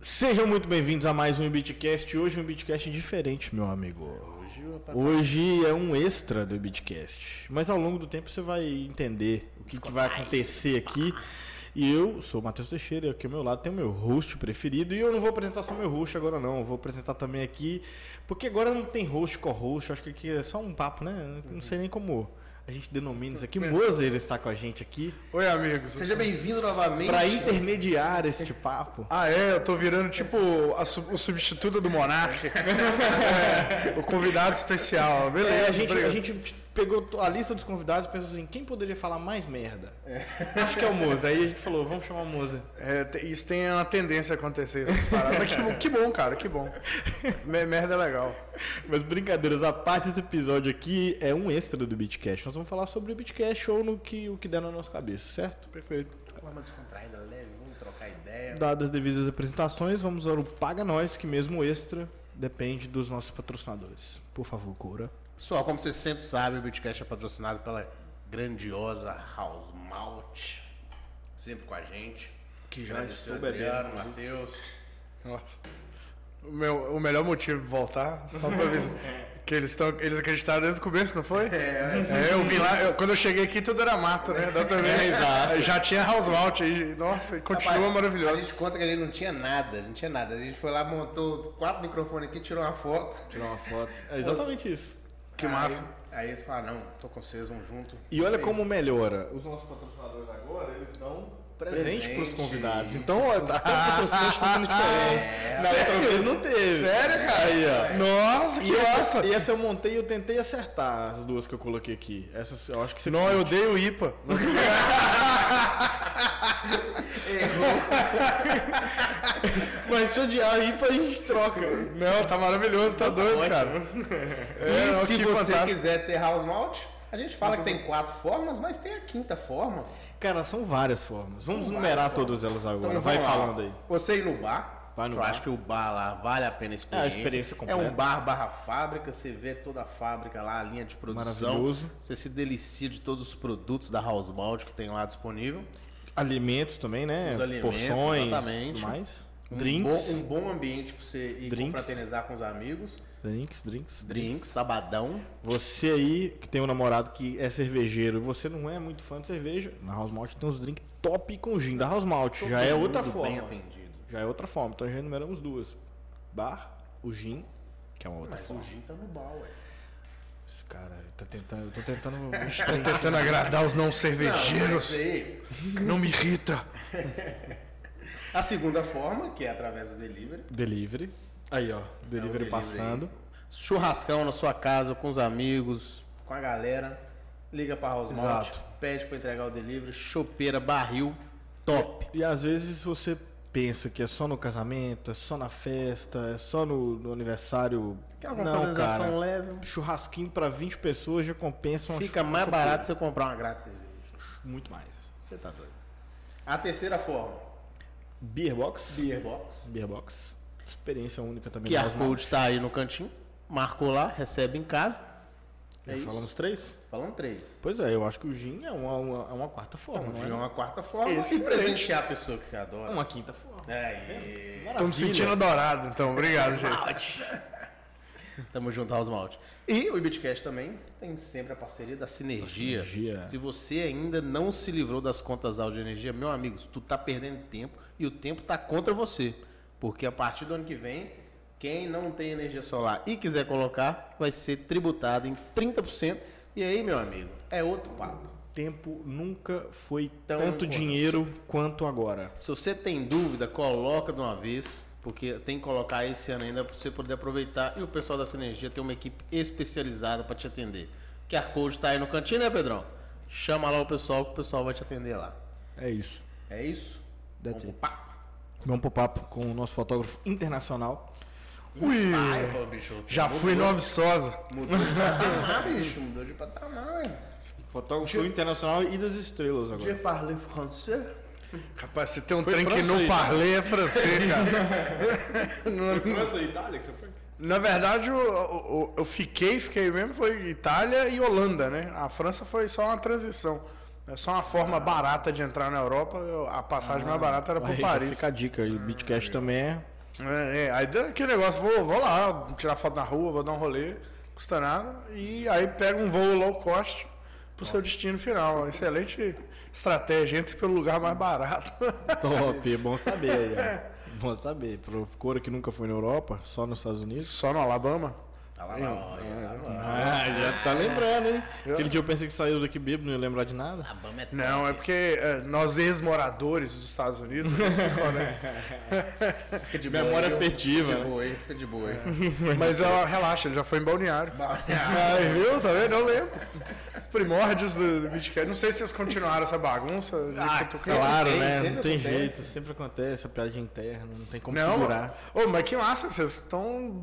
Sejam muito bem-vindos a mais um Bitcast. Hoje um Bitcast diferente, meu amigo. Hoje o papai- Hoje é um extra do Bitcast, mas ao longo do tempo você vai entender o que, que vai acontecer aqui. E eu sou o Matheus Teixeira, e aqui ao meu lado tem o meu host preferido. E eu não vou apresentar só meu host agora, não. Eu vou apresentar também aqui, porque agora não tem host com host. Acho que aqui é só um papo, né? Eu Não sei nem como a gente denomina isso aqui. Mozer está com a gente aqui Oi, amigos. Seja bem-vindo novamente. para intermediar este papo. Ah, é? Eu tô virando tipo a su- o substituto do Monark. É, o convidado especial. Beleza. É, a, gente, a obrigado. gente pegou to- a lista dos convidados e pensou assim, quem poderia falar mais merda? Acho que é o Moza. Aí a gente falou, vamos chamar o Moza. É, te- isso tem uma tendência a acontecer, essas paradas. Mas que, bom- que bom, cara, que bom. Me- Merda é legal. Mas brincadeiras à parte, esse episódio aqui é um extra do Bitcast. Nós vamos falar sobre o Bitcast ou no que, o que der na nossa cabeça, certo? Perfeito. De forma descontraída, leve, vamos trocar ideia. Dadas as devidas apresentações, vamos ao Paga Nós, que mesmo o extra depende dos nossos patrocinadores. Por favor, Coura. Pessoal, como vocês sempre sabem, o Bitcast é patrocinado pela grandiosa House Malt. Sempre com a gente. Que já Agradecer estou o Adriano, Matheus. Nossa. O, meu- o melhor motivo de voltar, só pra avisar. Que eles, tão, eles acreditaram desde o começo, não foi? É, eu vi lá, eu- quando eu cheguei aqui tudo era mato, né? Da outra vez. Já tinha house malt aí. Nossa, e continua Rapaz, A maravilhoso. gente conta que a gente não tinha nada, não tinha nada. A gente foi lá, montou quatro microfones aqui, tirou uma foto. Tirar uma foto. É exatamente isso. Que massa. Aí, aí eles falaram, não, tô com vocês, vamos junto. E olha como melhora. Os nossos patrocinadores agora, eles dão presente Presente. para os convidados. Então, ó, até o patrocinador está sendo diferente. Na outra vez não teve. É. Sério, cara? Aí, ó. Nossa, E que essa, massa. e essa eu montei e eu tentei acertar as duas que eu coloquei aqui. Essas eu acho que você. Não, eu odeio o IPA. Mas se odiar a IPA, a gente troca. Não, tá maravilhoso, tá doido, cara. É, e não, se que você fantástico. quiser ter House Malt, a gente fala que tem quatro formas, mas tem a quinta forma. Cara, são várias formas. Vamos São numerar várias todas elas agora. Então, Vai vamos lá. falando aí. Você ir no bar. Vai no que eu bar. Ah, acho que o bar lá vale a pena a experiência. experiência completa. É um bar barra fábrica, você vê toda a fábrica lá, a linha de produção. Maravilhoso. Você se delicia de todos os produtos da House Malt que tem lá disponível. Alimentos também, né? Os alimentos, Porções, exatamente. tudo mais. Um Drinks. bom- um bom ambiente pra você ir Drinks. confraternizar com os amigos. Drinks, drinks, Drinks, sabadão. Você aí que tem um namorado que é cervejeiro e você não é muito fã de cerveja, na House Malt tem uns drinks top com gin da House Malt. Já é Todo outra mundo bem forma. atendido. Já é outra forma. Então já enumeramos duas. Bar, o gin, que é uma outra Mas o forma. gin tá no bar, ué. Esse cara, eu tô tentando, eu tô tentando Tô tentando agradar os não Não, mas cervejeiros. aí, é Não me irrita. a segunda forma, que é através do delivery. delivery. Aí, ó, delivery É delivery passando. churrascão na sua casa, com os amigos, com a galera. Liga pra House Malt, Exato. pede pra entregar o delivery, chopeira, barril, top. E às vezes você pensa que é só no casamento, é só na festa, é só no, no aniversário. Não, cara. leve. Churrasquinho pra 20 pessoas já compensa uma Fica mais churrasqueira. barato você comprar uma grátis. Muito mais. Você tá doido. A terceira forma, Beer box. Beer Box. Beer box. Experiência única também. QR nós Code tá aí no cantinho. Marcou lá, recebe em casa. Já É isso. falamos três? Falando três. Pois é, eu acho que o gin é uma, uma- é uma quarta forma, Vamos não é? ver uma quarta forma Excelente. e presentear a pessoa que você adora. É Uma quinta forma. Aí. Tô me sentindo adorado, então. é Obrigado, gente. Tamo junto, House Malt. E o Ibitcast também tem sempre a parceria da Sinergia. Da Sinergia. Se você ainda não se livrou das contas áudio de energia, meu amigo, tu tá perdendo tempo e o tempo tá contra você. Porque a partir do ano que vem, quem não tem energia solar e quiser colocar, vai ser tributado em 30%. E aí, meu amigo, é outro papo. Tempo nunca foi Tão tanto importante. dinheiro quanto agora. Se você tem dúvida, coloca de uma vez, porque tem que colocar esse ano ainda para você poder aproveitar. E o pessoal da Sinergia tem uma equipe especializada para te atender. QR Code tá aí no cantinho, né, Pedrão? Chama lá o pessoal que o pessoal vai te atender lá. É isso. É isso? That's Vamos it. pro papo? Vamos pro papo com o nosso fotógrafo internacional. Ui, Ai, pô, bicho. já mudou- fui no Viçosa. Mudou de patamar, bicho. Mudou de patamar, hein? Fotógrafo internacional e das estrelas agora. Je parle français? Rapaz, você tem um Foi trem que francês, né? não parlei é francês, cara. França e Itália que você foi? Na verdade, eu, eu- eu fiquei, fiquei mesmo, foi Itália e Holanda, né? A França foi só uma transição. É só uma forma barata de entrar na Europa. eu- A passagem mais barata era pro Ah, Aí, já Paris. Fica a dica aí. Bitcast também é É, é, aí dá aquele negócio, vou, vou lá, tirar foto na rua, vou dar um rolê, custa nada, e aí pega um voo low cost pro seu destino final. Excelente estratégia, entre pelo lugar mais barato. Top, é bom saber aí, ó. Bom saber. Pro Cora que nunca foi na Europa, só nos Estados Unidos. Só no Alabama? Tá Ah, já é. tá lembrando, hein? Aquele dia eu pensei que saiu daqui bêbado, não ia lembrar de nada. tá. Alabama é Não, é porque é, nós ex-moradores dos Estados Unidos, a gente se né? conecta. Fica de Memória boa aí, afetiva, Fica né? de boa aí, fica de boa aí. mas ó, relaxa, ele já foi em Balneário. Aí, viu? Tá vendo? Eu lembro. Primórdios do, do Bitcoin. Não sei se vocês continuaram essa bagunça. de cutucar. Claro, tem, né? sempre Não tem acontece. jeito, sempre acontece, a piada interna, não tem como Não, segurar. Ô, mas que massa, vocês estão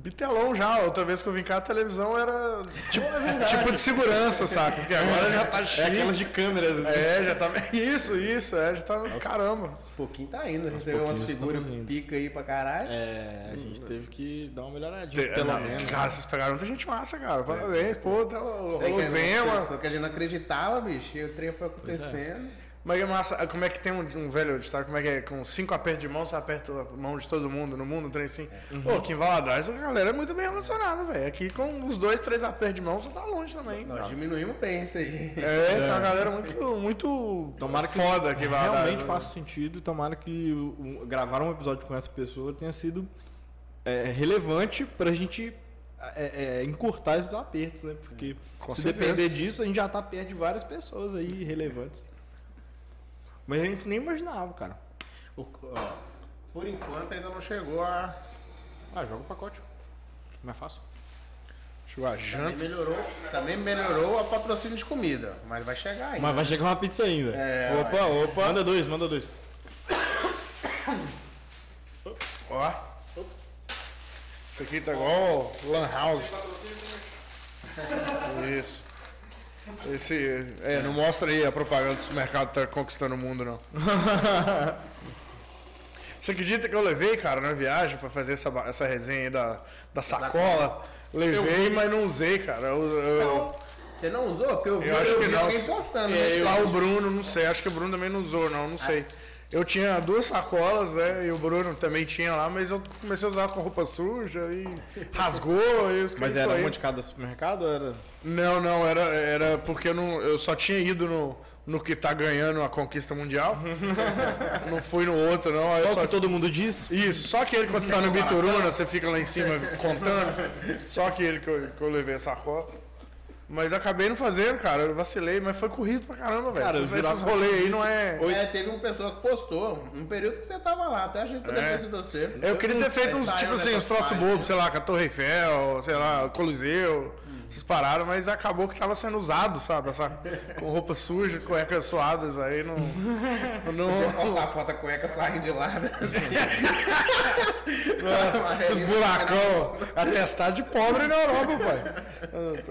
bitelão já. Outra vez que eu vim cá, a televisão era tipo, tipo de segurança, saca? Porque agora já tá É cheio. aquelas de câmeras. né? É, já tá. Isso, isso, é, já tá. Caramba. Aos pouquinho tá indo, recebeu umas pouquinhos figuras estamos indo. pica aí pra caralho. É, a gente teve que dar uma melhoradinha, pelo é, Não, menos. Cara, vocês pegaram muita gente massa, cara. Parabéns, pô, tá Sei o que era uma Zema. pessoa que a gente não acreditava, bicho. E o trem foi acontecendo. Mas é massa, como é que tem um, um velho ditado, como é que é, com cinco apertos de mão, você aperta a mão de todo mundo no mundo, um trem assim. Pô, aqui em Valadares a galera é muito bem relacionada, velho. Aqui com os dois, três apertos de mão, você tá longe também. Nós diminuímos bem isso aí. É, tem uma galera muito, muito Tomara que um- foda aqui em Valadares. É, realmente né? faça sentido. Tomara que o- o- gravar um episódio com essa pessoa tenha sido é, relevante pra gente é, é, encurtar esses apertos, né? Porque se certeza. depender disso, a gente já tá perto de várias pessoas aí relevantes. Mas a gente nem imaginava, cara. O- ó, por enquanto ainda não chegou a. Ah, joga o pacote. Mais é fácil. Chegou a Também janta. melhorou, também melhorou a patrocínio de comida, mas vai chegar ainda. Mas vai chegar uma pizza ainda. É, opa, opa. Manda dois, manda dois. Ó. Isso aqui tá igual Lan House. Isso. Esse, é, não mostra aí a propaganda do supermercado tá conquistando o mundo, não. Você acredita que eu levei, cara, na viagem pra fazer essa, ba- essa resenha aí da, da sacola? Levei, mas não usei, cara. Eu, eu- Você não usou? Porque eu vi, Eu acho eu que vi não. alguém postando. É, mas eu- lá lá o- o Bruno, não sei. Acho que o Bruno também não usou, não. Não sei. Eu tinha duas sacolas, né? E o Bruno também tinha lá, mas eu comecei a usar com roupa suja e rasgou. E os Mas caras era aí. uma de cada supermercado ou era. Não, não, era, era porque eu, não, eu só tinha ido no, no que tá ganhando a conquista mundial. não fui no outro, não. Aí eu Só o só- que todo mundo diz? Isso, só aquele quando você tá no Bituruna, você fica lá em cima contando. Só aquele que eu, que eu levei a sacola. Mas eu acabei não fazendo, cara. Eu vacilei, mas foi corrido pra caramba, velho. Cara, Esses, virar esses rolês aí não é. É, teve uma pessoa que postou, um período que você tava lá, até achei que É. eu dependesse de você. Eu queria ter feito Aí uns, saiu um tipo assim, nessas uns troços páginas. né? bobos, sei lá, com a Torre Eiffel, sei lá, o Coliseu. Hum. Vocês pararam, mas acabou que tava sendo usado, sabe? Essa- com roupa suja, cuecas suadas aí, não. Podia não postar a foto da cueca saindo de lá. né? Nossa, os buracão. Atestado de pobre na Europa, pai.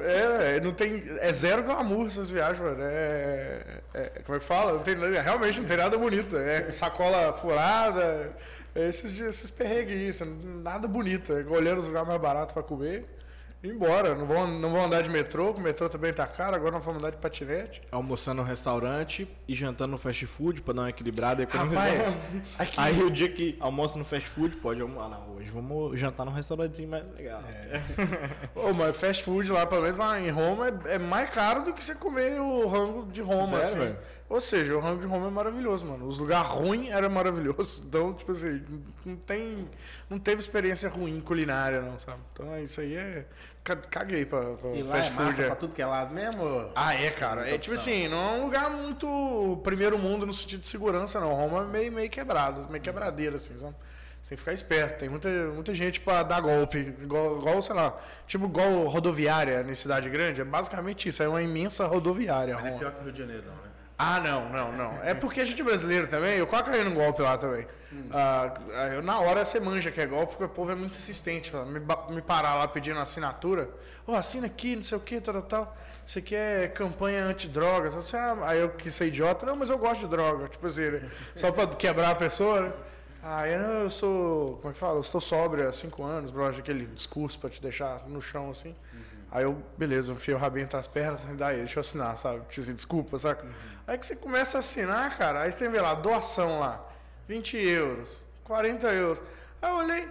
É, é, não tem, é zero glamour essas viagens, mano. É, é, como é que fala? Não tem, nada- realmente não tem nada bonito. É sacola furada, é esses, esses perreguinhos, isso, nada bonito. É olhando os lugares mais baratos pra comer. e ir Embora, não vão, não vão andar de metrô, que o metrô também tá caro, agora não vamos andar de patinete. almoçando no restaurante e jantando no fast food pra dar uma equilibrada e Rapaz, economizar. Aí o dia que almoça no fast food, pode almoçar na hoje. Vamos jantar num restaurantezinho mais legal. Ô, mas fast food lá, pelo menos lá em Roma, é, é mais caro do que você comer o rango de Roma, Sério, assim. velho? Ou seja, o rango de Roma é maravilhoso, mano. Os lugares ruins era maravilhoso. Então, tipo assim, não tem. Não teve experiência ruim culinária, não, sabe? Então é isso aí é. ca- Caguei pra, pra E lá é fast food. massa é. pra tudo que é lado mesmo? Ah, é, cara. É tipo assim, não é um lugar muito primeiro mundo no sentido de segurança, não. Roma é meio, meio quebrado, meio quebradeira, assim, sabe? Você tem que ficar esperto. Tem muita, muita gente pra dar golpe. Igual, igual, sei lá, tipo igual rodoviária em cidade grande. É basicamente isso. É uma imensa rodoviária, Mas não é Roma. pior que o Rio de Janeiro, não, né? Ah, não, não, não. É porque a gente é brasileiro também. Eu quase caí num golpe lá também. Ah, ah, eu- na hora você manja que é golpe, porque o povo é muito insistente. mano. Me, ba- me parar lá pedindo assinatura. Ô, assina aqui, não sei o que, tal, tal, tal. Isso aqui é campanha antidrogas. Eu disse, ah, aí eu que ser idiota. Não, mas eu gosto de droga. Tipo assim, né? só pra quebrar a pessoa, né? Ah, eu, não, eu sou. Como é que fala? Eu estou sóbrio há cinco anos, broxa, aquele discurso pra te deixar no chão assim. Aí eu, beleza, eu enfiei o rabinho entre as pernas, assim, daí, deixa eu assinar, sabe? Tipo assim, desculpa, saca? Aí que você começa a assinar, cara, aí tem, vê lá, doação lá, 20 euros, 40 euros. Aí eu olhei,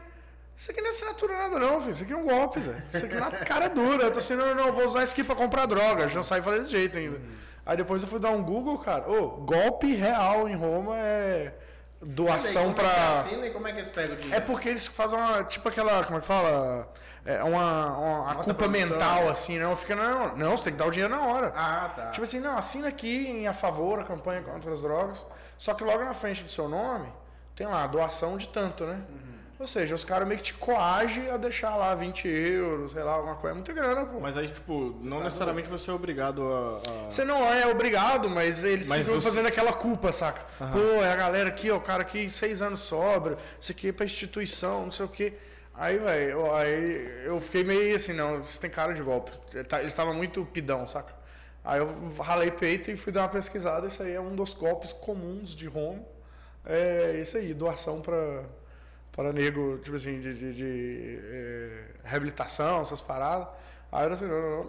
isso aqui não é assinatura nada não, filho. Isso aqui é um golpe, Zé. Isso aqui é uma cara dura. Eu tô assim, não, não, eu vou usar isso aqui pra comprar droga. Eu já saí falando desse jeito ainda. Aí depois eu fui dar um Google, cara. Ô, golpe real em Roma é doação Como é que pra... assina e como é que eles pegam o É dinheiro? porque eles fazem uma, tipo aquela, como é que fala? É uma, uma- a culpa produção, mental, né? assim, não fica, não, não, você tem que dar o dinheiro na hora. Ah, tá. Tipo assim, não, assina aqui em a favor, a campanha contra as drogas, só que logo na frente do seu nome, tem lá, doação de tanto, né? Uhum. Ou seja, os caras meio que te coagem a deixar lá 20 euros, sei lá, alguma coisa, é muita grana, pô. Mas aí, tipo, não necessariamente você é obrigado a. a- Você não é obrigado, mas eles Mas ficam você- fazendo aquela culpa, saca? Pô, é a galera aqui, ó, o cara aqui, seis anos sobra, isso aqui é pra instituição, não sei o quê. Aí, velho, aí eu fiquei meio assim, não, isso tem cara de golpe. Ele tá- Eles estavam muito pidão, saca? Aí eu ralei peito e fui dar uma pesquisada, isso aí é um dos golpes comuns de Roma. É isso aí, doação pra, para nego, tipo assim, de, de- de, eh, reabilitação, essas paradas. Aí eu era assim, não, não, não.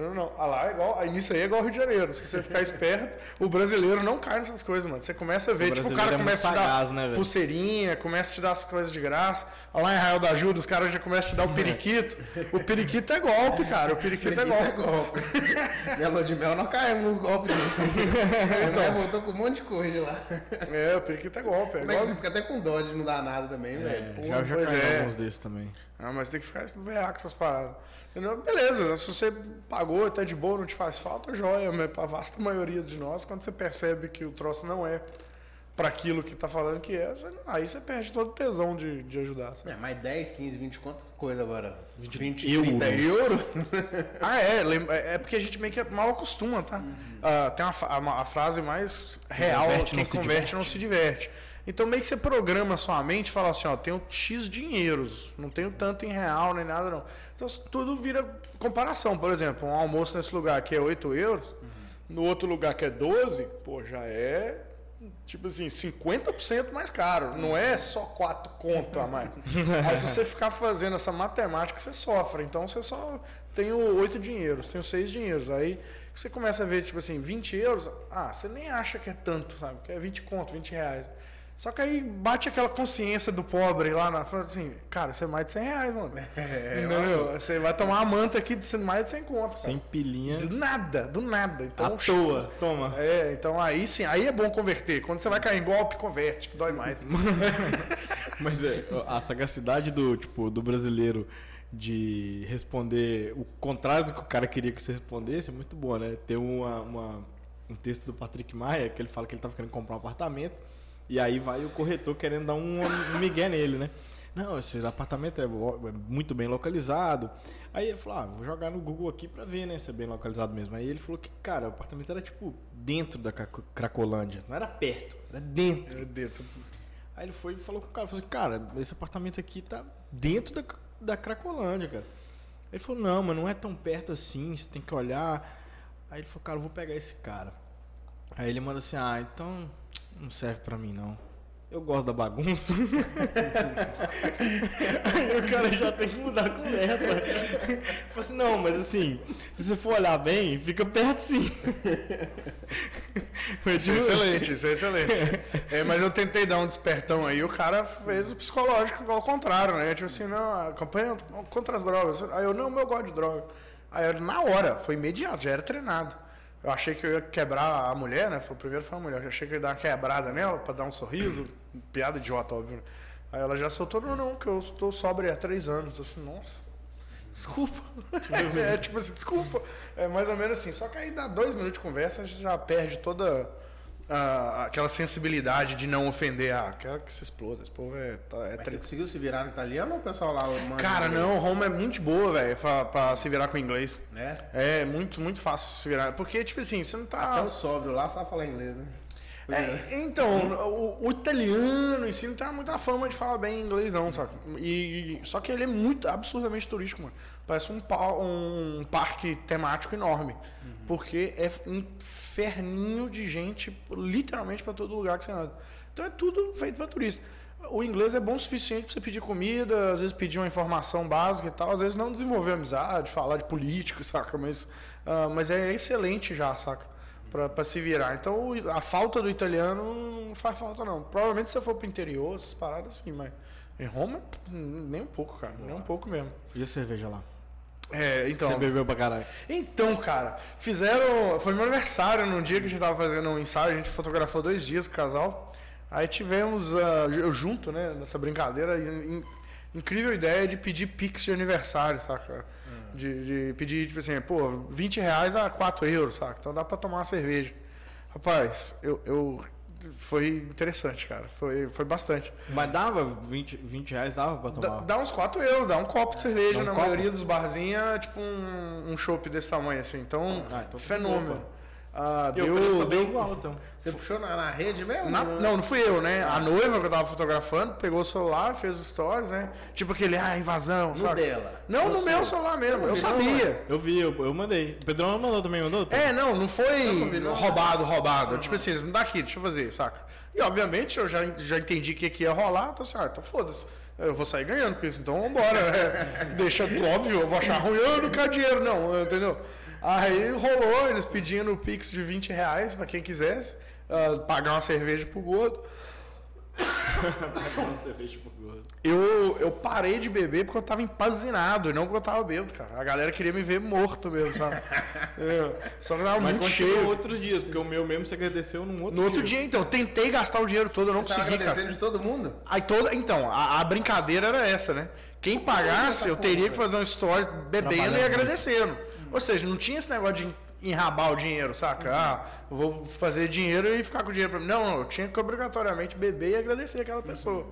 Não, não, ah lá é igual, aí nisso aí é igual Rio de Janeiro. Se você ficar esperto, o brasileiro não cai nessas coisas, mano. Você começa a ver, O tipo, o brasileiro cara é muito começa a te dar sagaz, né, velho? pulseirinha, começa a te dar as coisas de graça. Olha lá em Raio da Ajuda, os caras já começam a te dar o periquito. O periquito é golpe, cara. O periquito é golpe. golpe. Belo de mel, nós caímos nos golpes. Então, voltou com um monte de coisa lá. É, o periquito é golpe. É Como é que igual... você fica até com dó de não dar nada também, velho? É, Porra. já já pois caiu é. alguns desses também. Ah, mas tem que ficar verrar com essas paradas. Entendeu? Beleza, se você pagou, até de boa, não te faz falta, joia. Mas pra vasta maioria de nós, quando você percebe que o troço não é pra aquilo que tá falando que é, você- aí você perde todo o tesão de, de ajudar. sabe? É, mais 10, 15, 20, quanto coisa agora? 20, 20 um. euro. 30 euro? Ah, é, lem- é é porque a gente meio que mal acostuma, tá? Ah, tem uma, fa- uma- a frase mais real, Uhum. converte, quem não se converte não se diverte. Então meio que você programa sua mente e fala assim, ó, tenho X dinheiros, não tenho tanto em real nem nada não. Então s- tudo vira comparação, por exemplo, um almoço nesse lugar aqui é 8 euros, no outro lugar que é 12, pô, já é tipo assim, 50% mais caro, não é só 4 conto a mais. Aí se você ficar fazendo essa matemática, você sofre. Então você só tem o 8 dinheiros, tem os 6 dinheiros. Aí você começa a ver, tipo assim, 20 euros, ah, você nem acha que é tanto, sabe? Que é 20 conto, 20 reais. Só que aí bate aquela consciência do pobre lá na frente, assim, cara, isso é mais de 100 reais, mano. Entendeu? Você vai tomar uma manta aqui de mais de 100 conto, cara. Sem pilinha. Do nada, do nada. Então, À toa. Toma. é, então aí sim, aí é bom converter. Quando você vai cair em golpe, converte, que dói mais. Mas é, a sagacidade do, tipo, do brasileiro de responder o contrário do que o cara queria que você respondesse é muito boa, né? Tem uma, uma- um texto do Patrick Maia que ele fala que ele tava querendo comprar um apartamento e aí vai o corretor querendo dar um, um migué nele, né? Não, esse apartamento é, lo- é muito bem localizado. Aí ele falou, ah, vou jogar no Google aqui pra ver, né, se é bem localizado mesmo. Aí ele falou que, cara, o apartamento era, tipo, dentro da Craco- Cracolândia. Não era perto, era dentro. Meu Deus. Aí ele foi e falou com o cara, falou assim, cara, esse apartamento aqui tá dentro da, da Cracolândia, cara. Ele falou, não, mas não é tão perto assim, você tem que olhar. Aí ele falou, cara, eu vou pegar esse cara. Aí ele manda assim, ah, então não serve pra mim não. Eu gosto da bagunça. Aí o cara já tem que mudar a conversa. Falei assim, não, mas assim, se você for olhar bem, fica perto sim. Mas, Isso é excelente, isso é excelente. É, mas eu tentei dar um despertão aí, o cara fez o psicológico ao contrário, né? Tipo assim, não, a campanha um contra as drogas. Aí eu, não, meu eu gosto de droga. Aí eu, na hora, foi imediato, já era treinado. Eu achei que eu ia quebrar a mulher, né? Foi, primeiro foi a mulher, eu achei que eu ia dar uma quebrada nela pra dar um sorriso. Piada idiota, óbvio. né? Aí ela já soltou, não, não, que eu estou sóbria há três anos. Eu assim, nossa. Desculpa. é tipo assim, desculpa. É mais ou menos assim. Só que aí dá dois minutos de conversa, a gente já perde toda ah, aquela sensibilidade de não ofender. Ah, quero que se exploda. Esse povo é, tá, é Mas tre- você conseguiu se virar no italiano ou o pessoal lá manda? Cara, inglês? não, Roma é muito de boa, velho, pra, pra se virar com inglês. Né? É muito, muito fácil se virar. Porque, tipo assim, você não tá. Até um o sóbrio lá sabe falar inglês, né? É, então, o, o italiano em si não tem muita fama de falar bem inglês, não, saca? E, e- só que ele é muito, absurdamente turístico, mano. Parece um, pa- um parque temático enorme. Porque é um inferninho de gente, literalmente, pra todo lugar que você anda. Então é tudo feito pra turista. O inglês é bom o suficiente pra você pedir comida, às vezes pedir uma informação básica e tal, às vezes não desenvolver amizade, falar de política, saca? Mas, ah, mas é excelente já, saca? para se virar. Então o- a falta do italiano não faz falta, não. Provavelmente se eu for pro interior, essas paradas sim, mas em Roma, hum, nem um pouco, cara. Nem um pouco mesmo. E a cerveja lá? É, então. Você bebeu pra caralho. Então, cara, fizeram. Foi meu aniversário num dia que a gente tava fazendo um ensaio, a gente fotografou dois dias com o casal. Aí tivemos, ah, eu junto, né, nessa brincadeira, in- in- incrível ideia de pedir pix de aniversário, saca? De, de pedir, tipo assim, pô, 20 reais a 4 euros, saca? Então dá pra tomar uma cerveja. Rapaz, eu. eu foi interessante, cara. Foi, foi bastante. Mas dava 20, 20 reais, dava pra Dá, tomar. dá uns 4 euros, dá um copo de cerveja. Dá um na copo? maioria dos barzinhos é tipo um, um chopp desse tamanho, assim. Então, Ah, então fenômeno. ficou, pô. Ah, E o deu, preço deu, também é igual, então. Você puxou na, na rede mesmo? na- Né? não, não fui eu, né? A noiva que eu tava fotografando pegou o celular, fez os stories, né? Tipo aquele, ah, invasão, No sabe? dela. Não, no, No meu seu. celular mesmo. Eu Não, é. sabia. Eu vi, eu, eu mandei. O Pedrão mandou também, mandou? É, não, não foi vi, não. roubado, roubado. Tipo assim, eles me dá aqui, deixa eu fazer, saca? E obviamente eu já, já entendi o que, que ia rolar, então assim, ah, então foda-se. Eu vou sair ganhando com isso, então vambora. né? Deixa óbvio, eu vou achar ruim, eu não quero dinheiro, não, entendeu? Aí rolou, eles pedindo o Pix de 20 reais pra quem quisesse, ah, pagar uma cerveja pro gordo. Você fez tipo gordo. Eu, eu parei de beber porque eu tava empazinado e não porque eu tava bêbado, cara. A galera queria me ver morto mesmo, sabe? É, Só que eu tava Mas muito continuou cheio. outros dias, porque o meu mesmo você agradeceu num outro No outro dia, então, eu tentei gastar o dinheiro todo, eu não Você tava consegui, tá agradecendo cara. de todo mundo? Aí toda, então, a, a brincadeira era essa, né? Quem pagasse, eu teria que fazer um story bebendo e Trabalhando. agradecendo. Ou seja, não tinha esse negócio de en- enrabar o dinheiro, saca? Ah, eu vou fazer dinheiro e ficar com o dinheiro pra mim. Não, não, eu tinha que obrigatoriamente beber e agradecer aquela pessoa.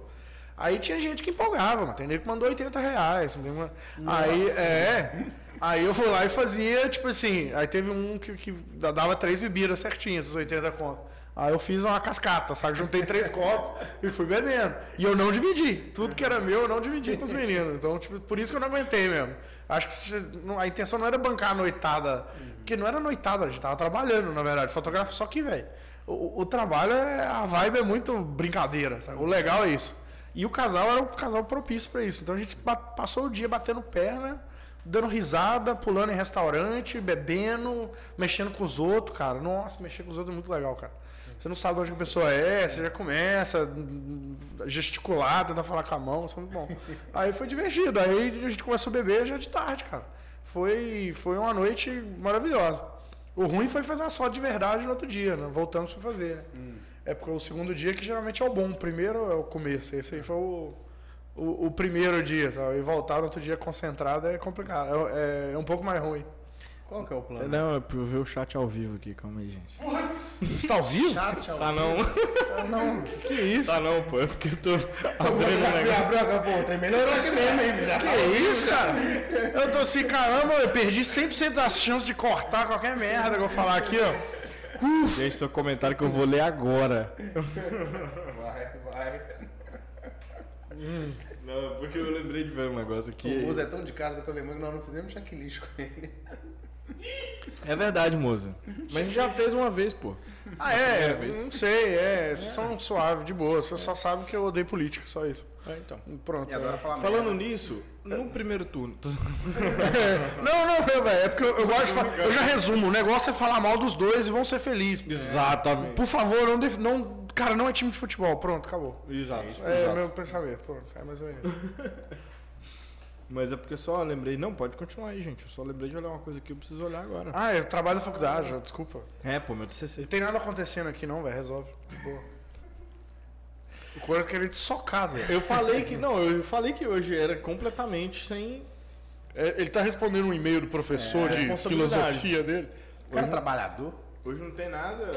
Aí tinha gente que empolgava, mas tem nego que mandou 80 reais. não tem uma- Aí, é. Aí eu vou lá e fazia, tipo assim, aí teve um que, que dava três bebidas certinhas, esses 80 conto. Aí eu fiz uma cascata, sabe? Juntei três copos e fui bebendo. E eu não dividi. Tudo que era meu, eu não dividi com os meninos. Então, tipo, por isso que eu não aguentei mesmo. Acho que se- não- a intenção não era bancar a noitada. Porque não era noitada, a gente tava trabalhando, na verdade. Fotógrafo só que, velho. O, o trabalho, é, a vibe é muito brincadeira, sabe? O legal é isso. E o casal era um casal propício pra isso. Então a gente ba- passou o dia batendo perna, dando risada, pulando em restaurante, bebendo, mexendo com os outros, cara. Nossa, mexer com os outros é muito legal, cara. Você não sabe onde que a pessoa é, você já começa hum, gesticular, tentar falar com a mão, isso é muito bom. Aí foi divertido. Aí a gente começou a beber já de tarde, cara. Foi, foi uma noite maravilhosa. O ruim foi fazer a foto de verdade no outro dia, né? Voltamos pra fazer, né? É porque o segundo dia que geralmente é o bom. O primeiro é o começo. Esse aí foi o, o, o primeiro dia, sabe? E voltar no outro dia concentrado é complicado. É, é- é um pouco mais ruim. Qual que é o plano? Não, é pra eu ver o chat ao vivo aqui, calma aí, gente. Você tá ao vivo? Chat, ao Tá não, Não, que, que isso? tá não, pô, é porque eu tô abrindo um negócio. Branca, pô, tem melhorou aqui mesmo, hein? já. Que isso, cara? Eu tô assim, caramba, eu perdi 100% das chances de cortar qualquer merda que eu falar aqui, ó. Deixa seu comentário que eu vou ler agora. Vai, vai. Não, porque eu lembrei de ver um negócio O aqui. Musa é tão de casa que eu tô lembrando que nós não fizemos checklist com ele. É verdade, moça. Mas a gente já fez uma vez, pô. Ah, é? Não sei, é. Vocês são suaves, de boa. Vocês só sabem que eu odeio política, só isso. então. Pronto. E agora falar Falando nisso, no primeiro turno. Não, não, é, velho. É porque eu, eu gosto de falar. Eu já resumo. O negócio é falar mal dos dois e vão ser felizes. Exatamente. Por favor, não, def- não. Cara, não é time de futebol. Pronto, acabou. Exato. É exato. meu pensamento. Pronto, é mais ou menos. isso. Mas é porque eu só lembrei. Não, pode continuar aí, gente. Eu só lembrei de olhar uma coisa aqui, eu preciso olhar agora. Ah, eu trabalho na faculdade, já, desculpa. É, pô, meu Não TCC. tem nada acontecendo aqui, não, velho. Resolve. Boa. O Coro queria te socar, Zé. Eu falei que. Não, eu falei que hoje era completamente sem. É, Ele tá respondendo um e-mail do professor É, responsabilidade. dele. O cara é trabalhador. Hoje não tem nada.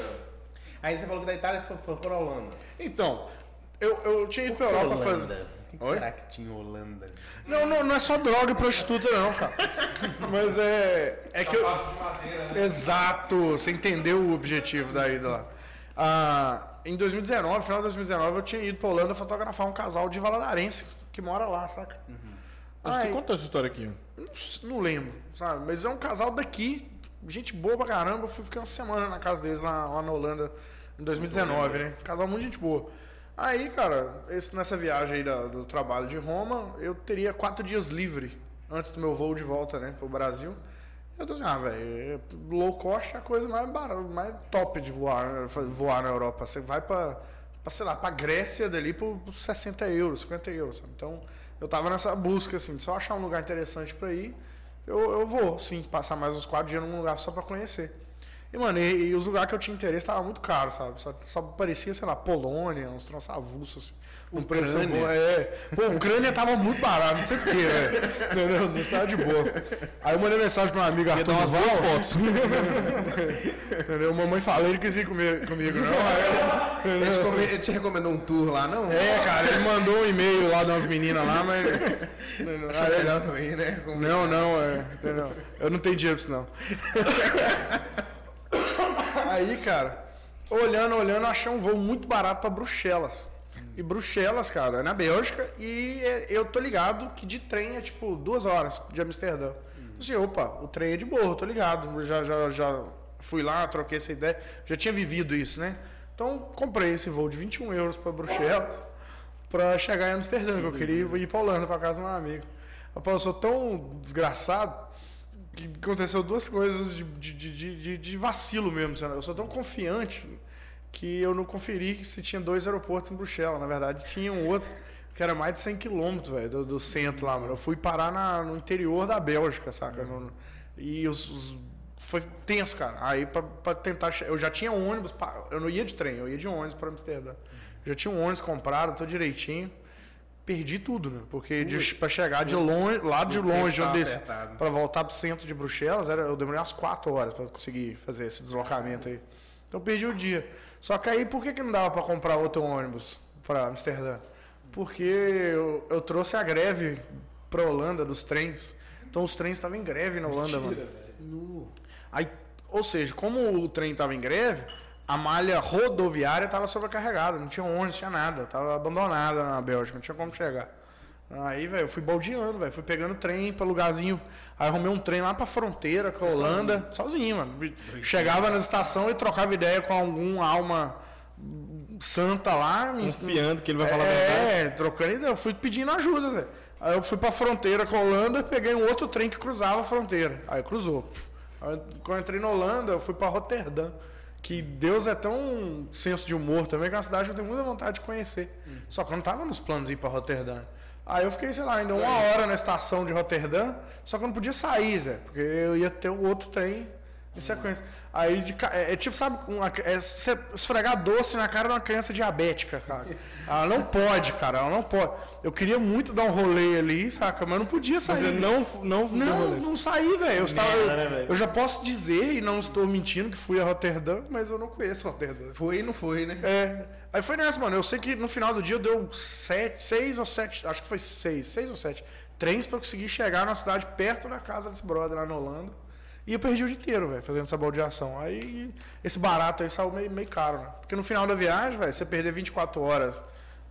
Aí você falou que da Itália foi, foi pra Holanda. Então, eu, eu tinha ido pra Europa fazer. O né? que, que Oi? será que tinha em Holanda? Não, não, não é só droga e prostituta, não, cara. Mas é. É que eu. Exato, você entendeu o objetivo da ida lá. Ah, em 2019, final de 2019, eu tinha ido pra Holanda fotografar um casal de valadarense que mora lá, saca? Acho que Ai. Você contou essa história aqui. Não, s- não lembro, sabe? Mas é um casal daqui, gente boa pra caramba. Eu fui- fiquei uma semana na casa deles lá, lá na Holanda em 2019, né? Casal muito gente boa. Aí, cara, esse- nessa viagem aí da- do trabalho de Roma, eu teria quatro dias livre antes do meu voo de volta, né, pro Brasil. Eu tô assim, ah, velho, low cost é a coisa mais, barata, mais top de voar, voar na Europa. Você vai pra, pra, sei lá, pra Grécia dali por 60 euros, 50 euros. sabe? Então, eu tava nessa busca, assim, de só achar um lugar interessante pra ir, eu, eu vou, sim, passar mais uns 4 dias num lugar só pra conhecer. E, mano, e, e os lugares que eu tinha interesse tava muito caro, sabe? Só, só parecia, sei lá, Polônia, uns troços avulsos, assim. Um preço bom. É. Pô, Ucrânia tava muito barato, não sei porquê, velho. Não, não, não tava de boa. Aí eu mandei mensagem pro meu amigo Arthur umas boas Duval. fotos. Entendeu? Mamãe falou, ele quis ir comigo, comigo não. Aí eu- Ele te, come- ele te recomendou um tour lá, não? é, cara, ele mandou um e-mail lá de umas meninas lá, mas. Acho melhor não ir, né? Com- É Não, não, é. Entendeu? Eu não tenho dinheiro pra isso, não. Aí, cara, olhando, olhando, eu achei um voo muito barato pra Bruxelas. E Bruxelas, cara, é na Bélgica e é- eu tô ligado que de trem é tipo duas horas de Amsterdã. Assim, opa, o trem é de boa, eu tô ligado. eu Já, já, já fui lá, troquei essa ideia, já tinha vivido isso, né? Então comprei esse voo de 21 euros pra Bruxelas pra chegar em Amsterdã, que eu queria ir pra Holanda pra casa de um amigo. Rapaz, eu sou tão desgraçado que aconteceu duas coisas de, de, de- de- de- de vacilo mesmo. sabe? Eu sou tão confiante que eu não conferi se tinha dois aeroportos em Bruxelas. Na verdade, tinha um outro que era mais de 100 quilômetros velho, do, do centro lá, mano. Eu fui parar na- no interior da Bélgica, saca? No- e os, os- foi tenso, cara. Aí pra, pra tentar. che- Eu já tinha um ônibus, pa- eu não ia de trem, eu ia de ônibus pra Amsterdã. Já tinha um ônibus comprado, tudo direitinho. Perdi tudo, né? Porque de, pra chegar de longe, lá de O tempo longe, tava onde esse, apertado. para voltar pro centro de Bruxelas, era, eu demorei umas 4 horas para conseguir fazer esse deslocamento aí. Então eu perdi o dia. Só que aí por que, que não dava para comprar outro ônibus para Amsterdã? Porque eu, eu trouxe a greve para Holanda dos trens. Então os trens estavam em greve na Holanda, mano. Aí, ou seja, como o trem estava em greve, a malha rodoviária estava sobrecarregada, não tinha ônibus, tinha nada, estava abandonada na Bélgica, não tinha como chegar. Aí, velho, eu fui baldeando, velho, fui pegando trem para lugarzinho, aí arrumei um trem lá para fronteira com a Holanda, sozinho, mano. Chegava na estação e trocava ideia com algum alma santa lá, um me Confiando que ele vai falar a verdade. é, trocando ideia. Eu fui pedindo ajuda, Zé. Aí eu fui pra fronteira com a Holanda, peguei um outro trem que cruzava a fronteira. Aí cruzou. Aí, quando eu entrei na Holanda, eu fui pra Roterdã. Que Deus é tão senso de humor também, que é uma cidade que eu tenho muita vontade de conhecer. Hum. Só que eu não tava nos planos de ir pra Roterdã. Aí eu fiquei, sei lá, ainda uma hora na estação de Roterdã, só que eu não podia sair, Zé, porque eu ia ter o outro trem em sequência. Aí de ca- é, é tipo, sabe, uma- é se- esfregar doce na cara de uma criança diabética, cara. Ela não pode, cara, ela não pode. Eu queria muito dar um rolê ali, saca? Mas eu não podia sair. Mas eu não, não, Não, não saí, velho. Eu, estava- Merda, né, velho? eu já posso dizer, e não estou mentindo, que fui a Roterdã, mas eu não conheço Roterdã. Foi e não foi, né? É. Aí foi nessa, mano. Eu sei que no final do dia deu sete, seis ou sete, acho que foi seis, seis ou sete trens pra conseguir chegar na cidade perto da casa desse brother lá na Holanda. E eu perdi o dia inteiro, velho, fazendo essa baldeação. Aí esse barato aí saiu meio, meio caro, né? Porque no final da viagem, velho, você perder 24 horas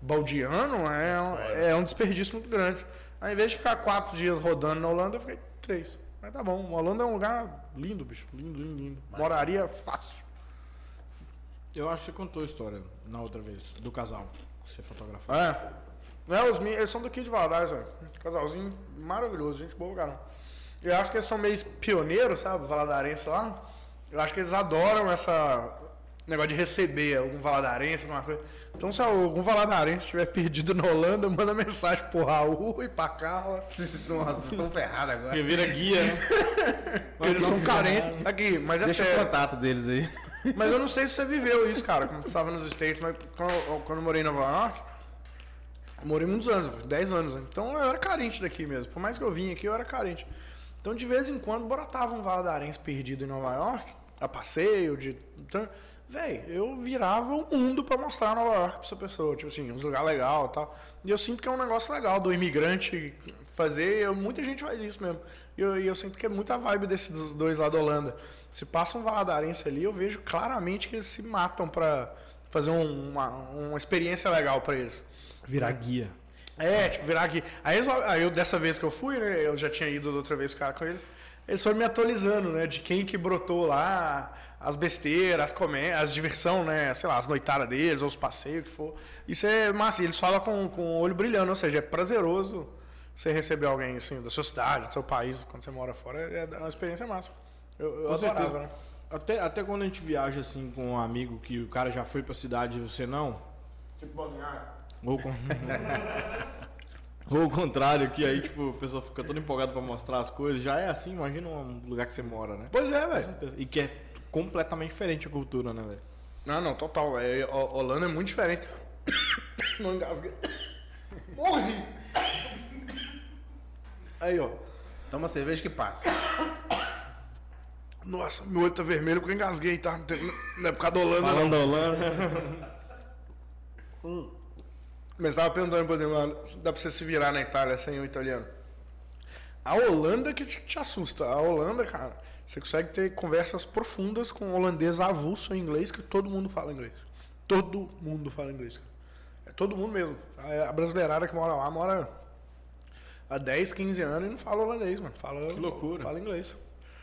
baldeando é, um- é um desperdício muito grande. Aí, ao invés de ficar quatro dias rodando na Holanda, eu fiquei três. Mas tá bom, a Holanda é um lugar lindo, bicho. Lindo, lindo, lindo. Moraria fácil. Eu acho que você contou a história na outra vez, do casal que você fotografou. É. Né, os meninos, eles são do Kid Valadares, velho. Casalzinho maravilhoso, gente boa, cara. Eu acho que eles são meio pioneiros, sabe? Valadarense lá. Eu acho que eles adoram essa negócio de receber algum valadarense, alguma coisa. Então, se algum valadarense estiver perdido na Holanda, manda mensagem pro Raul e pra Carla. Vocês- Nossa, vocês estão ferrados agora. Porque vira guia, né? Porque eles são carentes. Aqui, mas é Deixa o sério. contato deles aí. Mas eu não sei se você viveu isso, cara, como você estava nos States, mas quando eu, quando eu morei em Nova York, eu morei muitos anos, 10 anos, né? Então eu era carente daqui mesmo. Por mais que eu vinha aqui, eu era carente. Então de vez em quando boratava um valadarense perdido em Nova York, a passeio, de. Então, Véi, eu virava o mundo pra mostrar Nova York pra essa pessoa. Tipo assim, uns lugares legais e tal. E eu sinto que é um negócio legal do imigrante fazer. eu- muita gente faz isso mesmo. E eu, e eu sinto que é muita vibe desses dos dois lá da Holanda. Se passa um valadarense ali, eu vejo claramente que eles se matam pra fazer um- uma, uma experiência legal pra eles. Virar guia. É, tipo, virar aqui. Aí, eles- aí eu, dessa vez que eu fui, né? Eu já tinha ido da outra vez ficar com eles. Eles foram me atualizando, né? De quem que brotou lá, as besteiras, as, comé as diversão, né? Sei lá, as noitadas deles, ou os passeios, o que for. Isso é massa. E eles falam com, com o olho brilhando, ou seja, é prazeroso você receber alguém assim da sua cidade, do seu país, quando você mora fora, é é uma experiência máxima. Eu, eu Com adorava, certeza. né? Até, até quando a gente viaja assim com um amigo que o cara já foi pra cidade e você não. Tipo balneário. Ou, con... Ou o contrário, que aí tipo, a pessoa fica toda empolgada pra mostrar as coisas. Já é assim, imagina um lugar que você mora, né? Pois é, velho. E que é completamente diferente a cultura, né, velho? Não, não, total. É, Ho- Holanda é muito diferente. Não engasguei. Morri! Aí, ó. Toma cerveja que passa. Nossa, meu olho tá vermelho porque eu engasguei, tá? Não tem- Não é por causa da Holanda, não. Falando da Holanda. Mas tava perguntando, por exemplo, lá, se dá pra você se virar na Itália sem o italiano. A Holanda que te, te assusta. A Holanda, cara, você consegue ter conversas profundas com um holandês avulso em inglês, que todo mundo fala inglês. Todo mundo fala inglês. cara. É todo mundo mesmo. A, a brasileirada que mora lá mora há 10, 15 anos e não fala holandês, mano. Fala, que loucura. Fala inglês.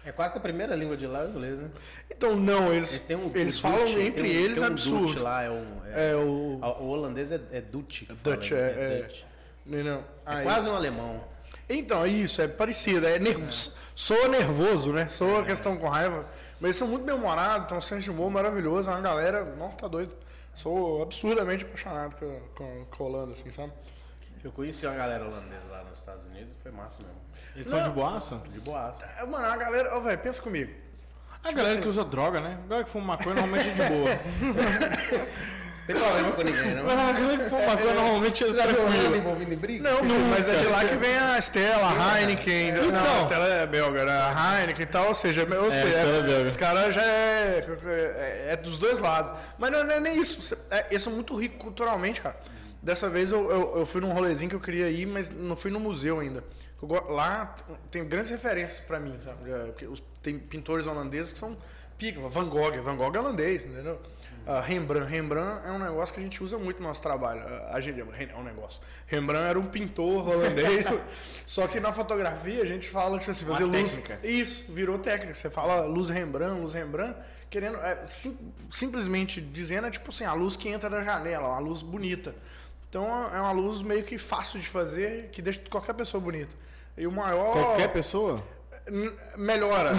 É quase que a primeira língua de lá é o inglês, né? Então, não, eles, Eles eles, têm um. um falam Dutch, entre tem um- eles tem um absurdo. Dutch lá, é um. é- É o. a- o holandês é, é Dutch. que fala, Dutch, né? é. é... Dutch. Não, não. É Aí- quase um alemão. Então, é isso, é parecido, é nervoso. Soa nervoso, né? Soa questão com raiva. Mas eles são muito bem-humorados, tem um senso de humor maravilhoso, é uma galera, nossa, tá doido. Sou absurdamente apaixonado com, com, com a Holanda, assim, sabe? Eu conheci uma galera holandesa lá nos Estados Unidos e foi massa mesmo. Eles são de boaça? De boaça. É, mano, a galera, ó, velho, pensa comigo. A galera que usa droga, né? A galera que fuma maconha normalmente é de boa. Tem problema com ninguém, né? não? A galera que fuma maconha normalmente é Holanda tranquila. envolvido em briga? Não, filho, mas é de lá que vem a Estela, a Heineken. Não, a Estela é belga, né? A Heineken e tal, ou seja, ou seja a Stella é é- belga. os caras já é, é, é dos dois lados. Mas não é, não é nem isso, você- é, eles são muito ricos culturalmente, cara. Dessa vez eu, eu, eu fui num rolezinho que eu queria ir, mas não fui no museu ainda. Eu go- lá tem grandes referências pra mim, sabe? É, porque os- Tem pintores holandeses que são pica, Van Gogh, Van Gogh é holandês, entendeu? Ah, Rembrandt, Rembrandt é um negócio que a gente usa muito no nosso trabalho. Ah, A gente, é um negócio. Rembrandt era um pintor holandês, só que na fotografia a gente fala, tipo assim, fazer luz. técnica. Isso, virou técnica. Você fala luz Rembrandt, luz Rembrandt, querendo. é, sim- simplesmente dizendo é tipo assim, a luz que entra da janela, uma luz bonita. Então é uma luz meio que fácil de fazer, que deixa qualquer pessoa bonita. E o maior. Qualquer pessoa? N- melhora.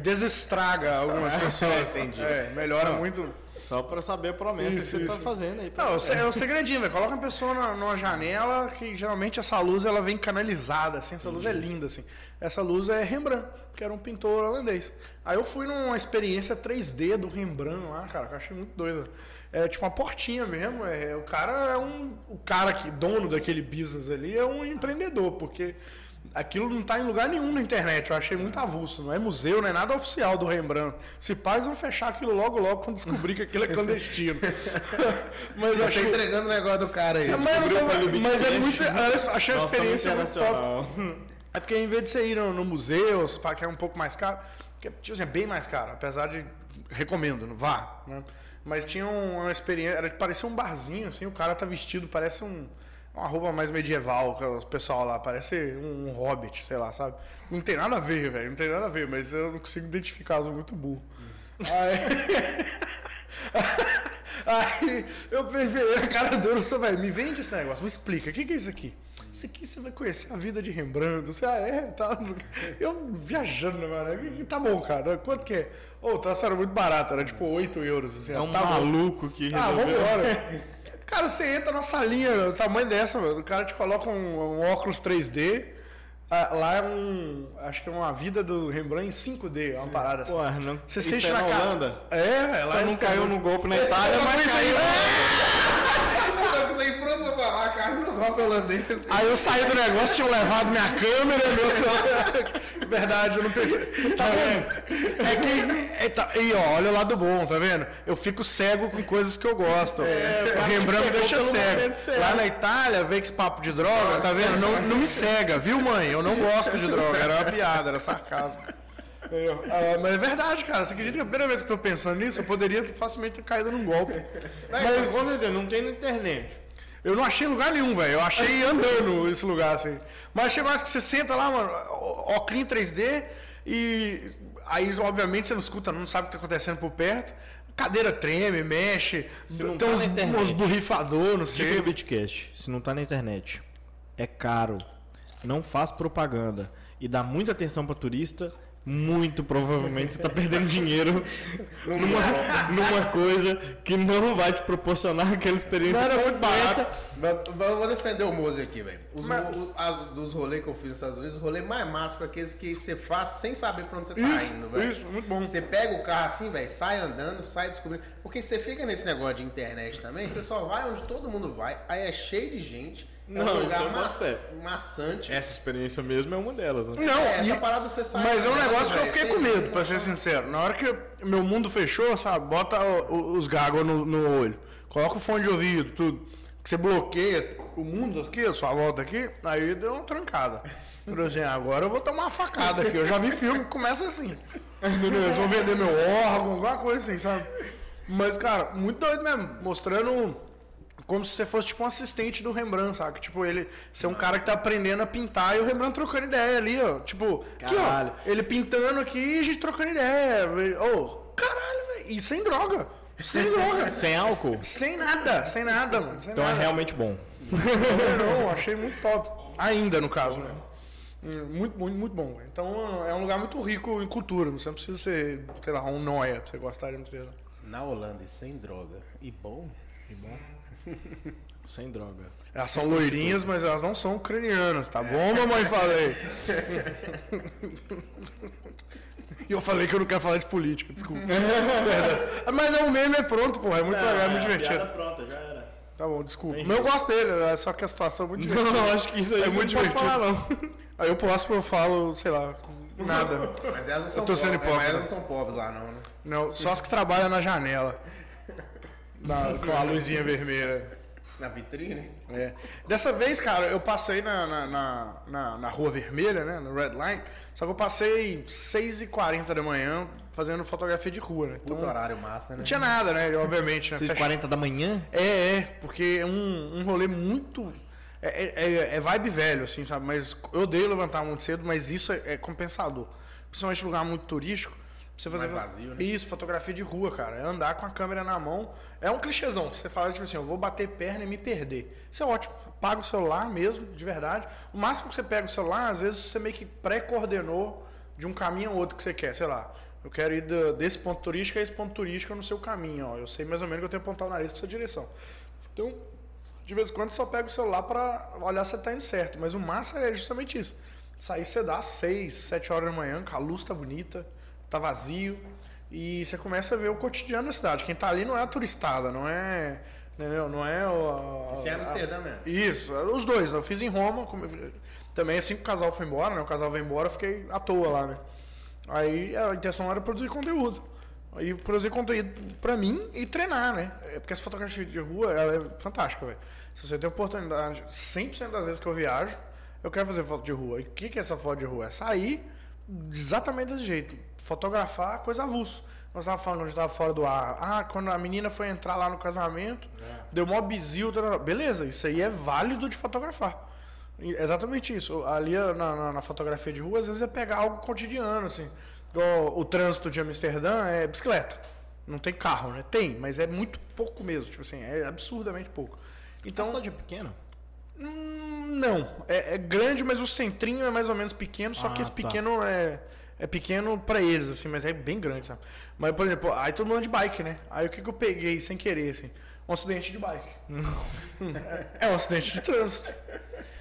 Desestraga algumas pessoas. entendi. É, melhora muito. Só pra saber a promessa Isso, que você tá isso. fazendo aí. pra- Não, é o se- é o segredinho, velho. Coloca uma pessoa na- numa janela que geralmente essa luz ela vem canalizada, assim. Essa luz é linda, assim. Essa luz é Rembrandt, que era um pintor holandês. Aí eu fui numa experiência 3D do Rembrandt lá, cara, que eu achei muito doido. É tipo uma portinha mesmo. É, o cara é um. O cara que, dono daquele business ali, é um empreendedor, porque. Aquilo não tá em lugar nenhum na internet, eu achei muito avulso. Não é museu, não é nada oficial do Rembrandt. Se pais vão fechar aquilo logo, logo, quando descobrir que aquilo é clandestino. Mas eu Você achei entregando o negócio do cara aí. Sim, mas, eu não tava- mas é muito. eu Achei a Nossa, tá muito experiência muito top. internacional. É porque em vez de você ir no, no museu, se pá, que é um pouco mais caro, que tipo assim, é bem mais caro, apesar de recomendo, não vá, né? Mas tinha um- uma experiência, era parecia um barzinho, assim, o cara tá vestido, parece um uma roupa mais medieval, que o pessoal lá, parece um, hobbit, sei lá, sabe? Não tem nada a ver, velho, não tem nada a ver, mas eu não consigo identificar, eu sou muito burro. Aí eu percebi a cara dura, você vai, me vende esse negócio, me explica, o que, que é isso aqui? Isso aqui você vai conhecer a vida de Rembrandt, você, ah, é, tá. Eu viajando, mano, que- que tá bom, cara, quanto que é? Ô, o troço era muito barato, era tipo 8 euros, assim, É um tá bom. maluco que Ah, resolveu. vambora. cara, você entra na salinha, o tamanho dessa, mano, o cara te coloca um, um óculos 3D, ah, lá é um, acho que é uma vida do Rembrandt em 5D, é uma parada assim. Porra, não. Você isso sente é na na cara- Holanda. É, velho, lá Ela eles não têm- caiu no golpe na Itália, mas caiu. né? Eu tô com isso aí pronto pra falar, cara, no golpe holandês. Aí eu saí do negócio, tinham levado minha câmera, meu celular. Verdade, eu não pensei. Tá vendo? É que. É, tá, e ó, olha o lado bom, tá vendo? Eu fico cego com coisas que É, eu gosto. o Rembrandt me deixa pegou pelo cego. momento certo. Lá na Itália, vem que esse papo de droga, tá vendo? Não, não me cega, viu, mãe? Eu não gosto de droga. Era uma piada, era sarcasmo. Entendeu? Ah, mas é verdade, cara. Você acredita que a primeira vez que eu tô pensando nisso, eu poderia facilmente ter caído num golpe. Mas, com certeza, não tem na internet. Eu não achei em lugar nenhum, velho. Eu achei andando esse lugar, assim. Mas achei mais que você senta lá, mano, ó- óculos 3D e aí, obviamente, você não escuta, não sabe o que tá acontecendo por perto. Cadeira treme, mexe, não tem tá uns, na internet. é uns borrifador, não sei. Bitcast, se não tá na internet. é caro, não faz propaganda e dá muita atenção para turista, muito provavelmente você está perdendo dinheiro numa, numa coisa que não vai te proporcionar aquela experiência Não era muito completa. barato. Mas, mas eu vou defender o Mose aqui, velho. Os, mo- o- as- dos rolês que eu fiz nos Estados Unidos, o rolê mais massa foi aqueles que você faz sem saber pra onde você tá indo, Isso, velho. isso, muito bom. Você pega o carro assim, velho, sai andando, sai descobrindo. Porque você fica nesse negócio de internet também, você só vai onde todo mundo vai, aí é cheio de gente, é um Não, lugar isso é uma maç- série. maçante. Essa experiência mesmo é uma delas, né? Não, É, essa e- parada você sai Mas é um né? andando, negócio que eu velho, fiquei você- com medo, pra ser sincero. Na hora que meu mundo fechou, sabe, bota o- o- os gagos no, no olho, coloca o fone de ouvido, tudo. Que você bloqueia o mundo aqui, a sua volta aqui, aí deu uma trancada. Falei assim, agora eu vou tomar uma facada aqui. Eu já vi filme que começa assim. Entendeu? Eles vão vender meu órgão, alguma coisa assim, sabe? Mas, cara, muito doido mesmo. Mostrando um como se você fosse tipo um assistente do Rembrandt, sabe? Tipo, ele ser um cara que tá aprendendo a pintar e o Rembrandt trocando ideia ali, ó. Tipo, aqui, ó, Caralho. ele pintando aqui e a gente trocando ideia. velho. Ô, caralho, velho. E sem droga. Sem droga. Sem álcool? sem nada, sem nada, mano. Sem Então é nada. realmente bom. Não, achei muito top. Ainda, no caso, né? Hum, Muito, muito, muito bom. velho. Então é um lugar muito rico em cultura. Você não precisa ser, sei lá, um noia pra você gostar de ter. Na Holanda, é e sem droga. E bom. Sem droga. Elas são loirinhas, mas elas não são ucranianas, tá bom, mamãe? Falei. E eu falei que eu não quero falar de política, desculpa. Perdão. mas é um meme, é pronto, pô. É muito legal, é muito divertido. pronta, já era. Tá bom, desculpa. Mas eu gosto dele, é só que a situação é muito Não, divertida. não, acho que isso aí É é muito muito não pode divertido. falar, não. Aí o próximo eu falo, sei lá, nada. Mas elas não são tô sendo pobres, é, hipócrita. mas elas não são pobres lá, não, né? Não, só as que trabalham na janela. Na- com a luzinha vermelha. Na vitrine. É. Dessa vez, cara, eu passei na, na, na, na- na Rua Vermelha, né? No Red Line. Só que eu passei 6h40 da manhã fazendo fotografia de rua, né? Então, Puto não horário massa, né? tinha nada, né? Obviamente, né? 6h40 da manhã? É, é, porque é um, um rolê muito. É, é- é vibe velho, assim, sabe? Mas eu odeio levantar muito cedo, mas isso é, é compensador. Principalmente em lugar muito turístico. pra Você fazer Mais vazio, né? Isso, fotografia de rua, cara. É andar com a câmera na mão. É um clichêzão. Você fala, tipo assim, eu vou bater perna e me perder. Isso é ótimo. Paga o celular mesmo, de verdade. O máximo que você pega o celular, às vezes você meio que pré-coordenou de um caminho a outro que você quer, sei lá. Eu quero ir da- desse ponto turístico a esse ponto turístico no seu caminho, ó. Eu sei mais ou menos que eu tenho que apontar o nariz pra essa direção. Então, de vez em quando só pega o celular pra olhar se você tá indo certo. Mas o massa é justamente isso. Sair cedo às 6, 7 horas da manhã, que a luz tá bonita, tá vazio. E você começa a ver o cotidiano da cidade. Quem tá ali não é a turistada, não é. Entendeu? Não é o. a- Isso é a- Amsterdã mesmo. isso, os dois. Eu fiz em Roma. como- Também assim que o casal foi embora, né? O casal vai embora, eu fiquei à toa lá, né? Aí a intenção era produzir conteúdo. Aí produzir conteúdo pra mim e treinar, né? É Porque essa fotografia de rua, ela é fantástica, velho. Se você tem oportunidade, 100% das vezes que eu viajo, eu quero fazer foto de rua. E o que que é essa foto de rua? É sair exatamente desse jeito. Fotografar coisa avulso. Nós tava falando, a gente tava fora do ar. Ah, quando a menina foi entrar lá no casamento, deu mó bizil. tarará. Beleza, isso aí é válido de fotografar. E- Exatamente isso. Ali na, na- na fotografia de rua, às vezes é pegar algo cotidiano, assim. Igual O, trânsito de Amsterdã é bicicleta. Não tem carro, né? Tem, mas é muito pouco mesmo. Tipo assim, é absurdamente pouco. Então, Então, a cidade é pequena? Hum, Não. É, é grande, mas o centrinho é mais ou menos pequeno, só Ah, que esse tá. pequeno é, é pequeno pra eles, assim, mas é bem grande, sabe? Mas, por exemplo, aí todo mundo anda de bike, né? Aí o que, que eu peguei sem querer, assim? Um acidente de bike. é um acidente de trânsito.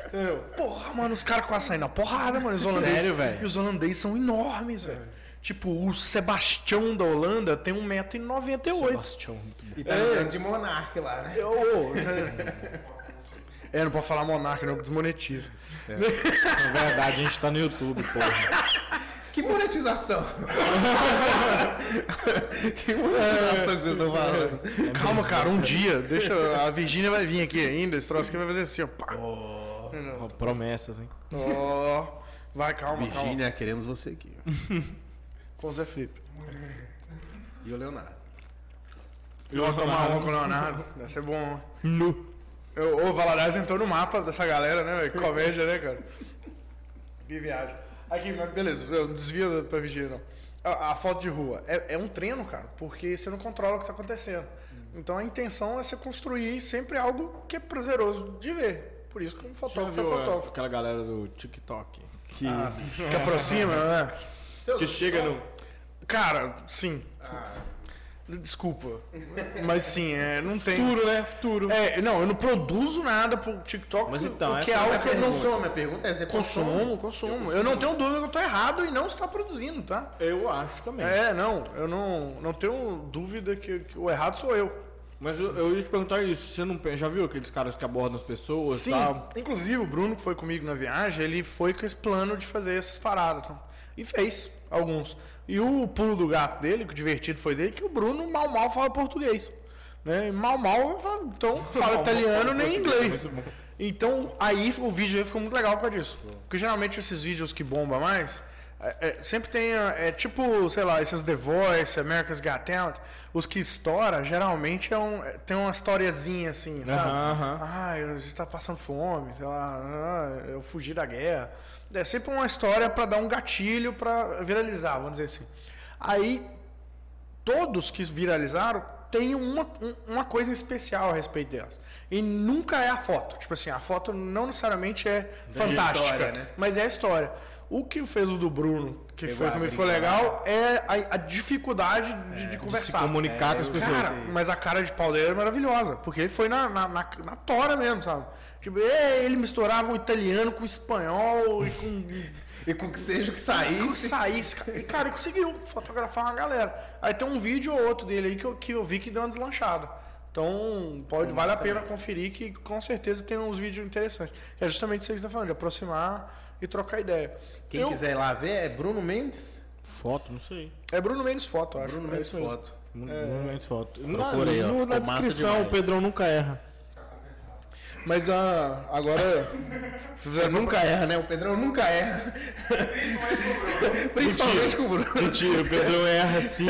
Entendeu? Porra, mano, os caras quase saindo na porrada, mano. Os holandeses, Sério, velho? É. E os holandeses são enormes, velho. Tipo, o Sebastião da Holanda tem 1,98m. Sebastião, muito bom. E tá andando de monarca lá, né? Ô, ô, É, não pode falar monarca, não, que desmonetiza. Na verdade, a gente tá no YouTube, porra. Que monetização! que monetização que vocês estão falando? É Calma, cara, um dia, deixa. A Virgínia vai vir aqui ainda, esse troço aqui vai fazer assim, ó. pá. Ó, Promessas, hein? Ó, Vai, calma, calma. Virgínia, queremos você aqui. Com o Zé Felipe. E o Leonardo. E eu vou tomar uma com o Leonardo. Deve ser bom. Eu, o Valadares entrou no mapa dessa galera, né, velho? Comédia, né, cara? Que viagem. Aqui, mas beleza, eu não desvio pra vigia, não. A, a foto de rua é, é um treino, cara, porque você não controla o que tá Hum. acontecendo. Então a intenção é você construir sempre algo que é prazeroso de ver. por isso que Você um já fotógrafo é viu, é, fotógrafo. aquela galera do TikTok que, Que aproxima, né? que chega no. Cara, sim. Ah. Desculpa. Mas sim, é, não tem. Futuro, né? Futuro. É, não, eu não produzo nada pro TikTok, Mas então, porque é essa algo que Você eu não sou. consome, a pergunta é: você consome? Consumo, consumo. Eu não tenho dúvida que eu tô errado e não está produzindo, tá? Eu acho também. É, não, eu não, não tenho dúvida que, que o errado sou eu. Mas eu, eu ia te perguntar isso. Você não pe- já viu aqueles caras que abordam as pessoas e Sim, tal? inclusive o Bruno, que foi comigo na viagem, ele foi com esse plano de fazer essas paradas. tá? E fez alguns. E o pulo do gato dele, que o divertido foi dele, que o Bruno mal mal fala português. Né? E Mal mal, fala- então fala Mal, mal italiano fala nem português, é inglês. Então aí o vídeo aí ficou muito legal por causa disso. Porque geralmente esses vídeos que bomba mais, é- é, sempre tem, é, é tipo, sei lá, esses The Voice, America's Got Talent, os que estoura, geralmente é um, é- tem uma historiezinha assim, sabe? Aham, aham. Ah, eu- a gente tá passando fome, sei lá, ah, eu fugi da guerra. É sempre uma história pra dar um gatilho, pra viralizar, vamos dizer assim. Aí, todos que viralizaram têm uma, um- uma coisa especial a respeito delas. E nunca é a foto. Tipo assim, a foto não necessariamente é fantástica, história, né? mas é a história. O que fez o do Bruno, que foi comigo, ficou legal, é a, a dificuldade de, de É, De se conversar. É, comunicar com as pessoas. Cara, mas a cara de pau dele era maravilhosa, porque ele foi na, na, na, na tora mesmo, sabe? Tipo, é, ele misturava o italiano com o espanhol e com. E com que seja o que e com saísse. saísse, cara. E, cara, ele conseguiu fotografar uma galera. Aí tem um vídeo ou outro dele aí que eu, que eu vi que deu uma deslanchada. Então, pode, vale a pena conferir que com certeza tem uns vídeos interessantes. É justamente isso que você está falando, de aproximar e trocar ideia. Quem Eu- quiser ir lá ver é Bruno Mendes. Foto, não sei. É Bruno Mendes Foto, eu acho. Bruno é Mendes isso mesmo. Foto. É Não não lembro de foto. Procura aí, ó. no, na Ficou massa descrição, demais. o Pedrão nunca erra. Mas ah, agora. Você nunca erra, né? O Pedrão nunca erra. Principalmente com o Bruno. Mentira, o Pedrão erra sim.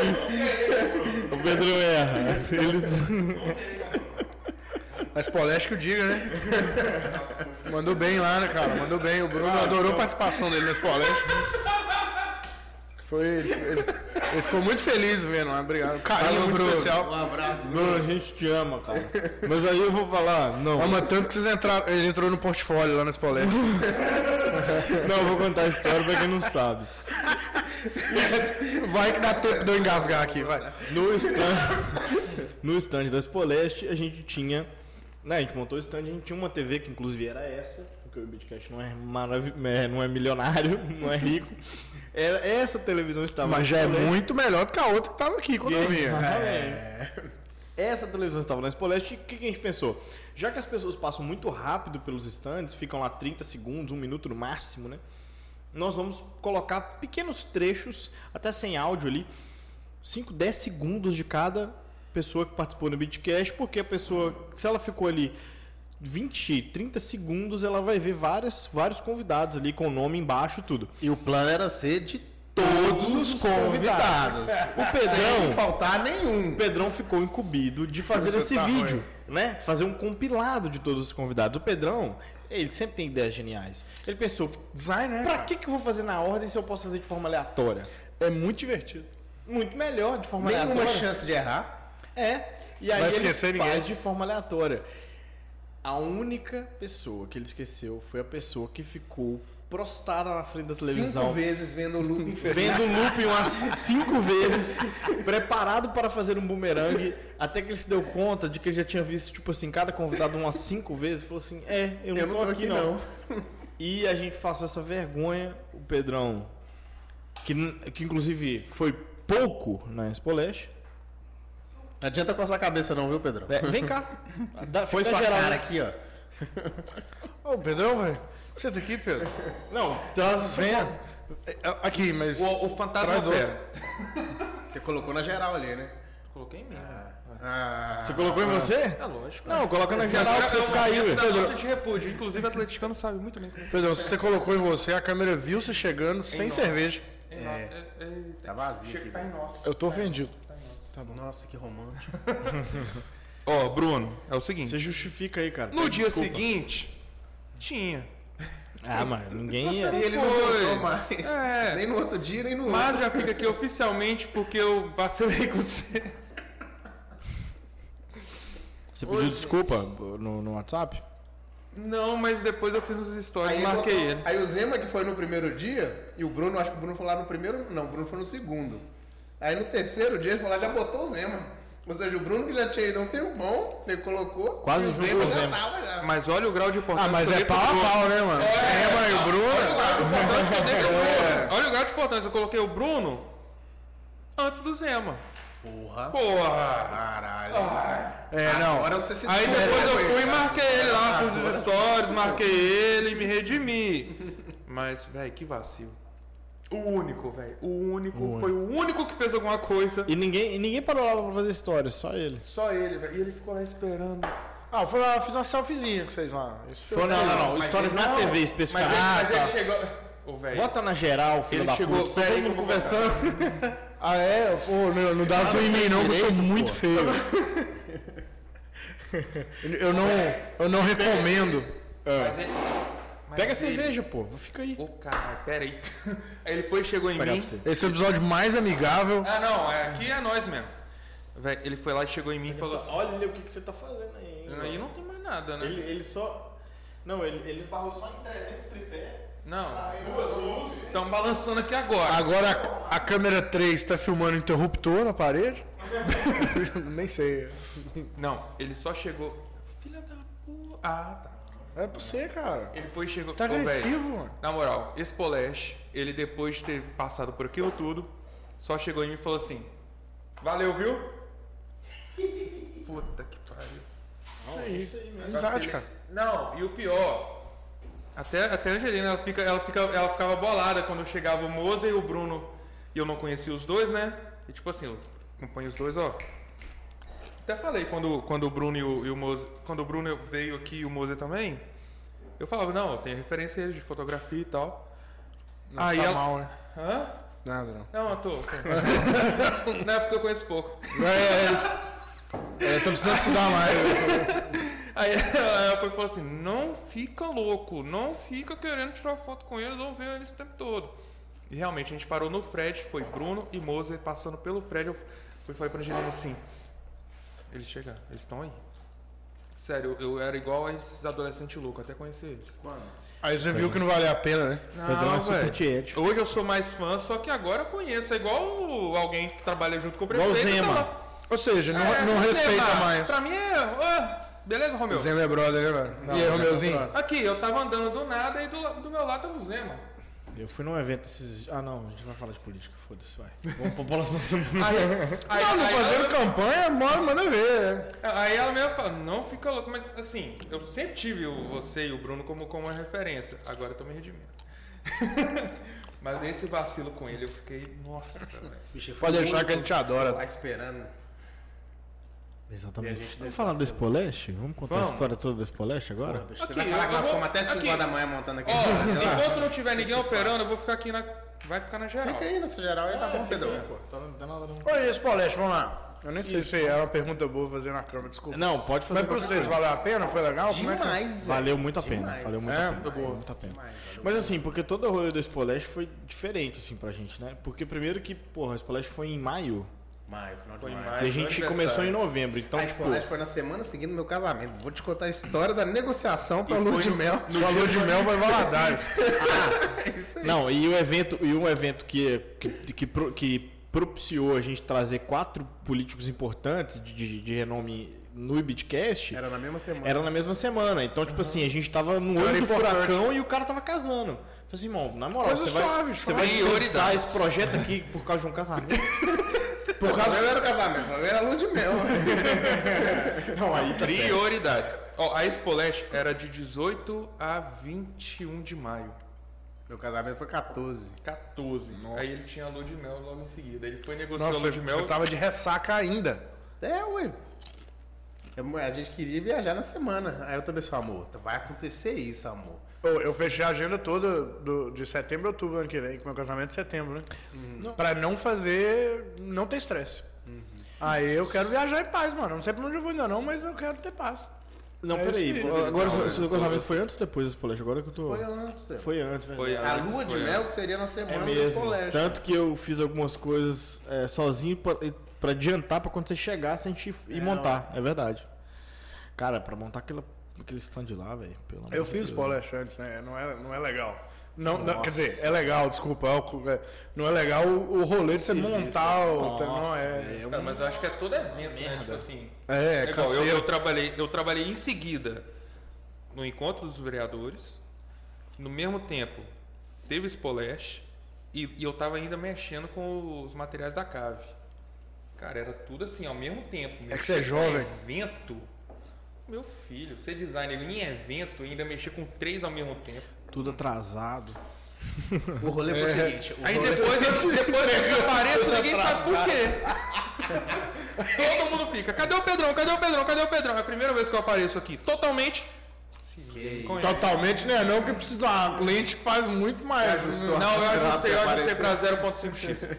O Pedrão erra. Eles... Mas poleste que o diga, né? Mandou bem lá, né, cara? Mandou bem. O Bruno adorou a participação dele nesse poleste. Foi, ele, ele- ele ficou muito feliz vendo, né? Obrigado. Um Carinho Valeu, muito Bruno. especial. Bruno, a gente te ama, cara. Mas aí eu vou falar, não. Ama tanto que vocês entraram, ele entrou no portfólio lá nesse poleste. Não, eu vou contar a história pra quem não sabe. Vai que dá tempo de eu engasgar aqui, vai. No stand, no stand da Spoleste, a gente tinha. Né, a gente montou o stand, a gente tinha uma TV que inclusive era essa, porque o Bitcast não é, maravi- é, não é milionário, não é rico. Era, essa televisão estava. no Mas já é Spoleste. muito melhor do que a outra que tava aqui quando eu vinha. Exatamente. Essa televisão estava na Spoleste, o que, que a gente pensou? Já que as pessoas passam muito rápido pelos stands, ficam lá 30 segundos, um minuto no máximo, né? Nós vamos colocar pequenos trechos, até sem áudio ali, 5, 10 segundos de cada pessoa que participou no Bitcast, porque a pessoa, se ela ficou ali 20, 30 segundos, ela vai ver várias, vários convidados ali com o nome embaixo e tudo. E o plano era ser de Todos os convidados. O Pedrão. Sem faltar nenhum. O Pedrão ficou incumbido de fazer Você esse tá vídeo, ruim. né? Fazer um compilado de todos os convidados. O Pedrão, ele sempre tem ideias geniais. Ele pensou, Design, né? pra que, que eu vou fazer na ordem se eu posso fazer de forma aleatória? É muito divertido. Muito melhor, de forma Nenhuma aleatória. chance de errar. É, e aí Vai ele faz esquecer ninguém. de forma aleatória. A única pessoa que ele esqueceu foi a pessoa que ficou prostada na frente da televisão. Cinco vezes vendo o loop infernal. Vendo o looping umas cinco vezes, preparado para fazer um bumerangue, até que ele se deu conta de que ele já tinha visto, tipo assim, cada convidado umas cinco vezes, e falou assim, é, eu não, tô, aqui, não. E a gente passou essa vergonha, o Pedrão, que, n- que inclusive foi pouco na Spoleste. Não adianta coçar a cabeça não, viu, Pedrão? É, vem cá. Dá- Foi dá sua geral, cara né? aqui, ó. Ô, Pedrão, velho. Tá Senta tá aqui, Pedro. Não, traz vem. É, Aqui, mas. O, o fantasma Traz Pedro. Você colocou na geral ali, né? Coloquei em mim. Ah, Você colocou em você? É lógico. Não, coloca na geral pra você ficar aí, ué. Pedro. de repúdio. Inclusive, o atleticano sabe muito bem como é. Pedrão, se você colocou em você, a câmera viu você chegando sem cerveja. É, é, é, tá vazio chega aqui. que tá em nós. Eu tô ofendido. Tá Nossa, que romântico. Ó, Bruno, é o seguinte. Você justifica aí, cara. no Pede dia desculpa. seguinte, tinha. Ah, mas ninguém ia. E ele não Foi. voltou mais. É. Nem no outro dia, nem no Mas outro. já fica aqui oficialmente porque eu vacilei com você. Você pediu desculpa no, no WhatsApp? Não, mas depois eu fiz uns stories Aí, e marquei botou- ele. aí o Zema que foi no primeiro dia, e o Bruno, acho que o Bruno foi lá no primeiro. Não, o Bruno foi no segundo. Aí no terceiro dia ele foi lá e já botou o Zema. Ou seja, o Bruno que já tinha ido há um tempão, ele colocou. Quase e o junto Zema com o já Zema. tava já. Mas olha o grau de importância. Ah, mas que eu é dei pro pau a Bruno. pau, né, mano? É. É. Sema e o Bruno. Claro, o importante é que eu dei pro Bruno. Olha o grau de importância. Eu coloquei o Bruno antes do Zema. Porra. Porra! Caralho. É, não. Agora você se Aí descobriu, depois eu né, fui e cara? marquei ele lá, fiz os stories, marquei ele e me redimi. Mas, velho, que vacilo. O único, velho. O único. Foi o único que fez alguma coisa. E ninguém, e ninguém parou lá pra fazer história, só ele. Só ele, velho. E ele ficou lá esperando. Ah, eu fui lá, fiz uma selfiezinha com vocês lá. Isso foi- Foi, não, não, não. mas Histórias ele na não. TV Mas, especificamente. ele, mas Ah, ele tá. chegou. Ô, velho. Bota na geral, filho Ele da chegou- puta. Tá pera aí todo que mundo eu vou botar. conversando. Ah, é? Pô, não, não dá zoom em mim, não, que eu sou muito feio. Eu não, eu não recomendo. Mas ele- mas Pega a ele- cerveja, pô. Fica aí. Ô, caralho, pera aí. Aí ele foi e chegou em Pegar mim. pra você. Esse é o episódio mais amigável. Ah, não, é- aqui é nós mesmo. Véi, ele foi lá e chegou em mim e falou assim. Olha o que, que você tá fazendo aí. hein, Aí mano. não tem mais nada, né? Ele, ele só. Não, ele, ele esbarrou só em 300 tripé. Não, Duas luzes. estão balançando aqui agora. Agora a, a câmera 3 tá filmando interruptor na parede. Nem sei. Não, ele só chegou. Filha da puta. Ah, tá. É pra você, cara. Ele foi e chegou. Tá Ô, véi, agressivo, mano. Na moral, esse Poleste, ele depois de ter passado por aquilo tudo, só chegou em mim e falou assim: Valeu, viu? Puta que pariu. Isso aí. Amizade, cara. Não, e o pior. Até, até a Angelina, ela, fica, ela, fica, ela ficava bolada quando chegava o Moza e o Bruno. E eu não conhecia os dois, né? E tipo assim, eu acompanho os dois, ó. Até falei quando, quando o Bruno e o, e o Moza. Quando o Bruno veio aqui e o Moza também. Eu falava, não, eu tenho referência de fotografia e tal. Não Aí é tá ela- mal, né? Hã? Nada, não. Não, eu tô. tô. não é porque eu conheço pouco. É, é, é, tô precisando estudar mais. Aí ela foi e falou assim: não fica louco, não fica querendo tirar foto com eles ou ver eles o tempo todo. E realmente a gente parou no Fred, foi Bruno e Moser passando pelo Fred. Eu fui falei pra Angelina assim: eles chegaram, eles estão aí. Sério, eu era igual a esses adolescentes loucos, até conhecer eles. Aí você viu que não valia a pena, né? Pedrão é super velho. antiético. Hoje eu sou mais fã, só que agora eu conheço. É igual alguém que trabalha junto com o Igual o prefeito. tá Zema. lá. Ou seja, não, É, não Zema, respeita mais. Pra mim é. ah, beleza, Romeu? Zema é brother, né, velho? e aí, Romeuzinho? Aqui, eu tava andando do nada e do, la- do meu lado tava o Zema. Eu fui num evento esses. Ah, não, a gente vai falar de política. Foda-se, vai. Vamos pro próximo assunto. Aí, aí, Não, não aí fazendo campanha, mora, manda ver. né? ela, aí ela mesmo fala, não fica louco, mas assim, eu sempre tive o- você e o Bruno como, como uma referência. Agora eu tô me redimindo. mas esse vacilo com ele, eu fiquei, nossa, velho. Bicho, foi Pode o deixar único que a gente te adora. Lá Tá esperando. E a Exatamente. gente Vamos falar do Espoleste? Vamos contar Vamos. a história toda do Espoleste agora? Bicho, você Aqui, vai falar eu- que eu nós vou- ficamos até 5 aqui. horas da manhã montando aqui. Ó, enquanto não tiver ninguém operando, eu vou ficar aqui na. Vai ficar na geral. Fica aí nessa geral e tá bom, Pedro. Oi, esse Paulete, vamos lá. Eu nem sei se é uma pergunta boa fazer na câmera, desculpa. Não, pode fazer. Mas pra qualquer vocês, valeu a pena? Foi legal? Como é que- Demais, velho. Valeu muito a Demais. pena. Valeu muito É, a pena. muito boa. Muito a pena. Demais, valeu. Mas assim, porque todo o rolê do Espoleste foi diferente, assim, pra gente, né? Porque primeiro que, porra, o Espoleste foi em maio Maio, final de Foi em maio. maio. e meu a gente aniversário. começou em novembro. Então, Ah, a tipo. escola foi na semana seguinte do meu casamento. Vou te contar a história da negociação pra lua de mel. Sua lua de mel vai Valadares. Isso aí. Não, e o evento, e um evento que, que, que, pro- que propiciou a gente trazer quatro políticos importantes de, de, de renome no É Ibitcast era, Era na mesma semana. na mesma semana. Então, tipo assim, a gente tava no olho Era do importante. furacão e o cara tava casando. Falei assim, irmão, na moral, Coisa você vai, suave, você suave. vai desperdiçar Prioridades. esse projeto aqui por causa de um casamento. Por causa do era casamento, eu era lua de mel. Não, aí tá certo. Prioridades. Ó, a Expo Leste era de 18 a 21 de maio. meu casamento foi 14. 14. Aí ele tinha a lua de mel logo em seguida. Ele foi negociar a Nossa, tá lua de eu mel. tava de ressaca ainda. É, ué. Eu- A gente queria viajar na semana. Aí eu também sou amor. Vai acontecer isso, amor. Ô, eu fechei a agenda toda do- de setembro a outubro ano que vem, que meu casamento é setembro, né? Uhum. Pra não Uhum. fazer. não ter estresse. Aí eu quero viajar em paz, mano. Não sei pra onde eu vou ainda não, mas eu quero ter paz. Não, É peraí. isso aí. Agora, o seu casamento foi antes ou depois do Espolete? Agora que eu tô. Foi antes. velho. Foi antes, velho. Foi A antes, lua de foi mel antes. seria na semana É do mesmo. colégio. Tanto que eu fiz algumas coisas é, sozinho pra, pra adiantar pra quando você chegasse a gente ir montar. É verdade. É Cara, pra montar aquela Aquele stand lá, velho. pelo amor Eu de fiz Deus. polish antes, né? Não é, não é legal. Não, não- quer dizer, é legal, desculpa. é o- é- Não é legal o, o rolê de você montar o. não é. velho, um- Cara, mas eu acho que é todo evento, né? Tipo assim. É, É igual, eu, eu trabalhei, eu trabalhei em seguida no encontro dos vereadores. No mesmo tempo, teve Spolash e, e eu tava ainda mexendo com os materiais da cave. Cara, era tudo assim, ao mesmo tempo. É que você é jovem. Evento. Meu filho, ser designer em evento e ainda mexer com três ao mesmo tempo. Tudo atrasado. O rolê foi o É. seguinte. o Aí rolê- depois eu, depois eu desapareço, ninguém sabe por quê. Todo mundo fica, cadê o Pedrão? Cadê o Pedrão? Cadê o Pedrão? É a primeira vez que eu apareço aqui, totalmente. Conhece. Totalmente, né? Não que precisa de uma lente que faz muito mais. né? Não, eu ajustei, eu ajustei pra 0.5x.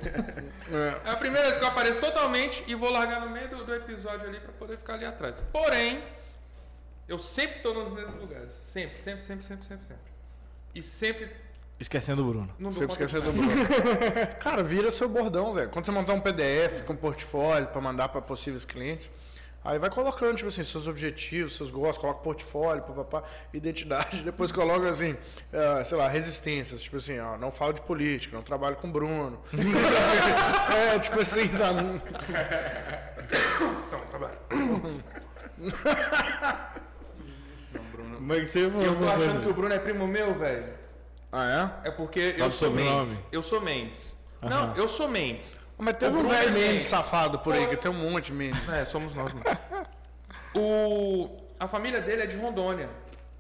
É a primeira vez que eu apareço totalmente e vou largar no meio do, do episódio ali pra poder ficar ali atrás. Porém, eu sempre tô nos mesmos lugares. Sempre, sempre, sempre, sempre, sempre, sempre. E sempre Esquecendo o Bruno. não dou Sempre conta esquecer do Bruno. Cara, vira seu bordão, Zé. Quando você montar um PDF com um portfólio pra mandar pra possíveis clientes, aí vai colocando, tipo assim, seus objetivos, seus gostos, coloca portfólio, papapá, identidade, depois coloca assim, eh, sei lá, resistências, tipo assim, ó, não falo de política, não trabalho com o Bruno. é, tipo assim, sabe? é Mas você E eu tô achando que o Bruno é primo meu, velho. Ah, É porque eu Fala sou sobrenome. Mendes. Eu sou Mendes. Aham. Não, eu sou Mendes. é? Mas teve um O Bruno velho é bem. Mendes safado por aí, que tem um monte de Mendes. É, somos nós, mano. O... A família dele é de Rondônia.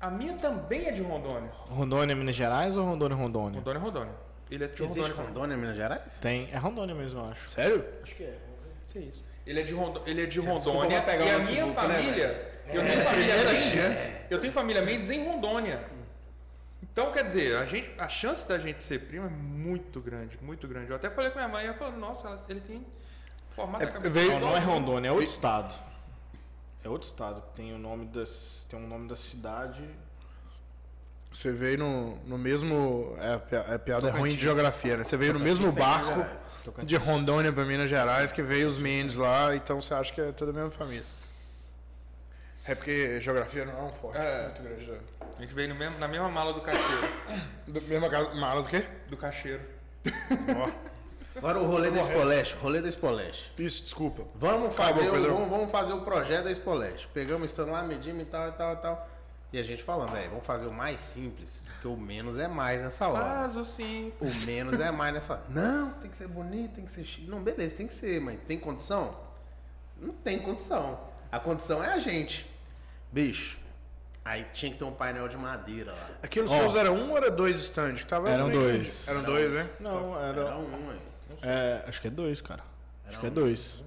A minha também é de Rondônia. Rondônia, Minas Gerais ou Rondônia, Rondônia? Rondônia é Rondônia. Ele é de Existe Rondônia. Rondônia, Minas Gerais? Tem. É Rondônia mesmo, eu acho. Sério? Que isso? Ele é de, Rondo... ele é de desculpa, Rondônia. vai pegar e o a minha notebook, né, família. eu, tenho família primeira Mendes, chance. eu tenho família Mendes em Rondônia. Então, quer dizer, a, gente, a chance da gente ser primo é muito grande, muito grande. Eu até falei com minha mãe, ela falou, nossa, ele tem formato da cabeça. de Não, não é Rondônia." Rondônia, é outro estado. É outro estado. Tem o nome das. Tem um nome da cidade. Você veio no, no mesmo. É, a pi- a piada é ruim de geografia, né? Você veio no mesmo barco de Rondônia pra Minas Gerais que veio os Mendes lá, então você acha que é toda a mesma família. É porque geografia não é um forte É. muito grande. né? A gente veio no mesmo- na mesma mala do cacheiro. Do, mesma casa, mala do quê? Do cacheiro. Agora o rolê da Spoleste, o rolê da Spoleste. Isso, desculpa. Vamos Acabou, fazer, o, Pedrão. vamos, vamos fazer o projeto da Spoleste. Pegamos, estando lá, medimos e tal, e tal, e tal. E a gente falando, velho, vamos fazer o mais simples, porque o menos é mais nessa hora. Caso sim. O menos é mais nessa hora. Não, tem que ser bonito, tem que ser chique. Não, beleza, tem que ser, mas tem condição? Não tem condição. A condição é a gente. Bicho, aí tinha que ter um painel de madeira lá. Aquilo seus era um ou era dois stand? Que tava Eram meio dois. grande. Eram dois, né? Não, Era era. um, hein? É, acho que é dois, cara. Acho que é dois.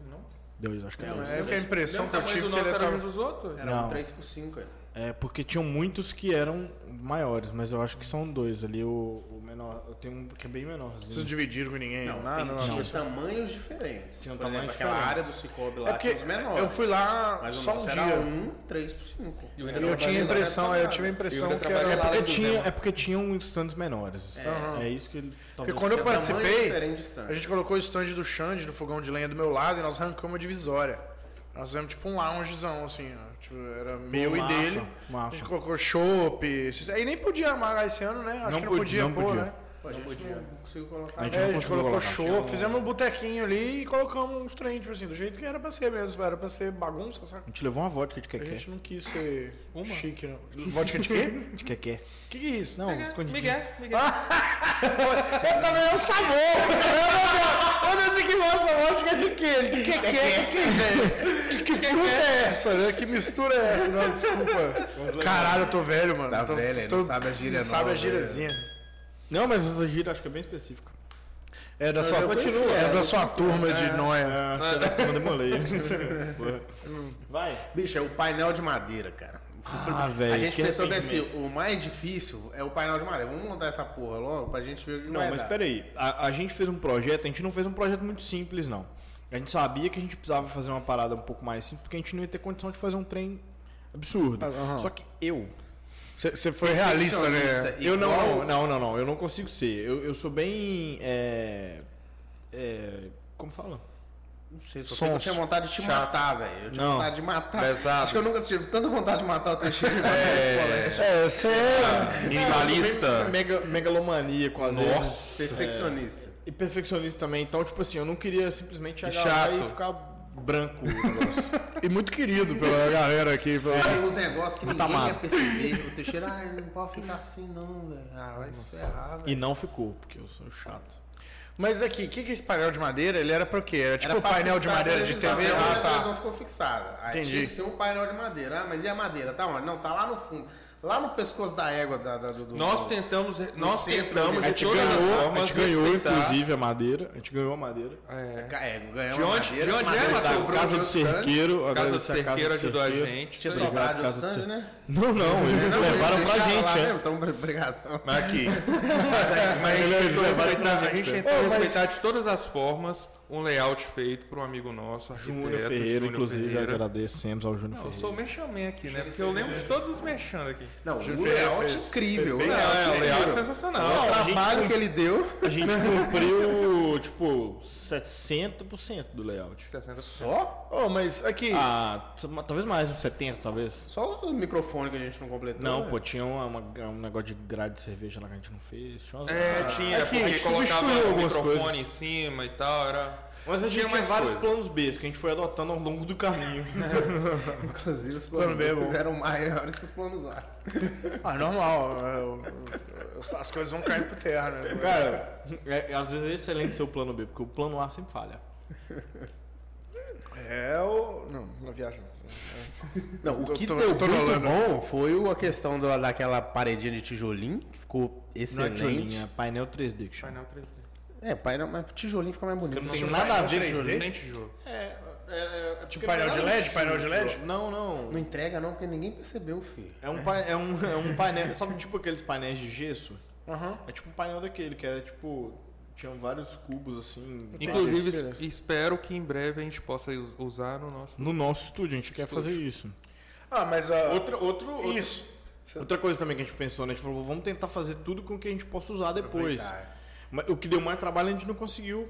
Dois, acho que é dois. É que a impressão Mesmo que eu tamanho tive do que ele nosso era um tava... dos outros. um Era Não. um 3 por 5 hein? É, porque tinham muitos que eram maiores, mas eu acho que são dois ali. O, o menor. Eu tenho um que é bem Vocês menorzinho. dividiram com ninguém? Não, nada, tem, não, tinha não. tamanhos diferentes. Tinha um Por tamanho exemplo, aquela diferente. área do Cicobi lá É tinha porque os menores. eu fui lá Mas o só um nosso dia. era um 3 por um 5. E o Eu tinha a impressão, eu tive a Eu impressão ainda que era. trabalhei É lá. porque, do tinha, Zema. é porque tinham stands menores. É, isso que ele Porque talvez- quando eu participei, diferente de Tá. stand. a gente colocou o stand do Xande do fogão de lenha do meu lado e nós arrancamos a divisória. Nós fizemos tipo um loungezão, assim, ó. Tipo, era meu e massa, dele. massa. A gente colocou chopp. esses- Aí nem podia amarrar esse ano, né? Não Acho que não podia, podia, não pôr, podia. né? Pô, a gente não conseguiu colocar. A gente É, não a gente conseguiu colocou colocar. show, fizemos um botequinho ali e colocamos uns trem, tipo assim, do jeito que era pra ser mesmo. Era pra ser bagunça, sabe? A gente levou uma vodka de A quequê. gente não quis ser Uma? chique, não. Vodka de quê? é? De quequê. que que é isso? Não, Miguel, Ah! escondidinho. Miguel, Miguel. Você também é um sabor! Eu não sei que mostra vodka de quê? De que que é? De que que é? Que fruta é essa, né? Que mistura é essa? Não, desculpa. Caralho, eu tô velho, mano. Tá Eu tô, velho, tô- não sabe a gíria não sabe nova, a né? gíriazinha. Não, mas essa gira acho que é bem específica. É da sua, eu conheci é ela, da eu sua turma de noia. É, Acho que era demolei. Vai. Bicho, é o painel de madeira, cara. Ah, a É, velho, gente que pensou bem assim, arrependimento. o mais difícil é o painel de madeira. Vamos montar essa porra logo pra gente ver o que Não, vai mas dar. peraí. A, a gente fez um projeto, a gente não fez um projeto muito simples, não. A gente sabia que a gente precisava fazer uma parada um pouco mais simples, porque a gente não ia ter condição de fazer um trem absurdo. aham. Só que eu. Você você foi realista, né? Perfeccionista. Eu não, Igual- não, não, não, não, Eu não consigo ser. Eu, eu sou bem. É, é, como fala? Não sei, só sei que eu Sons. tinha vontade de te Chato. matar, velho. Eu tinha Não. vontade de matar. Pesado. Acho que eu nunca tive tanta vontade de matar o Teixeira quanto nesse colégio. É, você é. Minimalista. Minimalista. Mega, megalomaníaco, às vezes. Perfeccionista. E perfeccionista também. Então, tipo assim, eu não queria simplesmente chegar chato. lá e ficar branco o negócio. É. E muito querido pela galera aqui. Pela... Faz uns negócios que ninguém amado. ia perceber. O Teixeira, ah, não pode ficar assim não, velho. Ah, vai se ferrar, velho. e não ficou, porque eu sou chato. Mas aqui, o que, que é esse painel de madeira? Ele era pra quê? Era tipo Era pra painel de fixar a madeira de televisão, TV? né? Ah, A televisão tá. ficou fixada. Aí Entendi. tinha que ser um painel de madeira. Ah, mas e a madeira? Tá onde? Não, tá lá no fundo. Lá no pescoço da égua da, da- do, do- Nós do- tentamos, nós centro, tentamos né? de A gente todas as ganhou, a formas gente ganhou respeitar. inclusive, a madeira. A gente ganhou a madeira. É. É, ganhou De uma onde- madeira, de onde madeira é, que Marcelo? sobrou Casa de do outros tanques. Cerqueiro. Casa do agradecer a Cerqueiro ajudou a Cerqueiro. gente. Tinha Obrigado, sobrado de Casa do stand, Cerqueiro. né? Não, não, eles Não, levaram eles pra deixaram lá gente. é. mesmo, Então, obrigadão. Mas Aqui. Mas a gente tentou respeitar, a gente tentou respeitar de todas as formas um layout feito por um amigo nosso, arquiteto, Júnior Ferreira, Júnior inclusive, Ferreira. agradecemos ao Júnior Não, eu Ferreira. sou o merchamê aqui, né? Porque eu lembro de todos os merchan aqui. Não, Júlio o Ferreira layout é fez- incrível. Não, o layout é, o layout é incrível. sensacional. O trabalho que ele deu. A gente cumpriu, tipo, 70% do layout. 60%. Só? Oh, mas aqui. Ah, talvez mais, uns 70, talvez. Só o microfone que a gente não completou. Não, né? pô, tinha uma- uma- um negócio de grade de cerveja lá que a gente não fez. Tinha umas- É, tinha, Aqui, a porque gente colocava substituiu o algumas microfone coisas. em cima e tal, era... Mas a gente Tinha tinha, mais vários coisa. planos B que a gente foi adotando ao longo do caminho. Inclusive, os Plano planos B é bom. eram maiores que os planos A. Ah, normal. é, o- o- As coisas vão cair pro terra, né? Cara, é- às vezes é excelente ser o plano B, porque o plano A sempre falha. É o. Não, não viaja. não. Não, o Tô- que tô- deu tô muito rolando. bom foi o- a questão da- daquela paredinha de tijolinho, que ficou Não é excelente. tijolinho, é painel um 3D que chama. Painel 3D. É, painel, mas tijolinho fica mais bonito. Não Nossa, tem nada a ver com Não tijolinho. tem tijolo. É, é, Tipo painel de LED? Painel de LED? Não, não. Não entrega não, porque ninguém percebeu, filho. É um, pai- é, um, é um painel, sabe tipo aqueles painéis de gesso? Aham. É tipo um painel daquele, que era tipo. Tinham vários cubos assim. Inclusive, diferença. es- espero que em breve a gente possa us- usar no nosso... No nosso estúdio, Tá. a gente quer fazer isso. Ah, mas a. Outra, outro, outra- Isso. outra coisa também que a gente pensou, né? A gente falou, vamos tentar fazer tudo com o que a gente possa usar depois. Mas o que deu mais trabalho a gente não conseguiu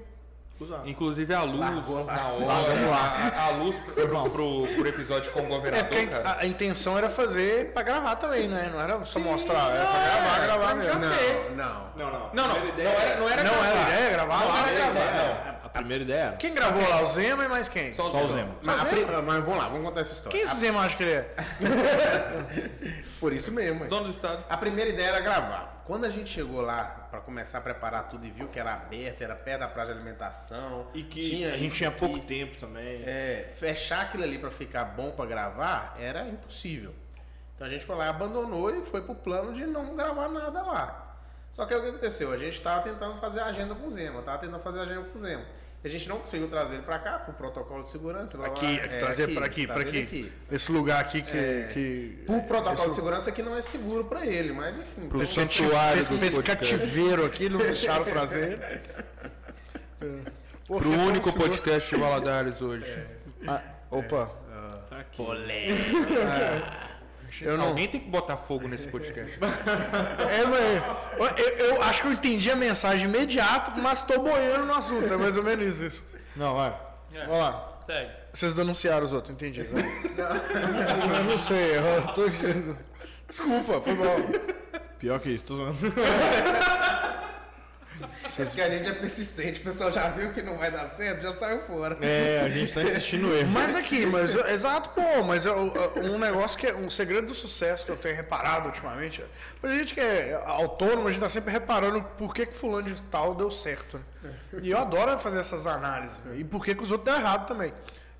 usar. Inclusive a luz, Largou lá. na hora, Largou lá. A, a luz pro, pro, pro episódio com o É, governador, porque cara. a, a intenção era fazer pra gravar também, né? Não era só mostrar, era pra gravar, gravar mesmo. Não, não. Não, não. Não, não, não era, é, não era Não gravar. era a ideia gravar? Não era ideia. gravar, não. né? A primeira ideia era. Quem gravou lá? O Zema e mais quem? Só o Zema. Mas, a Mas pri- mas vamos lá, vamos contar essa história. Quem esse Zema acha que ele é? A- Por isso mesmo, hein? Dono do estado. A primeira ideia era gravar. Quando a gente chegou lá pra começar a preparar tudo e viu que era aberto, era perto da praia de alimentação. E que a gente isso, tinha que- pouco tempo também. É, fechar aquilo ali pra ficar bom pra gravar era impossível. Então a gente foi lá e abandonou e foi pro plano de não gravar nada lá. Só que aí o que aconteceu? A gente tava tentando fazer a agenda com o Zema, tava tentando fazer a agenda com o Zema. A gente não conseguiu trazer ele pra cá, pro protocolo de segurança. blá, blá, Aqui, blá. É, trazer pra aqui, pra trazer aqui. É, ele Esse lugar aqui que. É. que Por protocolo esse- de segurança que não é seguro pra ele, mas enfim. então- esse cati- esse- esse cativeiro aqui, não deixaram trazer. Pro Pro único podcast de Valadares hoje. Opa, eu não. Alguém tem que botar fogo nesse podcast. É, mas- eu, eu- eu acho que eu entendi a mensagem imediato, mas tô boiando no assunto. É mais ou menos isso. Não, vai. Vamos lá. Vocês denunciaram os outros, entendi. né? Eu não sei, eu tô... Desculpa, foi mal. Pior que isso, tô zoando. Porque a gente é persistente, o pessoal já viu que não vai dar certo, já saiu fora. É, a gente tá insistindo no erro. Mas aqui, mas eu- exato, pô, mas eu- eu- um negócio que é um segredo do sucesso que eu tenho reparado ultimamente, é, a gente que é autônomo, a gente tá sempre reparando por que que fulano de tal deu certo, né? E eu adoro fazer essas análises, né? e por que que os outros deu errado também.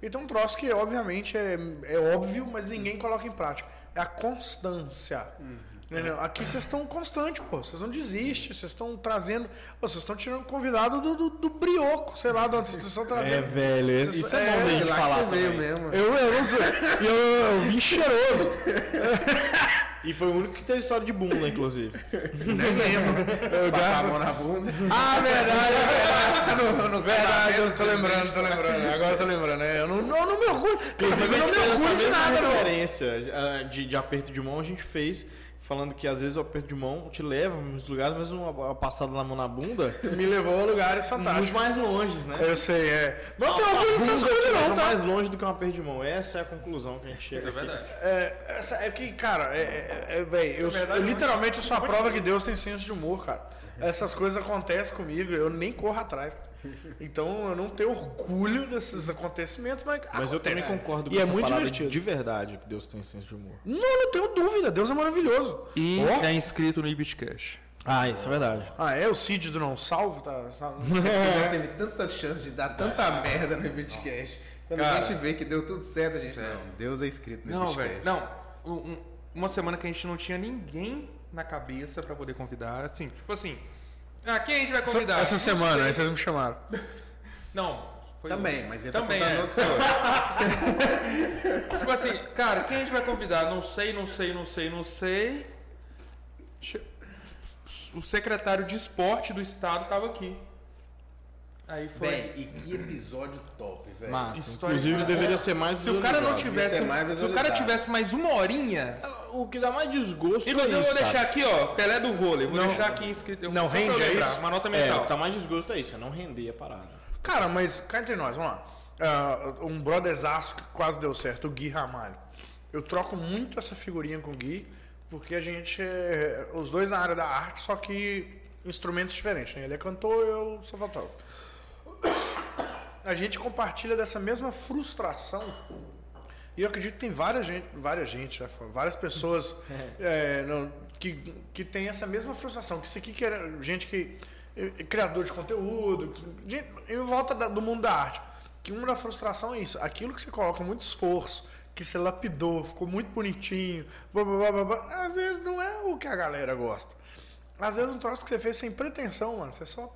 E tem um troço que, obviamente, é, é óbvio, mas ninguém coloca em prática. É a constância. Entendeu? Aqui vocês estão constante, pô. Vocês não desistem, vocês estão trazendo. pô, Vocês estão tirando convidado do, do, do brioco, sei lá, de onde vocês estão trazendo. É, velho, isso, isso é, É, bom da de gente lá que falar você veio também. mesmo. Eu, eu não sei. E eu, eu vim cheiroso. E foi o único que teve história de bunda, inclusive. Nem lembro. Eu Passar a gasto... mão na bunda. Ah, verdade, verdade. no, no Verdade, eu tô lembrando, tô lembrando. Agora eu tô lembrando. É, eu não, não, não me orgulho. Cara, mas eu não me fez essa orgulho de mesma nada, não. referência ah, de, de aperto de mão a gente fez falando que às vezes o aperto de mão te leva a muitos lugares, mas uma, uma passada na mão na bunda, Me levou a lugares muito tá fantásticos. mais longe, né? Eu sei, Tá, é. Não tem A orgulho bunda dessas te coisas, leva não, tá? mais longe do que um aperto de mão. Essa é a conclusão que a gente chega É aqui. verdade. É, essa- é que, cara, é, é, é, véi, eu, verdade, eu literalmente eu sou a prova que Deus tem senso de humor, cara. Essas coisas acontecem comigo, eu nem corro atrás. Então eu não tenho orgulho desses acontecimentos, mas. Mas eu também concordo com E é essa muito palavra divertido. de verdade que Deus tem senso de humor. Não, não tenho dúvida, Deus é maravilhoso. E Ó. é inscrito no Ibitcash. Ah, isso é verdade. Ah, é o Cid do Não Salvo? Tá, tá- Já teve tantas chances de dar tanta merda no Bitcast. Quando Cara. a gente vê que deu tudo certo, a gente. Sério. Não, Deus é escrito no Não, Bitcast. velho. Não. Um- um- uma semana que a gente não tinha ninguém na cabeça pra poder convidar. Assim, tipo assim. Ah, quem a gente vai Essa, convidar? essa Não semana, sei. aí vocês me chamaram. Não. foi Também, um- o- mas ele Também tá é. contando outra história. Tipo assim, cara, quem a gente vai convidar? Não sei, não sei, não sei, não sei. Che- O secretário de esporte do estado tava aqui. Aí foi. Véi, e que episódio top, velho. Massa. História Inclusive engraçada. deveria ser mais se o cara não valorizado. tivesse, Isso é mais se o cara valorizado. tivesse mais uma horinha, O que dá mais desgosto inclusive é eu isso, vou deixar cara. aqui, ó, Pelé do vôlei, vou Não. deixar aqui inscrito. eu- Não só pra eu rende, é lembrar, isso? Uma É, nota o mental. que dá mais desgosto é isso, é não render a parada. Cara, mas cá entre nós, vamos lá. Ah, um brotherzaço que quase deu certo, o Gui Ramalho. Eu troco muito essa figurinha com o Gui, porque a gente é. Os dois na área da arte, só que instrumentos diferentes, né? Ele é cantor, eu sou fotógrafo. A gente compartilha dessa mesma frustração. E eu acredito que tem várias gente, várias gente, né, várias pessoas é, não, que, que tem essa mesma frustração. Que isso aqui que era gente que. é Criador de conteúdo, que- gente em volta da- do mundo da arte. Que uma da frustração é isso. Aquilo que você coloca muito esforço, que você lapidou, ficou muito bonitinho, blá, blá, blá, blá, blá, às vezes não é o que a galera gosta. Às vezes um troço que você fez sem pretensão, mano. Você só,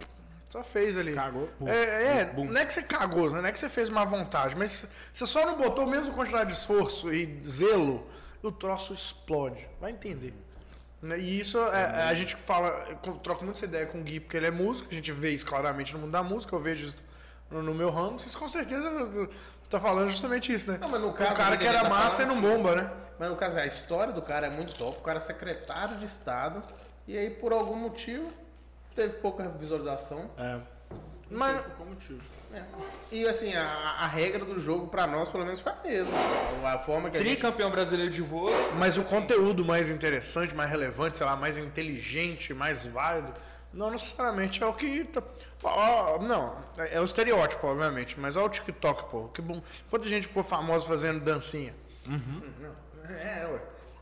só fez ali. Cagou, pum. É, é, não é que você cagou, não é que você fez má vontade, mas você só não botou a mesma quantidade de esforço e zelo, e o troço explode. Vai entender. Né, E isso é- é, a gente fala, eu co- troco muito essa ideia com o Gui, porque ele é músico, a gente vê isso claramente no mundo da música, eu vejo isso no, no meu ramo, vocês com certeza eh, tá falando justamente isso, né? Não, mas no o caso, cara ele que era tá massa e falando não bomba, né? Mas no caso, a história do cara é muito top. O cara é secretário de Estado. E aí, por algum motivo, teve pouca visualização. É. Mas, Como tipo? e assim, a, a regra do jogo pra nós, pelo menos, foi a mesma. A forma que a gente Tricampeão brasileiro de vôlei. Mas o conteúdo mais interessante, mais relevante, sei lá, mais inteligente, mais válido, não necessariamente é o que. tá- ó, ó, não, é é o estereótipo, obviamente, mas olha o TikTok, pô. Que bom. Quanta gente ficou famosa fazendo dancinha? Uhum. É, ué.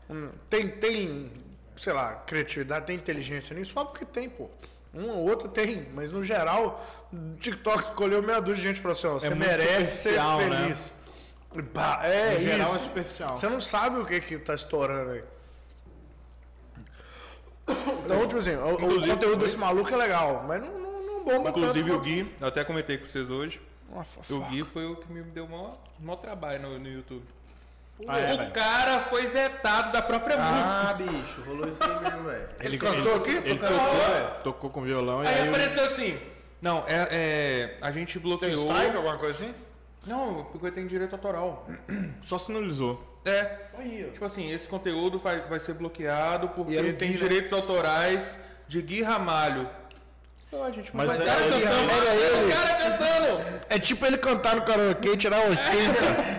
Hum, Tem, tem, sei lá, criatividade, tem inteligência nisso? Só porque tem, pô. Um ou outro tem, mas no geral, o TikTok escolheu meia dúzia de gente e falou assim: ó, você É muito merece ser superficial, né? feliz. E pá, é, Em geral é isso. superficial. Você não sabe o que que tá estourando aí. Então, tipo assim, o, o conteúdo desse maluco é legal, mas não, não, não bomba Inclusive o tanto. Gui, eu até comentei com vocês hoje. Uma fofoca. O Gui foi o que me deu o maior, maior trabalho no, no YouTube. Ah, é, o velho. cara foi vetado da própria música. Ah, bicho, rolou isso aí mesmo, velho. Ele cantou aqui? Ele Tocou, tocou, velho? tocou com violão e Aí aí. o- apareceu assim. Não, é, é, a gente bloqueou. alguma coisa assim? Não, porque tem direito autoral. Só sinalizou. É. Tipo assim, esse conteúdo vai, vai ser bloqueado porque E era o tem Gui, né? direitos autorais de Gui Ramalho. Então, a gente, mas, Mas o é- cara é- cantando, era ele. o cara cantando. É tipo ele cantar no karaokê e tirar 80.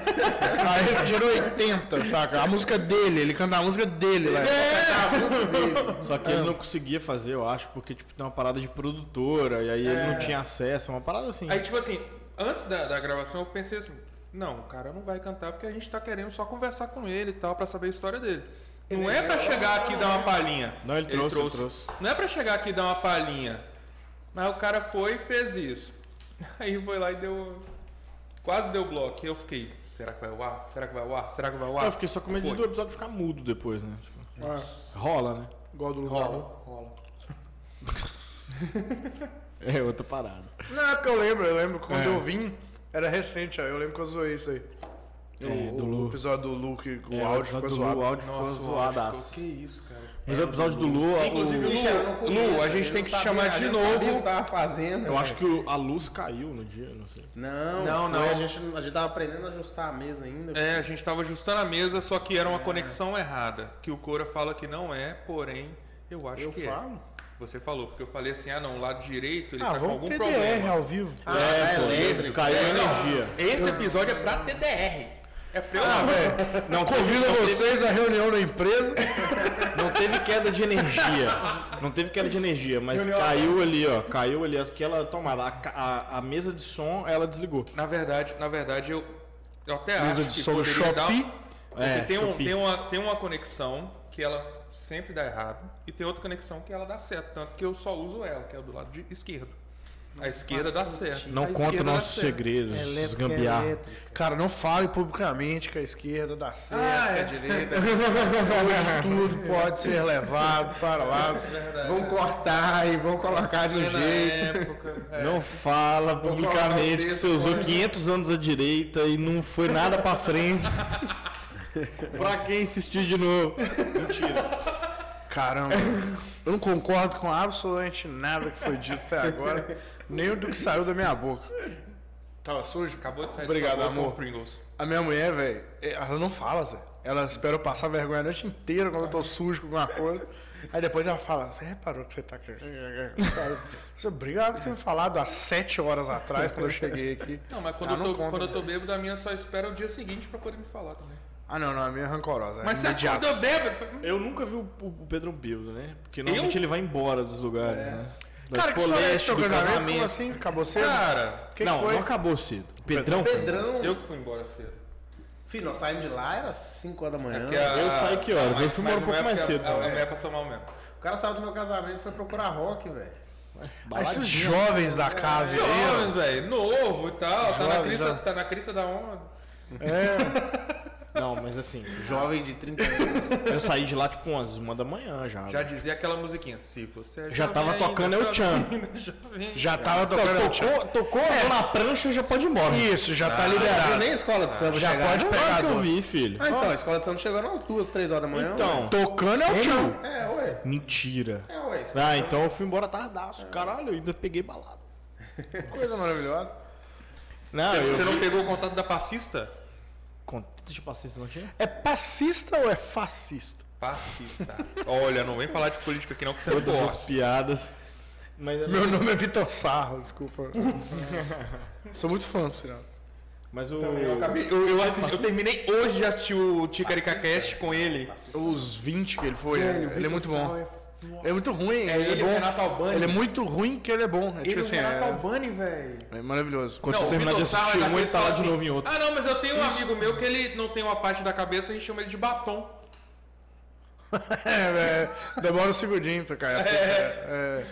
Aí ele tirou 80, saca? A música dele, ele canta a música dele. né? lá. Só que É. ele não conseguia fazer, eu acho, porque tipo, tem uma parada de produtora, e aí ele não tinha acesso, uma parada assim. Aí, tipo assim, antes da, da gravação eu pensei assim, não, o cara não vai cantar porque a gente tá querendo só conversar com ele e tal, pra saber a história dele. Não é pra chegar aqui e dar uma palhinha. Não, ele trouxe, ele trouxe. Não é pra chegar aqui e dar uma palhinha. Mas o cara foi e fez isso. Aí foi lá e deu. Quase deu bloco. E eu fiquei, será que vai ao ar? Será que vai ao ar? Será que vai ao ar? eu fiquei só com medo Foi. do episódio ficar mudo depois, né? Tipo, Ah, Rola, né? Igual do Lula. É outra parada. Não, é porque eu lembro, eu lembro quando eu vim, era recente, aí eu lembro que eu zoei isso aí. É, do o, o Lu. episódio do Lu, que o É, áudio episódio ficou do Lu, zoado. O áudio ficou Nossa, o áudio zoadaço. ficou- Que isso, cara. Mas o episódio do Lu, a- Inclusive, o- Lu, Ixi, eu não conheço, Lu, a gente eu tem não que te sabia, chamar a de gente não sabia o que novo. tava fazendo. eu acho que o- a luz caiu no dia, não sei. Não, Não, não, não. A gente, a gente tava aprendendo a ajustar a mesa ainda. É, a gente tava ajustando a mesa, só que era uma É. conexão errada. Que o Cora fala que não é, porém, eu acho Eu que falo. é. Você falou, porque eu falei assim, ah não, o lado direito ele Ah, tá com vamos algum TDR problema. ao vivo. Ah, é pô, elétrico. Caiu a É, não, energia. Esse episódio é pra TDR. É pra eu. Ah, velho. Não convido vocês à reunião da empresa. Não teve queda de energia. Não teve queda de energia, mas caiu ali, ó. Caiu ali aquela tomada. A, ca- a- a mesa de som, ela desligou. Na verdade, na verdade, eu, eu até Mesa acho de que som do poderia dar... um- Shopee. Porque É, tem, um, Shopee. tem, uma, tem uma conexão que ela sempre dá errado e tem outra conexão que ela dá certo. Tanto que eu só uso ela, que é do lado de esquerdo. a esquerda dá certo. a Não esquerda conta dá nossos certo. segredos, Elétrico é gambiarra. elétrico. Cara, não fale publicamente que a esquerda dá certo, Ah, que é. a direita. Hoje tudo pode ser levado para lá. Vão cortar e vão colocar de um É Na jeito. época, é. Não fala publicamente que você usou 500 anos à direita e não foi nada pra frente. pra quem insistir de novo? Caramba, eu não concordo com absolutamente nada que foi dito até agora, nem do que saiu da minha boca. Tava sujo? Acabou de sair Obrigado, do amor amor. Pringles. A minha mulher, velho, é, ela não fala, Zé. Ela espera eu passar vergonha a noite inteira quando eu tô sujo com alguma coisa. Aí depois ela fala, você reparou que você tá... aqui?" Você, Obrigado por você ter me falado há sete horas atrás, quando eu cheguei aqui. Não, mas quando, Ah, eu, tô, não conta, né? quando eu tô velho. bêbado, a minha só espera o dia seguinte pra poder me falar também. Ah, não, não, a minha é rancorosa. Mas é você imediata. acordou bêbado? Foi- Eu nunca vi o, o Pedro Bildo, né? Porque normalmente ele vai embora dos lugares, né? Da É. Cara, que história é esse seu do casamento? Como assim? Acabou cedo? Cara, O que que não, foi? não acabou cedo. Pedrão, Pedrão. eu que fui embora cedo. Filho, nós saímos de lá, era 5 horas da manhã. Que a- Ah, eu saí que horas? mas- Eu fui embora mas um não é pouco mais porque cedo, A, a, né? a mulher passou mal mesmo. O cara saiu do meu casamento e foi procurar rock, velho. Esses jovens da cave aí, Jovem, velho, novo e tal, tá na, Jovem, crista, jovem. tá na crista da onda. Não, mas assim, Jovem de 30 anos. eu saí de lá tipo umas uma da manhã já. Já dizia aquela musiquinha, se você é Já jovem tava ainda, tocando El jovem Chan. ainda, jovem. já tava tocando... Tocou, tocou é. na prancha, já pode ir embora. Ah, Isso, já tá Não, liberado. nem escola de samba Já chegaram. pode Não é pegar que eu dois. vi, filho. Ah, então, a escola de samba chegaram umas 2, 3 horas da manhã. Então, Tocando é o tio. ué. É, ué. mentira. É, ué. escola- Ah, então eu fui embora tardaço. Caralho, eu ainda peguei balada. é Coisa maravilhosa. Não, Ah, eu Você não pegou o contato da passista? Conta de passista não tinha? É passista ou é fascista? Passista. Olha, não vem falar de política aqui não, que você é não Todas as gosta. piadas. Mas, Meu nome é Vitor Sarro, desculpa. Sou muito fã, por sinal. mas o... Eu, acabei- eu- eu assisti- eu terminei hoje de assistir o Ticarica Cast com ele. Os 20 que ele foi, ele, é muito bom. Ele é muito ruim, ele, ele, é o bom. Renato Albani. Ele é muito ruim que ele é bom. É, tipo assim, é, Albani, velho. é maravilhoso. Quando você terminar de assistir um, ele tá lá de novo em outro. Ah, não, mas eu tenho um amigo meu que ele não tem uma parte da cabeça, a gente chama ele de batom. É, é, demora um segundinho pra cair. a ficha, É.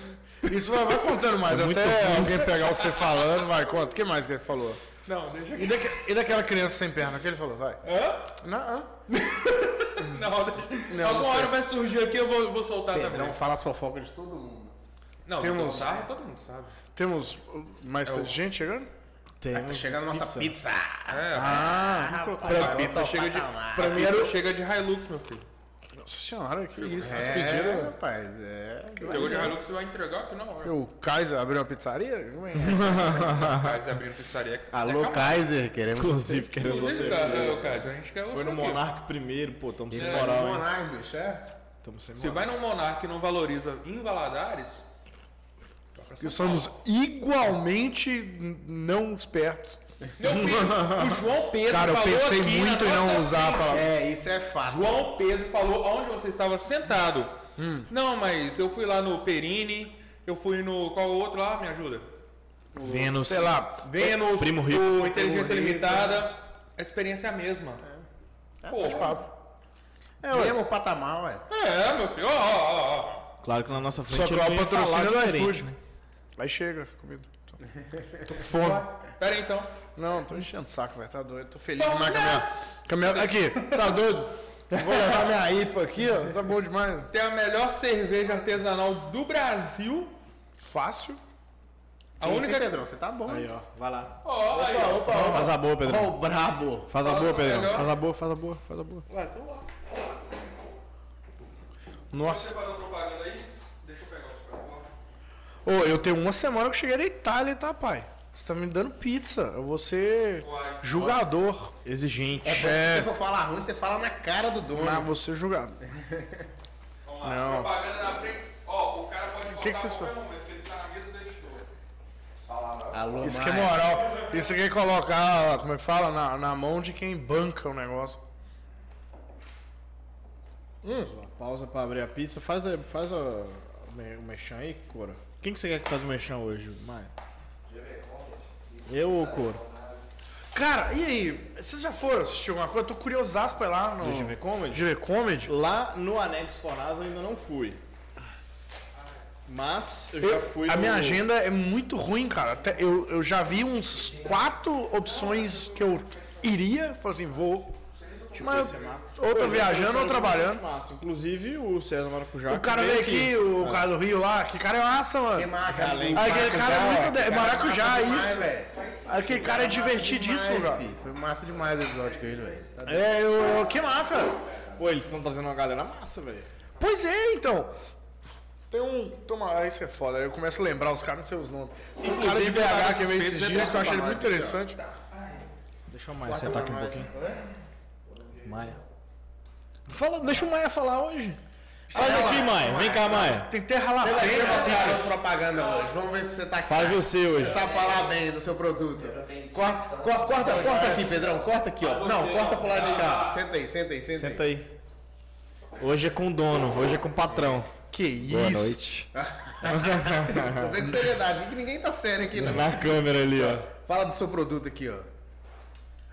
Isso vai, vai contando mais, É muito até ruim. alguém pegar você falando, vai, conta. O que mais que ele falou? Não, deixa aqui. E, daque- e daquela criança sem perna, o que ele falou? Vai. Hã? Não, não. Não, deixa. Não, Alguma não sei. hora vai surgir aqui, eu vou, eu vou soltar Pedrão também. fala as fofocas de todo mundo. Não, Tem Vitor uns- Sarro, todo mundo sabe. Temos mais É o- gente chegando? assim, Tem, Tá chegando a nossa pizza. É, Ah, Pra pizza chega de, pra mim chega de Hilux, meu filho. nossa senhora, que isso. Vocês É, pediram? rapaz, é. Chegou de Hilux, você vai entregar aqui na hora. O Kaiser abriu uma pizzaria? Como é? Mas abrindo pizzaria. Alô, Kaiser, queremos. Inclusive, querendo Inclusive, você. cara, é, o Cássio, a gente quer Foi você no aqui. Monark primeiro, pô, tamo sem É. moral, hein? Monarca, bicho, é? Tamo sem Se moral. vai no Monark e não valoriza em Valadares, Que somos igualmente n- não espertos. meu filho, o João Pedro Cara, eu falou pensei aqui na muito em não nossa usar a palavra. É, isso é fato. João Pedro falou aonde você estava sentado. Hum. Não, mas eu fui lá no Perini, eu fui no. Qual outro lá? Me ajuda. Vênus. Sei É. lá, Vênus, Primo Rico. o Inteligência Primo Rico. Limitada. A experiência é a mesma. Pô, É, ué. Mesmo patamar, ué. é, meu filho. Ó, ó, ó, ó. Claro que na nossa frente só que ele lá não o ia falar patrocínio é do diferente, iFood. né? Aí chega, comida. Tô com fome. Pera aí então. Não, tô enchendo o saco, velho. Tá doido. Tô feliz demais com a minha- com a minha... Aqui, tá doido? Vou levar minha IPA aqui, ó. Tá bom demais. Tem a melhor cerveja artesanal do Brasil. Fácil. A Sim, única. sim, Pedrão, você tá bom. Aí, ó, vai lá. Ó, aí, ó. Faz a boa, Pedrão. Ó, o brabo. Faz a Fala boa, melhor. então Pedrão. Faz a boa, faz a boa, faz a boa. Ué, tô lá. Nossa. Você faz uma propaganda aí? Deixa eu pegar o Super Bowl. Ô, eu tenho uma semana que eu cheguei da Itália, tá, pai? Você tá me dando pizza. Eu vou ser Uai. julgador. Exigente. É, bom que É. se você for falar ruim, você fala na cara do dono. Mas é você julgador. Vamos lá. Não. Propaganda na frente. Ó, o cara pode voltar que vocês a qualquer momento, porque ele está na mesa do editor. Alô, Isso que é moral. Isso que é colocar, como é que fala? Na, na mão de quem banca o negócio. Hum. Pausa pra abrir a pizza. Faz, a- faz a, o mexão aí, Cora. Quem que você quer que faz o mexão hoje, Maia? Eu ou Coro? Cara, e aí? Vocês já foram assistir alguma coisa? Eu tô curiosaço pra ir lá no. Do GV Comedy? GV Comedy? Lá no Anexo Fornaz eu ainda não fui. Mas eu já Eu- fui a no- minha agenda é muito ruim, cara. Até eu, eu já vi uns quatro opções que eu iria. Falei assim, vou. tipo, mas esse mar- ou tô Pô, viajando ou eu tá trabalhando. Massa. Inclusive o César Maracujá. O cara veio aqui, o cara do Rio lá, que cara é massa, mano. Que marca, Aquele cara é né, muito de- maracujá, isso. Isso. Aquele cara é divertidíssimo, cara. É, Foi massa demais o episódio com ele, velho. Tá É, eu, eu- que massa. Pô, eles estão trazendo uma galera massa, velho. Pois é, então. Tem um. Tem uma, aí você é foda, aí eu começo a lembrar os caras, não sei os nomes. Tem um cara de Inclusive, eu tava BH que veio esses suspeito, dias que eu achei ele né, muito pra nós, interessante. Deixa o Maia sentar aqui um mais. pouquinho. Maia. Fala, deixa o Maia falar hoje. Sai lá, daqui, Maia. Vem cá, Maia. Tem terra lá. Você vai ser mostrado as propaganda hoje. Vamos ver se né? você tá Faz você hoje. Você sabe falar bem do seu produto. Corta, corta, corta, corta aqui, Pedrão. Corta aqui, ó. Não, corta pro lado de cá. Senta aí, senta aí, senta aí. Senta aí. Hoje é com o dono, hoje é com o patrão. Que isso. Boa noite. Vou ver com seriedade, que ninguém tá sério aqui, não. Na câmera ali, ó. Fala do seu produto aqui, ó.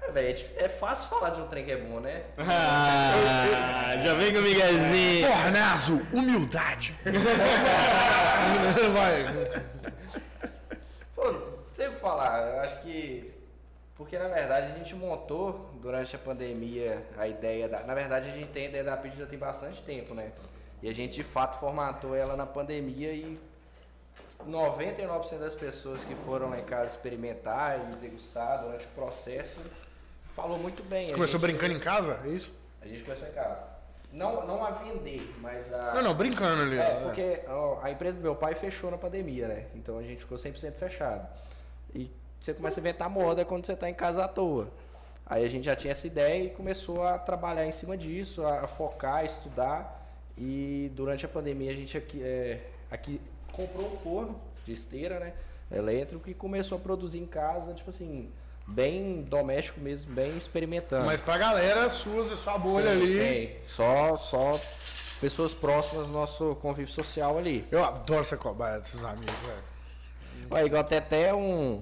É, véi, é dif- é fácil falar de um trem que é bom, né? Ah, já vem com o Miguelzinho. Fornazo, humildade. vai. Pô, não sei o que falar, eu acho que. Porque na verdade a gente montou durante a pandemia a ideia da. Na verdade a gente tem a ideia da pizza já tem bastante tempo, né? E a gente de fato formatou ela na pandemia e 99% das pessoas que foram lá em casa experimentar e degustar durante o processo falou muito bem. Você começou a gente, brincando em casa? É isso? a gente começou em casa. Não, não a vender, mas a. Não, não, brincando ali. É, porque ó, a empresa do meu pai fechou na pandemia, né? Então a gente ficou 100% fechado. E você começa a inventar moda quando você tá em casa à toa. Aí a gente já tinha essa ideia e começou a trabalhar em cima disso, a, a focar, a estudar. E durante a pandemia a gente aqui, é, aqui comprou um forno de esteira, né? Elétrico e começou a produzir em casa, tipo assim, bem doméstico mesmo, bem experimentando. É. Mas pra galera, suas e sua bolha Sim, ali. sim. Só, só pessoas próximas do nosso convívio social ali. Eu adoro essa cobaia desses amigos, velho. Ó, igual tem até um,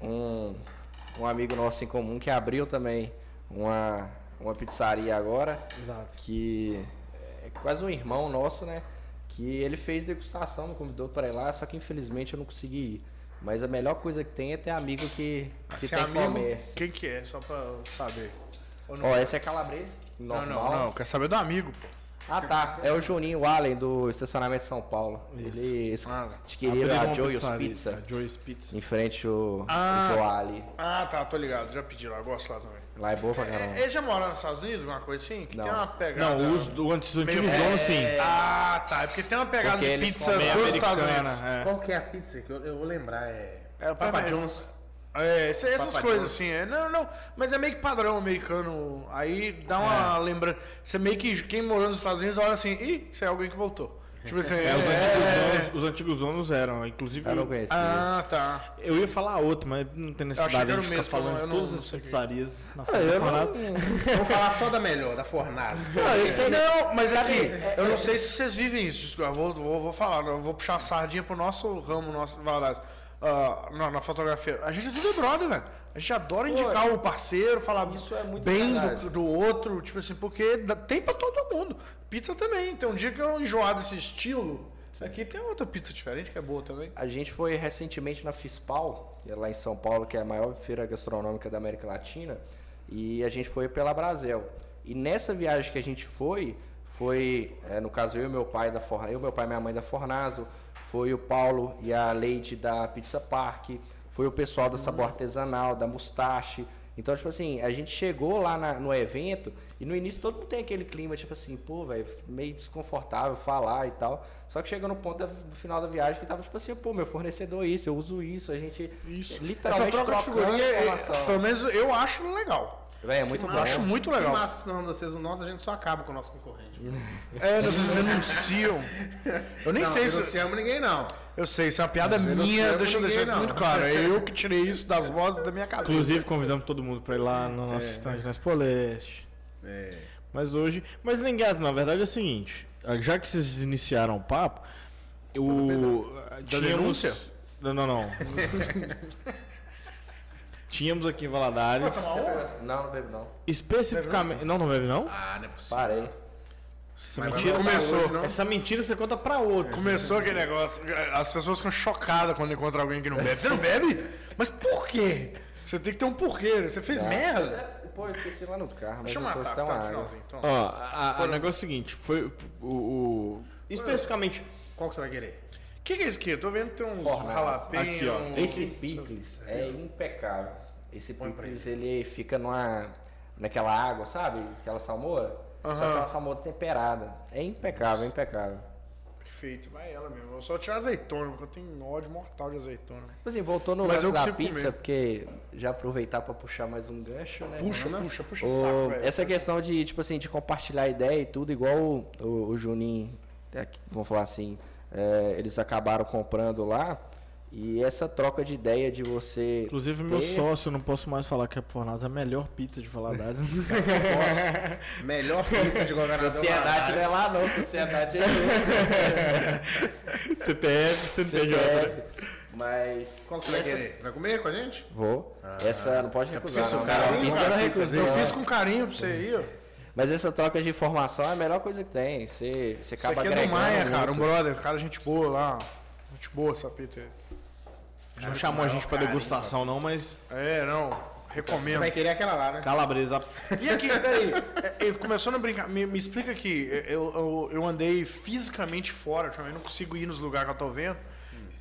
um, um amigo nosso em comum que abriu também uma, uma pizzaria agora. Exato. Que é quase um irmão nosso, né? Que ele fez degustação, me convidou para ir lá, só que infelizmente eu não consegui ir. Mas a melhor coisa que tem é ter amigo que, que Esse tem é amigo, comércio. quem que é? Só pra eu saber. Ó, esse é calabresa, Não, normal. não, não. Quer saber do amigo, pô. Ah, tá. É o Juninho Allen do estacionamento São Paulo. Ele Ah, adquiriu a Joyous Pizza Joy's é Pizza. em frente ao Ah. ao Joali. Ah, tá, tô ligado. Já pedi lá, eu gosto lá também. Lá é boa pra caramba. Ele já mora nos Estados Unidos, alguma coisa assim? Que Não. tem uma pegada. Não, os, do- antes dos antigos Meio- é, donos, sim. Ah, tá. É porque tem uma pegada Porque de eles pizza comem dos Estados americana, Unidos. é. Qual que é a pizza que eu, eu vou lembrar? É, É, o Papa Papa John's. É, esse- essas Papa coisas John's. assim. É, não, não. Mas é meio que padrão americano. Aí dá uma lembrança. Você meio que. Quem morou nos Estados Unidos olha assim, ih, isso é alguém que voltou. Tipo assim. É, os, é, antigos donos, os antigos donos eram, inclusive. Eu não conheço. ah, tá. eu ia falar outro, mas não tem Eu achei necessidade que de era o ficar mesmo, falando eu de não- todas não as sei o que. É, pizzarias na frente do Fornado. Vamos falar só da melhor, da Fornado. Não, mas aqui, eu não sei se vocês vivem isso. desculpa, eu vou, vou, vou falar, eu vou puxar a sardinha pro nosso ramo, nosso Valadares. Ah, na, na fotografia. A gente é tudo brother, velho. A gente adora indicar o parceiro, falar Isso é muito bem verdade. do, do outro, tipo assim, porque dá- tem pra todo mundo. Pizza também. Tem um dia que eu enjoar desse estilo. Aqui tem outra pizza diferente que é boa também. A gente foi recentemente na FISPAL, que é lá em São Paulo, que é a maior feira gastronômica da América Latina, e a gente foi pela Brasel. E nessa viagem que a gente foi, foi, é, no caso, eu e meu pai da Forna, eu, meu pai e minha mãe da Fornazo, foi o Paulo e a Leite da Pizza Park, foi o pessoal da Sabor Artesanal, da Mustache. Então, tipo assim, a gente chegou lá na- no evento e no início todo mundo tem aquele clima, tipo assim, pô, velho, meio desconfortável falar e tal. Só que chegou no ponto da- do final da viagem que tava, tipo assim, pô, meu fornecedor isso, eu uso isso, a gente Isso. Essa É, literalmente troca de trocando figurinha, é- informação. pelo menos eu acho legal. Véi, é muito Eu bom. acho muito legal. Que massa que senão vocês, o nosso, a gente só acaba com o nosso concorrente. É, vocês denunciam. Eu nem Não, sei eu se. não amo ninguém, não. Eu sei, isso é uma piada não minha, sei deixa eu ninguém, deixar isso não. muito claro. É eu que tirei isso das vozes da minha cabeça. Inclusive, convidamos todo mundo pra ir lá no É. nosso stand na Spoleste. É. Mas hoje. Mas, Lingato, na verdade é o seguinte: já que vocês iniciaram o papo, o. denúncia? Não, não, não. tínhamos aqui em Valadares. Não, não bebo não. Especificamente. Ah, Não, não bebe, não? Parei. Essa mentira, vai começou. Essa, mentira você conta pra outro. Começou aquele negócio, as pessoas ficam chocadas quando encontram alguém que não bebe. Você não bebe? Mas por quê? Você tem que ter um porquê, né? Você fez merda? É, Pô, eu esqueci lá no carro, Tá. mas Deixa eu eu tô matar, tão tá no água. finalzinho. Ó, a- a- o negócio é o seguinte: foi o. o- especificamente. Qual que você vai querer? O que, que é isso aqui? Eu tô vendo que tem uns jalapenhos. Aqui, ó. Esse picles é impecável. Esse picles, ele fica numa, naquela água, sabe? Aquela salmoura. Só que é uma salmoura temperada. É impecável, é impecável. Perfeito, vai ela mesmo. Eu só tirar azeitona, porque eu tenho um ódio mortal de azeitona. Tipo assim, voltou no Mas lance eu da consigo pizza, comer. porque já aproveitar pra puxar mais um gancho, né? Puxa, puxa, puxa O- o saco, velho. essa questão de, tipo assim, de compartilhar ideia e tudo, igual o, o- o Juninho, é, que- vamos falar assim, é, eles acabaram comprando lá. E essa troca de ideia de você. Inclusive, meu ter- sócio, eu não posso mais falar que a Fornaz é a melhor pizza de Valadares. Melhor pizza de governador. Sociedade não né? é lá, não, sociedade é CPF, você não perde outra. CPF. É. Mas. Qual que você vai querer? Você vai comer com a gente? Vou. essa não pode recusar. preciso, não, cara, cara. eu é Pizza nunca não vi recusa. É Eu não. fiz com carinho pra você aí, ó. Mas essa troca de informação é a melhor coisa que tem. Você, você Isso acaba aqui é do agregando Maia, né? muito. cara, um brother, cara, gente boa lá. Gente boa essa pita aí. Não chamou a gente pra degustação, não, mas É, não, Você recomendo. vai querer aquela lá, né? calabresa. E aqui, peraí, é, é, começou a brincar, me, me explica aqui, é, eu, eu, eu andei fisicamente fora, também não consigo ir nos lugares que eu tô vendo.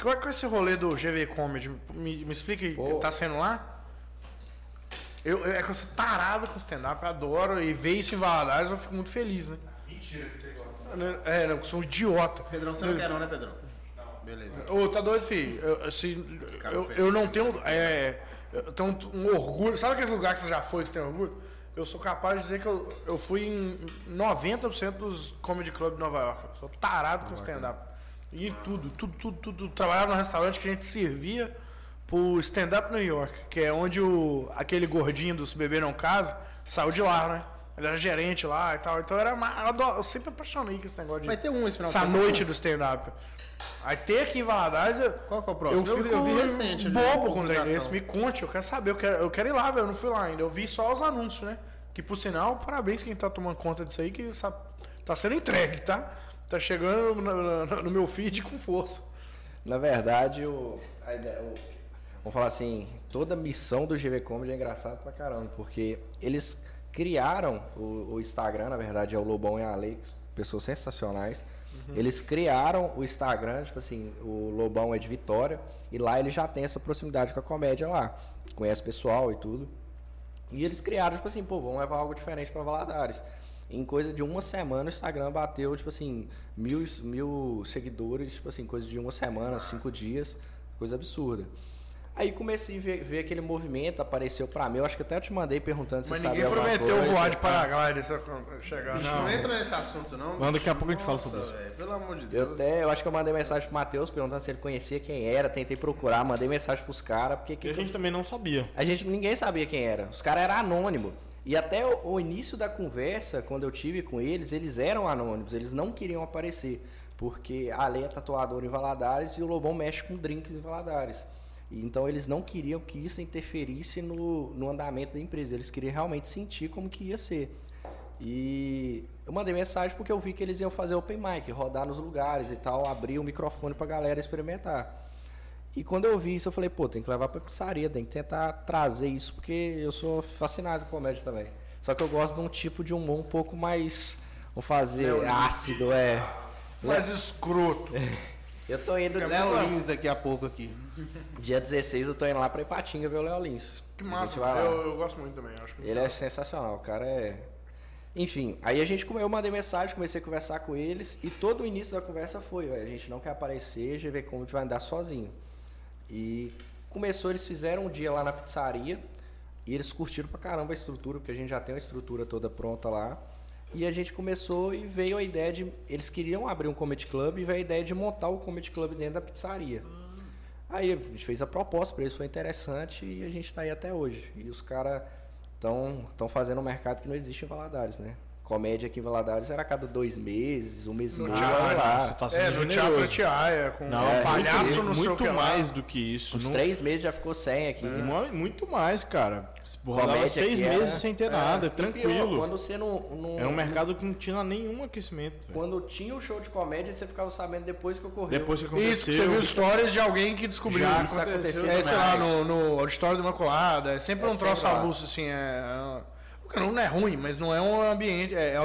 Qual é, qual é esse rolê do GV Comedy? Me, me explica aí, Pô. tá sendo lá? Eu, eu- é que eu sou tarado com stand-up, eu adoro, e ver isso em Valadares eu fico muito feliz, né? Mentira que você gosta. É, não, eu sou um idiota. Pedrão, você não quer não, né, Pedrão? Beleza. Ô, tá doido, filho? Eu, assim, caras eu, oferecem. um eu não tenho. É, eu tenho um orgulho. Sabe aqueles lugares que você já foi que você tem orgulho? Eu sou capaz de dizer que eu, eu fui em 90% dos comedy club de Nova York. Eu sou tarado com stand-up. E tudo, tudo, tudo, tudo, tudo. Trabalhava num restaurante que a gente servia pro stand-up New York, que é onde o, aquele gordinho do Se Beber Não Casa saiu de lá, né? Ele era gerente lá e tal. Então era, ma- eu, adoro- eu sempre apaixonei com esse negócio de. Vai ter um esse final de Essa semana. noite do stand-up. Aí ter aqui em Valadares. eu- Qual que é o próximo? Eu, Eu vi- fico eu vi recente, eu vi Bobo uma com publicação. esse. Me conte, eu quero saber. Eu quero, eu quero ir lá, velho. Eu não fui lá ainda. Eu vi só os anúncios, né? Que por sinal, parabéns quem tá tomando conta disso aí, que essa- tá sendo entregue, tá? Tá chegando no, no- no meu feed com força. Na verdade, o, a ideia- o- vamos falar assim, toda a missão do GV Comedy é engraçado pra caramba, porque eles criaram o, o Instagram, na verdade, é o Lobão e a Lei, pessoas sensacionais. Eles criaram o Instagram, tipo assim, o Lobão é de Vitória, e lá ele já tem essa proximidade com a comédia lá. Conhece pessoal e tudo. E eles criaram, tipo assim, pô, vamos levar algo diferente pra Valadares. Em coisa de uma semana, o Instagram bateu, tipo assim, mil, mil seguidores, tipo assim, coisa de uma semana, cinco dias, coisa absurda. Aí comecei a ver, ver aquele movimento, apareceu pra mim, eu acho que até eu te mandei perguntando se Mas você ninguém sabia alguma prometeu coisa. Ah, voar de paraglider se eu chegar. Não entra nesse assunto, não. Mas daqui a pouco a gente fala Nossa, sobre isso. velho, Pelo amor de Eu Deus. até, eu acho que eu mandei mensagem pro Matheus perguntando se ele conhecia quem era, tentei procurar, mandei mensagem pros caras, porque E que a gente também não sabia. A gente ninguém sabia quem era. Os caras eram anônimos. E até o, o início da conversa, quando eu tive com eles, eles eram anônimos, eles não queriam aparecer. Porque a lei é tatuadora em Valadares e o Lobão mexe com drinks em Valadares. E Então eles não queriam que isso interferisse no, no andamento da empresa. Eles queriam realmente sentir como que ia ser. E eu mandei mensagem porque eu vi que eles iam fazer open mic, rodar nos lugares e tal, abrir o microfone pra galera experimentar. E quando eu vi isso, eu falei, pô, tem que levar pra pizzaria, tem que tentar trazer isso, porque eu sou fascinado com comédia também. Só que eu gosto de um tipo de humor um pouco mais. Vou fazer ácido, é. Mas escroto. Eu tô indo Léo dia, Lins daqui a pouco aqui. dia 16, eu tô indo lá pra Ipatinga ver o Léo Lins. Que A gente massa. vai lá. Eu, eu gosto muito também, eu acho. Ele é sensacional, o cara é. Enfim, aí a gente comeu, eu mandei mensagem, comecei a conversar com eles e todo o início da conversa foi, "Olha, a gente não quer aparecer, GV Comedy vai andar sozinho. E começou, eles fizeram um dia lá na pizzaria e eles curtiram pra caramba a estrutura, porque a gente já tem uma estrutura toda pronta lá. E a gente começou e veio a ideia de. Eles queriam abrir um comedy club e veio a ideia de montar o comedy club dentro da pizzaria. Aí a gente fez a proposta pra eles, foi interessante e a gente tá aí até hoje. E os caras estão tão fazendo um mercado que não existe em Valadares, né? Comédia aqui em Valadares era a cada dois meses, um mês e meio. teatro, lá. Você tá sendo É, no Teatro generoso. Tiaia, com Não, um é, palhaço muito, no seu muito mais do que isso. Uns não- É. três meses já ficou 100 aqui. Mu- Muito mais, cara. Rolava Comédia seis que meses era- sem ter nada, é E pior, tranquilo. quando você não. não Era um mercado que não tinha nenhum aquecimento. velho. Quando tinha o show de comédia, você ficava sabendo depois que ocorreu. Depois que aconteceu... Isso, que você viu histórias de alguém que descobriu. Já, isso isso aconteceu. aconteceu É, sei lá, demais. no, no auditório do Imaculada, é sempre É um troço sempre lá. avulso, assim, é... é- Não é ruim, mas não é um ambiente... É,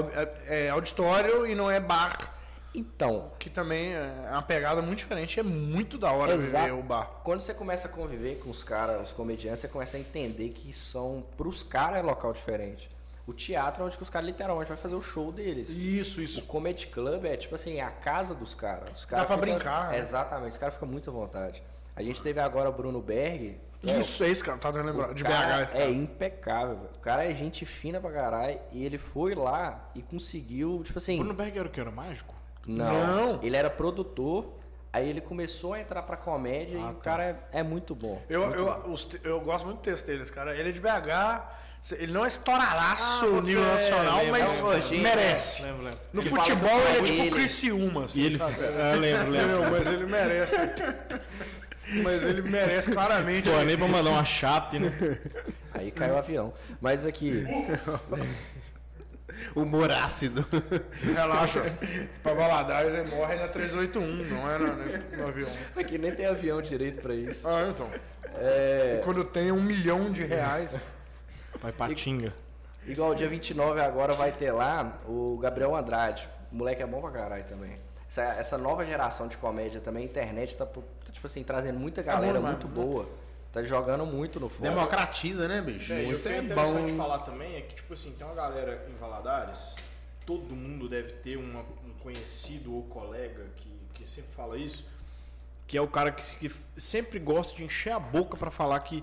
é- é auditório e não é bar, Então, que também é uma pegada muito diferente. É muito da hora Exato. viver o bar. quando você começa a conviver com os caras, os comediantes, você começa a entender que são. Pros caras é local diferente. O teatro é onde que os caras literalmente vai fazer o show deles. Isso, isso. O Comedy Club é tipo assim, a casa dos caras. Os caras pra ficam- brincar, né? Exatamente, os caras ficam muito à vontade. A gente teve agora o Bruno Berg. que é o Isso, é isso, cara. Tá dando lembrar. De BH. cara esse É cara. impecável, velho. O cara é gente fina pra caralho. E ele foi lá e conseguiu, tipo assim. Bruno Berg era o que? Era mágico? Não. Não. Ele era produtor. Aí ele começou a entrar pra comédia e o cara é, é muito bom. Eu, eu, os te- eu gosto muito do texto deles, cara. Ele é de BH, se- ele não é estouradaço Ah, nível você- nacional, lembra, mas é um gordinho, merece. Lembro, lembro. No Ele futebol fala que ele é o tipo Willian- Criciúma, assim, E ele... sabe? Eu lembro, lembro. Entendeu? Mas ele merece. Mas ele merece claramente. né? Pô, nem pra mandar uma chape, né? Aí caiu o avião. Mas aqui. Humor ácido. Relaxa. Pra Valadares ele morre na 381, não é na- nesse- no avião. aqui nem tem avião direito pra isso. É, Ah, então. E quando tem um milhão de reais. Vai patinga. Igual dia 29 agora vai ter lá o Gabriel Andrade. O moleque é bom pra caralho também. Essa, essa nova geração de comédia também, a internet tá, pro- tá, tipo assim, trazendo muita galera demais, muito boa. Tá jogando muito no fora. Democratiza, né, bicho? É, e o Isso que é é interessante bom. falar também é que, tipo assim, tem uma galera em Valadares, todo mundo deve ter uma- um conhecido ou colega que, que sempre fala isso, que é o cara que, que sempre gosta de encher a boca pra falar que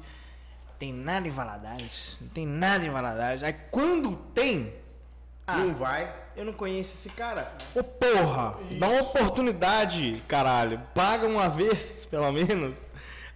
tem nada em Valadares, não tem nada em Valadares. Aí quando tem, Não vai. Ah, eu não conheço esse cara. Ô porra, dá uma oportunidade, caralho. Paga uma vez, pelo menos.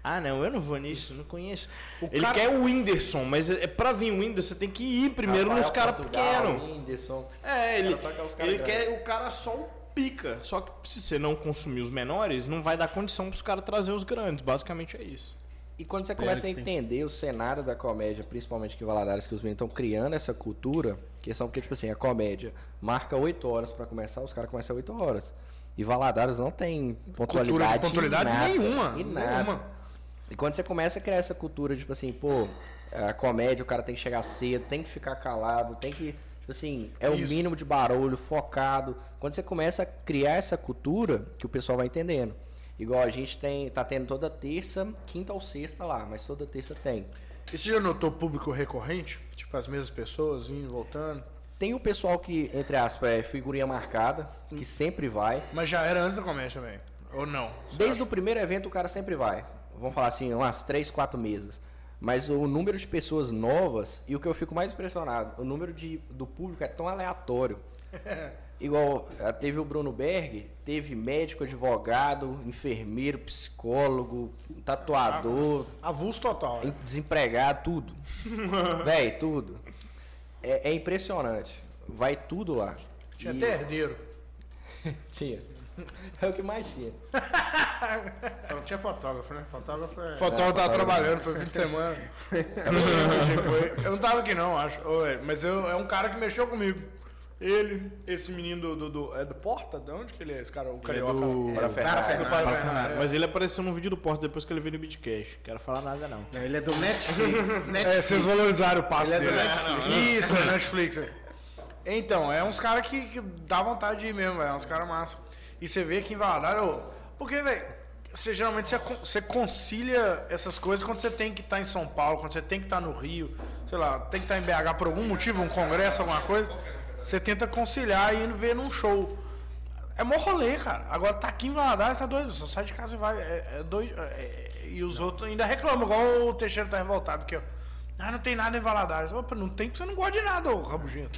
Ah, não, eu não vou nisso, não conheço. Ele cara- quer o Whindersson, mas é é pra vir o Whindersson, você tem que ir primeiro Rafael nos caras Portugal, pequenos. Whindersson. É, ele, Era só aqueles cara ele grande. quer o cara só o pica. Só que se você não consumir os menores, não vai dar condição pros caras trazer os grandes. Basicamente é isso. E quando você começa a entender o cenário da comédia, principalmente que em Valadares, que os meninos estão criando essa cultura, questão porque, tipo assim, a comédia marca 8 horas pra começar, os caras começam às 8 horas. E Valadares não tem pontualidade. Cultura de em pontualidade nada, nenhuma. em nada. Nenhuma. E quando você começa a criar essa cultura, tipo assim, pô, a comédia, o cara tem que chegar cedo, tem que ficar calado, tem que. Tipo assim, é o Isso. mínimo de barulho, focado. Quando você começa a criar essa cultura, que o pessoal vai entendendo. Igual a gente tem, tá tendo toda terça, quinta ou sexta lá, mas toda terça tem. E você já notou público recorrente? Tipo, as mesmas pessoas indo e voltando. Tem o pessoal que, entre aspas, é figurinha marcada, que sempre vai. Mas já era antes da comédia também. Ou não? Desde o primeiro evento o cara sempre vai. Vamos falar assim, umas três, quatro mesas. Mas o número de pessoas novas, e o que eu fico mais impressionado, o número de, do público é tão aleatório. Igual eh, teve o Bruno Berg, teve médico, advogado, enfermeiro, psicólogo, tatuador, Avulso total. né? desempregado, tudo. Véi, tudo. É, é impressionante. Vai tudo lá. Tinha E- até herdeiro. Tinha. É o que mais tinha. Só não tinha fotógrafo, né? Fotógrafo é. O fotógrafo tava trabalhando, foi fim de semana. Eu não lembro quem foi. Eu não tava aqui não, acho. Ou é, Mas eu- é um cara que mexeu comigo. Ele, esse menino do, do- do- É do Porta? De onde que ele é? Esse cara, o carioca. do- lá? Para o Ferrari. Ferrari, Para Para Para Ferrari, Fernando. é. Mas ele apareceu num vídeo do Porto depois que ele veio no Bitcast. Quero falar nada, não. Não, ele é do Netflix. Netflix. É, vocês valorizaram o passe Ele é do dele. Netflix. Isso, é Netflix. é. Então, é uns caras que, que dá vontade de ir mesmo, é uns caras massa. E você vê que em Valadares, ô, Porque, velho, você geralmente você, con- você concilia essas coisas quando você tem que estar em São Paulo, quando você tem que estar no Rio, sei lá, tem que estar em BH por algum motivo, um congresso, alguma coisa. Você tenta conciliar e ir ver num show. É mó rolê, cara. Agora tá aqui em Valadares, tá doido. Só sai de casa e vai. É, é doido. é- é- e os outros ainda reclamam, igual o Teixeira tá revoltado aqui, ó. Ah, não tem nada em Valadares. Opa, não tem porque você não gosta de nada, ô rabugento.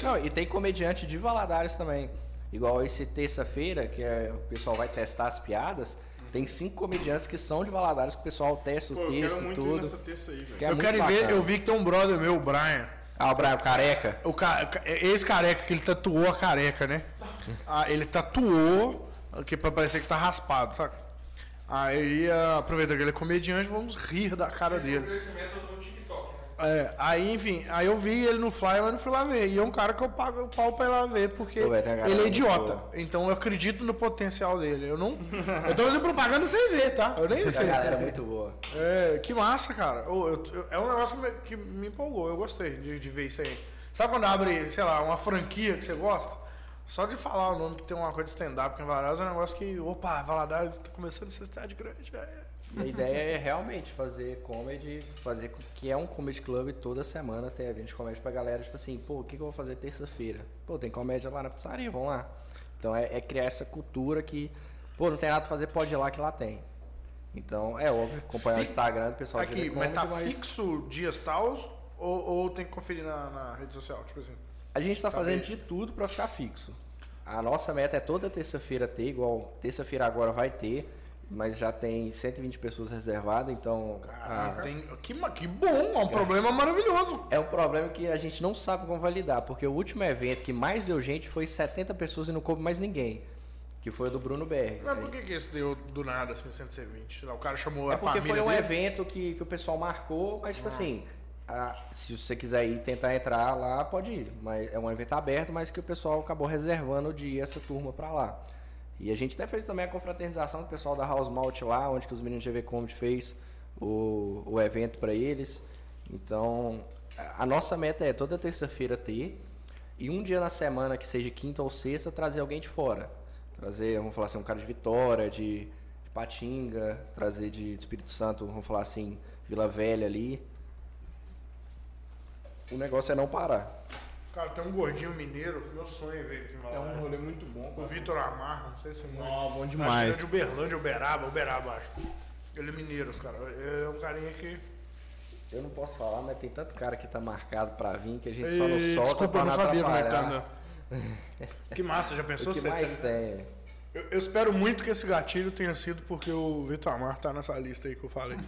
Não, e tem comediante de Valadares também. Igual esse terça-feira, que é, o pessoal vai testar as piadas, tem cinco comediantes que são de Valadares, que o pessoal testa o Pô, eu texto, quero muito ir tudo. nessa terça aí, velho. que é eu muito quero ir ver, bacana. eu vi que tem um brother meu, o Brian. Ah, o Brian Careca? O ca- ca- ex-careca, que ele tatuou a careca, né? Ah, ele tatuou, que pra parecer que tá raspado, saca? Aí, ah, aproveitando que ele é comediante, vamos rir da cara O dele. crescimento do TikTok. né? É, aí, enfim, aí eu vi ele no Fly, mas não fui lá ver. E é um cara que eu pago o pau pra ir lá ver, porque Pô, velho, tem uma galera ele é muito idiota. boa. Então eu acredito no potencial dele. Eu não. Eu tô fazendo propaganda sem ver, tá? Eu nem É uma sei. galera muito boa. É, que massa, cara. Ô, eu- eu- é um negócio que me, que me empolgou, eu gostei de, de ver isso aí. Sabe quando abre, sei lá, uma franquia que você gosta? Só de falar o nome que tem uma coisa de stand-up que em Valadares é um negócio que, opa, Valadares tá começando a ser cidade grande. É. A ideia é realmente fazer comedy, fazer com que é um comedy club e toda semana tem evento de comédia pra galera, tipo assim, pô, o que, que eu vou fazer terça-feira? Pô, tem comédia lá na pizzaria, vamos lá. Então é, é criar essa cultura que, pô, não tem nada pra fazer, pode ir lá que lá tem. Então é óbvio, acompanhar o Fi- Instagram do pessoal de Aqui, mas comedy, tá mas fixo dias tals ou, ou tem que conferir na, na rede social? Tipo assim. a gente tá Saber. fazendo de tudo pra ficar fixo. A nossa meta é toda terça-feira ter, igual terça-feira agora vai ter, mas já tem 120 pessoas reservadas, então a- Ah, tem, que, ma- que bom, é um problema maravilhoso. É um problema que a gente não sabe como vai lidar, porque o último evento que mais deu gente foi 70 pessoas e não coube mais ninguém. Que foi o do Bruno Berg. Mas por que, que isso deu do nada, assim, 120? Sei lá, o cara chamou É a porque família foi um dele. Ah. evento que, que o pessoal marcou, mas tipo assim, a- se você quiser ir tentar entrar lá, pode ir. Mas é um evento aberto, mas que o pessoal acabou reservando de ir essa turma pra lá. E a gente até fez também a confraternização do pessoal da House Malt lá, onde que os meninos de GV Comedy fez o, o evento pra eles. Então, a- a nossa meta é toda terça-feira ter e um dia na semana, que seja quinta ou sexta, trazer alguém de fora. Trazer, vamos falar assim, um cara de Vitória, de, de Patinga, trazer de, de Espírito Santo, vamos falar assim, Vila Velha ali. O negócio é não parar. Cara, tem um gordinho mineiro, que meu sonho é ver aqui É em um Valadares. rolê muito bom. O Vitor Amar, não sei se é muito. Ó, bom Acho que ele é demais. de Uberlândia, Uberaba, Uberaba, acho. Ele é mineiro, cara. É um carinha que. Eu não posso falar, mas tem tanto cara que tá marcado pra vir que a gente só não Ei, solta desculpa, pra eu não sabia, é atrapalhar. Mercado. Que massa, já pensou O que você? mais tem? Eu, eu espero muito que esse gatilho tenha sido porque o Vitor Amar tá nessa lista aí que eu falei.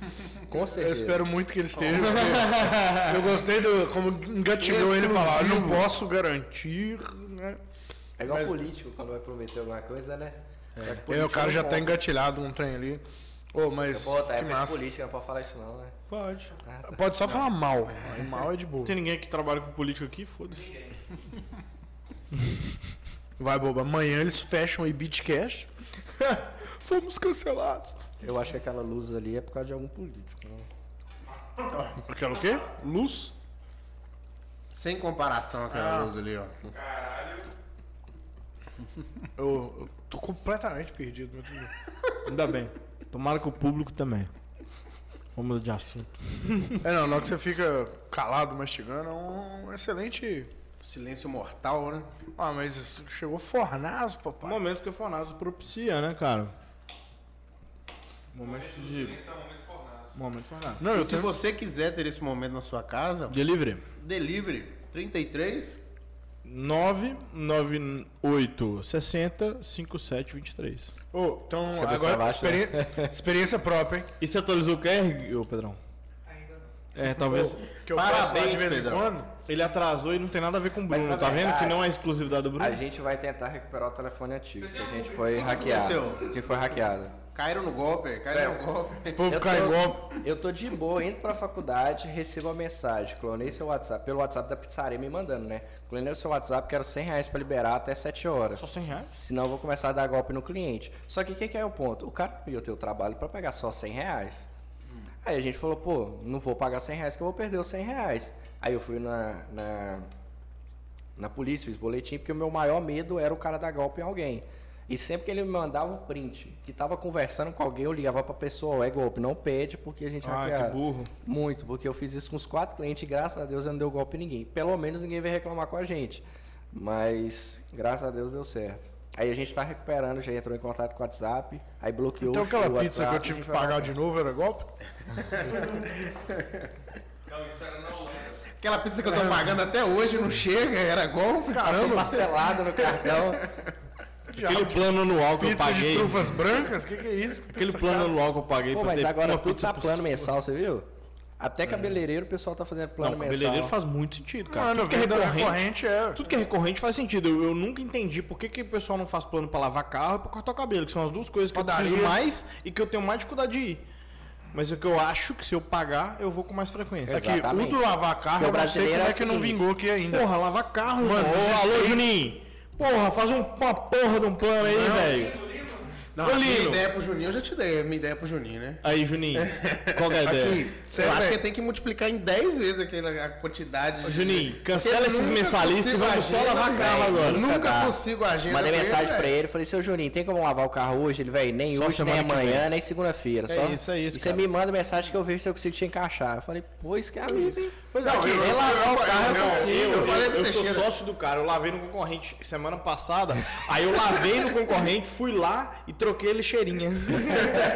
Com Eu certeza. espero muito que ele esteja. porque Eu gostei do. Como engatilhou ele falar, "Eu não posso garantir, né? É igual Mas- político, quando vai prometer alguma coisa, né? Só que É, o político cara não já tá conta. engatilhado num trem ali. Ô, mas. Pô, tá que época de massa. política, não pode falar isso não, né? Pode. Pode só falar mal. Aí Mal é de boa. Não tem ninguém que trabalha com político aqui? Foda-se. Vai, boba. Amanhã eles fecham o Ibitcash. Fomos cancelados. Eu acho que aquela luz ali é por causa de algum político. Né? Aquela o quê? Luz? Sem comparação aquela Ah. luz ali, ó. Eu, eu tô completamente perdido. Meu Deus. Ainda bem. Tomara que o público também. Vamos de assunto. É, não. Na hora que você fica calado, mastigando, é um excelente... Silêncio mortal, né? Ah, mas isso chegou fornazo, papai. Momentos Um que o Fornazo propicia, né, cara? Momentos de. um Esse é o momento fornado. Momento Fornazo. Não, E eu se tenho... você quiser ter esse momento na sua casa, Delivery. delivery 33 998 60 5723. Ô, então, a cabeça agora, tá baixa, experi- experiência própria, hein? E você atualizou o QR, ô Pedrão? Ainda não. É, talvez. Que eu Parabéns, faço lá de vez em Pedrão. quando. Ele atrasou e não tem nada a ver com o Mas Bruno, na tá vendo? verdade- Que não é exclusividade do Bruno. A gente vai tentar recuperar o telefone antigo, que a gente foi hackeado. aconteceu? A gente foi hackeado. caíram no golpe, caíram É. no golpe. Esse povo cai em golpe. eu tô de boa, indo pra faculdade, recebo uma mensagem, clonei seu WhatsApp, pelo WhatsApp da pizzaria me mandando, né? Clonei o seu WhatsApp, quero 100 reais pra liberar até 7 horas. Só 100 reais? Senão eu vou começar a dar golpe no cliente. Só que o que, que é o ponto? O cara ia ter o trabalho pra pagar só 100 reais. Aí a gente falou, pô, não vou pagar 100 reais que eu vou perder os 100 reais. Aí eu fui na, na, na polícia, fiz boletim, porque o meu maior medo era o cara dar golpe em alguém. E sempre que ele me mandava um print, que tava conversando com alguém, eu ligava pra pessoa, "Ó, é golpe, não pede, porque a gente Ah, hackearam." que burro. Muito, porque eu fiz isso com os quatro clientes e graças a Deus eu não deu golpe em ninguém. Pelo menos ninguém veio reclamar com a gente. Mas graças a Deus deu certo. Aí a gente tá recuperando, já entrou em contato com o WhatsApp, aí bloqueou Então o aquela WhatsApp, pizza que eu tive que pagar de novo era golpe? Não, isso era na Holanda. Aquela pizza que eu tô pagando até hoje não chega, era golpe. Passou parcelado no cartão. Aquele plano anual que eu Pizza de paguei. trufas brancas? O que, que é isso? Aquele plano anual que eu paguei Pô, pra mas ter agora Tipo, uma tudo pizza tá por plano semana. mensal, você viu? Até cabeleireiro o pessoal tá fazendo plano Não, mensal. cabeleireiro faz muito sentido, cara. Mano, tudo, que é vida recorrente, recorrente é. tudo que é recorrente faz sentido. Eu, eu nunca entendi por que, que o pessoal não faz plano pra lavar carro e pra cortar o cabelo, que são as duas coisas que eu preciso Padaria. mais e que eu tenho mais dificuldade de ir. Mas o que eu acho que se eu pagar, eu vou com mais frequência. Aqui, É o Exatamente. do lavar carro, Porque o eu não sei brasileiro como é é o que não seguinte, vingou aqui ainda. Porra, lavar carro, mano. esses Ô, alô, três- Juninho. Porra, faz um- uma porra de um plano aí, velho. Não, Ô, a minha Lino. ideia pro Juninho eu já te dei, a minha ideia pro Juninho, né? Aí, Juninho, qual que é a ideia? Aqui, eu acho que tem que multiplicar em 10 vezes aquela a quantidade de. Juninho, Eu cancela esses nunca mensalistas e consigo vamos só agenda, lavar carro velho. agora. Tá. Nunca dá. consigo a agenda. Mandei eu falei, mensagem pra velho. ele, falei, seu Juninho, tem como lavar o carro hoje? Ele, velho, nem Só hoje, nem semana que amanhã, nem segunda-feira. É só. isso, é isso, E você cara. me manda mensagem que eu vejo se eu consigo te encaixar. Eu falei, pô, isso que é amigo, hein? Pois Não, eu- nem eu- lavar eu- o carro eu, eu- consigo. Eu, Eu é falei pro eu sou Teixeira. sócio do cara, eu lavei no concorrente semana passada, aí eu lavei no concorrente, fui lá e troquei a lixeirinha.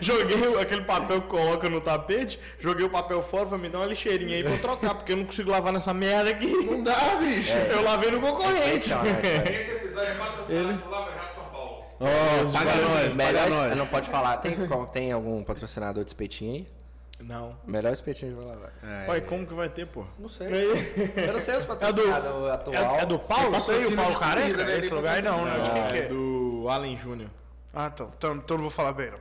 joguei o- aquele papel que coloca no tapete, joguei o papel fora, falei, me dá uma lixeirinha aí pra eu trocar, porque eu não consigo lavar nessa merda aqui. É. Não dá, bicho. Eu lavei no concorrente. Esse episódio é patrocinado por Lava Jato São Paulo. Oh, é, Paga nós, melhor es- Não pode falar. Tem, qual- tem algum patrocinador de espetinho aí? Não. Melhor espetinho de lavar. Olha, como que vai ter, pô? Não sei. Eu não sei os patrocinadores atual. É, é do Paulo? Isso aí, o Paulo de comida, Careca? né? Esse Ele lugar não, né? Ah, De quem que é? é? Do Allen Júnior. Ah, então. Então, então não vou falar bem, não.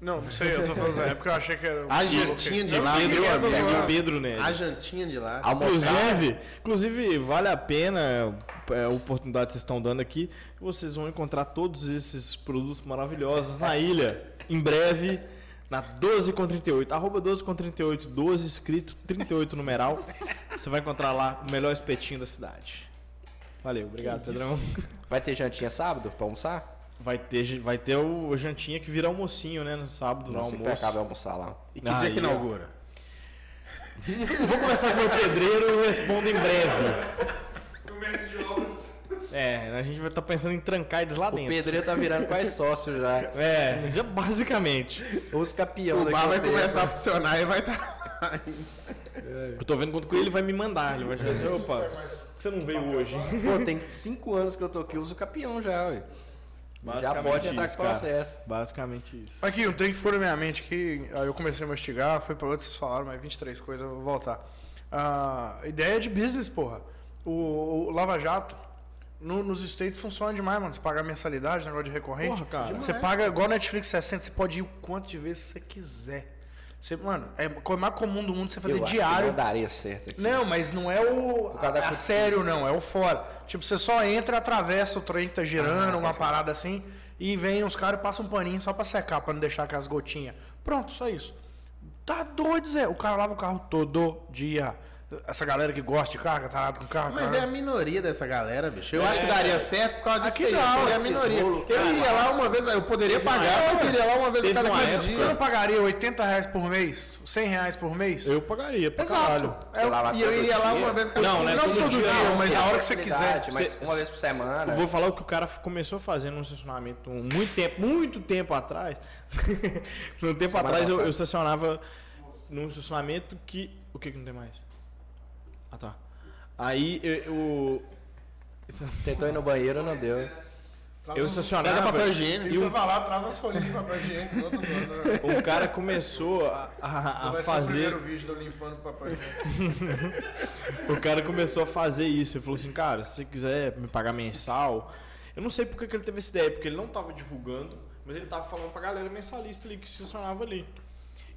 Não, não sei, eu tô falando. É porque eu achei que era. A jantinha de um Eu lá, sei que meu é do amigo. Pedro Neto. A jantinha de lá. Almoçar. Inclusive, inclusive, vale a pena é, a oportunidade que vocês estão dando aqui. Vocês vão encontrar todos esses produtos maravilhosos na ilha, em breve, na 12 com 38. Arroba 12 com 38, 12 escrito, 38 numeral. Você vai encontrar lá o melhor espetinho da cidade. Valeu, obrigado, Pedrão. Vai ter jantinha sábado pra almoçar? Vai ter, vai ter o, o jantinha que vira almocinho, né? No sábado, no Não, sempre almoço. acaba almoçar lá. E que dia Aí, que inaugura? Eu Vou conversar com o meu pedreiro e respondo em breve. E o mestre de obras. É, a gente vai estar pensando em trancar eles lá O dentro. pedreiro tá virando quase sócio já. É, já basicamente. Os campeão O daqui bar a vai tempo. começar a funcionar e vai estar. Eu tô vendo quanto que ele vai me mandar. Ele vai chegar assim, opa, por que você não veio hoje? Pô, tem cinco anos que eu tô aqui, eu uso campeão já, ué. Já Basicamente pode entrar isso, com cara. processo. Basicamente isso. Aqui, um trem que foi na minha mente que aí eu comecei a mastigar, foi pra outro, vocês falaram, mas 23 coisas, eu vou voltar. Ah, ideia de business, porra. O, o Lava Jato, no- nos States funciona demais, mano. Você paga mensalidade, negócio de recorrente. Porra, cara. Você paga igual Netflix 60, você pode ir o quanto de vezes você quiser. Você, mano, é a coisa mais comum do mundo você fazer eu acho que diário. Não daria certo aqui. Não, mas não é o causa da a, a cortina. sério, não, é o fora. Tipo, você só entra, atravessa o trem que tá girando, uma parada assim, e vem uns caras e passam um paninho só pra secar, pra não deixar aquelas gotinhas. Pronto, só isso. Tá doido, Zé. O cara lava o carro todo dia. Essa galera que gosta de carga, tarado com carro. Mas é a caralho. minoria dessa galera, bicho. Eu acho que daria certo por causa disso Aqui aí, não, eu sou a esses minoria. rolo, eu iria lá uma vez, eu poderia pagar, mas iria lá uma vez a Teve um cada uma 15 época- Você não dias. pagaria 80 reais por mês? 100 reais por mês? Eu pagaria pra caralho. É, Sei lá, lá e eu todo iria lá dia. uma vez a Não, né, Não todo todo dia, dia, um não, mas Tem a hora que você quiser. facilidade, Mas uma vez por semana. Eu vou falar o que o cara começou a fazer num estacionamento um- muito tempo, muito tempo atrás. Num tempo atrás eu, eu estacionava num estacionamento que. O que que não tem mais? Ah tá. Aí eu. eu Tentou ir no banheiro, não deu. eu estacionava. papel higiênico. E Eu um, vou lá, traz as folhinhas de papel higiênico, todas as um cara começou a, a- a né? Vai ser o fazer. primeiro vídeo de eu limpando papel higiênico. O cara começou a fazer isso. Ele falou assim, cara, se você quiser me pagar mensal. Eu não sei porque que ele teve essa ideia, porque ele não tava divulgando, mas ele tava falando pra galera mensalista ali que se funcionava ali.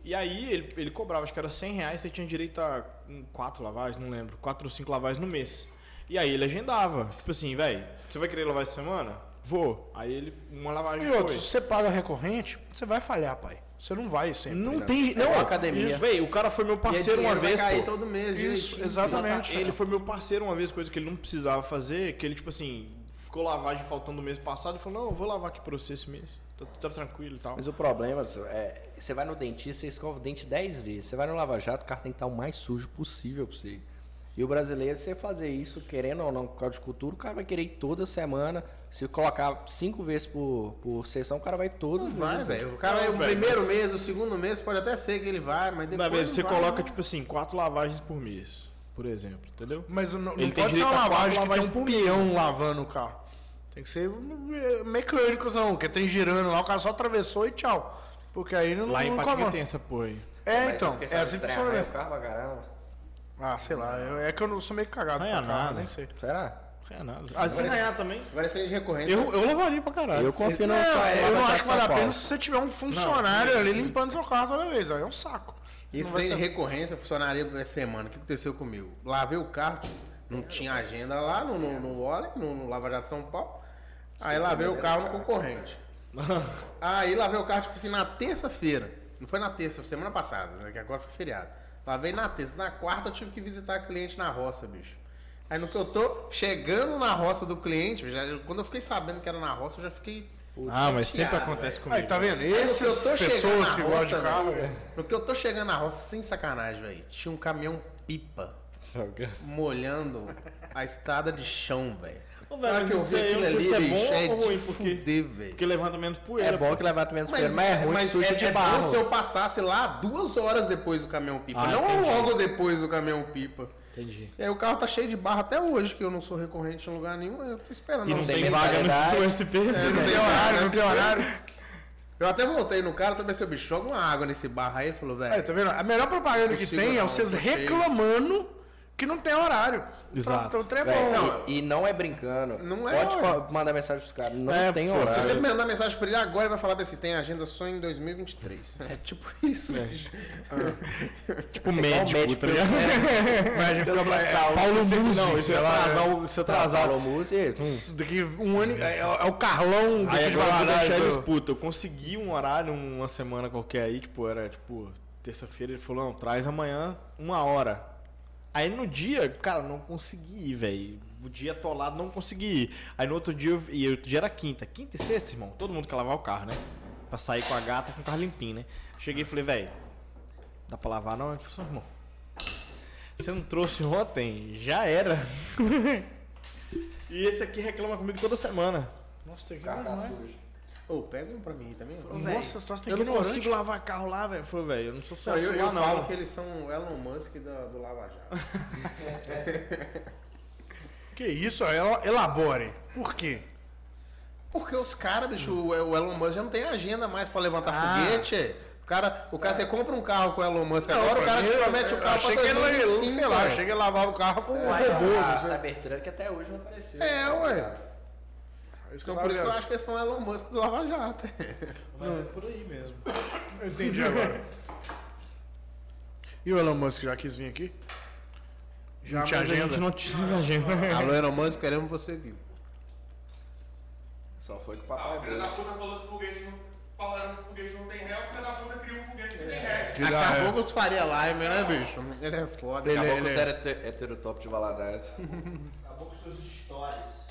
E aí ele, ele cobrava, acho que era 100 reais, você tinha direito a hum, quatro lavagens, não lembro, quatro ou cinco lavagens no mês. E aí ele agendava, tipo assim, velho, você vai querer lavar essa semana? Vou. Aí ele, uma lavagem E foi. outro, se você paga recorrente, você vai falhar, pai. Você não vai sempre. Não tem, É não, uma academia. Véi, o cara foi meu E aí parceiro uma dinheiro vai vez, cair pô. todo mês, Isso, direitinho. exatamente. Ele foi meu parceiro uma vez, coisa que ele não precisava fazer, que ele, tipo assim, ficou lavagem faltando o mês passado e falou: Não, eu vou lavar aqui pra você esse mês. Tá, tá tranquilo e tal. Mas o problema senhor, é, você vai no dentista, você escova o dente 10 vezes. Você vai no Lava Jato, o cara tem que estar o mais sujo possível pra você. E o brasileiro, se você fazer isso, querendo ou não, por causa de cultura, o cara vai querer ir toda semana. Se colocar cinco vezes por, por sessão, o cara vai todo. Vai, velho. O é cara, Não, o velho, primeiro mas- mês, o segundo mês, pode até ser que ele vai, mas Na depois. verdade, não você vai, coloca, não. tipo assim, quatro lavagens por mês, por exemplo, entendeu? Mas não, Ele não tem pode ser direito uma a quatro lavagem que tem lavagens um peão lavando o carro. Tem que ser eh, mecânicozão, que tem girando lá, o cara só atravessou e tchau. Porque aí não, Lá em não Patinga comanda. tem essa porra aí. É, então, é assim que funciona. mesmo. né? carro pra caramba. Ah, sei lá, eu- é que eu não sou meio cagado Não é pra carro, nada. nem sei. Será? É nada. Ah, se ganhar também, é Agora essa linha de recorrência. eu, eu lavaria pra caralho. Eu confio no Não, É, é eu não acho que vale a pena São se você tiver um funcionário ali limpando seu carro toda vez, ó, é um saco. Esse Não vai trem de ser- recorrência funcionaria da semana. O que aconteceu comigo? Lavei o carro, tipo, não tinha agenda lá no, no, no Wally, no, no Lava Jato São Paulo. Aí lavei o carro no concorrente. Aí lavei o carro, tipo assim, na terça-feira. Não foi na terça, foi semana passada, né? Que agora foi feriado. Lavei na terça. Na quarta eu tive que visitar a cliente na roça, bicho. Aí no que eu tô chegando na roça do cliente, já- quando eu fiquei sabendo que era na roça, eu já fiquei. Ah, mas sempre chateado, acontece velho. comigo. Aí, tá vendo? Aí, no que Essas eu tô chegando pessoas na que gostam de roça, né? carro, velho, velho. No que eu tô chegando na roça, sem sacanagem, velho. Tinha um caminhão pipa molhando a estrada de chão, velho. Ô, velho, mas isso aí, eu não sei se é bom ou ruim, porque- Porque levanta menos poeira. É bom que levanta menos poeira, mas é ruim mas sujo é, de é bom barro. se eu passasse lá duas horas depois do caminhão pipa. Ah, não entendi. logo depois do caminhão pipa. Entendi. E aí o carro tá cheio de barro até hoje, que eu não sou recorrente em lugar nenhum. Eu tô esperando. É, E não tem tem né? vaga no mensalidade. USP. Não tem horário, não tem horário. Eu até voltei no cara, também assim, bicho, joga uma água nesse barro aí. Ele falou, Aí, velho, tá vendo? A melhor propaganda que Consigo tem é não, vocês tá cheio. reclamando que não tem horário. Exato. Então, o trem é Véi, bom. e, e não é brincando. Não é, Pode ué. co- mandar mensagem pros caras. Não É, tem pô, horário. Se você mandar mensagem pra ele agora, ele vai falar assim, tem agenda só em 2023. É tipo isso, bicho. Tipo igual médico, médico, tá ligado? Mas a gente fica pra- é, Paulo Paulo Musi, Musi, não, sei se lá, atrasar, o- é se atrasar Tá, Falou música. Isso Daqui um ano. É, é o Carlão Aí daqui Tipo agora eu de vou Valadares. deixar eles do- putos. Eu consegui um horário, uma semana qualquer aí, tipo, era tipo, terça-feira, ele falou, não, traz amanhã uma hora. Aí no dia, cara, não consegui ir, velho. O dia atolado, não consegui ir. Aí no outro dia, eu- e outro dia era quinta. Quinta e sexta, irmão, todo mundo quer lavar o carro, né? Pra sair com a gata, com o carro limpinho, né? Cheguei e falei, velho, dá pra lavar não? Ele falou, assim, irmão, você não trouxe ontem? Já era. e esse aqui reclama comigo toda semana. Nossa, tem que Cara, tá ignorar. sujo. Ô, pega um pra mim também. Nossa, a situação tem eu que não ignorante. consigo lavar carro lá, velho. Falou, velho, eu não sou só Não, eu, eu lá, falo não. que eles são o Elon Musk da- do Lava Jato. Que isso, ó, ela- elabore. Por quê? Porque os caras, bicho, o é, o Elon Musk já não tem agenda mais pra levantar foguete. O cara, o cara, você compra um carro com o Elon Musk agora, o cara te promete o Eu carro pra Achei que ele, 2025, sei lá, velho. achei que ele lavava o carro com um É Mas robô. a né? é Cybertruck até hoje não apareceu. É, ué. Isso que eu Então por isso que eu falei, acho que eles são o Elon Musk do Lava Jato. Mas é por aí mesmo. ó, eu Entendi agora. E o Elon Musk já quis vir aqui? Já, não tinha Mas a agenda. gente não tinha agenda. Alô, Elon Musk, queremos você vivo. Só foi com o Ah, o papai. filho da puta falou que o foguete não. Falaram que o foguete não tem ré, o filho da puta criou um foguete que tem ré. Que da- Acabou com os Faria Lima, né, bicho? Ele é foda. Ele- Acabou ele- com o sério heter- heterotop de Valadares. Acabou com suas histórias.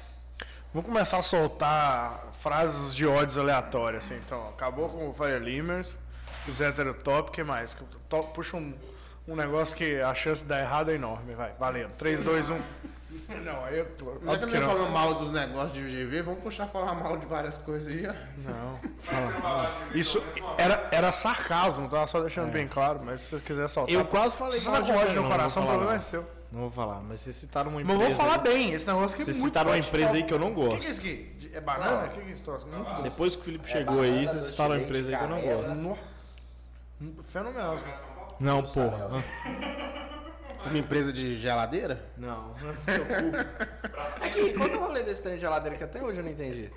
Vamos começar a soltar frases de ódios aleatórias, assim, então. Acabou com o Faria Limers, os heterotop, o que mais? Top- puxa um, um negócio que a chance de dar errado é enorme, vai. Valendo. um. 3, 2, 1. Não, aí eu. é Já que Óbvio que não não. falando mal dos negócios de GV, vamos puxar a falar mal de várias coisas aí. ó. Não. Vai ser uma lavagem de Isso vetor, né, era, era sarcasmo, tava só deixando bem claro, mas se você quiser soltar. Eu quase falei Se você tá mal de com ódio Venom, no não coração, o vou falar problema é não. seu. Não vou falar, mas vocês citaram uma Mas empresa. eu vou falar aí. bem, esse negócio que é Vocês muito. citaram uma forte. empresa aí que eu não O que, que é gosto. isso aqui? É banana? O que, que é isso? troço? Não. Depois que o Felipe chegou aí, vocês citaram uma doce de empresa aí que eu não É leite, gosto. Não. Fenomenal. Não, porra. Uma empresa de geladeira? Não, não é seu cu. Aqui, qual que é o rolê desse trem de geladeira que até hoje eu não entendi?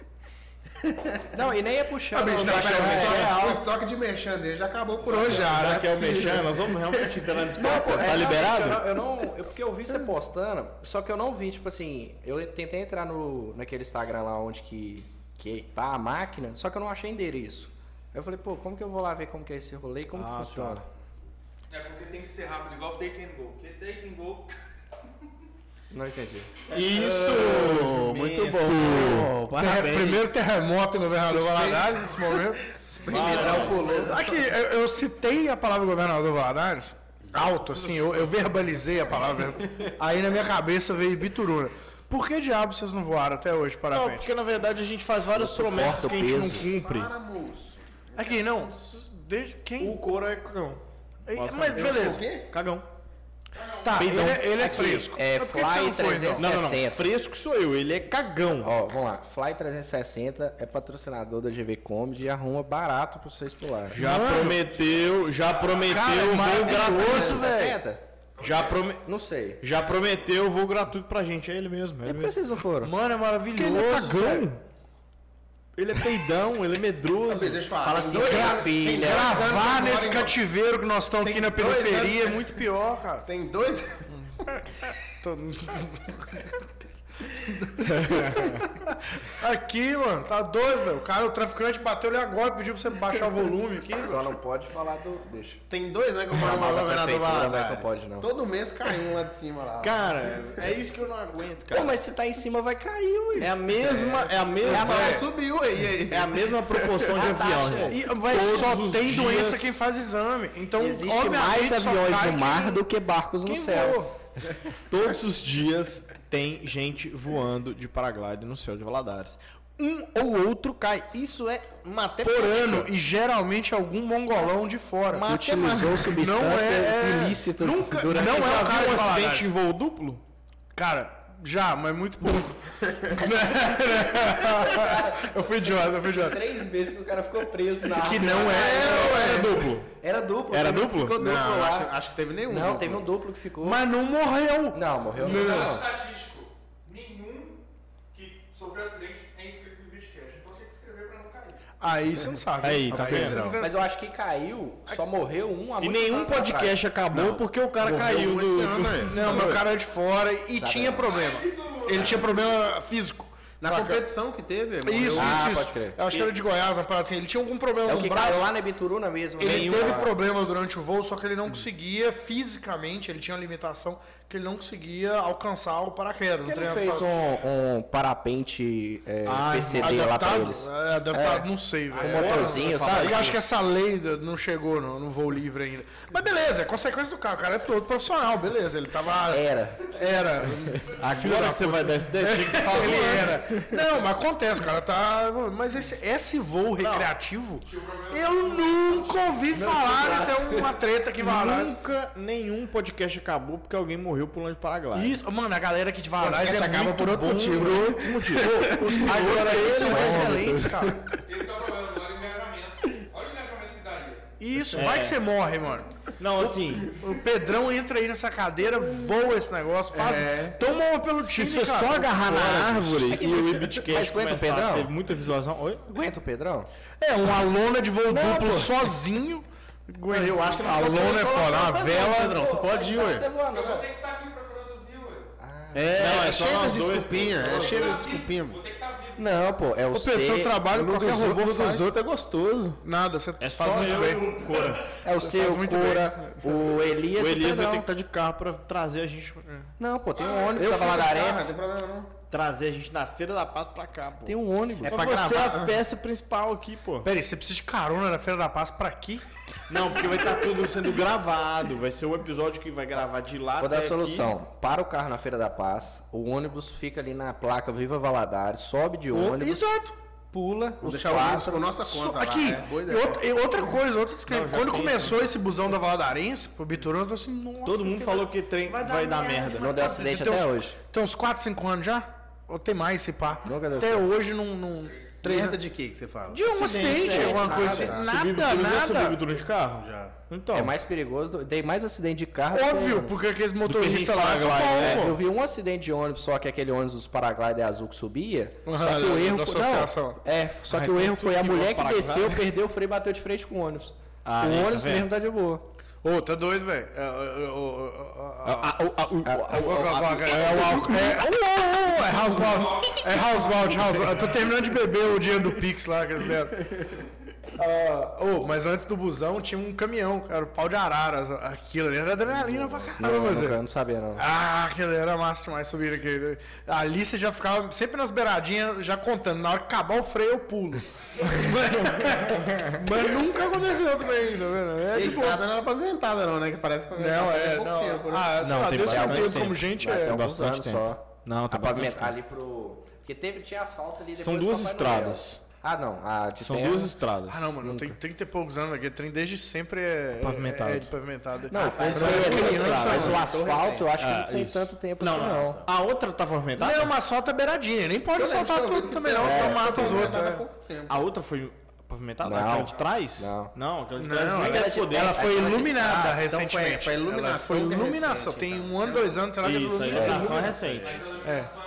Não, e nem é puxando. não, Ah, Não, não, pera, o, é estoque, real. o estoque de merchan dele já acabou por hoje já. Já né? que é o mexer, nós vamos realmente entrar nesse Não, papo. pô, é, Tá não, liberado? Eu não, eu não- eu- porque eu vi você postando, só que eu não vi, tipo assim, eu tentei entrar no, naquele Instagram lá onde que, que tá a máquina, só que eu não achei endereço. Aí eu falei, pô, como que eu vou lá ver como que é esse rolê e como Ah, que funciona? É porque tem que ser rápido, igual take and go. Porque take and go Não entendi. Isso! muito bom. Parabéns. Primeiro terremoto em governador Valadares nesse momento. Mineral pulando. Aqui, eu, eu citei a palavra governador Valadares alto, assim, eu, eu verbalizei a palavra. Aí na minha cabeça veio Bituruna. Por que diabo vocês não voaram até hoje, Não, parabéns? porque na verdade a gente faz várias promessas suporta o que a gente não peso. cumpre. Aqui, não. Desde quem? O couro é cagão. Ei, Mas beleza. Cagão. Tá, ele, Peidão. é- ele é fresco. é Mas por que que você Fly não foi, então? 360. Não, não, não. Fresco sou eu, ele é cagão. Ó, vamos lá. Fly 360 é patrocinador da GV Comedy e arruma barato pra vocês pularem. Já prometeu, já prometeu um Cara, voo gratuito. maravilhoso, velho. 360? Já, prome- Não sei. já prometeu voo gratuito pra gente, é ele mesmo. É É ele por que mesmo. vocês não foram? Mano, é maravilhoso. Ele é cagão. Ele é peidão, ele é medroso. Deixa eu falar. Fala assim, minha filha. Gravar nesse cativeiro que nós estamos aqui na dois periferia é anos- muito pior, cara. Tem dois. Aqui, mano, tá doido, velho. O cara, o traficante bateu ele agora, pediu pra você baixar o volume aqui. Só não pode falar do. Deixa. Tem dois, né? Que eu falo mal do governador Prefeitura, mas não Valadares. pode não. Todo mês cai um lá de cima lá. Cara, é isso que eu não aguento, cara. Pô, mas se tá em cima vai cair, ué. É a mesma, é a Ah, mesma, mas subiu aí, aí. é a mesma proporção Tá, de avião. irmão. E, vai, Todos só os tem dias- doença quem faz exame. Então, Existe mais obviamente, só aviões né? cai no quem- mar do que barcos no quem céu. voa. Todos os dias tem gente voando de paraglide no céu de Valadares. Um ou outro cai. Isso é matemática. Por ano, e geralmente algum mongolão de fora. Utilizou substâncias Não é- ilícitas nunca- durante não é o Já cara viu de um acidente Valadares. em voo duplo? Cara, já, mas muito pouco. eu fui idiota, eu fui idiota. três meses que o cara ficou preso na Que não é, Era duplo. Era duplo. Era né? duplo? Ficou duplo Não, eu lá. acho, acho que teve nenhum. Não, teve um duplo que ficou. mas não morreu. Não, morreu não. Não. é não. um estatístico, nenhum que sofreu acidente é inscrito no Bitcast. Então tem que escrever pra não cair. Aí você não sabe. Aí, tá você vendo? não sabe. Mas eu acho que caiu, só morreu um há E muitos nenhum anos atrás. podcast acabou porque o cara caiu um do. esse do- ano, né? Não, meu cara é de fora e tinha problema. Ele tinha problema físico. Na Saca? competição que teve, um. irmão. Isso, isso, Ah, isso. pode crer. Eu acho que era de Goiás, uma parada assim. Ele tinha algum problema É o no que braço. caiu lá na Ibituruna mesmo. né? Ele nenhum teve lá. problema durante o voo, só que ele não conseguia fisicamente, ele tinha uma limitação que ele não conseguia alcançar o paraquedas. Por que não ele tem as fez paradas. um, um parapente é, Ah, PCD lá pra adaptado? eles. É, adaptado, não sei, velho. um motorzinho, Agora você fala. sabe? Eu acho que essa lei da- não chegou no, no voo livre ainda. Mas beleza, é consequência do cara. O cara é piloto profissional, beleza. Ele tava. Era. Era. Agora que você vai dar esse desse, tinha que falar. Ele era. Não, mas acontece, o cara tá. Mas esse, esse voo recreativo, eu nunca ouvi falar até uma treta que Valadares. Nunca nenhum podcast acabou porque alguém morreu pulando de Uhum. paraglide. Isso, mano, a galera aqui de Valadares é muito bom, velho. outro motivo. Os Agora eles é são excelentes. excelentes, cara. Esse que é o problema, olha o engajamento. Olha o engajamento que daria. Isso, vai É. que você morre, mano. Não, assim, O Pedrão entra aí nessa cadeira, voa esse negócio, faz. É. Toma uma pelo se time, você cara. só agarrar na árvore É que e o você- mas Ibitcast aguenta o começar a Pedrão? ter muita visualização... Oi? Aguenta o Pedrão? É, uma lona de voo duplo pô. sozinho. Eu acho que A lona é foda, uma tá vela... Pedrão, você pode ir, ué. Eu vou ter que estar aqui pra produzir, ué. É, Não, é é só cheio nós de dois, desculpinha, é Vou cheio ter de que tá vivo, desculpinha. Vou ter que estar vivo. Não, pô, é o Pedro, seu C, trabalho, No qualquer dos, robô no faz. dos outros é gostoso. Nada, você É faz só muito eu bem. e o Cora. é o C, o muito Cura, o Elias O e Elias vai Pedrão. ter que estar de carro pra trazer a gente... Não, pô, tem um ônibus Eu pra fui pra cá, Valadares. Não tem problema, não. Trazer a gente na Feira da Paz pra cá, pô. Tem um ônibus. É pra você é a peça principal aqui, pô. Pera aí, você precisa de carona na Feira da Paz pra aqui? Não, porque vai estar tudo sendo gravado. Vai ser o episódio que vai gravar de lá Vou dar a até aqui. solução. Para o carro na Feira da Paz, o ônibus fica ali na placa Viva Valadares, sobe de ônibus, Exato. pula Vou os deixar o ônibus quatro. por nossa Só- conta. lá, aqui, né? é boa e ideia. outra, e outra coisa, outro disclaimer. já Quando tem, começou esse busão da Valadarense, pro Biturano, eu tô assim, nossa. Todo mundo falou que trem vai dar, merda. Não deu acidente Tem até uns- hoje. Tem uns 4, 5 anos já? Ou tem mais, se pá? Nunca deu Até certo. hoje não... não... Treta de que que você fala? De um acidente, é, alguma nada. coisa assim. Subiu Nada, tudo, Já subiu nada. tudo de carro? Já. Então. É mais perigoso, do- tem mais acidente de carro. do que Óbvio, ônibus. porque aqueles gente motoristas lá são paraglide, né? bons, Eu pô. vi um acidente de ônibus só que aquele ônibus dos paraglider azul que subia. Aham, só que o da- erro da foi. associação. Não, é, só que Ah, o então erro foi a tudo que mulher envolve que desceu, paraglider. perdeu o freio e bateu de frente com o ônibus. Ah, o aí, tá ônibus vendo? mesmo tá de boa. Ô, tá doido, velho. É, é, é, é, é, É é, o álcool. É, uou, uou, é Hauswald. É Hauswald, Hauswald. Eu tô terminando de beber o dinheiro do Pix lá que eles deram. Ah, ô, mas antes do busão tinha um caminhão, cara, o pau de araras. Aquilo ali era adrenalina pra Não, caramba, nunca, Zé. eu não sabia, não. Ah, aquilo era massa demais subir aquele. Ali você já ficava sempre nas beiradinhas, já contando. Na hora que acabar o freio, eu pulo. mas, mas nunca aconteceu também ainda, velho. É A de boa. estrada não era pavimentada, não, né? Que parece pavimentada. Não, é, tem pouco não. tempo, né? Ah, sei Não, lá, tem Deus que eu bastante entendo tempo. como gente Vai, é. tem Alguns bastante anos tempo. só. Não, tem A bastante pavimentar tempo. ali pro. Porque teve, tinha asfalto ali depois São do duas Papai Noel. estradas. Ah, não. A de São terra- duas estradas. Ah, não, mano, tem 30 e poucos anos aqui. Trem desde sempre é. Pavimentado. É, é de pavimentado. Não, Ah, mas, eu era criança, mas o mano. asfalto eu acho que Ah, não tem isso. tanto tempo Não, assim, não. A outra tá pavimentada? Não, mas solta a beiradinha. Nem pode soltar Tô vendo tudo que também, tem- não, é, senão tá mata os outros. pavimentada há é. pouco tempo. A outra foi pavimentada? Não. Aquela de trás? Não. Não, é tipo, aquela de Não, trás. nem ela- era de poder. Ela foi iluminada Ah, então recentemente. foi- foi iluminação Ela foi que é recente, iluminação. então. Tem um ano, dois anos, sei lá, que Isso, a iluminação. iluminação é recente. Mas a iluminação é. na mesma época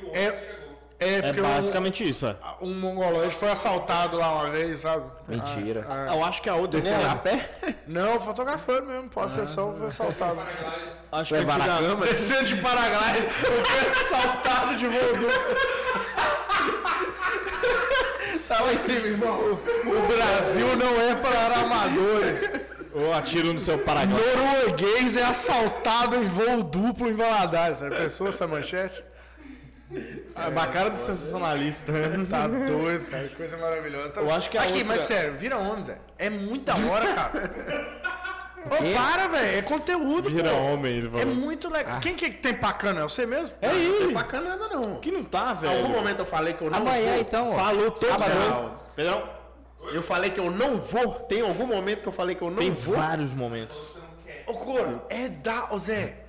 que o ônibus É, chegou. É, É porque basicamente isso, é. um, um mongoloide foi assaltado lá uma vez, sabe? Mentira. Eu acho que a outra nem era- Não, fotografando mesmo. Pode ser só foi assaltado. tá Acho É que antiga- Descendo de paraglide, eu fui assaltado de voo duplo. Tá lá em cima, irmão. O Brasil não é para amadores. Ou atiro no seu paraguai. Norueguês é assaltado em voo duplo em Valadares. Você pensou essa manchete? É a cara do sensacionalista. né? Tá doido, cara. Que coisa maravilhosa. Tá Eu acho que a Aqui, outra- mas sério, vira homem, Zé. É muita hora, cara. Ô, para, velho. É conteúdo, Vira pô. homem, ele É falou. muito legal. Quem que tem pacana? É você mesmo? Ah. É ele. Bacana nada, não. Que não tá, Em algum velho. momento eu falei que Ah, eu não Amanhã vou. então. ó. Falou todo Sábado. mundo. Pedrão, Eu falei que eu não vou. Tem algum momento que eu falei que eu não tem vou? vários momentos. Ô, Coro, é da. Ô, Zé.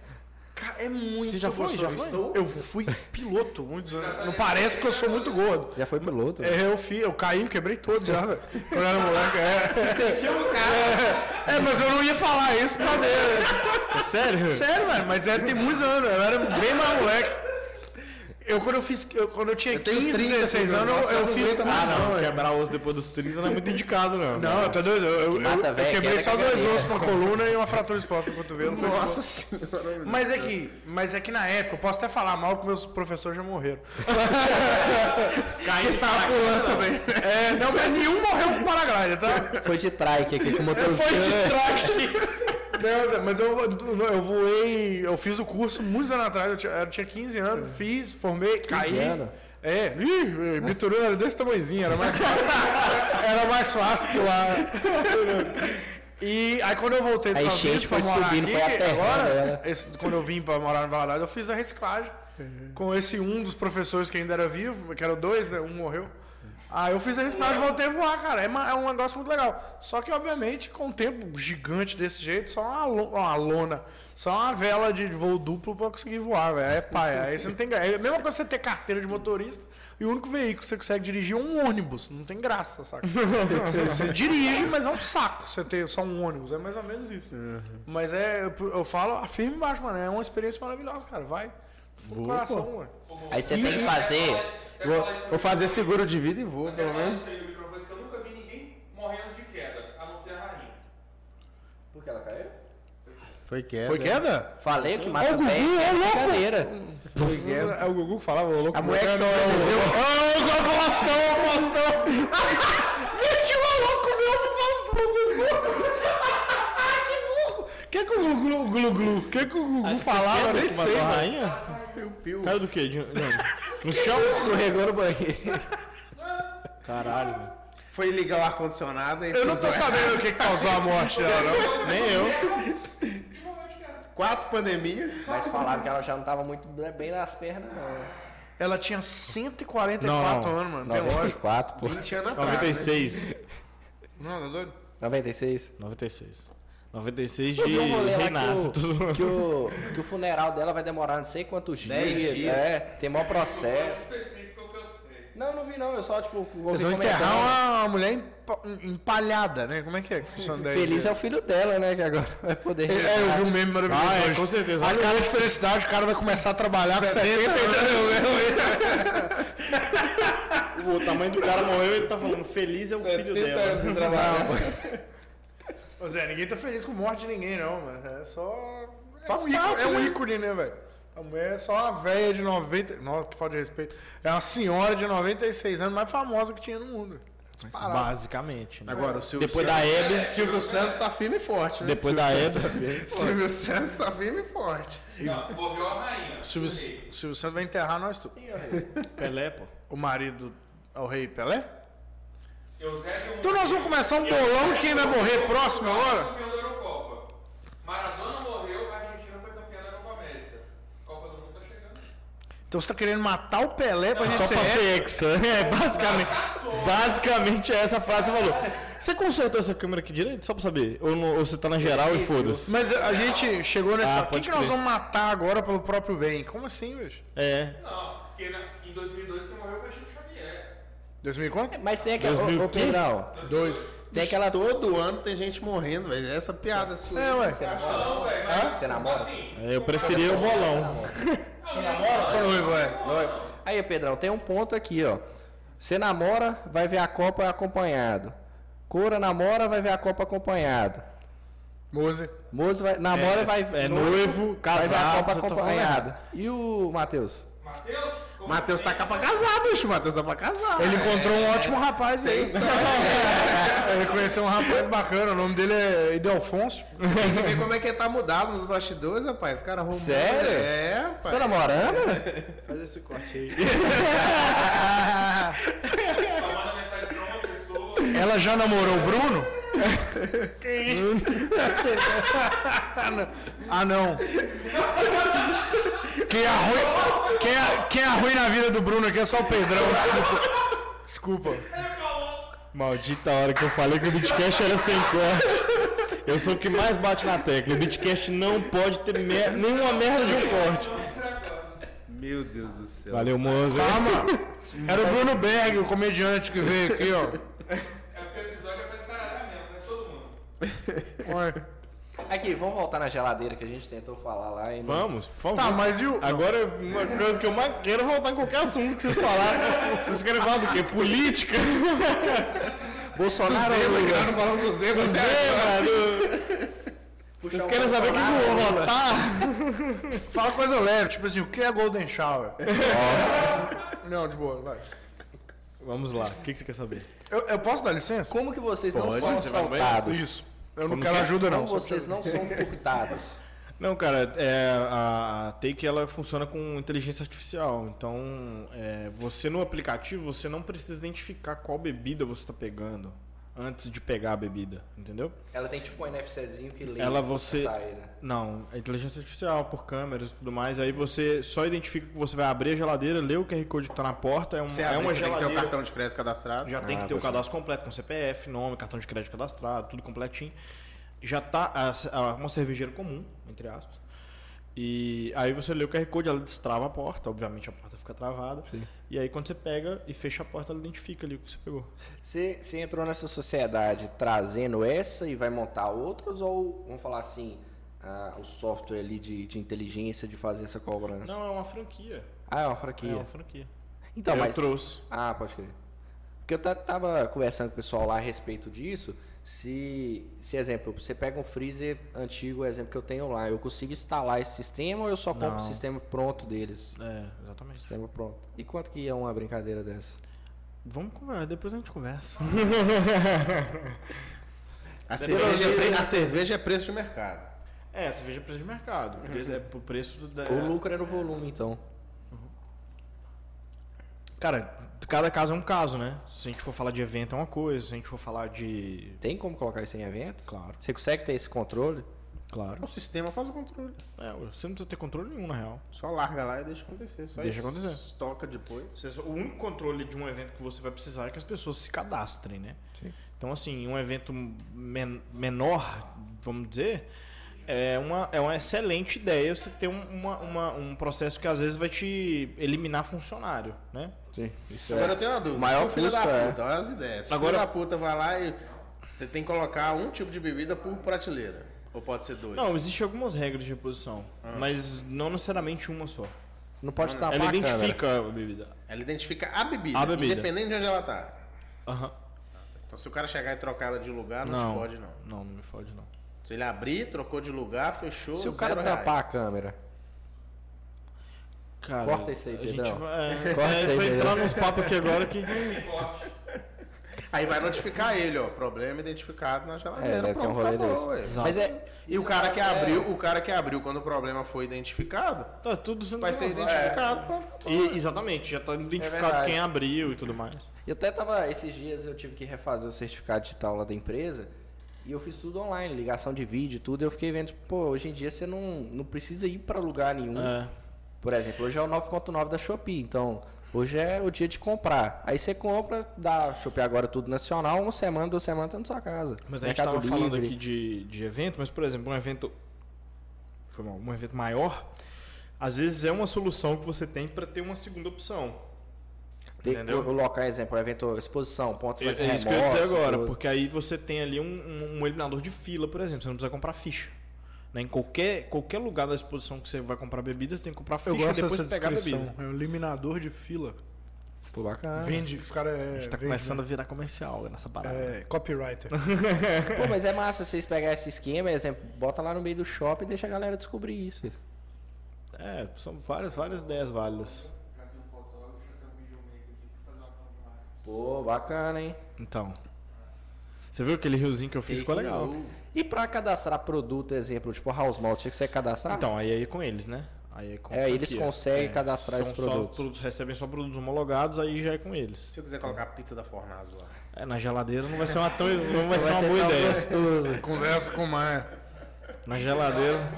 Cara, é muito Você já foi? gostoso. Já foi? Estou- Eu fui piloto muitos anos. Não parece porque eu sou muito gordo. Já foi piloto. É, eu fi, eu caí, me quebrei todo já, velho. Quando eu era moleque. É. um É, é, mas eu não ia falar isso pra dele. É Sério? Sério, velho, mas é, tem muitos anos, eu era bem mais moleque. Eu quando eu fiz. eu- quando eu tinha 15, 16 anos, eu, eu fiz. Ah, não. Quebrar osso depois dos 30 não é muito indicado, não. é. Não, tá doido. Eu, eu- Mata, eu velho, quebrei quebra é só dois cadeira. ossos, uma coluna e uma fratura exposta no cotovelo. Foi de boa. Nossa senhora. Mas é que, mas é que na época, eu posso até falar mal que meus professores já morreram. Caí estava pulando também. É, não, mas nenhum morreu com paraglide, tá? Foi de trike aqui com o motor. Foi de traque. É. Não, Zé, mas eu, eu voei, eu fiz o curso muitos anos atrás, eu tinha, eu tinha 15 anos, fiz, formei, caí. anos? É, ih, biturou era desse tamanhozinho, era mais fácil. era mais fácil pular. E aí quando eu voltei de A São enchente Vídeo pra foi morar subindo, aqui, foi né? aterrando agora, ela. esse- quando eu vim pra morar no Valadares, eu fiz a reciclagem com esse um dos professores que ainda era vivo, que eram dois, né? um morreu. Aí eu fiz a reciclagem e voltei a voar, cara. É, ma- é um negócio muito legal. Só que, obviamente, com um tempo gigante desse jeito, só uma, lo- uma lona, só uma vela de voo duplo pra conseguir voar, velho. Aí É pai. Aí você não tem graça. É a mesma coisa você ter carteira de motorista e o único veículo que você consegue dirigir é um ônibus. Não tem graça, saca? você, você dirige, mas é um saco você ter só um ônibus. É mais ou menos isso. Mas é, eu, eu falo, afirma embaixo, mano. É uma experiência maravilhosa, cara. Vai. Full coração, mano. Aí você tem que fazer. Vou, fazer seguro de vida e vou, É, pelo menos. tá Isso aí, o microfone, que eu nunca vi ninguém morrendo de queda, a não ser a rainha. Porque ela caiu? Foi queda. Foi queda? Falei que mata bem. É brincadeira. É o Gugu que falava, ô louco. A mulher que bacana, ô, sobreviveu. Ô, ô, ô, Faustão, Faustão. Metiu o um louco meu pro Faustão, Gugu. Ah, que burro. Que que o Gugu, Glu, Glu, que que o Ah, Gugu falava, eu nem sei, Matou a mano. rainha? Caiu do quê? De- de- No chão? Escorregou no banheiro. Caralho, velho. Foi ligar o ar-condicionado e Eu não fez tô sabendo o que que causou a morte dela, não. Nem eu. quatro pandemias. Mas falaram que ela já não tava muito bem nas pernas, não. Ela tinha 144 Não, não. anos, mano. um Tem lógico. 94, pô. 20 anos né? atrás. 96. Não, tá doido? 96. 96. 96 de Eu vi um rolê lá reinado. que, o, que, o, que o funeral dela vai demorar não sei quantos dias. Dez dias. É, tem maior processo. Específico é o que eu sei. Não, não vi não, eu só, tipo, ouvi Eles vão comentando. enterrar uma, uma mulher empa- empalhada, né? Como é que é que funciona daí? Feliz é o filho dela, né, que agora vai poder... É, eu vi um meme maravilhoso. Ah, é, hoje. com certeza. A cara de felicidade, o cara vai começar a trabalhar com 70 anos. O tamanho do cara morreu ele tá falando feliz é o filho dela. Ô Zé, ninguém tá feliz com morte de ninguém, não, mas é só. É Faz um ícone, parte, é um né? ícone, né, velho? A mulher é só uma velha de 90. Nossa, que falta de respeito. É uma senhora de 96 anos mais famosa que tinha no mundo. Basicamente. né? Agora, o Silvio Depois da Santos. Hebe. Silvio Santos tá firme e forte, né? Depois da Hebe. Silvio Santos tá firme e forte. Não, morreu a rainha. Silvio, Silvio Santos vai enterrar nós tudo. Pelé, pô. O marido ao rei Pelé? Eu zero e um- Então nós vamos começar um bolão de quem vai morrer próximo agora? Campeão da Eurocopa. Maradona morreu, a Argentina foi campeã da Copa América. Copa do Mundo tá chegando. Então você tá querendo matar o Pelé pra gente Só pra ser ser hexa. É, basicamente. Basicamente é essa frase que você falou. Você consertou essa câmera aqui direito? Só pra saber. Ou, não- ou você tá na geral e foda-se. Mas a gente chegou nessa. Ah, Quem pode que nós crer. vamos matar agora pelo próprio bem? Como assim, bicho? É. Não, porque na- em 2002 quem morreu foi Chico Xavier. 2000 e quanto? Mas tem aquela. Ô, 2000 ô, quê? Pedrão, Dois. tem aquela. Todo ano tem gente morrendo, velho. Essa piada sua. É, ué. Você namora? Não, velho, mas. Você namora? Assim, É, Eu preferia o bolão. você namora? Ô, Ivo, é. Aí, Pedrão, tem um ponto aqui, ó. Você namora, vai ver a Copa acompanhado. Cora namora, vai ver a Copa acompanhado. Mose. Moço vai, namora, É, vai. é noivo, vai ver a casado, Copa você tá acompanhado. E o Matheus? Matheus? Como Matheus tá cá pra casar, bicho. Matheus tá pra casar. é Ele encontrou um ótimo rapaz aí. né? É. Ele conheceu um rapaz bacana, o nome dele é Idelfonso. Tem que ver como é que ele tá mudado nos bastidores, rapaz. Esse cara arrumou. Sério? É, rapaz. Você namorando? Faz esse corte aí. Só manda mensagem pra uma pessoa. Ela já namorou o Bruno? ah, não. Quem é, ruim, quem, é, quem é ruim na vida do Bruno aqui é só o Pedrão, desculpa. Desculpa. Maldita hora que eu falei que o Bitcast era sem corte. Eu sou o que mais bate na tecla. O Bitcast não pode ter mer- nenhuma merda de um corte. Meu Deus do céu. Valeu, moço. Ah, Calma. Era o Bruno Berg, o comediante que veio aqui, ó. É porque o episódio é pra escaralhar mesmo, né? Todo mundo. Olha. Aqui, vamos voltar na geladeira que a gente tentou falar lá e não- Vamos, por favor. Tá, mas e o... Agora, uma coisa que eu mais quero é voltar em qualquer assunto que vocês falaram. Vocês querem falar do quê? Política? Bolsonaro. Cara, não falamos do Zé, mas É, mano. né? Vocês querem saber quem que eu vou votar? Fala coisa leve, tipo assim, o que é Golden Shower? Não, de boa, vai. Vamos lá, o que, que você quer saber? Eu, eu posso dar licença? Como que vocês não Pode, são você vai no banheiro? assaltados? Isso. Eu não Como quero que é? ajuda, não. Como vocês não são furtados? Não, cara, é, a a Take ela funciona com inteligência artificial. Então, é, você no aplicativo, você não precisa identificar qual bebida você está pegando antes de pegar a bebida, entendeu? Ela tem tipo um NFCzinho que lê Ela você- a saída. Não, é inteligência artificial, por câmeras e tudo mais. Aí você só identifica que você vai abrir a geladeira, lê o QR Code que está na porta, é, um, Você é abre, uma você tem que ter o geladeira. cartão de crédito cadastrado. Já Ah, tem que ter o cadastro completo, com CPF, nome, cartão de crédito cadastrado, tudo completinho. Já tá a- a- uma cervejeira comum, entre aspas. E aí você lê o QR Code, ela destrava a porta, obviamente a porta fica travada. E aí quando você pega e fecha a porta, ela identifica ali o que você pegou. Você, você entrou nessa sociedade trazendo essa e vai montar outras? Ou vamos falar assim, ah, o software ali de, de inteligência de fazer essa cobrança? Não, é uma franquia. Ah, é uma É franquia. uma franquia. Então, eu mas. trouxe. Ah, pode crer. Porque eu ta- tava conversando com o pessoal lá a respeito disso. Se, se exemplo, você pega um freezer antigo, o exemplo que eu tenho lá, eu consigo instalar esse sistema ou eu só compro Não. o sistema pronto deles? É, exatamente. Sistema pronto. E quanto que é uma brincadeira dessa? Vamos conversar, depois a gente conversa. A cerveja, é pre- a cerveja é preço de mercado. É, você veja preço de mercado. O preço é pro preço da. O lucro era o volume, então. Cara, cada caso é um caso, né? Se a gente for falar de evento é uma coisa, se a gente for falar de Tem como colocar isso em evento? Claro. Você consegue ter esse controle? Claro. O É um sistema faz o controle. É, você não precisa ter controle nenhum, na real. Só larga lá e deixa acontecer. Só Deixa acontecer. Estoca depois. Você só- o único controle de um evento que você vai precisar é que as pessoas se cadastrem, né? Então, assim, um evento men- menor, vamos dizer, é uma, é uma excelente ideia você ter um, uma- uma- um processo que às vezes vai te eliminar funcionário, né? Sim. Isso é Agora eu tenho uma dúvida. O maior Se o filho custo da é- puta, olha as ideias. Se o Agora- filho da puta vai lá e você tem que colocar um tipo de bebida por prateleira. Ou pode ser dois. Não, existem algumas regras de reposição, mas não necessariamente uma só. Não pode tapar Ela a câmera. identifica a bebida. Ela identifica a bebida, A bebida. independente de onde ela tá. Aham. Então se o cara chegar e trocar ela de lugar, Ah, não, Não, te pode não. não, não me fode, não. Se ele abrir, trocou de lugar, fechou, Se o cara tá zero reais. tapar a câmera. Cara, Corta isso aí, a gente Pedrão. vai, é, Corta a gente isso aí, vai Pedrão. entrar nos papos aqui agora que. Sem corte. Aí vai notificar ele, ó. Problema identificado na Ah, É, geladeira. deve ter um pronto, rolê acabou, desse. ué. Exato. Mas é- E o cara que abriu, o cara que abriu quando o problema foi identificado, Tá tudo sendo vai ser gravado. É. identificado, pronto. E- exatamente, já tá identificado verdade. quem abriu e tudo mais. Eu até tava. Esses dias eu tive que refazer o certificado digital lá da empresa. E eu fiz tudo online, ligação de vídeo, tudo. E eu fiquei vendo, tipo, pô, hoje em dia você não, não precisa ir pra lugar nenhum. É. Por exemplo, hoje é o 9.9 da Shopee, então hoje é o dia de comprar. Aí você compra, dá Shopee agora tudo nacional, uma semana, duas semanas tá na sua casa. Mas a gente Mercado tava falando Livre. aqui de, de evento, mas por exemplo, um evento. Foi mal, um evento maior, às vezes é uma solução que você tem para ter uma segunda opção. Tem que entendeu? colocar, exemplo, evento, exposição, pontos É, mais é isso que eu ia dizer remotos, agora, tudo. porque aí você tem ali um, um- um eliminador de fila, por exemplo. Você não precisa comprar ficha. né? Em qualquer, qualquer lugar da exposição que você vai comprar bebida, você tem que comprar ficha Eu e gosto depois dessa pegar a descrição. bebida. É um eliminador de fila. Pô, bacana. Vende, os caras é. A gente tá vende, começando a virar comercial nessa parada. né? É, copywriter. Pô, mas é massa vocês pegar esse esquema, exemplo, bota lá no meio do shopping e deixa a galera descobrir isso. É, são várias, várias ideias válidas. Pô, bacana, hein? Então. Você viu aquele riozinho que eu fiz? é Ficou legal. E pra cadastrar produto, exemplo, tipo house malt, tinha que ser cadastrado? Então, aí é com eles, né? Aí é, com a É, eles franquia. conseguem cadastrar são esse só produto. produtos- recebem só produtos homologados, aí já é com eles. Se eu quiser colocar a pizza da Fornaz lá. É, na geladeira não vai ser uma, tão, não vai ser uma ser boa tão ideia. gostoso. Converso com o Maia. Na geladeira.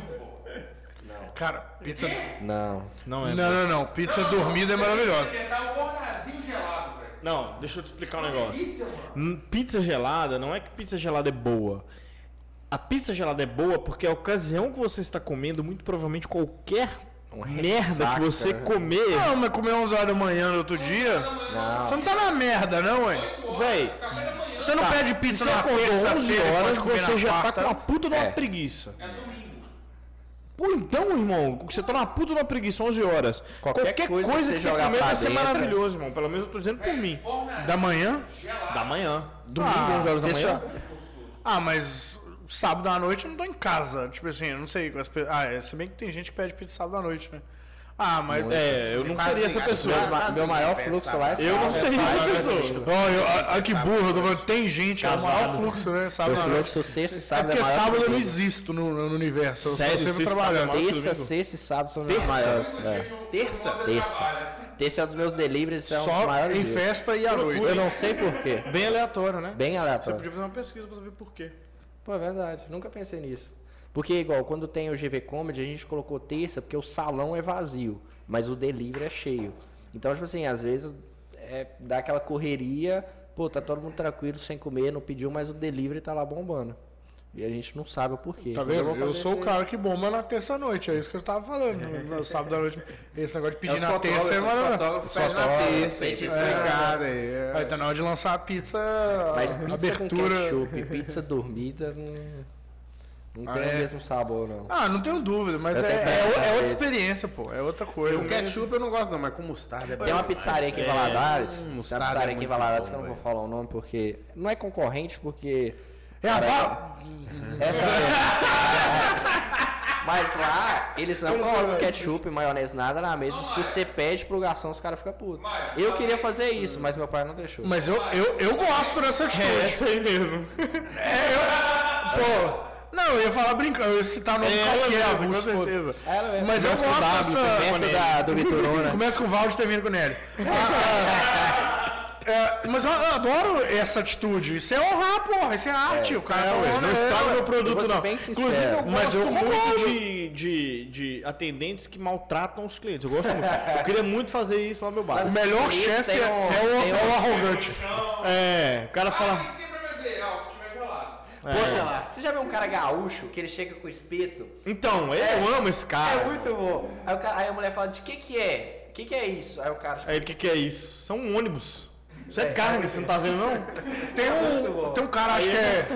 Cara, pizza. Não. Não é. Não, não, não. Pizza dormida é maravilhosa. Experimentar o Hornazinho gelado, velho. Não, deixa eu te explicar um negócio. Delícia, mano. Hum, Pizza gelada não é que pizza gelada é boa. A pizza gelada é boa porque a ocasião que você está comendo, muito provavelmente qualquer Uma merda que ressaca, você né? comer. Não, mas comer 11 horas da manhã no outro dia. Você não tá na merda, não, ué. Véi, Você não pede pizza Tá. você na acordou 11 terça-feira e horas, pode comer você na já tá quarta. É. com uma puta de uma preguiça. Pô, então, irmão, você tá numa puta de uma preguiça 11 horas. Qualquer, coisa, que você jogar comer pra vai ser dentro. maravilhoso, irmão. Pelo menos eu tô dizendo por mim. Da manhã? Da manhã. Domingo, Ah, 11 horas da você manhã. Ah, mas sábado à noite eu não tô em casa. Tipo assim, eu não sei. com as pe- Ah, é, se bem que tem gente que pede pizza sábado à noite, né? Ah, mas. É, eu não tá seria essa pessoa. Meu, maior fluxo lá é Eu não seria essa pessoa. Olha, olha que burro, tá eu tô falando, tem gente, é o maior fluxo, né? Sábado à Eu noite. fluxo sexta e É sábado porque maior sábado eu não fluxo. existo no, no universo. Eu Sério? tô sempre Sexta, trabalhando. sábado, Terça, sexta e sábado são os meus maiores. É. Terça? Terça. Terça é um dos meus deliveries, são os Só maiores. em dias. festa e à noite. Eu não sei porquê. Bem aleatório, né? Bem Você aleatório. podia fazer uma pesquisa pra saber por quê. Pô, é verdade. Nunca pensei nisso. Porque, igual, quando tem o GV Comedy, a gente colocou terça porque o salão é vazio, mas o delivery é cheio. Então, tipo assim, às vezes é, dá aquela correria, pô, tá todo mundo tranquilo, sem comer, não pediu, mas o delivery tá lá bombando. E a gente não sabe o porquê. Tá Mas vendo? vou Eu fazer sou esse- o cara que bomba na terça-noite, é isso que eu tava falando. No sábado à noite, esse negócio de pedir na terça é maravilhoso. fotógrafos pede na terça, aí é. tinha explicado aí. é. Aí tá na hora de lançar a pizza, Mas pizza abertura. com ketchup, pizza dormida, não, não tem Ah, é? o mesmo sabor, não. Ah, não tenho dúvida, mas Eu é, tenho é preferência. o- é outra experiência, pô. É outra coisa. Com um ketchup eu não gosto não, mas com mostarda é bom. Tem uma pizzaria aqui em Valadares, tem uma mostarda pizzaria é aqui em muito Valadares bom, que eu não vou velho. falar o nome porque não é concorrente, porque É a Val- Essa mesmo. Mas lá, eles não colocam ketchup, maionese, nada na mesa. Se você pede pro garçom, os caras ficam putos. Eu queria fazer isso, mas meu pai não deixou. É. Mas eu, eu, eu gosto dessa atitude. É essa aí mesmo. eu, pô, não, eu ia falar brincando, eu ia citar nome É, qualquer avulso, foda-se. Ela mesmo. Mas eu gosto Começa com W, dessa- perto da, do Vitorona. Começa com o Valde e termina com o Nery. Ah, ah, é, mas eu adoro essa atitude. Isso é honrar, porra. Isso é arte. o cara tá honrando não ela. estraga meu Eu vou produto, ser não. bem Inclusive, sincero. eu Mas gosto eu muito concordo. de, de, de atendentes que maltratam os clientes. Eu gosto muito. Eu queria muito fazer isso lá no meu bar. O Mas- melhor Esse chefe tem é, um- é o, tem é o um- arrogante. É, o cara fala. Ah, o que tem pra beber? Ah, o que tiver gelado. Olha lá. Você já viu um cara gaúcho que ele chega com espeto? Então, eu amo esse cara. É muito bom. Aí, o cara- aí a mulher fala, de que que é? O que que é isso? Aí o cara... Aí, o que, que é isso? São um ônibus. Isso é, carne, você não tá vendo, não? Tem um, tem um cara, acho que é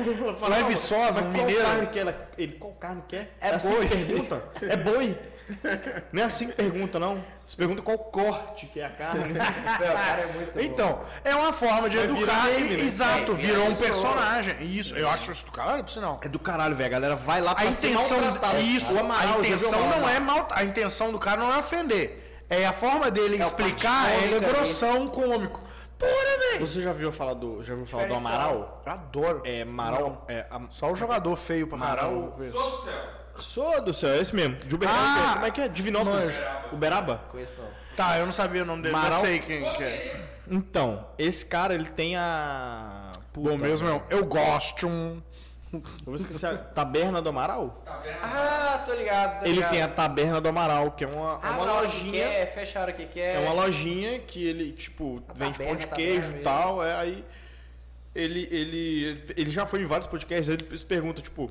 Léo Viçosa, um Mas qual carne mineiro. que ela- ele, qual carne que é? É assim boi. que pergunta? É boi. Não é assim que pergunta, não. Você pergunta qual corte que é a carne. Meu, o cara é muito bom. Então, é uma forma de virou educar. meme, né? Exato, É, vira virou um pessoa. personagem. Isso, eu acho isso do caralho, por sinal. É do caralho, velho. A galera vai lá A pra ser intenção, maltratada. isso, O a Amaral, já viu o intenção Amaral? não é mal, a intenção do cara não é ofender. É a forma dele a explicar, parte ele é cômica grossão cômico. porra, velho! Você já viu falar do, já viu falar do Diferencial. Amaral? Adoro. É, Amaral. É, Am- Só o jogador feio pra Amaral- caralho. Sou do céu. Sou do céu, é esse mesmo. De Uberaba. Ah! como é que é? Divinópolis. Manjo. Uberaba? Conheço não. Tá, eu não sabia o nome dele, Amaral? mas sei quem que é. Então, esse cara, ele tem a. Bom mesmo é o Eu Gosto. Um... Eu vou esquecer a Taberna do Amaral? Ah, tô ligado. Tô Ele ligado. tem a Taberna do Amaral, que é uma, é Ah, uma não, o que lojinha. que É, fecharam o que que é. É uma lojinha que ele, tipo, A vende taberna, pão de a taberna queijo e mesmo. tal. É, aí ele, ele, ele já foi em vários podcasts, ele se pergunta, tipo,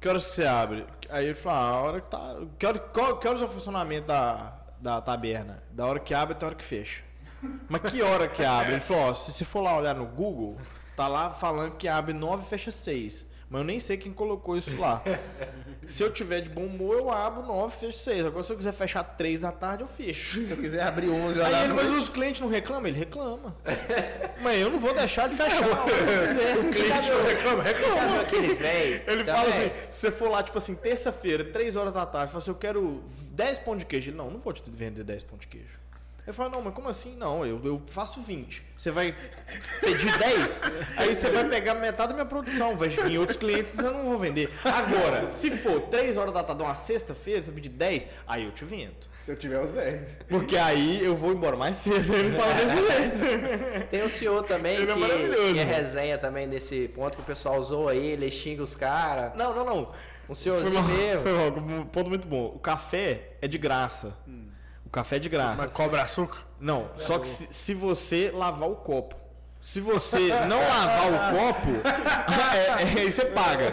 que horas que você abre? Aí ele fala, ah, a hora que tá. Que, hora, qual, que horas é o funcionamento da, da taberna? Da hora que abre até a hora que fecha. Mas que hora que abre? Ele falou, ó, se você for lá olhar no Google, tá lá falando que abre 9 e fecha 6. Mas eu nem sei quem colocou isso lá. Se eu tiver de bom humor, eu abro 9, fecho 6. Agora, se eu quiser fechar 3 da tarde, eu fecho. Se eu quiser abrir 11 horas Aí da ele, é noite, mas os clientes não reclamam? Ele reclama. mas eu não vou deixar de fechar. o cliente não reclama, Já viu aquele velho? Ele Também. fala assim, se você for lá, tipo assim, terça-feira, 3 horas da tarde, fala assim, eu quero 10 pão de queijo. Ele, não, não vou te vender 10 pão de queijo. Ele fala, não, mas como assim? Não, eu, eu faço 20. Você vai pedir 10? Aí você vai pegar metade da minha produção, vai vir outros clientes eu não vou vender. Agora, se for 3 horas da tarde, uma sexta-feira, você pedir 10, aí eu te vendo. se eu tiver os 10. Porque aí eu vou embora mais cedo. Ele fala desse jeito. Tem o CEO também, Ele é que, maravilhoso. que é resenha também nesse ponto que o pessoal zoa ele, ele xinga os caras. Não, não, não. Um Foi senhorzinho mal, mesmo. foi mal. Um ponto muito bom. O café é de graça. O café é de graça. Mas cobra açúcar? Não, só que se, se você lavar o copo. Se você não lavar o copo, é, é, aí você paga.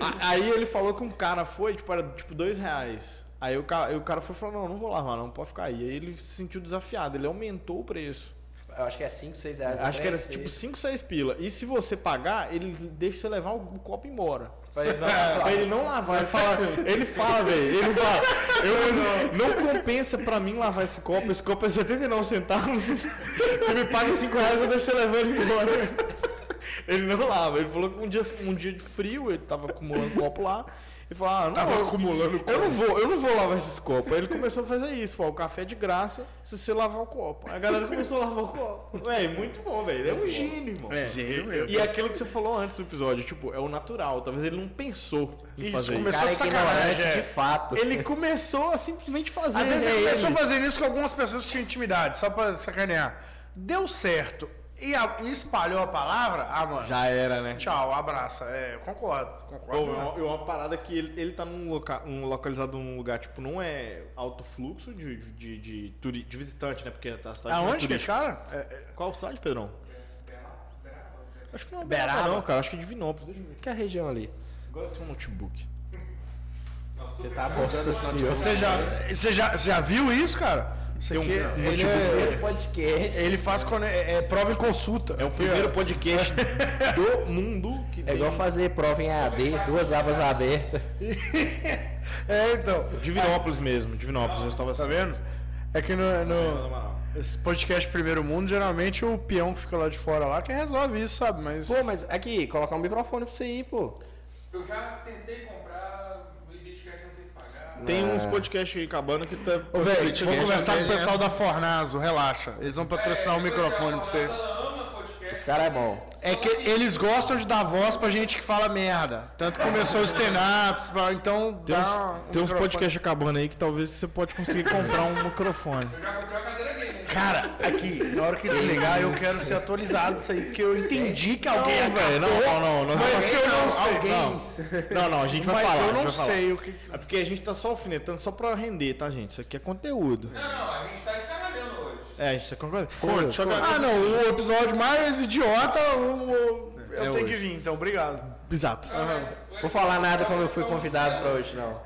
A- Aí ele falou que um cara foi, tipo, era tipo dois reais. Aí o, ca- aí o cara foi e falou, não, não vou lavar, não, pode ficar aí. Aí ele se sentiu desafiado, ele aumentou o preço. Eu acho que é 5, 6 reais. Acho que era Esse- tipo 5, 6 pila. E se você pagar, ele deixa você levar o copo embora. Pra ele não Pra É. ele não lavar, ele fala, ele fala, velho, ele fala, eu não, não compensa pra mim lavar esse copo, esse copo é 79 centavos, você me paga 5 reais, eu deixo você levando embora. Ele não lava, ele falou que um dia, um dia de frio, ele tava acumulando copo lá, ele falou, ah, não, Tava eu- acumulando eu não vou, eu não vou lavar esses copos. Aí ele começou a fazer isso, falou, o café é de graça se você lavar o copo. Aí a galera começou a lavar o copo. Véi, muito bom, velho. Ele é um gênio, irmão. Gênio mesmo. E é aquilo que você falou antes do episódio, tipo, é o natural. Talvez ele não pensou em Isso, fazer começou cara de é que sacanagem, ignorante é. de fato. isso. Ele começou a simplesmente fazer. Às vezes né? ele começou Ele- fazendo isso com algumas pessoas que tinham intimidade, só pra sacanear. Deu certo e, a- e espalhou a palavra, ah, mano, Já era, né? tchau, abraça. É, concordo, Pô, é concordo. uma, é uma parada que ele, ele tá num loca, um localizado num lugar, tipo, não é alto fluxo de, de, de, turi- de visitante, né? Porque a cidade não é Aonde que esse turística. cara? É, é, Qual cidade, Pedrão? Acho que não é Beraba, não, cara. Acho que é Divinópolis. Deixa eu ver. Que é a região ali? Agora eu tenho um notebook. Tá Nossa senhora. Você já, você já, você já viu isso, cara? Isso um aqui, ele, é- Outro podcast. ele faz quando é, é prova em consulta. É o primeiro podcast do mundo que É igual fazer prova em AD, duas abas abertas. É, então. Divinópolis mesmo, Divinópolis. Eu estava assim. Tá Tá vendo? É que no, no esse podcast Primeiro Mundo, geralmente o peão que fica lá de fora lá que resolve isso, sabe? Mas Pô, mas aqui, colocar um microfone pra você ir, pô. Eu já tentei comprar, o Bitcash não quis pagar. Tem uns podcasts aí acabando que tá. É. Ô, velho, vou Podcast conversar com o também, pessoal da Fornazo, relaxa. Eles vão patrocinar o microfone pra você. Ela ama podcast. Os caras é bom. É que eles gostam de dar voz pra gente que fala merda. Tanto que começou os stand-ups, então Tem uns, dá um tem uns microfone. podcasts acabando aí que talvez você pode conseguir comprar um microfone. Eu já comprei uma cadeira game. Cara, aqui, na hora que desligar, eu quero ser atualizado isso aí, porque eu entendi que alguém Não, velho, não, não, não, nós Mas eu não sei. Alguém. Não, não, a gente vai Mas falar. eu a não gente vai falar. sei o que... É porque a gente tá só alfinetando só pra render, tá, gente? Isso aqui é conteúdo. Não, não, a gente tá escaralhando hoje. É, a gente tá com Conte. Ah, não, o episódio mais idiota, o- o- eu É tenho que hoje. vir, então, obrigado. Exato. Vou falar né? nada como eu fui convidado pra hoje, não.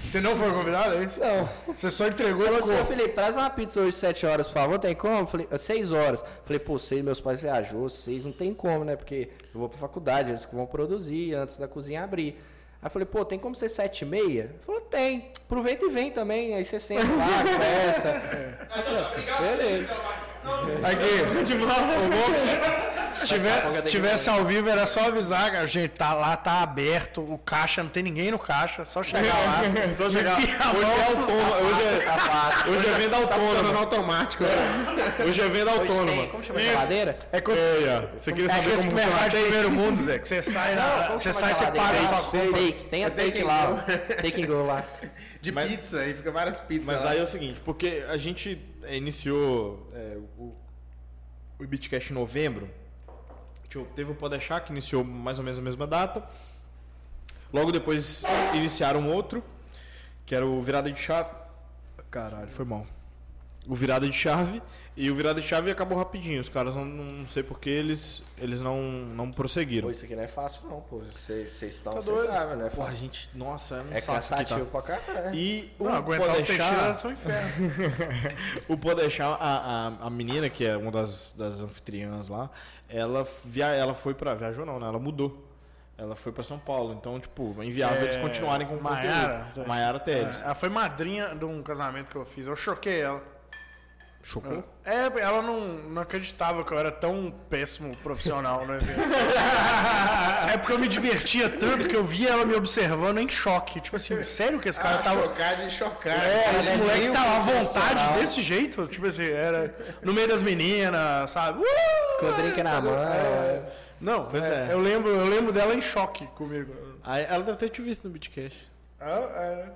Você não foi convidado, é isso? Não. Você só entregou e Falou assim, ô ficou. Felipe, traz uma pizza hoje 7 horas, por favor, tem como? Falei, 6 horas. Falei, pô, seis, meus pais viajou, seis não tem como, né? Porque eu vou pra faculdade, eles que vão produzir antes da cozinha abrir. Aí falei, pô, tem como ser sete e meia? Ele falou, tem. Aproveita e vem também. Aí você senta lá, conversa. Mas, ó, Obrigado Beleza. pela participação. Aqui, o bom que você- Se, tiver, se tivesse ao vivo, era só avisar, cara, gente, tá lá, tá aberto, o caixa, não tem ninguém no caixa, só chegar lá. Só chegar. Hoje é autônoma. Hoje Tá é, hoje é venda Funcionando autônoma. automático. né? Hoje é venda autônoma. Tem, como chama geladeira? É quando... é, Você queria saber Esse como funciona? mercado de primeiro mundo, Zé, que você sai, Não, na- como você sai, chama você geladeira? paga só Take, Take, tem a É take, Take and lá. go. ó. Take and go lá. De pizza, aí fica várias pizzas. Mas lá. aí é o seguinte, porque a gente é, iniciou é, o, o Bitcast em novembro. Tinha o- Teve o Podeixar, que iniciou mais ou menos a mesma data. Logo depois iniciaram um outro, que era o Virada de Chave. Caralho, foi mal. O Virada de Chave. E o Virada de Chave acabou rapidinho. Os caras, não, não sei porque, eles, eles não, não prosseguiram. Pô, isso aqui não é fácil não, pô. Vocês vocês estão, Tá vocês doido. sabem, não é Pô, a fácil. gente, nossa, é um saco É aqui, tá? cansativo pra caralho. E o Não, um, aguentar o Teixeira Podeixar... era só um inferno. O Podeixar, a, a, a menina, que é uma das, das anfitriãs lá, ela, via, ela foi pra. Viajou não, né? Ela mudou. Ela foi pra São Paulo. Então, tipo, é inviável É, eles continuarem com o Maiara? conteúdo. Maiara Teles. É, Ela foi madrinha de um casamento que eu fiz, eu choquei ela. Chocou? É, ela não, não acreditava que eu era tão péssimo profissional, né? é porque eu me divertia tanto que eu via ela me observando em choque. Tipo assim, sério que esse cara Ah, tava. chocar de chocar. É, esse Ele moleque meio tava à vontade profissional. desse jeito. Tipo assim, era no meio das meninas, sabe? Uh! Com o drink na mão. é. Não, Pois é. é, Eu, lembro, eu lembro dela em choque comigo. Aí, ela deve ter te visto no Bitcast. Ah,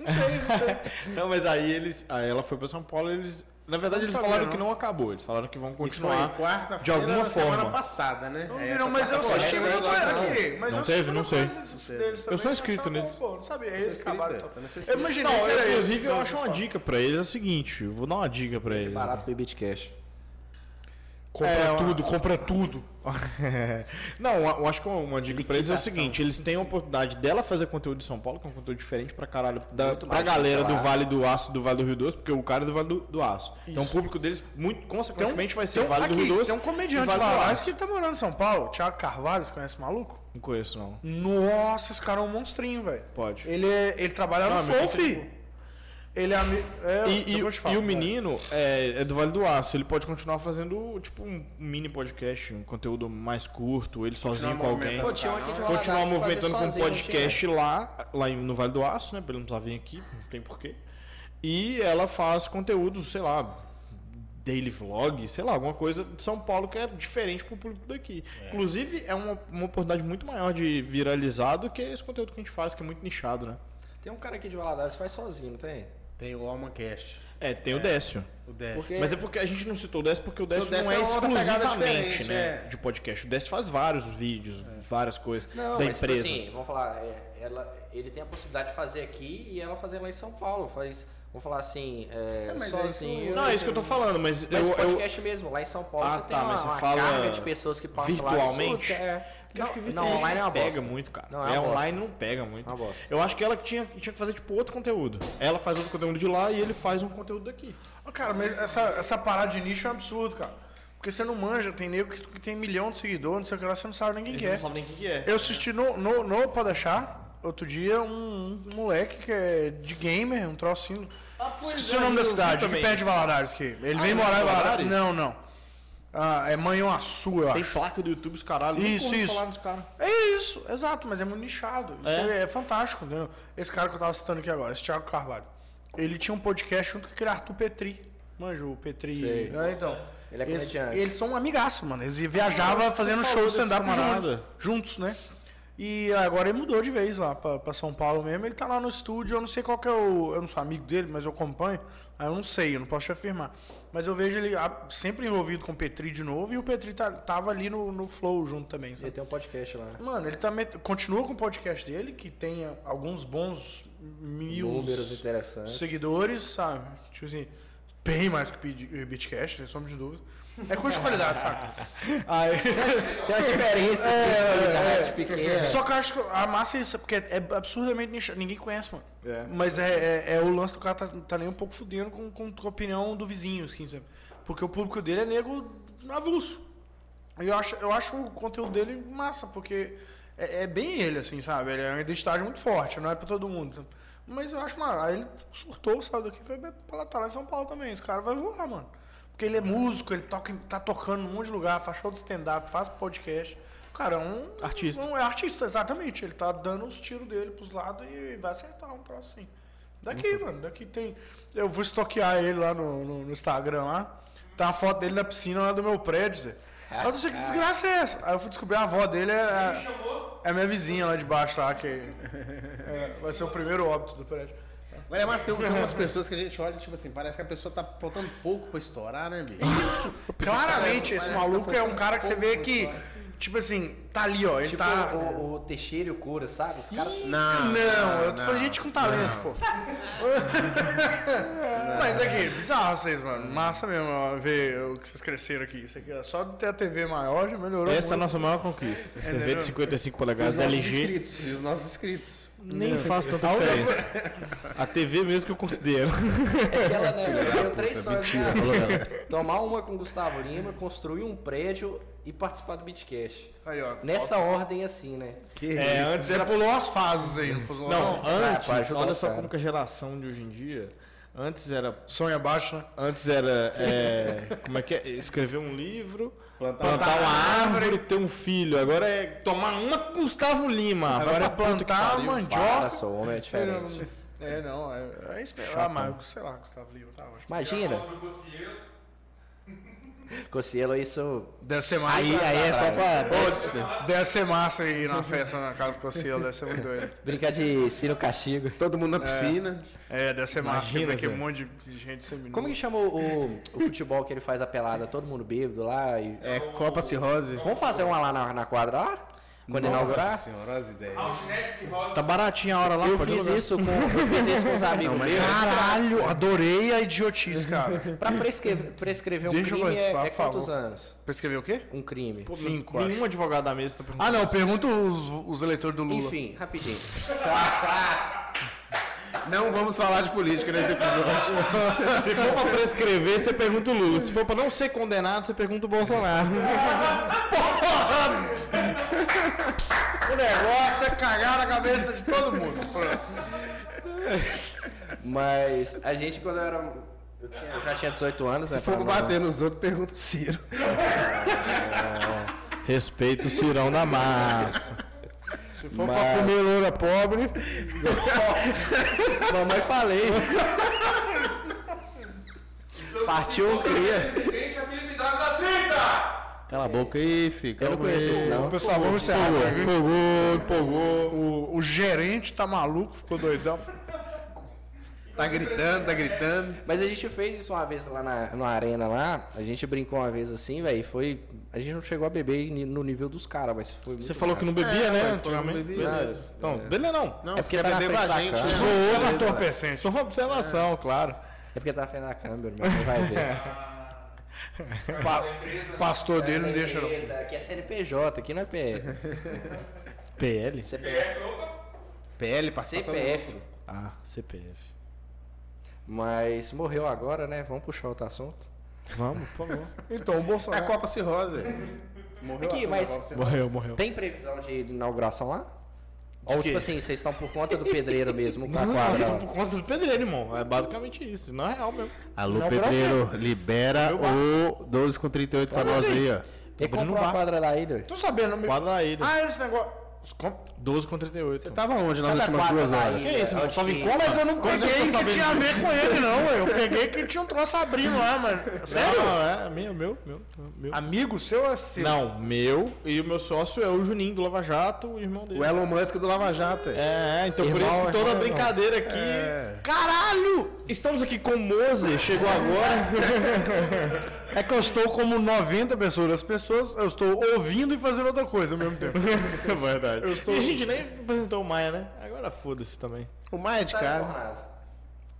Não, mas aí eles. Aí ela foi pra São Paulo eles. Na verdade, eles sabia, falaram não. que não acabou. Eles falaram que vão Isso foi continuar. quarta-feira de alguma da semana forma. passada, né? é. É, Não, essa mas eu quarta-feira. assisti Essa muita agora tá coisa não. aqui. Mas Não eu teve? assisti muita Não sei. coisa desses- deles tá? também, sou eu inscrito achava neles. bom, Não sabia, Essa eles escrita, acabaram tá nessa É, Eu escrita. imaginei Não, que era isso. né, inclusive, eu Não, acho uma dica pra eles é o seguinte: eu vou dar uma dica pra eles. Barato pro Bitcash. Compra É, uma- tudo, compra tudo. não, eu- eu acho que uma, uma dica pra eles é o seguinte: eles têm a oportunidade dela fazer conteúdo de São Paulo, que é um conteúdo diferente pra caralho, da, pra mais, galera claro. é. do Vale do Aço, do Vale do Rio Doce, porque o cara é do Vale do, do Aço. Então o público deles, muito consequentemente, vai ser Tem um, Vale do aqui, Rio Doce. tem um comediante e Vale do lá, mas Aço. que tá morando em São Paulo, Thiago Carvalho, você conhece o maluco? Não conheço, não. Nossa, esse cara é um monstrinho, velho. Pode. Ele, é- ele trabalha Não, no é meu Fofi. Ele é amigo. É, E, e- depois eu te falo, e o vai. menino é, é do Vale do Aço, ele pode continuar fazendo tipo um mini podcast, um conteúdo mais curto, ele sozinho com alguém. movimentando. tinha um aqui de Valadares continuar que fazia Então, tipo, movimentando com um sozinho, não tinha? podcast lá, lá em- no Vale do Aço, né? Pra ele não precisar vir aqui, não tem porquê. E ela faz conteúdo, sei lá, daily vlog, sei lá, alguma coisa de São Paulo que é diferente pro público daqui. Inclusive, é uma, uma oportunidade muito maior de viralizar do que esse conteúdo que a gente faz, que é muito nichado, né? Tem um cara aqui de Valadares que faz sozinho, não tem? Tem o Almancast. É, tem o Décio. O 10. Porque- Mas é porque a gente não citou o Décio porque o Décio, Décio não é, é uma outra pegada exclusivamente diferente, né, é. de podcast. O Décio faz vários vídeos, várias coisas Não, da mas empresa. tipo assim, vamos falar, é, ela, ele tem a possibilidade de fazer aqui e ela fazer lá em São Paulo. Faz, vamos falar assim, é, É, mas é sozinho. não, é isso que eu tô falando, mas, Mas eu- eu, podcast mesmo, lá em São Paulo Ah, você tá, tem uma, mas você uma fala carga de pessoas que passam virtualmente? lá. Virtualmente? Porque acho que Não, Vitor online é uma pega bosta. muito, cara. Não, é uma É, bosta. online não pega muito. É uma bosta. Eu acho que ela que tinha, tinha que fazer tipo outro conteúdo. Ela faz outro conteúdo de lá e ele faz um conteúdo daqui. Ô, Cara, mas essa, essa parada de nicho é um absurdo, cara. Porque você não manja, tem nego que, que tem milhão de seguidores, não sei o que lá, você não sabe nem quem Eles que é. não sabem nem o que é. Eu assisti no, no, no Podachar, outro dia, um, um moleque que é de gamer, um trocinho. Esqueci o nome Ah, é, da eu vi cidade, que também perde isso. Valadares aqui. Ele vem ele é morar em de Valadares? Valadares? Não, não. Ah, é Manhuaçu, eu Tem acho. placa do YouTube, os caralho. nunca Isso, ouvi isso. falar nos caras. É isso, exato, mas é muito nichado. Isso É? é, é fantástico, entendeu? Esse cara que eu tava citando aqui agora, esse Thiago Carvalho, ele tinha um podcast junto com aquele Arthur Petri. Manja, o Petri. Sei. né, então. Ele é eles, comediante. eles são um amigaço, mano. Eles viajavam fazendo falou show de desse stand-up camarada. juntos, juntos, né? E agora ele mudou de vez lá pra, pra São Paulo mesmo. Ele tá lá no estúdio, eu não sei qual que é o. Eu não sou amigo dele, mas eu acompanho. Aí eu não sei, eu não posso te afirmar. Mas eu vejo ele ah, sempre envolvido com o Petri de novo e o Petri tá- tava ali no, no Flow junto também, sabe? Ele tem um podcast lá. Mano, ele tá met- continua com o podcast dele, que tem alguns bons mil Números interessantes. seguidores, sabe? Tipo assim, bem mais que o Bit- o Bitcast, sem sombra de dúvida. É coisa de qualidade, saca? Aí- Tem uma diferença assim, de qualidade pequena. Só que eu acho que a massa é isso, porque é absurdamente nichado, ninguém conhece, mano. É. Mas é, é- é o lance do cara tá, tá nem um pouco fudendo com, com a opinião do vizinho, assim, sabe? Porque o público dele é nego avulso. E eu acho, eu acho o conteúdo dele massa, porque é, é bem ele, assim, sabe? Ele é uma identidade muito forte, não é pra todo mundo. sabe? Mas eu acho, mano, aí ele surtou, saiu daqui e foi pra lá, tá lá em São Paulo também. Esse cara vai voar, mano. Porque ele é músico, ele toca, em- tá tocando em um monte de lugar, faz show de stand-up, faz podcast. O cara é um. Artista. Um, é artista, exatamente. Ele tá dando os tiros dele pros lados e vai acertar um troço assim. Daqui, mano, daqui tem. Eu vou estoquear ele lá no, no- no Instagram lá. Tá a foto dele na piscina lá do meu prédio, Zé. Aí eu não sei Ah. que desgraça é essa. Aí eu fui descobrir a avó dele é. É minha vizinha lá de baixo lá, que. é, vai ser o primeiro óbito do prédio. Agora é mais tem umas pessoas que a gente olha, tipo assim, parece que a pessoa tá faltando pouco pra estourar, né, bicho? Claramente, esse maluco é um cara que você vê que, tipo assim, tá ali, ó. Ele Tipo tá. o, o Teixeira e o Cura, sabe? Os caras. Não, não, eu tô falando gente com talento, pô. Mas é que, bizarro vocês, mano. Massa mesmo ó, ver o que vocês cresceram aqui. Isso aqui, ó, só de ter a TV maior já melhorou. Essa é a muito. nossa maior conquista. TV de 55 Os polegadas da nossos LG inscritos, e os nossos inscritos. nem faz tanta diferença. A TV mesmo que eu considero. Aquela, né? velho? Eu tenho é três sonhos, cara. Tomar uma com o Gustavo Lima, construir um prédio e participar do Bitcast. Aí, ó. Nessa ordem assim, né? É, antes Ah, Você pulou as fases aí, não pulou. Não, antes, pra ajudar olha os só caras. como que a geração de hoje em dia. Antes era. Sonho abaixo, né? Antes era. é, como é que é? Escrever um livro, plantar, uma árvore, ter um filho. Agora é tomar uma com Gustavo Lima. Agora é Vai pra puta que plantar pariu. assim. mandioca. Olha só, o homem é diferente. É, não, é, é esperar, Marcos. Sei lá, Gustavo Lima, tá ótimo. Imagina, Cocielo, isso. Deve ser massa. Aí, aí é só pra. Deve ser massa aí na festa na casa do Cossielo, deve ser muito doido. Brincar de Ciro Castigo. Todo mundo na piscina. É, deve ser massa, porque Imagina, daqui um Zé. monte de gente sem Como que chama o, o futebol que ele faz a pelada? Todo mundo bêbado lá e. É, Copa Cirrose. Vamos fazer uma lá na, na quadra lá? Quando Nossa inaugurar? senhora, as ideias. Altinete cirrose. Tá baratinha a hora lá, Eu pode fiz, alugar. isso com, eu fiz isso com os amigos meus. Caralho, adorei a idiotice, cara. Pra prescrever, prescrever um é. Deixa eu crime é, participar, é por quantos favor. anos? Pra escrever o quê? Um crime. Cinco, acho. Nenhum advogado da mesa tá perguntando. Ah, não, pergunta os, os eleitores do Lula. Enfim, rapidinho. Não vamos falar de política nesse episódio. Se for pra prescrever, você pergunta o Lula. Se for pra não ser condenado, você pergunta o Bolsonaro. O negócio é cagar na cabeça de todo mundo. Pronto. Mas a gente, quando eu era. Eu, tinha- eu já tinha 18 anos, né? Se for pra- bater nos outros, pergunta o Ciro. Respeita o Cirão da massa. Se for pra Mas- comer loura pobre, Mamãe falei. Partiu um cria. Presidente, a Felipe W da 30! Cala a boca aí, fica. Eu não conheço esse, não. pessoal, vamos encerrar. Empolgou, viu? empolgou, empolgou. O, o gerente tá maluco, ficou doidão. Tá gritando, tá gritando. Mas a gente fez isso uma vez lá na, na arena lá. A gente brincou uma vez assim, velho. Foi. A gente não chegou a beber ni- no nível dos caras, mas foi. Muito Você falou que não massa. bebia, É, né? mas falou que não Antigamente. bebia. Beleza. Então, beleza não. Não, É se porque quer tá na beber com a frente da gente. câmera. né? Zoou da sua pessoa. Entorpecente. Só uma observação, claro. É porque tava na câmera, mas não vai ver. Pa- pastor dele não deixa, não. Beleza, Aqui é CNPJ, aqui não é PL. PL? CPF. PL, participação CPF. Ah, CPF. Mas morreu agora, né? Vamos puxar outro assunto. Vamos, por favor. Então, o É Bolsonaro. a Copa Cirrose. Morreu Aqui, a Copa mas- Cirrose. Morreu, morreu. Tem previsão de inauguração lá? Ou tipo assim, vocês estão por conta do pedreiro mesmo Tá com a quadra? por conta do pedreiro, irmão. É basicamente isso. Não é real mesmo. Alô, Não, Pedreiro, libera o 12 com 38 pra assim, nós aí, ó. Quem Tô abrindo um comprou bar. a quadra da ilha? Tô sabendo. meu- Quadra aí. Ah, esse negócio. Os com- 12 com 38. Você Tava onde nas Sabe a últimas quadra duas da horas? ilha? Que isso, mano? Onde Tava em que- Como? Mas eu não peguei que tinha a ver com ele, não. Eu peguei que tinha um troço abrindo lá, mano. Sério? Não, é meu, meu, meu. meu. Amigo seu ou é seu? Não, meu e o meu sócio é o Juninho do Lava Jato, o irmão dele. O Elon Musk do Lava Jato. é. É, é, então por Irmão, isso que toda irmão. brincadeira aqui. É. Caralho! Estamos aqui com o Mose, chegou agora. É que eu estou como 90 pessoas das pessoas, eu estou ouvindo e fazendo outra coisa ao mesmo tempo. É verdade. E a gente nem apresentou o Maia, né? Agora foda-se também. O Maia de Cara, cara.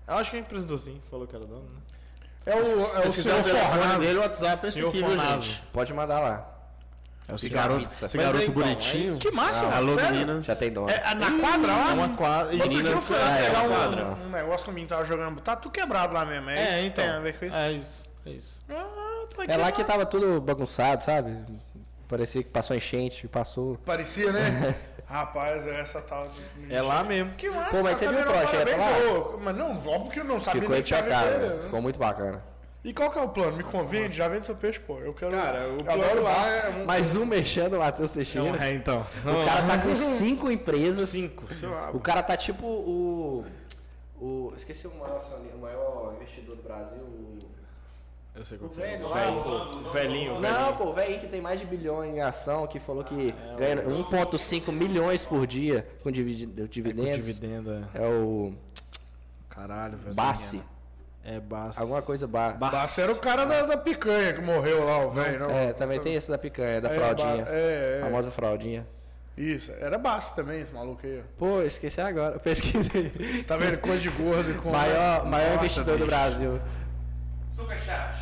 Eu acho que a gente apresentou sim, falou que era dono, né? É o, é o Se quiser senhor o telefone Fornazzo. dele, o WhatsApp é esse Senhor aqui, viu, Fornazzo. gente? Pode mandar lá. É Esse Senhor garoto, Pizza. esse Mas garoto então, bonitinho. é Que máximo, Ah, Alô, sério? meninas. Já tem dono. É, é na quadra lá? Uma quadra. e Outro dia eu meninas- fui lá é, pegar uma um, quadra. um negócio que o menino tava jogando, tá tudo quebrado lá mesmo, é, É, isso? então. Tem a ver com isso? É isso. É isso. Ah, tá É lá que massa. tava tudo bagunçado, sabe? Parecia que passou enchente, passou. Parecia, né? Rapaz, essa tal de... É lá mesmo. Que massa, Pô, mas cara, você viu sabendo, o projeto parabéns, lá? ô, Mas não, óbvio que eu não sabia Ficou nem que tinha Tá a ver com impecável. ele, né? Ficou muito bacana. E qual que é o plano? Me convide, já vende seu peixe, pô. Eu quero. Cara, o eu adoro plano bar. É um... Mais um mexendo o Matheus Teixeira. É, então. O cara tá com cinco empresas. Cinco. sei lá. O cara tá tipo o. o esqueci o maior, acione- o maior investidor do Brasil. o- Eu sei qual O que é. velho O lá, velhinho, o- pô. O velhinho, o velhinho. Não, pô, o velho que tem mais de bilhão em ação, que falou que ganha 1,5 milhões por dia com dividi- O dividendos. dividendo é. É o Caralho, velho. Bassi. É Bassi. Alguma coisa ba Basso era o cara da, da picanha que morreu lá, o velho. não? É, também tem esse da picanha, da É, fraldinha. ba- é, é. Famosa fraldinha. Isso, era Basso também, esse maluco aí. ó. Pô, esqueci agora. Pesquisei. Tá vendo? Coisa de gordo e com. Maior, maior Nossa, investidor do bicho. Brasil. Superchat.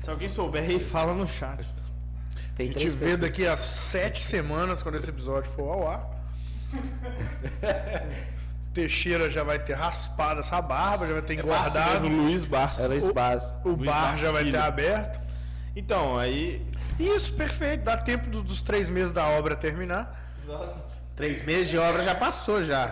Se alguém souber, aí fala no chat. Tem A gente três vê pessoas. daqui a sete semanas, quando esse episódio for ao ar. Teixeira já vai ter raspado essa barba, já vai ter Guardado engordado. É Luiz Barsi. É Luiz Bas. O Luiz bar Barros já vai ter Filho. aberto. Então, aí. Isso, perfeito. Dá tempo do- dos três meses da obra terminar. Três meses de obra já passou já.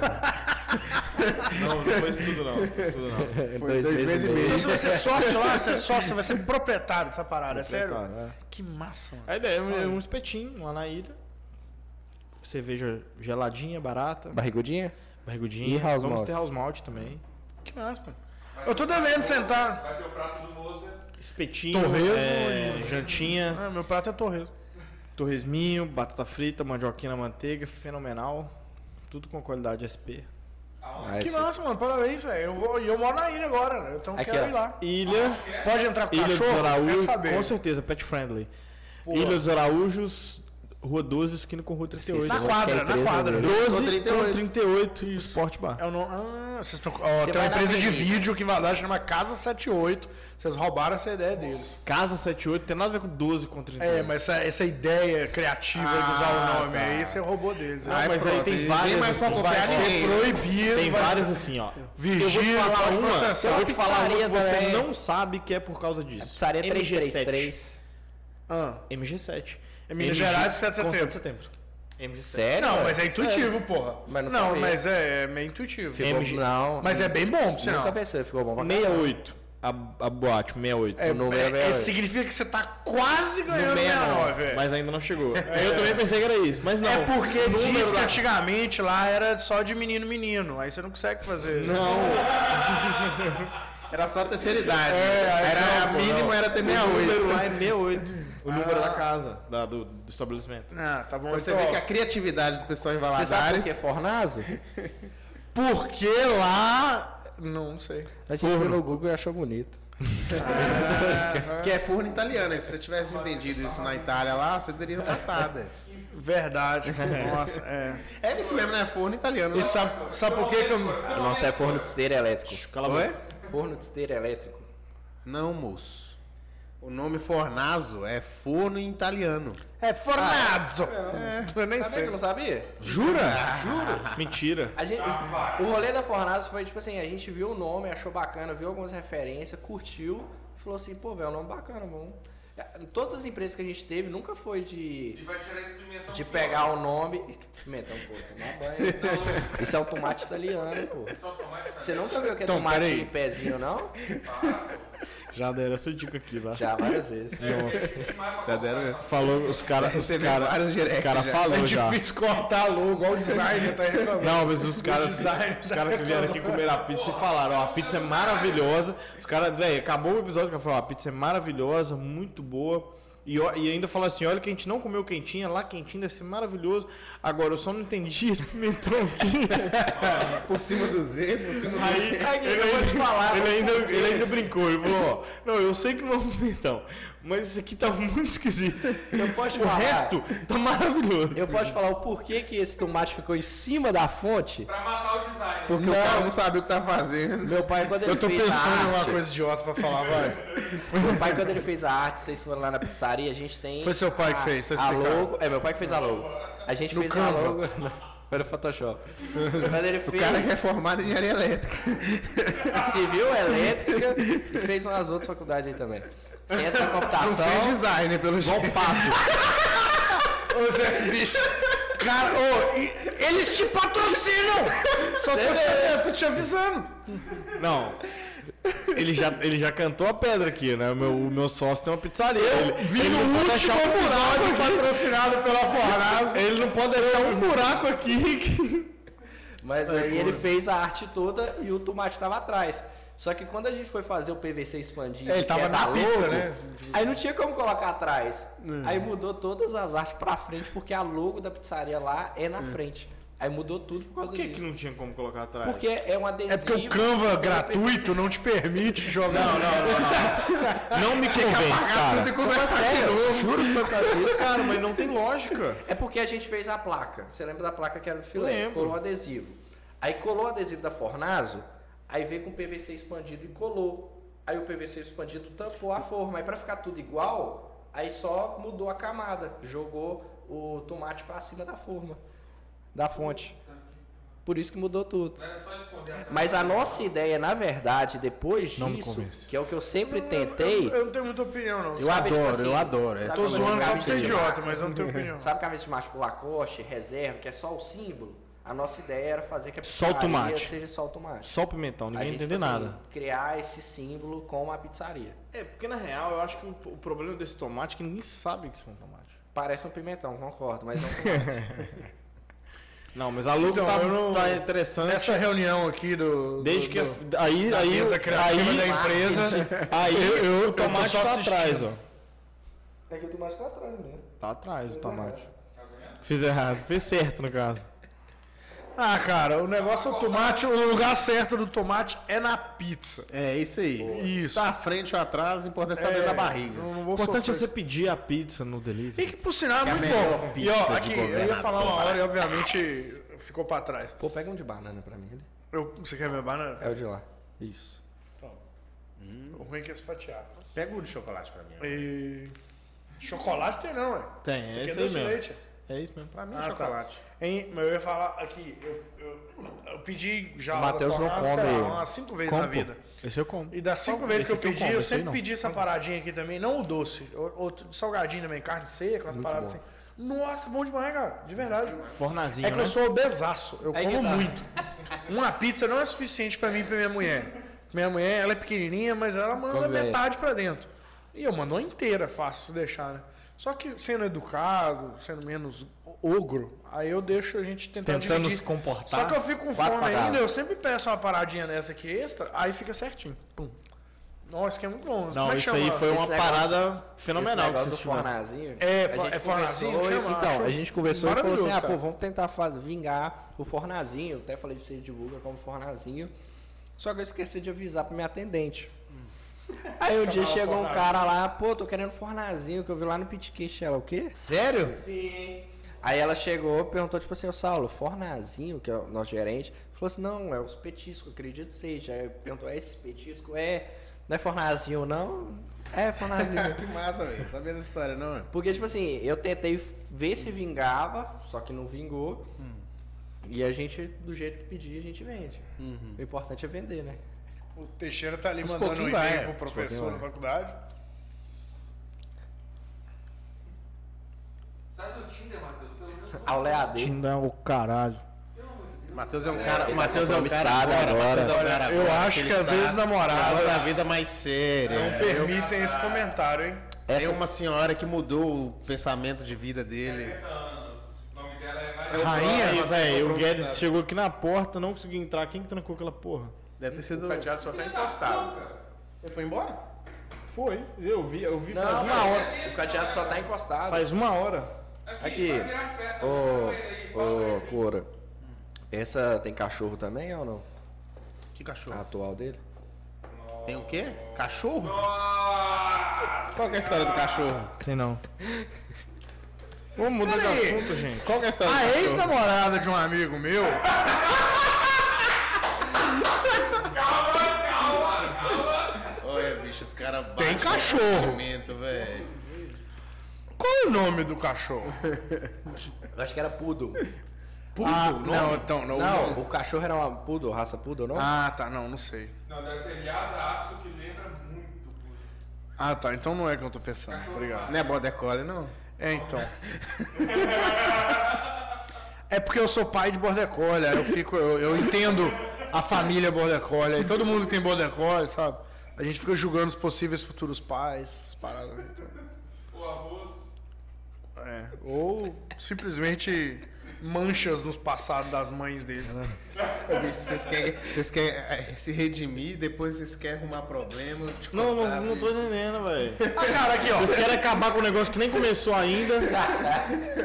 Não, não foi isso tudo, não. Não foi isso tudo, não. É Dois, meses e meio. Então você vai ser sócio lá, você é sócio, você vai ser proprietário dessa parada, é sério? Proprietário, Que massa, mano. A ideia é um, é um espetinho lá na ilha. Cerveja geladinha, barata, Barrigudinha? barrigudinha. E house Vamos malt. ter house malt também. Que massa, mano. Eu tô devendo sentar. Vai ter o prato do Moza. Espetinho, Torresmo é, e- jantinha, Ah, meu prato é torresmo. torresminho, batata frita, mandioquinha na manteiga, fenomenal. Tudo com qualidade SP. Mas- Que massa, mano. Parabéns, velho. Eu vou- E eu, moro na ilha agora, né? Então Aqui, quero ó. ir lá. Ilha, Pode entrar com o Ilha cachorro? dos Quero Araújos, saber. com certeza, pet friendly. Ilha dos Araújos, Rua 12, esquina com Rua 38. Na Esqueci. quadra, Tem na três quadra. números. 12 com 38. 38, e Sport Bar. É o nome. Ah, vocês estão. Ó, tem uma vai na empresa de avenida. vídeo que vai lá, chama Casa 78. Vocês roubaram essa ideia deles. Casa 78, tem nada a ver com 12 com 38. É, mas essa, essa ideia criativa de usar o tá. nome aí, você roubou deles. né? Ah, Aí mas pronto, aí tem aí várias. Nem mais pra assim, copiar vai ser ninguém. pro- Proibido. Tem vai ser- várias assim, ó. eu vou Virgínia, te falar pode uma, processar. eu vou te falar uma que Pizzaria você também. não sabe que é por causa disso. Pizzaria MG7. 333. Ah, MG7. É Minas Gerais, 7 de setembro. MG7. Sério? não, velho? mas é intuitivo, porra. Mas não não, sabia. mas é, é meio intuitivo. Ficou- MG. Não. Mas é bem bom, por sinal. Nunca pensei, ficou bom pra caralho. 68. A, a boate, 68. É, O número é é- é- 68. significa que você tá quase ganhando No 69, é. mas ainda não chegou. Eu também pensei que era isso, mas não. É porque O número diz que lá- antigamente lá era só de menino menino. Aí você não consegue fazer. Não, Era só a terceira idade. É, aí era não, pô, mínimo, era até o número um. lá 68. é 68. O número da casa, da- do, do estabelecimento. Ah, tá bom. Então você então, vê ó, é que a criatividade do pessoal em Você sabe por Valadares. que é Fornazo? Porque lá. Não sei. A gente foi no Google e achou bonito. Que é forno italiano. E Se você tivesse entendido isso na Itália lá, você teria patada. Verdade. Nossa, é. É isso mesmo, né? Forno italiano. E sabe, sabe por que que eu. Nossa, é forno de esteira elétrico. Cala a boca. Forno de esteira elétrico. Não, moço. O nome Fornazo é forno em italiano. É fornazzo. É, eu nem Sabia que eu sei. não sabia? Jura? Jura? Mentira. A gente, o rolê da Fornazo foi tipo assim, a gente viu o nome, achou bacana, viu algumas referências, curtiu, falou assim, pô, velho, é um nome bacana, vamos. É, Todas as empresas que a gente teve nunca foi E de, vai tirar esse pimentão. de que pegar gosta. o nome. um Pimentão, pô, tomar banho. né? Isso é o tomate italiano, pô. Só tomate na Você nunca viu aquele Então, tomate peraí. em pezinho, não? Já deram essa dica aqui, né? lá. Já várias vezes. É. Já deram. Falou, os caras. Os Você vê vários né? caras direto cara já. falou É já. difícil cortar logo, igual o designer tá reclamando. Não, mas os caras design os tá caras que vieram aqui comer a pizza e falaram, ó, a pizza é maravilhosa. Os caras, velho, acabou o episódio que eu falei, ó, a pizza é maravilhosa, muito boa. E, ó- e ainda falaram assim, olha que a gente não comeu quentinha, lá quentinha deve ser maravilhoso. Agora, eu só não entendi esse pimentão aqui. Por cima do Z, por cima do Aí, ele, ainda, ele, ainda, ele ainda brincou, ele falou, ó, não, eu sei que não é um pimentão, mas isso aqui tá muito esquisito. Eu posso O falar. resto tá maravilhoso. Eu posso falar o porquê que esse tomate ficou em cima da fonte? Pra matar o design. Porque o cara não sabe o que tá fazendo. Meu pai, quando ele Eu tô fez pensando em a uma arte, coisa idiota pra falar, vai. meu pai quando ele fez a arte, vocês foram lá na pizzaria, a gente tem Foi seu pai que a- fez, tá a explicado. logo, é meu pai que fez a logo. A gente fez a Canva. logo era Photoshop. Quando ele O fez cara que é formado em engenharia elétrica. civil elétrica e fez umas outras faculdades aí também. Ciência da Não fez computação. design, pelo jeito. Ô, Zé, bicho. Cara, ô, e- eles te patrocinam! Só tô, eu tô te avisando. Não. Ele já, ele já cantou a pedra aqui, né? O meu, o meu sócio tem uma pizzaria. Ele, Vi ele no não pode último deixar um buraco episódio aqui. patrocinado pela Fornaz. Ele não pode deixar um buraco aqui. que- Mas aí ele fez a arte toda e o tomate tava atrás. Só que quando a gente foi fazer o PVC expandir, É, ele tava que é na da pizza, logo, né? Aí não tinha como colocar atrás. Aí mudou todas as artes pra frente, porque a logo da pizzaria lá é na frente. Aí mudou tudo por causa Por que, disso. que não tinha como colocar atrás? Porque é um adesivo. É porque o Canva gratuito não te permite jogar. Não, Não me convence, cara. e começar de novo. Juro que foi por causa disso. Cara, mas não tem lógica. É porque a gente fez a placa. Você lembra da placa que era do filé? Lembro. Colou adesivo. Aí colou o adesivo da Fornazo, aí veio com PVC expandido e colou. Aí o PVC expandido tampou a forma. Aí pra ficar tudo igual, aí só mudou a camada. Jogou o tomate pra cima da forma, da fonte. Por isso que mudou tudo. Não era só esconder né? a Mas a nossa ideia, na verdade, depois Não me disso, convence. que é o que eu sempre tentei... não tenho muita opinião, não. Eu adoro, eu adoro. É sabe Tô como assim, zoando só pra cabeça ser de idiota, mas eu não tenho opinião. Sabe camisa de macho com lacoste, reserva, que é só o símbolo? A nossa ideia era fazer que a Só o pizzaria tomate. seja só o tomate. Só o pimentão, a ninguém gente, entendeu tipo assim, nada. criar esse símbolo com a pizzaria. É, porque na real eu acho que o, o problema desse tomate é que ninguém sabe que isso é um tomate. Parece um pimentão, concordo, mas não Não, mas a luta Então, tá, eu não- É, tá interessante. Nessa reunião aqui do. Desde do- que. a- do- Aí, aí, mesa criativa da aí, empresa. aí, o eu tô tomate só tá assistindo. atrás, ó. É que o tomate tá atrás mesmo. Tá atrás o tomate. Fiz errado, fez certo no caso. Ah, cara, o negócio é o tomate. O lugar certo do tomate é na pizza. É isso aí. Isso. Tá à frente ou atrás, o importante é estar É, dentro da barriga. Não, não O vou importante é sofrer. você pedir a pizza no E delivery. que por sinal é a muito melhor bom. E pizza ó, de aqui, eu ia falar uma governador. hora e obviamente ficou pra trás. Pô, pega um de banana pra mim. né? Eu- você quer ver banana? É o de lá. Isso. O ruim é que é fatiado. Pega o de chocolate pra mim. E. Chocolate tem não, ué. Tem, Isso é aqui é isso aí doce de mesmo. leite. É isso mesmo. Pra mim é Ah, tá. chocolate. Hein, mas eu ia falar aqui, eu, eu- eu pedi já. O Matheus não sei lá, come. Umas cinco vezes na Como? vida. Esse eu como. E das cinco vezes que eu Esse aqui eu pedi, como, eu esse aí sempre não. pedi essa paradinha aqui também, não o doce, o- outro salgadinho também, carne seca, umas paradas assim. Nossa, bom demais, cara, de verdade. Fornazinho, É que né? eu sou obesaço, eu Aí que como tá. muito. Uma pizza não é suficiente pra mim e pra minha mulher. Minha mulher, ela é pequenininha, mas ela manda Come bem. metade pra dentro. E eu mando uma inteira, fácil se deixar, né? Só que sendo educado, sendo menos ogro, aí eu deixo a gente tentar Tentando dividir. se comportar. Só que eu fico com Quatro fome pagadas. ainda, eu sempre peço uma paradinha dessa aqui extra, aí fica certinho. Pum. Nossa, que é muito bom. Como Não, é que isso chama? aí foi um- uma esse negócio- parada Esse fenomenal que negócio vocês do tiveram. fornazinho. É, a fo- gente é fornazinho, conversou e- chama, Então, acho a gente conversou e falou assim: ah, maravilhoso, pô, cara. vamos tentar fazer, vingar o fornazinho. Eu até falei pra vocês, divulga como fornazinho. Só que eu esqueci de avisar pra minha atendente. Hum. Aí um dia chegou um cara lá, pô, tô querendo fornazinho, que eu vi lá no Pitkish. Ela, o quê? Sério? Aí ela chegou, perguntou, tipo assim, ô Saulo, fornazinho, que é o nosso gerente, falou assim, não, é os petiscos, acredito que seja. Aí perguntou, é esse petisco? É, não é fornazinho, não? É fornazinho. que massa, velho. Sabia dessa história, não, é? Porque, tipo assim, eu tentei ver se vingava, só que não vingou. E a gente, do jeito que pedir, a gente vende. O importante é vender, né? O Teixeira tá ali Aos mandando um pouquinho e-mail vai, pro aos professor pouquinho da vai. faculdade. Sai do Tinder, Matheus, pelo menos. um. Aula é AD. Tinder é o caralho. Matheus é um tá cara. Matheus é um cara Compromissado agora. agora. Matheus é um cara Eu agora, acho que que às ele está vezes levando a namoradas vida mais séria. É, não né? permitem esse comentário, hein? Tem uma senhora que mudou o pensamento de vida dele. 40 tá anos. O nome dela é Maria. Rainha, Nossa, velho. O compromissado. Guedes chegou aqui na porta, não conseguiu entrar. Quem que trancou aquela porra? Deve ter sido. Cadeado só tá encostado. Ele foi embora? Foi. Eu vi, eu vi um- Não, não, o cadeado só tá encostado. faz uma hora. Aqui. Vai virar festa. fala pra ele aí, fala pra Ô, ô, ele. Cora. Essa tem cachorro também ou não? Que cachorro? A atual dele? Tem o quê? Cachorro? Nossa! Qual que é a história do cachorro? Tem não. Vamos mudar de Peraí. assunto, gente. Qual que é a história A do cachorro? ex-namorada de um amigo meu. Olha, bicho, os caras baixam. Tem o cachorro. sentimento, velho. Qual é o nome do cachorro? Eu acho que era poodle. Ah, não, tá- então, não. Não, o cachorro era uma poodle, raça poodle, não? Ah, tá, não, não sei. Não, deve ser Lhasa Apso que lembra muito. pô. Ah, tá, então não é que eu tô pensando. Obrigado. Não é border collie, não. É, então. É porque eu sou pai de border collie, aí eu fico, eu, eu entendo, a família Border Collie, todo mundo que tem Border Collie, sabe? A gente fica julgando os possíveis futuros pais, essas paradas. né? Então, O arroz. é. Ou simplesmente manchas nos passados das mães deles, né? Ô, bicho, Vocês querem, vocês querem eh, se redimir, depois vocês querem arrumar problema. eu te Não, contar, não, não bicho. tô entendendo, velho. Ah, cara, aqui, ó. Vocês querem acabar com um negócio que nem começou ainda.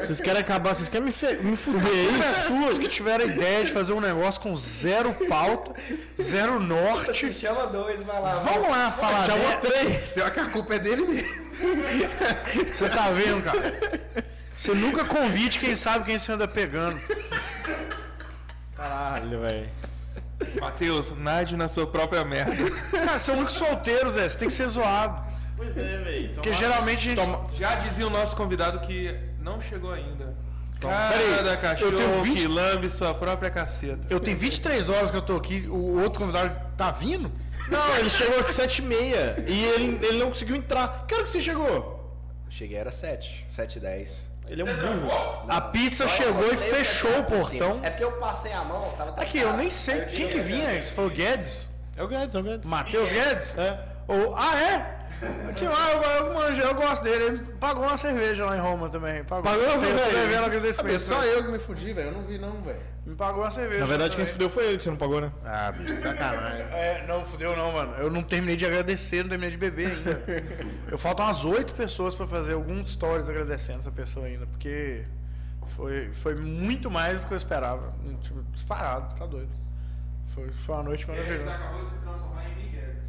Vocês querem acabar, vocês querem me, fe- me fuder é aí? Pessoas que tiveram a ideia de fazer um negócio com zero pauta, zero norte. Chama dois, vai lá. Vamos lá falar. dela. três. Pior que a culpa é dele mesmo. Você tá vendo, cara? Você nunca convide quem sabe quem você anda pegando. Caralho, velho. Matheus, nade na sua própria merda. Cara, são muito solteiros, Zé. Você tem que ser zoado. Pois é, velho. Porque geralmente a gente. Já dizia o nosso convidado que não chegou ainda. Peraí, Cara da eu cachorro tenho 20 que lambe sua própria caceta. Eu tenho 23 horas que eu tô aqui, o outro convidado tá vindo? Não, ele chegou aqui sete e meia e ele, ele não conseguiu entrar. Que hora que você chegou? Cheguei, era 7, 7 e 10. Ele é um burro. a pizza chegou e fechou o portão. É porque eu passei a mão, tava É Aqui, eu nem sei quem que vinha. Se foi o Guedes? É o Guedes, é o Guedes. Matheus Guedes? É. Ou, ah, é? Que lá, eu, eu, manjo, eu gosto dele. Ele pagou uma cerveja lá em Roma também. Pagou, Pagou, Ah, Tenho- velho? tô devendo agradecimento. Só eu que me fudi, velho. Eu não vi, não, velho. né? Me pagou uma cerveja. Na verdade, quem também. se fudeu foi ele, que você não pagou, né? Ah, bicho, sacanagem. É, não, fudeu não, mano. Eu não terminei de agradecer, não terminei de beber ainda. eu faltam umas oito pessoas pra fazer alguns stories agradecendo essa pessoa ainda, porque foi, foi muito mais do que eu esperava. Tipo, disparado, tá doido. Foi, foi uma noite É, maravilhosa. acabou de se transformar em Migueles.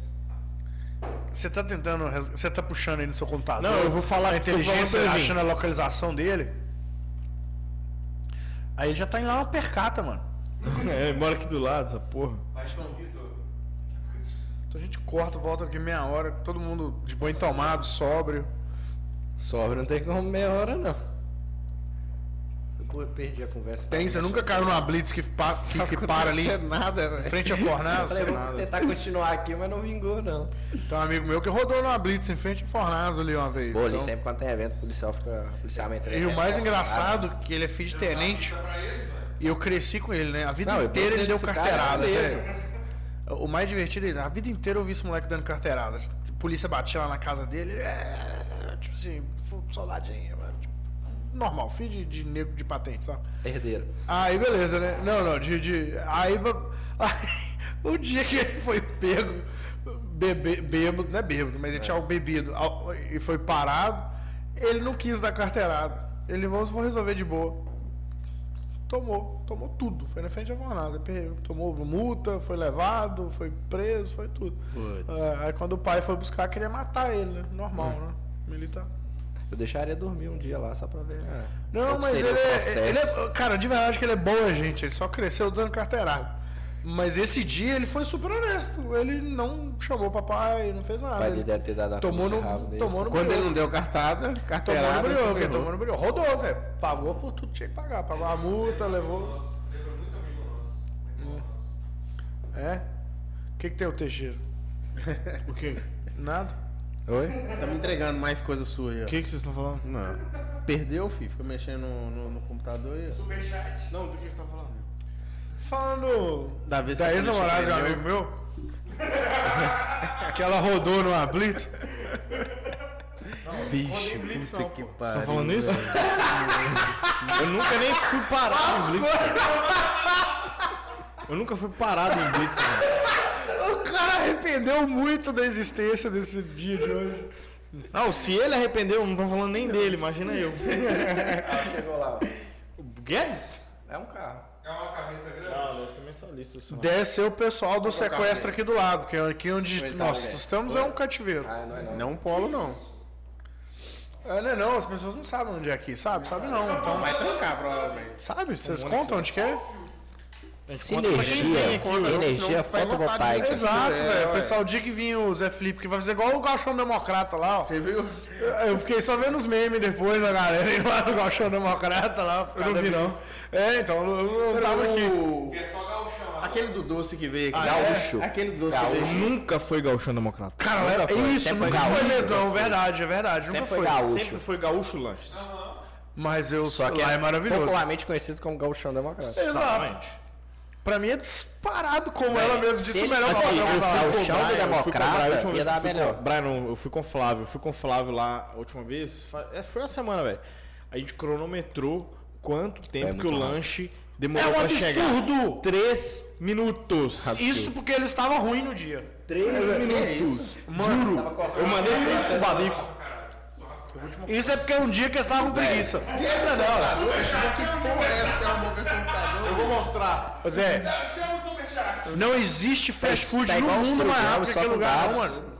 Você tá tentando, res- você tá puxando aí no seu computador? Não, eu vou falar a que eu tô inteligência, falando pra achando a localização dele. Aí ele já tá indo lá na percata, mano. É, ele mora aqui do lado, essa porra. Mas São Vitor. Então a gente corta, volta aqui meia hora, todo mundo de banho tomado, sóbrio. Sobra não tem como meia hora, não. Eu pô- perdi a conversa. Tem, você nunca caiu numa blitz que, pa- que- que para ali Não nada, velho. em frente à Fornazo? Falei, vou tentar continuar aqui, mas não vingou, não. Tem um amigo meu que rodou numa blitz em frente à Fornazo ali uma vez. Pô, ali Então, sempre quando tem evento, o policial fica. o policiamento E o é mais forçado. engraçado é que ele é filho de tenente e eu cresci com ele, né? A vida Não, eu inteira ele deu esse cara é carteirada. mesmo. velho. O mais divertido é isso. A vida inteira eu vi esse moleque dando carteirada. A polícia batia lá na casa dele. ele, "É", tipo assim, fu- soldadinho. mano. Tipo, normal, filho de, de negro de patente, sabe? Herdeiro. Aí beleza, né? Não, não, de. de- aí, ba- aí, o dia que ele foi pego, bebe, bêbado, não é bêbado, mas ele tinha bebido ao- e foi parado, ele não quis dar carteirada. Ele falou, vou resolver de boa. Tomou, tomou tudo. Foi na frente da fornada. pe- Tomou multa, foi levado, foi preso, foi tudo. Ah, Aí quando o pai foi buscar, queria matar ele, né? Normal, né? Militar. Eu deixaria dormir um dia lá só pra ver. né? Qual Não, que mas seria ele o processo. é, ele é- Cara, de verdade que ele é boa, gente. Ele só cresceu dando carteirada. Mas esse dia ele foi super honesto. Ele não chamou o papai, não fez O pai nada. dele Ah, Ele deve ter dado a tomou comida no, rabo dele. tomou no Quando ele brioco. não deu cartada, Tomou no carteirada. brioco, você ele ferrou. tomou no brioco. Rodou, Zé. Pagou por tudo, tinha que pagar. Pagou a multa, levou. Lembra muito amigo nosso. Muito amigo nosso. É? O que, que tem o Teixeira? O quê? Nada? Oi? Tá me entregando mais coisa sua aí, ó. O que, que vocês estão falando? Não. Perdeu, filho. Fica mexendo no, no- no computador aí. ó. Não, do que vocês estão falando? Falando Da vez da que a ex-namorada de um polícia prendeu- amigo meu. que ela rodou numa blitz. Bicho, Puta que estão Tá pariu. falando isso? Eu nunca nem fui parado em blitz. Eu nunca fui parado em blitz, velho. O cara arrependeu muito da existência desse dia de hoje. Não, se ele arrependeu, não estão falando nem dele, imagina eu. Chegou lá, ó. O Guedes? É um carro. É uma cabeça grande. Não, deve ser mensalista. Só. Deve ser o pessoal do sequestro aqui do lado, porque aqui onde Coitado, nós velho. estamos é um cativeiro. Ah, não é não. Não polo, não. É, não, é não, as pessoas não sabem onde é aqui, sabe? Sabe não, então... Vai trancar, provavelmente. Sabe? um Vocês contam onde que é? Sinergia. Energia fotovoltaica. Exato, é, velho. ué. O pessoal, o dia que vinha o Zé Felipe, que vai fazer igual o Galchão Democrata lá, ó. Você viu? Eu fiquei só vendo os memes depois da galera ir lá no Galchão Democrata lá. Eu não vi, não. É, então, eu não- eu não tava aqui. O- É só galchão. Aquele do doce que veio aqui. Gaúcho. É? Aquele do doce que veio aqui. Nunca foi gauchão democrata. Cara, era foi. isso, Sempre nunca foi foi gaúcho, mesmo, não. Verdade, é verdade. Nunca Sempre foi. foi gaúcho. Sempre foi gaúcho lanches. Mas eu Só que lá é, maravilhoso. Popularmente conhecido como Gauchão Democrata. Exato. Exatamente. Pra mim é disparado, como ela mesmo disse, o melhor Aqui, é padrão o pra Sal- falar. com o Chão Brian, eu fui com o Brian, a Democrata última ia vez dar que eu fui com- melhor. Brian, não, eu fui com o Flávio. Eu fui com o Flávio lá a última vez. fa- é, Foi uma semana, velho. A gente cronometrou É quanto tempo que o lanche É demorou um pra chegar. Três minutos. Isso porque ele estava ruim no dia. Juro. eu mandei isso pro Balico. Isso é porque é um dia que eles estavam com preguiça. Esqueça não. Que porra é essa? É uma boca de computador. Eu vou mostrar. Pois é, Chama o né? Superchat. não existe fast food tá no igual o mundo mais Sudão, rápido que só aquele com lugar, não, dados. mano.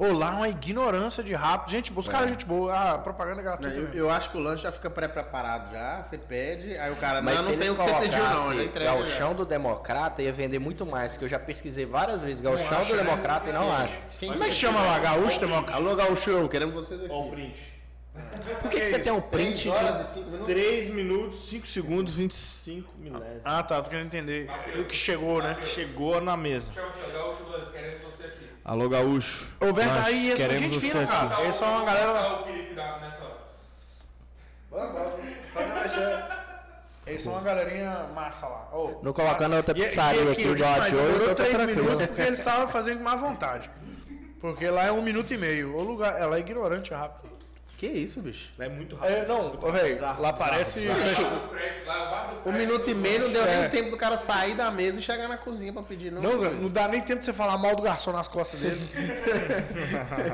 Ô, lá é uma ignorância de rápido. Gente, os caras, gente boa. Ah, propaganda gratuita. Eu, mesmo. eu acho que o lanche já fica pré-preparado já, você pede, aí o cara, Mas não, se não tem eles o que você pediu não, já colocassem entrega. já. Galchão do Democrata ia vender muito mais, que eu já pesquisei várias vezes. Galchão acha, do né? Democrata e não acho. Como é que chama lá? Gaúcho Democrata? Alô, Gauchão, queremos vocês aqui. Por que, que você tem um print de... 3 horas e 5 minutos. 3 minutos, 5 segundos, 25 milésimos. Ah, tá, tô querendo entender. O que chegou, né? Chegou na mesa. Chama o Gaúcho Lanche, querendo você aqui. Alô, Gaúcho. Ô, verdade, Nós aí, esse é queremos gente você fina, aqui. cara. Esse é uma galera lá. Tá o Felipe dá nessa hora. Eles são é uma galerinha massa lá. Ô, Não colocando outra e- e pizzaria aqui, o igual a demais de hoje, eu Durou tô três tranquilo. minutos porque eles estavam fazendo com má vontade. Porque lá é um minuto e meio. O lugar, ela é ignorante é rápido. Que isso, bicho? É muito rápido. É, não, ô, véi, lá parece. O Fred lá, o bar do Um Fred. minuto e meio não deu É. nem tempo do cara sair da mesa e chegar na cozinha pra pedir. Não, Não, Zé, não dá nem tempo de você falar mal do garçom nas costas dele.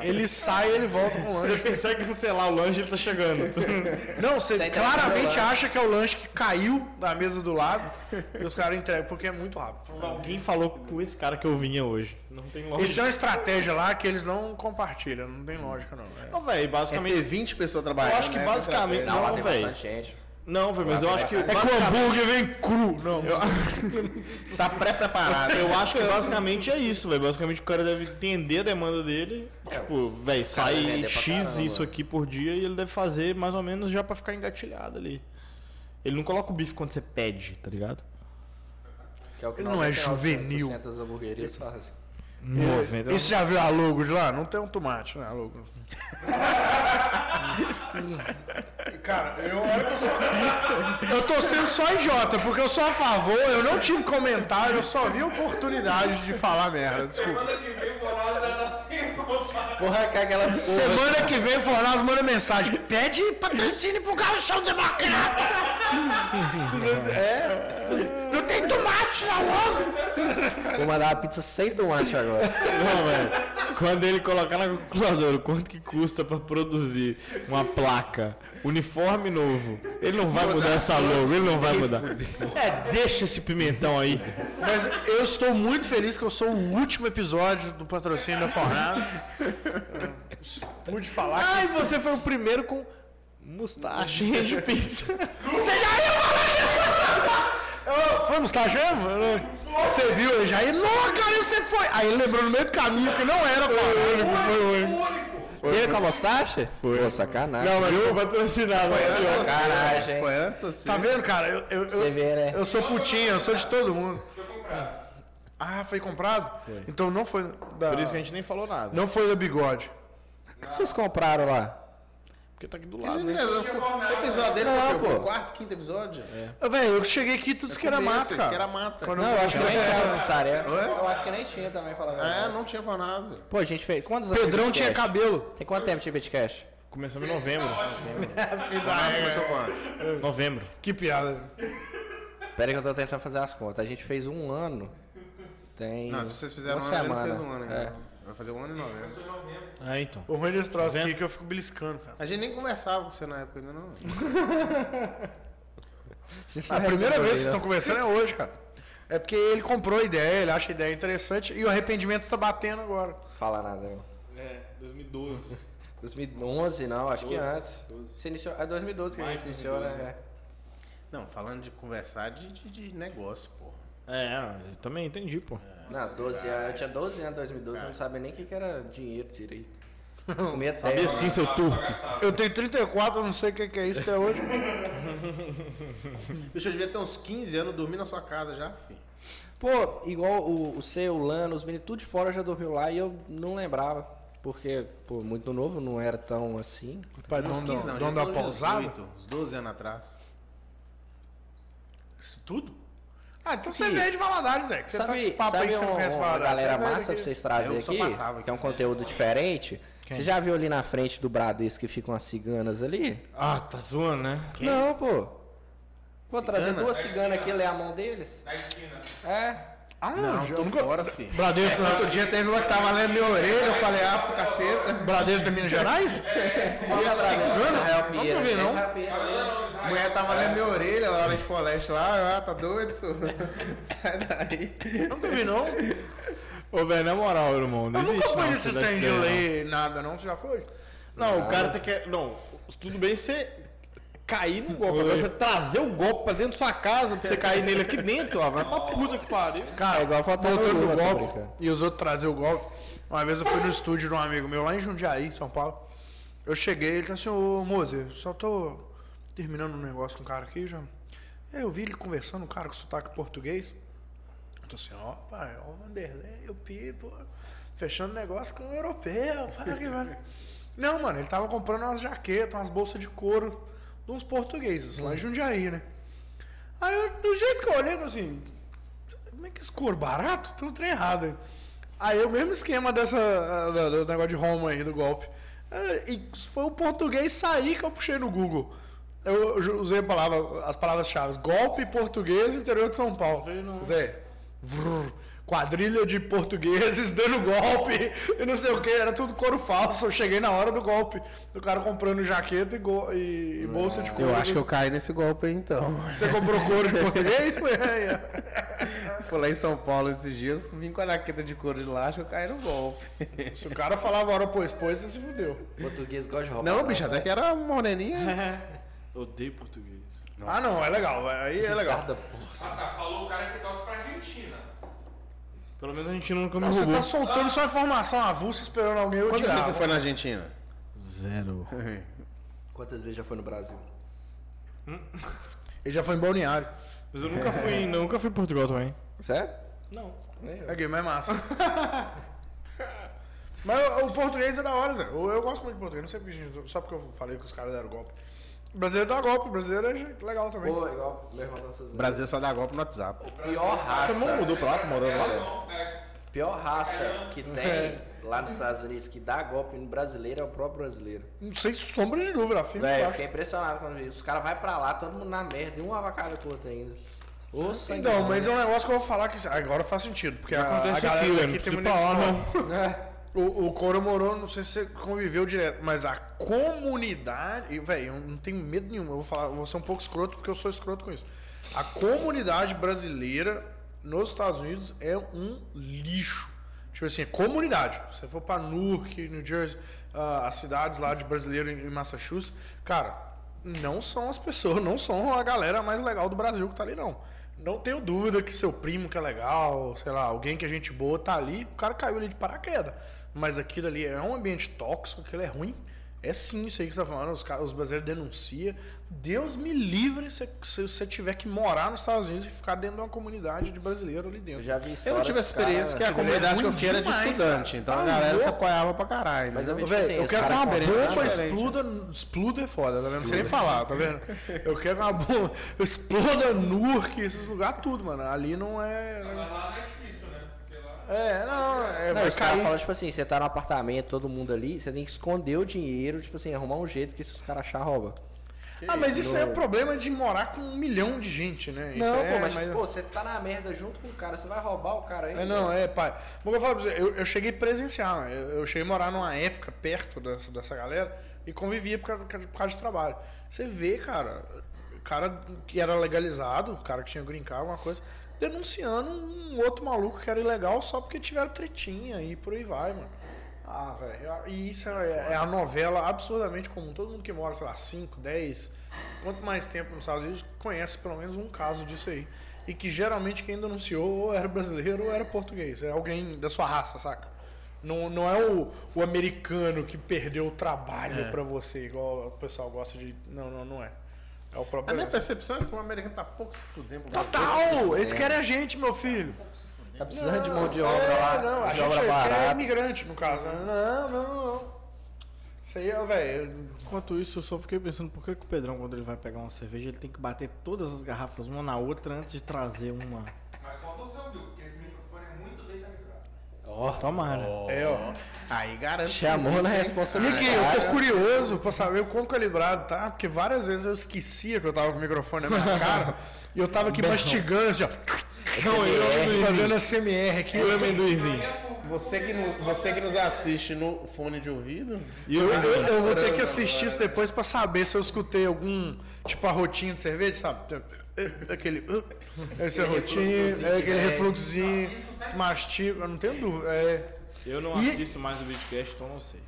ele sai e ele volta com o Você lanche. consegue cancelar o lanche, ele tá chegando. Não, você Sai da claramente fila lá. acha que é o lanche que caiu da mesa do lado e os caras entregam, porque é muito rápido. Alguém falou com esse cara que eu vinha hoje. Não tem Eles lógica. têm uma estratégia lá que eles não compartilham, não tem lógica não. É. Não, velho, é basicamente. ter 20 pessoas trabalhando. Eu acho que né, basicamente. contra- Não, lá Não, tem velho. bastante gente. Não, velho, mas eu acho que. É que o hambúrguer vem cru. Não, Tá pré-preparado. Eu acho que basicamente é isso, velho. Basicamente o cara deve entender a demanda dele. É, Tipo, velho, vai sai vender pra X caramba. isso aqui por dia e ele deve fazer mais ou menos já pra ficar engatilhado ali. Ele não coloca o bife quando você pede, tá ligado? Que é o que Ele não é 99% juvenil. das hamburguerias fazem. Movendo. E você já viu a logo de lá? Não tem um tomate, né? A logo. Cara, eu, olha que eu, sou... eu tô sendo só idiota, porque eu sou a favor, eu não tive comentário, eu só vi oportunidade de falar merda, desculpa. Semana que vem o Bonato já tá sem contato. Porra, que aquela Semana que vem o Fornaz manda mensagem, pede patrocínio pro Galchão Democrata! é, não tem tomate na logo! Vou mandar uma pizza sem tomate agora. Não, velho. Quando ele colocar na calculadora quanto que custa pra produzir uma placa, uniforme novo, ele não vai mudar essa logo, ele não vai mudar. É, deixa esse pimentão aí. Mas eu estou muito feliz que eu sou o último episódio do patrocínio da Fornaz. Pude falar que Ai, você foi o primeiro com mostachinha de pizza. Ô, Vamos, tá achando? Você viu, ele já ia, não, cara, e você foi. Aí ele lembrou no meio do caminho que não era pra Ele com a mostacha? Foi. Pô, sacanagem. Não, mas eu Sacanagem. Foi antes assim. Tá vendo, cara? Eu, eu, eu, Você vê, né? eu sou putinha, eu sou de todo mundo. Foi comprado. Ah, foi comprado? Então não foi da. Por isso que a gente nem falou nada. Não foi da bigode. O que vocês compraram lá? Porque tá aqui do lado, né? O episódio dele Não, foi o quê? pô. O quarto, quinto episódio? É. Um Ô, Velho, eu cheguei aqui tudo que era mata, Que era cara. mata. Quando Não, eu acho que nem É. tinha mussarela. Eu acho que nem tinha também, falando. É, não tinha fornado. Pô, a gente fez. Quantos anos Pedrão de tinha Bitcast? cabelo. Tem quanto tempo de Bitcast? Começamos em novembro. É. Novembro. Que piada. Pera aí que eu tô tentando fazer as contas. A gente fez um ano. Tem. Não, vocês fizeram uma um ano, ele não semana. fez um ano ainda. É. Vai fazer um ano e nove é anos. É, Ah, então. O ruim desse troço aqui é que eu fico beliscando, cara. A gente nem conversava com você na época ainda, não. Tá então. A primeira vez que né? vocês estão conversando é hoje, cara. É porque ele comprou a ideia, ele acha a ideia interessante e o arrependimento está batendo agora. Fala nada, não. É, 2012. 2011, não, acho que antes. Você iniciou. É 2012 que a Mais gente iniciou, né? Não, falando de conversar de, de, de negócio, pô. É, eu também entendi, pô. É, Não, 12 anos. Eu tinha 12 anos em 2012, eu não sabia nem o que que era dinheiro direito. Comia terra. Sabia assim. sim, Tá seu é turco. Eu tenho 34, eu não sei o que que é isso até hoje. Bicho, eu devia ter uns 15 anos dormir na sua casa já, filho. Pô, igual o, o seu, o Lano, os meninos, tudo de fora já dormiu lá e eu não lembrava. Porque, pô, muito novo, não era tão assim. Pai, Uns É dono, 15 da- não, dono já da tinha uns pousada. 18, Uns 12 anos atrás. Isso tudo? Ah, então você Aqui. veio de Valadares, Zé. que Você tá com sabe, esse papo aí sabe que você não um- conhece uma Valadares. galera Você veio massa daqui. pra vocês trazerem Eu só aqui, passava que é um aqui, né? conteúdo diferente? Você já viu ali na frente do Bradesco que ficam as ciganas ali? Ah, tá zoando, né? Não, pô. Vou trazer Cigana? duas ciganas aqui e ler a mão deles? Na esquina. É. Ah, não, Não, eu tô nunca... fora, filho. Bradesco, né? Outro dia teve uma que tava lendo minha orelha, eu falei, ah, pro caceta. Bradesco da Minas Gerais? Cigana? É o Pinheiro. vi, não. esse é o Pinheiro. A É, mulher tava lendo minha orelha lá na Espoleste lá, ah, tá doido, senhor? Sai daí. Nunca vi, não. Ô, velho, na moral, irmão, não Eu existe nunca fui não, nesse cidade stand de grande, não. ler nada, não. Você já foi? Não, o cara tem que. Não, tudo bem você cair no golpe. Agora você trazer o golpe pra dentro da sua casa pra você cair nele aqui dentro, ó. Vai pra puta que pariu. Cara, igual faltar no voltando tá Lula, do tô golpe brincando. e os outros trazer o golpe. Uma vez eu fui no estúdio de um amigo meu lá em Jundiaí, São Paulo. Eu cheguei, ele tá assim, ô Moze, eu só tô terminando um negócio com um cara aqui já. Aí Eu vi ele conversando, um cara com sotaque português. Eu tô assim, ó, pai, ó o Vanderlei, o Pipo, fechando negócio com o europeu, para que vai. Não, mano, ele tava comprando umas jaquetas, umas bolsas de couro de uns portugueses, lá em Jundiaí, né? Aí eu, do jeito que eu olhei, eu tô assim, como é que esse couro barato? Tem um trem errado. aí. Aí o mesmo esquema dessa, ah, do do negócio de Roma aí, do golpe. Ah, E foi o português sair que eu puxei no Google. Eu ju- usei a palavra- as palavras-chave. Golpe português interior de São Paulo. Zé, vrr, quadrilha de portugueses dando golpe e não sei o que. Era tudo couro falso. Eu cheguei na hora do golpe. O cara comprando jaqueta e, go- e- e bolsa de couro. Eu acho que eu caí nesse golpe aí então. Você comprou couro de português? Fui lá em São Paulo esses dias, vim com a jaqueta de couro de lá, acho que eu caí no golpe. Se o cara falava hora pois, pois, você se fudeu. um Português gosta de roubar. Não, bicho, até que era moreninha. Odeio português. Ah, não, é legal. Aí é legal. Sarda, porra. Ah, tá. Falou o cara que torce pra Argentina. Pelo menos a gente nunca me Nossa, você roubou. tá soltando só informação avulsa esperando alguém eu Quando te que dar. Tipo, você foi na Argentina? Zero. Quantas vezes já foi no Brasil? Ele já foi em Balneário. Mas eu nunca fui, em- nunca fui em Portugal também. Sério? Não. Nem eu. É game, mas é massa. mas o, o português é da hora, Zé. Eu, eu gosto muito de português. Não sei porque a gente. Só porque eu falei que os caras deram golpe. O brasileiro dá golpe, o brasileiro é gente legal também. Pô, igual meu irmão dessas O Brasil só dá golpe no WhatsApp. Pior raça. mudou pra lá, tu morou lá? Não, é. Pior raça que tem lá nos Estados Unidos que dá golpe no brasileiro é o próprio brasileiro. Não sei se sombra de dúvida, afirma. Véi, eu eu acho. fiquei impressionado quando vi isso. Os caras vão pra lá, todo mundo na merda, e um avacalha com o outro ainda. Ô, sangue Então, bom, mas é né? um negócio que eu vou falar que agora faz sentido. Porque a, a Acontece galera aqui, velho. daqui Não precisa ir tem muita pra lá, história. não. né? O, o Coro morou, não sei se você conviveu direto, mas a comunidade. Velho, eu não tenho medo nenhum. Eu vou falar, eu vou ser um pouco escroto porque eu sou escroto com isso. A comunidade brasileira nos Estados Unidos é um lixo. Tipo assim, é comunidade. Se você for pra Newark, New Jersey, ah, as cidades lá de brasileiro em em Massachusetts, cara, não são as pessoas, não são a galera mais legal do Brasil que tá ali, não. Não tenho dúvida que seu primo que é legal, sei lá, alguém que é gente boa tá ali, o cara caiu ali de paraquedas. Mas aquilo ali é um ambiente tóxico, aquilo é ruim. É sim isso aí que você tá falando, os, ca- os brasileiros denunciam. Deus me livre se se você tiver que morar nos Estados Unidos e ficar dentro de uma comunidade de brasileiro ali Eu dentro. já vi Eu história não tive dos essa experiência, porque cara- a comunidade que eu fiquei era de demais, estudante. cara. Então Tá a galera se louco? apoiava pra caralho. Mas né? eu vi, tipo Véi, assim, eu os quero que caras uma com experiência bomba diferente, né? exploda. Exploda é foda, tá vendo? Não sei nem falar, tá vendo? Eu quero que uma bomba exploda Nurk, esses lugares tudo, mano. Ali não é. Mas lá não é difícil, né? Porque lá. É, não, é. Não, vai os caras cair. falam, tipo assim, você tá no apartamento, todo mundo ali, você tem que esconder o dinheiro, tipo assim, arrumar um jeito, porque se os caras achar, rouba. Ah, mas isso aí é o problema de morar com um milhão de gente, né? Isso não, é, pô, mas, pô, você tá na merda junto com o cara, você vai roubar o cara aí. É, não, é, pai. Mas eu, falo pra você, eu, eu cheguei presencial, né? eu, eu cheguei a morar numa época perto dessa, dessa galera e convivia por causa, por causa de- por causa de trabalho. Você vê, cara, o cara que era legalizado, o cara que tinha green card, alguma coisa, denunciando um outro maluco que era ilegal só porque tiveram tretinha e por aí vai, mano. Ah, velho, e isso é, é a novela absurdamente comum. Todo mundo que mora, sei lá, 5, 10, quanto mais tempo nos Estados Unidos, conhece pelo menos um caso disso aí. E que geralmente quem denunciou ou era brasileiro ou era português. É alguém da sua raça, saca? Não, não é o, o americano que perdeu o É. trabalho pra você, igual o pessoal gosta de. Não, não, não é. É o A próprio. tá, minha percepção é que o americano tá pouco se fudendo. pro Brasil. Total! Eles querem é a gente, meu filho. Tá precisando de mão de obra é, lá, Não, a de gente é obra eles querem barata. imigrante, no caso. né? Não, não, não. Isso aí, ó, velho. Enquanto isso, eu só fiquei pensando por que, que o Pedrão, quando ele vai pegar uma cerveja, ele tem que bater todas as garrafas uma na outra antes de trazer uma. Mas só você ouviu, porque esse microfone é muito delicado. Tomara. É, ó. Aí garante. Chamou na Miki, responsabilidade. eu tô curioso pra saber o quão calibrado tá, porque várias vezes eu esquecia que eu tava com o microfone na minha cara e eu tava aqui mastigando, assim, ó. Não, é eu fazendo SMR aqui. E o amendoinzinho? Você que, nos, você que nos assiste no fone de ouvido, E o Eu, eu- amendoim? eu vou ter que assistir isso depois pra saber se eu escutei algum, tipo, arrotinho de cerveja, sabe? É, Aquele. Esse arrotinho, é né? aquele refluxozinho, mastigo, eu não tenho dúvida. É. Eu não E- assisto mais o videocast, então não sei.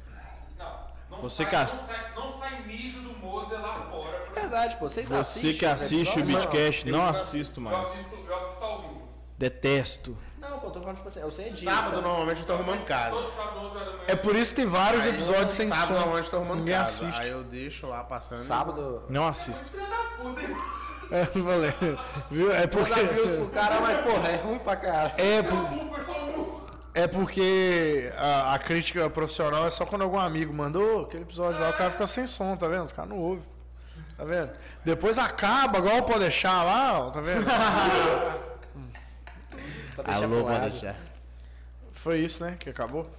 Não, não Você sai, que não, ass- sai, não sai mijo do Moser lá fora. É, Por exemplo. É Verdade, pô. Vocês Você assistem que os assiste o episódios? videocast, não assisto Eu mais. assisto, eu assisto ao vivo. Detesto. Não, pô, tô falando tipo assim, eu sei disso. sábado normalmente eu tô arrumando casa. Todo sábado, 11 horas da manhã. É por isso que tem vários Aí, episódios sem sábado som. normalmente eu tô tá arrumando Ninguém casa. assiste. Aí eu deixo lá passando. Sábado. Não assisto. Filha da puta, hein? É, eu falei. Viu? É porque. Dá views pro cara, mas porra, é ruim pra caralho. É, Só por- um, foi só um. é porque a, a crítica profissional é só quando algum amigo mandou aquele episódio lá, o cara fica sem som, tá vendo? Os caras não ouvem. Tá vendo? Depois acaba, igual pode deixar lá, ó, tá vendo? Pra deixar Alô, pro lado. pode deixar. Foi isso, né? Que acabou?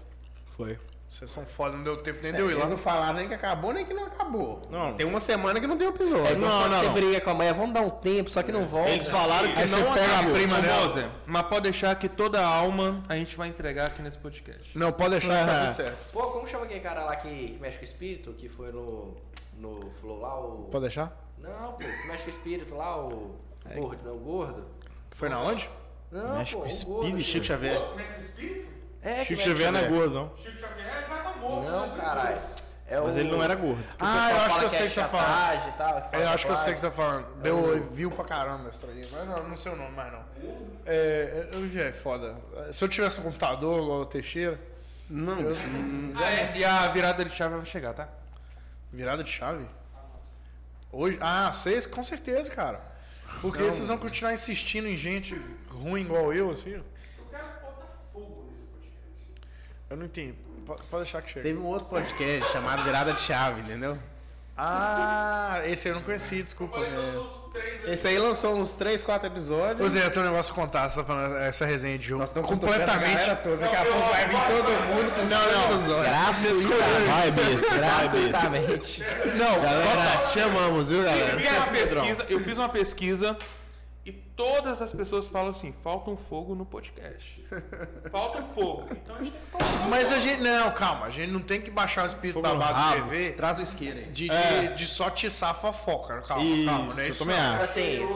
Foi. Vocês são foda, É, não deu tempo nem Eu deu ir lá. Eles não falaram nem que acabou, nem que não acabou. Não. Tem uma semana que não tem episódio. É igual quando você briga com a mãe, vamos dar um tempo, só que É. não volta. Eles falaram que Aí você não pega a acabou. prima Ô, dela. Moser, mas pode deixar que toda a alma a gente vai entregar aqui nesse podcast. Não, pode deixar que tá tudo certo. Pô, como chama aquele cara lá que que mexe com o espírito, que foi no. no Flow lá, o. Pode deixar? Não, pô, que mexe com o espírito lá, o. Gordo, não, o gordo. Foi na onde? Não, Mexe pô, com o espírito, gordo. Chico Xavier. Como é que espírito? É, que Chico mexe- Xavier não é gordo, não. Chico Xavier já tá morto. Não, né? caralho. É Mas o- ele não era gordo. o Ah, pessoal eu acho fala que eu sei é que você tá falando. chantagem e tal, que fala É, eu acho que eu sei o que tatuagem. você tá falando. Deu viu pra caramba essa aí, mas não, não sei o nome mais não. É, eu já é foda. Se eu tivesse um computador igual o Teixeira, Não, Ah, é, e a virada de chave vai chegar, tá? virada de chave. Hoje, ah, vocês com certeza, cara. Porque vocês vão continuar insistindo em gente ruim igual eu, assim. Eu quero botar fogo nesse podcast. Eu não entendo. Pode pode deixar que chegue. teve um outro podcast chamado Virada de Chave, entendeu? Ah, esse eu não conheci, desculpa. Falei todos os três aqui. é. Esse aí lançou uns 3, 4 episódios. Ô Zé, eu tenho um negócio pra contar, você tá falando essa resenha de jogo. Nós estamos completamente. completamente. A galera toda. Daqui a pouco vai vir todo mundo com não, não. Você escolheu. Vai, besta. Vai, besta. Exatamente. Não, Galera, te amamos, viu, Eu galera? fiz uma pesquisa, eu fiz uma pesquisa e todas as pessoas falam assim: faltam fogo no podcast. Faltam fogo. Então a gente tem que botar fogo. Mas a gente. Não, calma, a gente não tem que baixar o espírito da base de TV Traz o isqueiro aí. de, de- de só tiçar a fofoca. Calma, calma, não é Isso, eu isso. também não. acho. Assim, é,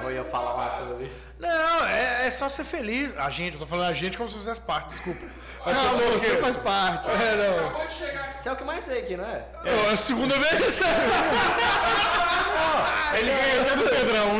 vou eu falar uma coisa. aí. Não, é, é só ser feliz. A gente, eu tô falando a gente como se fizesse parte, desculpa. Não, você faz parte. É, não. Acabou de chegar aqui. Você é o que mais vê aqui, não é? É a segunda vez. Ele ganhou até do Pedrão.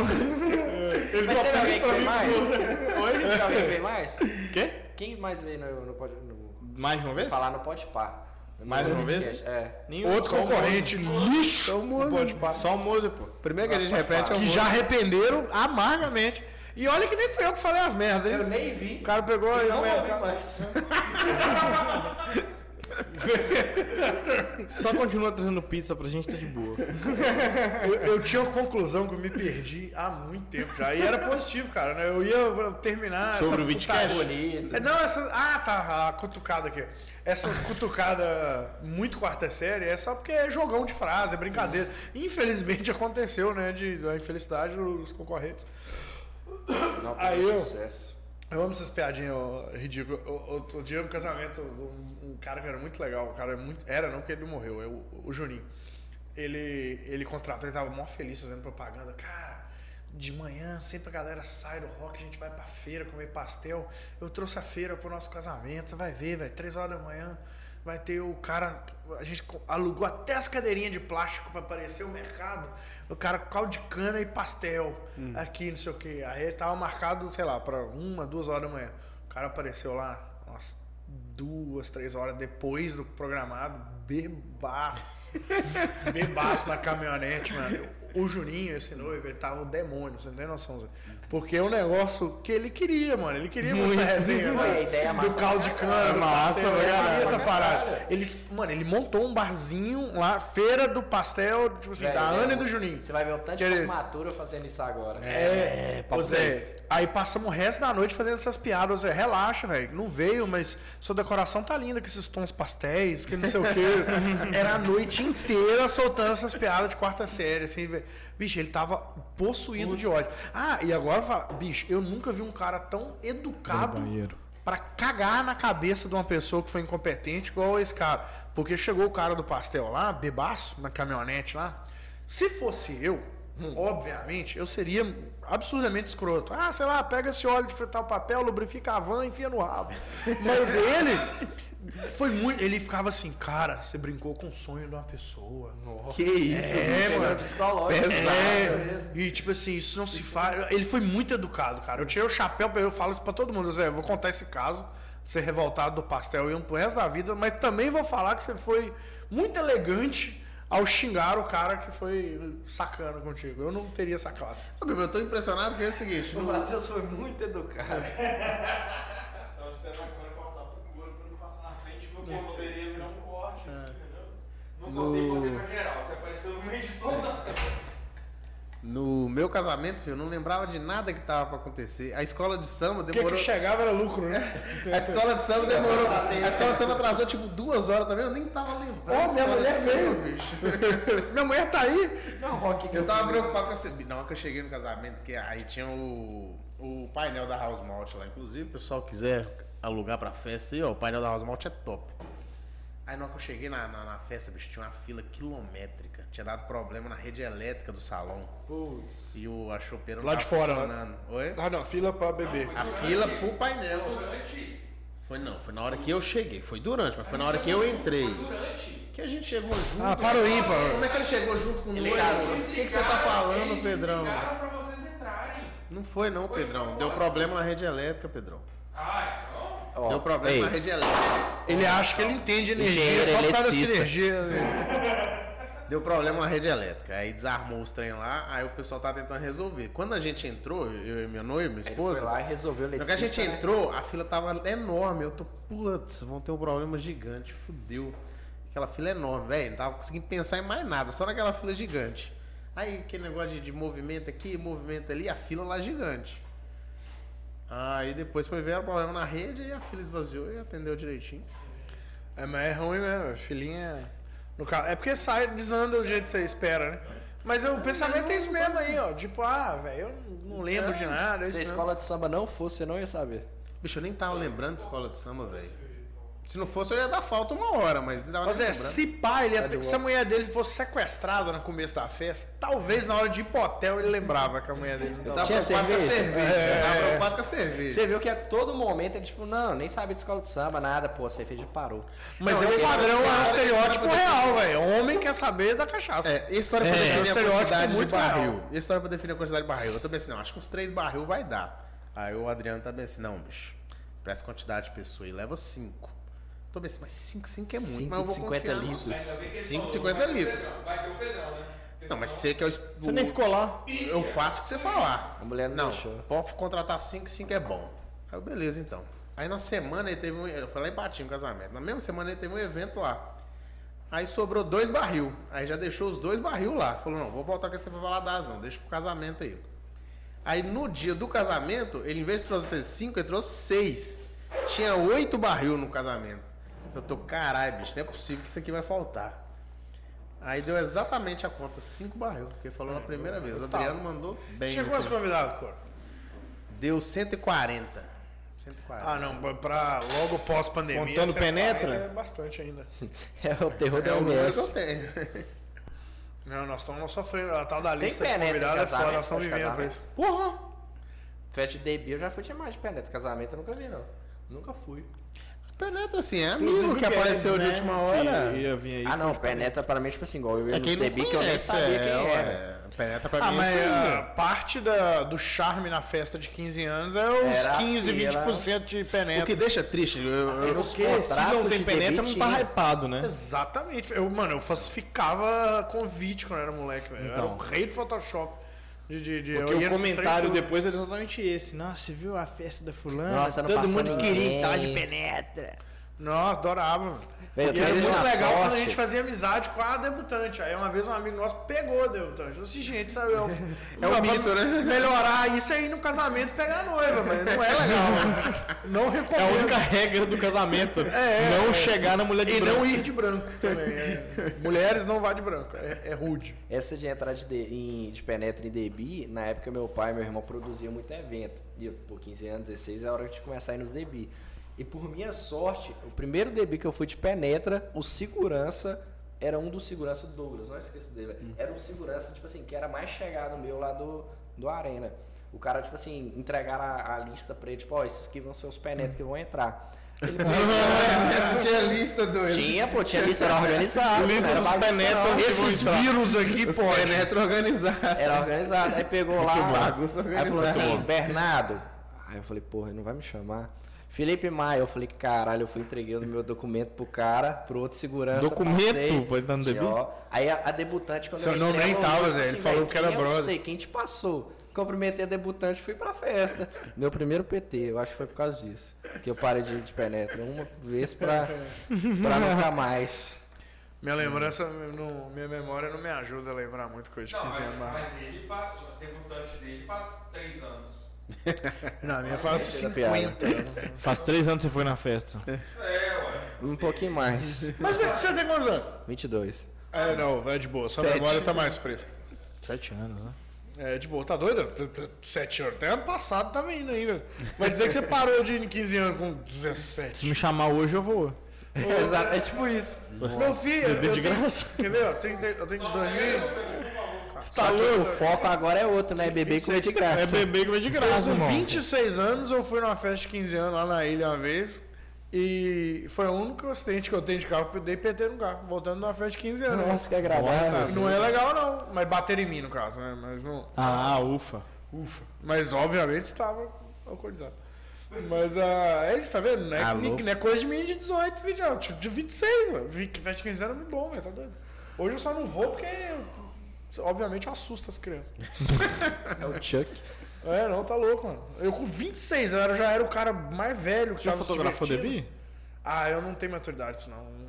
É. Mas você não vê que vê mais? Oi? Você alguém vê mais? Quê? Quem mais vê no, no, pod- no Mais uma vez? falar no pode par? Mais uma vez? É. Nenhum. Outro um Só o tipo, concorrente lixo. Moser. Pode parar. Só o Moser, pô. Primeiro um que a gente repete é o que já arrependeram amargamente. E olha que nem fui eu que falei as merdas, hein? Eu nem vi. O cara pegou as Não vou merdas. ver mais. Só continua trazendo pizza pra gente, tá de boa. Eu, eu tinha uma conclusão que eu me perdi há muito tempo já. E era positivo, cara. Né? Eu ia terminar. Sobre o Tá putaria. Bitcast? É, Não, essa. Ah, tá. A cutucada aqui. Essas cutucadas muito quarta série é só porque é jogão de frase, é brincadeira. Infelizmente aconteceu, né? De, da infelicidade dos concorrentes. É. Não, Ah, teve eu? sucesso. Eu amo essas piadinhas ó, ridículas. Eu- eu- Outro dia no casamento, um, um cara que era muito legal, o cara é muito. Era não, porque ele não morreu, é o, o Juninho. Ele, ele contratou, ele tava mó feliz fazendo propaganda. Cara, de manhã sempre a galera sai do rock, a gente vai pra feira comer pastel. Eu trouxe a feira pro nosso casamento, você vai ver, velho, três horas da manhã. Vai ter o cara. A gente co- alugou até as cadeirinhas de plástico pra aparecer o mercado. O cara com caldo de cana e pastel. Aqui, não sei o quê. Aí tava marcado, sei lá, pra uma, duas horas da manhã. O cara apareceu lá umas duas, três horas depois do programado, bebaço. bebaço na caminhonete, mano. Eu, o Juninho, esse noivo, ele tava o demônio, você não tem noção, Zé. Porque é um negócio que ele queria, mano. Ele queria muito, essa resenha, Ué, a né? ideia é massa Do caldo de pra cana, do Massa pastel, pra ele caralho. fazia essa parada. Eles, mano, ele montou um barzinho lá, feira do pastel, tipo assim, Velho, da velho, Ana e do Juninho. Você vai ver o tanto de Quer dizer- formatura fazendo isso agora. É, papo ô Zé, aí passamos o resto da noite fazendo essas piadas, ô Zé, relaxa, velho, não veio, mas sua decoração tá linda com esses tons pastéis, que não sei o quê. Era a noite inteira soltando essas piadas de quarta série, assim, velho. Bicho, ele tava possuído de ódio. Ah, e agora fala, bicho, eu nunca vi um cara tão educado No banheiro. pra cagar na cabeça de uma pessoa que foi incompetente igual esse cara. Porque chegou o cara do pastel lá, bebaço, na caminhonete lá. Se fosse eu, obviamente, eu seria absurdamente escroto. Ah, sei lá, pega esse óleo de fritar o papel, lubrifica a van e enfia no rabo. Mas ele foi muito. Ele ficava assim, cara, você brincou com o sonho de uma pessoa. Que isso, É, mano. psicológico. É, e tipo assim, isso não se faz. Ele foi muito educado, cara. Eu tirei o chapéu pra ele, eu falo isso pra todo mundo. Zé, eu vou contar esse caso, de ser revoltado do pastel e um pro resto da vida, mas também vou falar que você foi muito elegante ao xingar o cara que foi sacana contigo. Eu não teria essa classe. Ô, Bibo, eu tô impressionado que é o seguinte. O Matheus foi muito educado. Tava esperando a câmera cortar pro couro pra não passar na frente, porque eu poderia virar um corte, entendeu? Não cortei, cortei pra geral. Você apareceu no meio de todas as câmeras. No meu casamento, filho, eu não lembrava de nada que tava pra acontecer. A escola de samba O que, que demorou. chegava era lucro, né? a escola de samba demorou. A escola de samba atrasou tipo duas horas também. Eu nem tava lembrando. é Ó, da minha escola de mulher samba, veio. Minha mulher tá aí. Não, Rock Eu tava preocupado com essa. Na hora que eu cheguei no casamento, que aí tinha o, o painel da House Malt lá. Inclusive, o pessoal quiser alugar pra festa aí, ó, o painel da House Malt é top. Aí na hora que eu cheguei na, na, na festa, bicho, tinha uma fila quilométrica. Tinha dado problema na rede elétrica do salão. Putz. E o, a chopeira Lá de fora, né? funcionando. Oi? Ah, não, fila pra beber. A fila pro painel. Foi não, foi na hora que eu cheguei. Foi durante, mas foi na hora que eu entrei. Que a gente chegou junto. Ah, para o ímpar. Como é que ele chegou junto com nós? O que, que você tá falando, Pedrão? Ligaram pra vocês entrarem. Não foi não, Pedrão. Deu problema na rede elétrica, Pedrão. Ah, então. Deu problema na rede elétrica. Ele acha que ele entende energia Engenheiro só por causa da eletricista. sinergia. Deu problema na rede elétrica. Aí desarmou os trem lá, aí o pessoal tá tentando resolver. Quando a gente entrou, eu e minha noiva, minha Ele foi esposa, lá e resolveu o Na hora é que a eletricista. gente né? entrou, a fila tava enorme. Eu tô, putz, vão ter um problema gigante. Fudeu. Aquela fila é enorme, velho. Não tava conseguindo pensar em mais nada, só naquela fila gigante. Aí aquele negócio de, de movimento aqui, movimento ali, a fila lá gigante. Aí depois foi ver o problema na rede e a fila esvaziou e atendeu direitinho. É, mas é ruim mesmo, filhinha. No carro. É porque sai, desanda do jeito que você espera, né? Mas o pensamento é esse mesmo aí, ó. Tipo, ah, velho, eu não lembro de nada. é isso Se a mesmo. escola de samba não fosse, você não ia saber. Bicho, eu nem tava lembrando de escola de samba, velho. Se não fosse, eu ia dar falta uma hora, mas não tava Mas nem é, Tá lembrando. se pá, ele ia... de se a mulher dele fosse sequestrada no começo da festa, talvez na hora de ir pro hotel ele lembrava que a mulher dele não Eu tava. tava Tinha preocupado com a cerveja? cerveja. É. Eu tava preocupado com a cerveja. Você viu que a todo momento ele, tipo, não, nem sabia de escola de samba, nada, pô, a cerveja parou. Mas Não, é um ele- padrão, é um ele- estereótipo ele- real, velho. É um Homem quer saber da cachaça. É, e a história pra É, é um definir a estereótipo quantidade de muito barril. real. E a história pra definir a quantidade de barril. Eu tô bem assim, não, acho que uns três barril vai dar. Aí o Adriano tá bem assim, não, bicho, pra essa quantidade de pessoa e leva cinco. Tô bem assim, mas cinco, cinco é muito, Cinco mas eu de vou 50 confiar no- litros. Ainda bem que ele Cinco, falou, 50 vai ter o litros. Pedrão, Vai ter o Pedrão, né? Porque Não, mas você que é o... Você nem ficou lá. Eu faço o que você falar. A mulher não Não, deixou. pode contratar cinco, cinco é bom. Aí eu, beleza, então. Aí na semana ele teve um... Eu falei, bati um casamento. Na mesma semana ele teve um evento lá. Aí sobrou dois barril. Aí já deixou os dois barril lá. Falou, não, vou voltar com esse pra Valadares, não. Deixa pro casamento aí. Aí no dia do casamento, ele em vez de trazer cinco, ele trouxe seis. Tinha oito barril no casamento. Eu tô, caralho, bicho, não é possível que isso aqui vai faltar. Aí deu exatamente a conta, cinco barril, porque falou na primeira vez. O Adriano mandou bem. Tinha nesse quantos convidados, Cor? Deu 140. 140. Ah, não, pra logo pós-pandemia. Contando 140 penetra? É bastante ainda. É o terror da é o número que eu MS. tenho. Não, nós estamos sofrendo. A tal da lista de penetra em convidados é fora, casamento, nós estamos faz vivendo por casamento. isso. Festa de debut eu já fui chamado de penetra. Casamento eu nunca vi, não. Nunca fui. Penetra assim, é né? amigo que apareceu de né? última hora. Que ia vir aí. Ah, não, penetra pra mim, tipo assim, igual eu ia É no quem não TB que eu nem conhece, sabia é, quem era. ué. Penetra pra Ah, mim é mas isso aí, ah, parte da- do charme na festa de 15 anos é os Era 15, aquela- 20% de O penetra. que deixa triste, eu, eu- Nos Porque se não contratos tem de penetra, TB não tá tinha. hypado, né? Exatamente. Eu, mano, eu falsificava convite quando eu era moleque, velho. Eu era o rei do Photoshop. De, de, de, eu Porque ia o nos trem comentário tudo. depois era exatamente esse. Nossa, você viu a festa da fulana? Nossa, não Todo passou mundo queria ninguém. estar de penetra. Nossa, adorava. mano. Velho, eu E é tô era desde muito na legal quando a sorte. gente fazia amizade com a debutante. Aí uma vez um amigo nosso pegou a debutante. Eu disse, gente, sabe, é o, é o mito, né? Melhorar isso aí no casamento e pegar a noiva, mas não é legal. não É a recomendo. única regra do casamento. É, não chegar na mulher de E branco. não ir de branco também. é. Mulheres não vá de branco. É, é rude. Essa de entrar de, de- em- de penetra em DB, na época meu pai e meu irmão produziam muito evento. E eu, por 15 anos, 16, é a hora de começar a ir nos DB. E por minha sorte, o primeiro DB que eu fui de penetra, o segurança era um dos segurança do Douglas, não esqueço dele. Uhum. velho. Era um segurança, tipo assim, que era mais chegado meu lá do, do Arena. O cara, tipo assim, entregaram a, a lista pra ele, tipo, ó, esses aqui vão ser os penetras que vão entrar. Ele não tinha lista do tinha, pô, tinha lista, era organizado. Lista era dos bagunça, penetras não. Esses vírus aqui, pô. Penetra É, organizado. Era organizado. Aí pegou lá. bagunça Aí falou organizada. assim, Bernardo. Aí eu falei, porra, ele não vai me chamar. Felipe Maia, eu falei, caralho, eu fui entreguei o meu documento pro cara, pro outro segurança. Documento? passei. Pode dar no Tinha, DB? ó. Aí a, a debutante, quando tá Seu eu nome entrei, nem ela tava, olhou Zé, ele assim, falou velho, que era quem Eu brother. não sei quem te passou. Cumprimentei a debutante e fui pra festa. Meu primeiro PT, eu acho que foi por causa disso. Que eu parei de, de penetra uma vez pra, pra nunca mais. Minha lembrança, não- minha memória não me ajuda a lembrar muito coisa de Não, 15 mas, anos. mas- mas ele faz. O debutante dele faz 3 anos. Não, é a minha faz Essa piada. 50. Faz três anos que você foi na festa. É, ué. Um pouquinho mais. Mas você tem quantos anos? 22. É, não, é de boa. Sua Sete. memória tá mais fresca. Sete anos, né? É, de boa, tá doido? T- t- Sete anos. Até ano passado tá tava indo ainda. Vai dizer que você parou de ir em 15 anos com Se 17. me chamar hoje, eu vou. Exato, é tipo isso. Meu filho, eu, Bebê de tenho- graça. Quer ver, ó? 30, eu tenho um 2000. Tá louco? O foco agora é outro, né? Beber e comer de graça. É bebê que vem de Eu, graça, com irmão. 26 anos, eu fui numa festa de 15 anos lá na ilha uma vez. E foi o único acidente que eu tenho de carro, porque eu dei PT no carro, voltando numa festa de 15 anos. Nossa, que agradável. Não é legal, não. Mas bateram em mim, no caso, né? Mas não. Ah, Tá ufa. Ufa. Mas, obviamente, estava alcoolizado. Mas ah, é isso, tá vendo? Não é, Alô? não é coisa de mim de 18, 20, ah, tipo, de 26, velho. Vi que festa de 15 anos é muito bom, velho. Tá doido. Hoje eu só não vou porque, obviamente, eu assusto as crianças. É o Chuck. É, não, tá louco, mano. Eu com 26 anos eu já era o cara mais velho que Já tava se fotografou divertindo. DB? Ah, eu não tenho maturidade pra isso, não.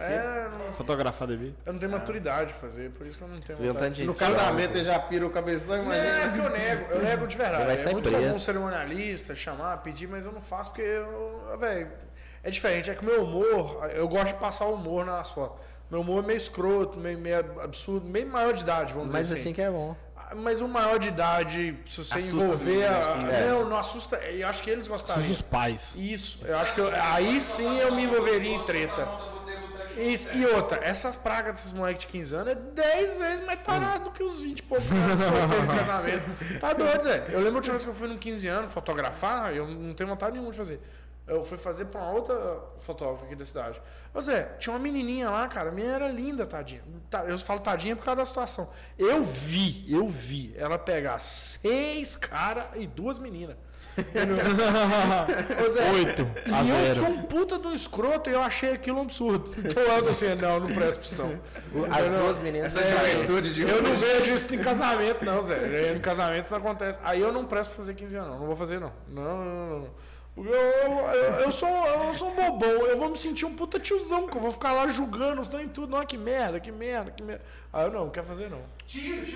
É, não- Fotografar DB? eu não tenho maturidade pra fazer, por isso que eu não tenho Viu um tanto vontade. de No gente lá. casamento ele já pira o cabeção, Não, é imagina. porque eu nego, eu nego de verdade. Vai é sair muito comum preso. um cerimonialista chamar, pedir, mas eu não faço porque eu. Velho, é diferente. É que o meu humor, eu gosto de passar humor nas fotos. Meu humor é meio escroto, meio, meio absurdo, meio maior de idade, vamos Mas dizer assim que é bom. Ah, Mas um maior de idade, se você Assusta envolver. as a- meninas, né? Não, não assusta. Eu acho que eles gostariam. Os pais. Isso, eu acho que eu- aí sim eu me envolveria em treta. Isso, e outra, essas pragas desses moleques de 15 anos é 10 vezes mais tarado do que os 20 e poucos anos solteiro de casamento. Tá doido, Zé. Eu lembro a última vez que eu fui num 15 anos fotografar, eu não tenho vontade nenhuma de fazer. Eu fui fazer pra uma outra fotógrafa aqui da cidade. Ô Zé, tinha uma menininha lá, cara, a minha era linda, tadinha. Ta- Eu falo tadinha por causa da situação. Eu vi, eu vi ela pegar seis caras e duas meninas. Ô, Zé, Oito a é. e eu zero. sou um puta do escroto e eu achei aquilo um absurdo. Então eu tô assim, não, não presta pistão. As duas meninas. né? Essa juventude de Eu não hoje. vejo isso em casamento, não, Zé. É, Em casamento isso não acontece. Aí eu não presto pra fazer 15 anos, não. Não vou fazer, não. Não, não, não, não. Porque Eu, eu, eu sou, eu sou um bobão, eu vou me sentir um puta tiozão, que eu vou ficar lá julgando os em tudo. Não, que merda, que merda, que merda. Ah, eu não, não quero fazer não.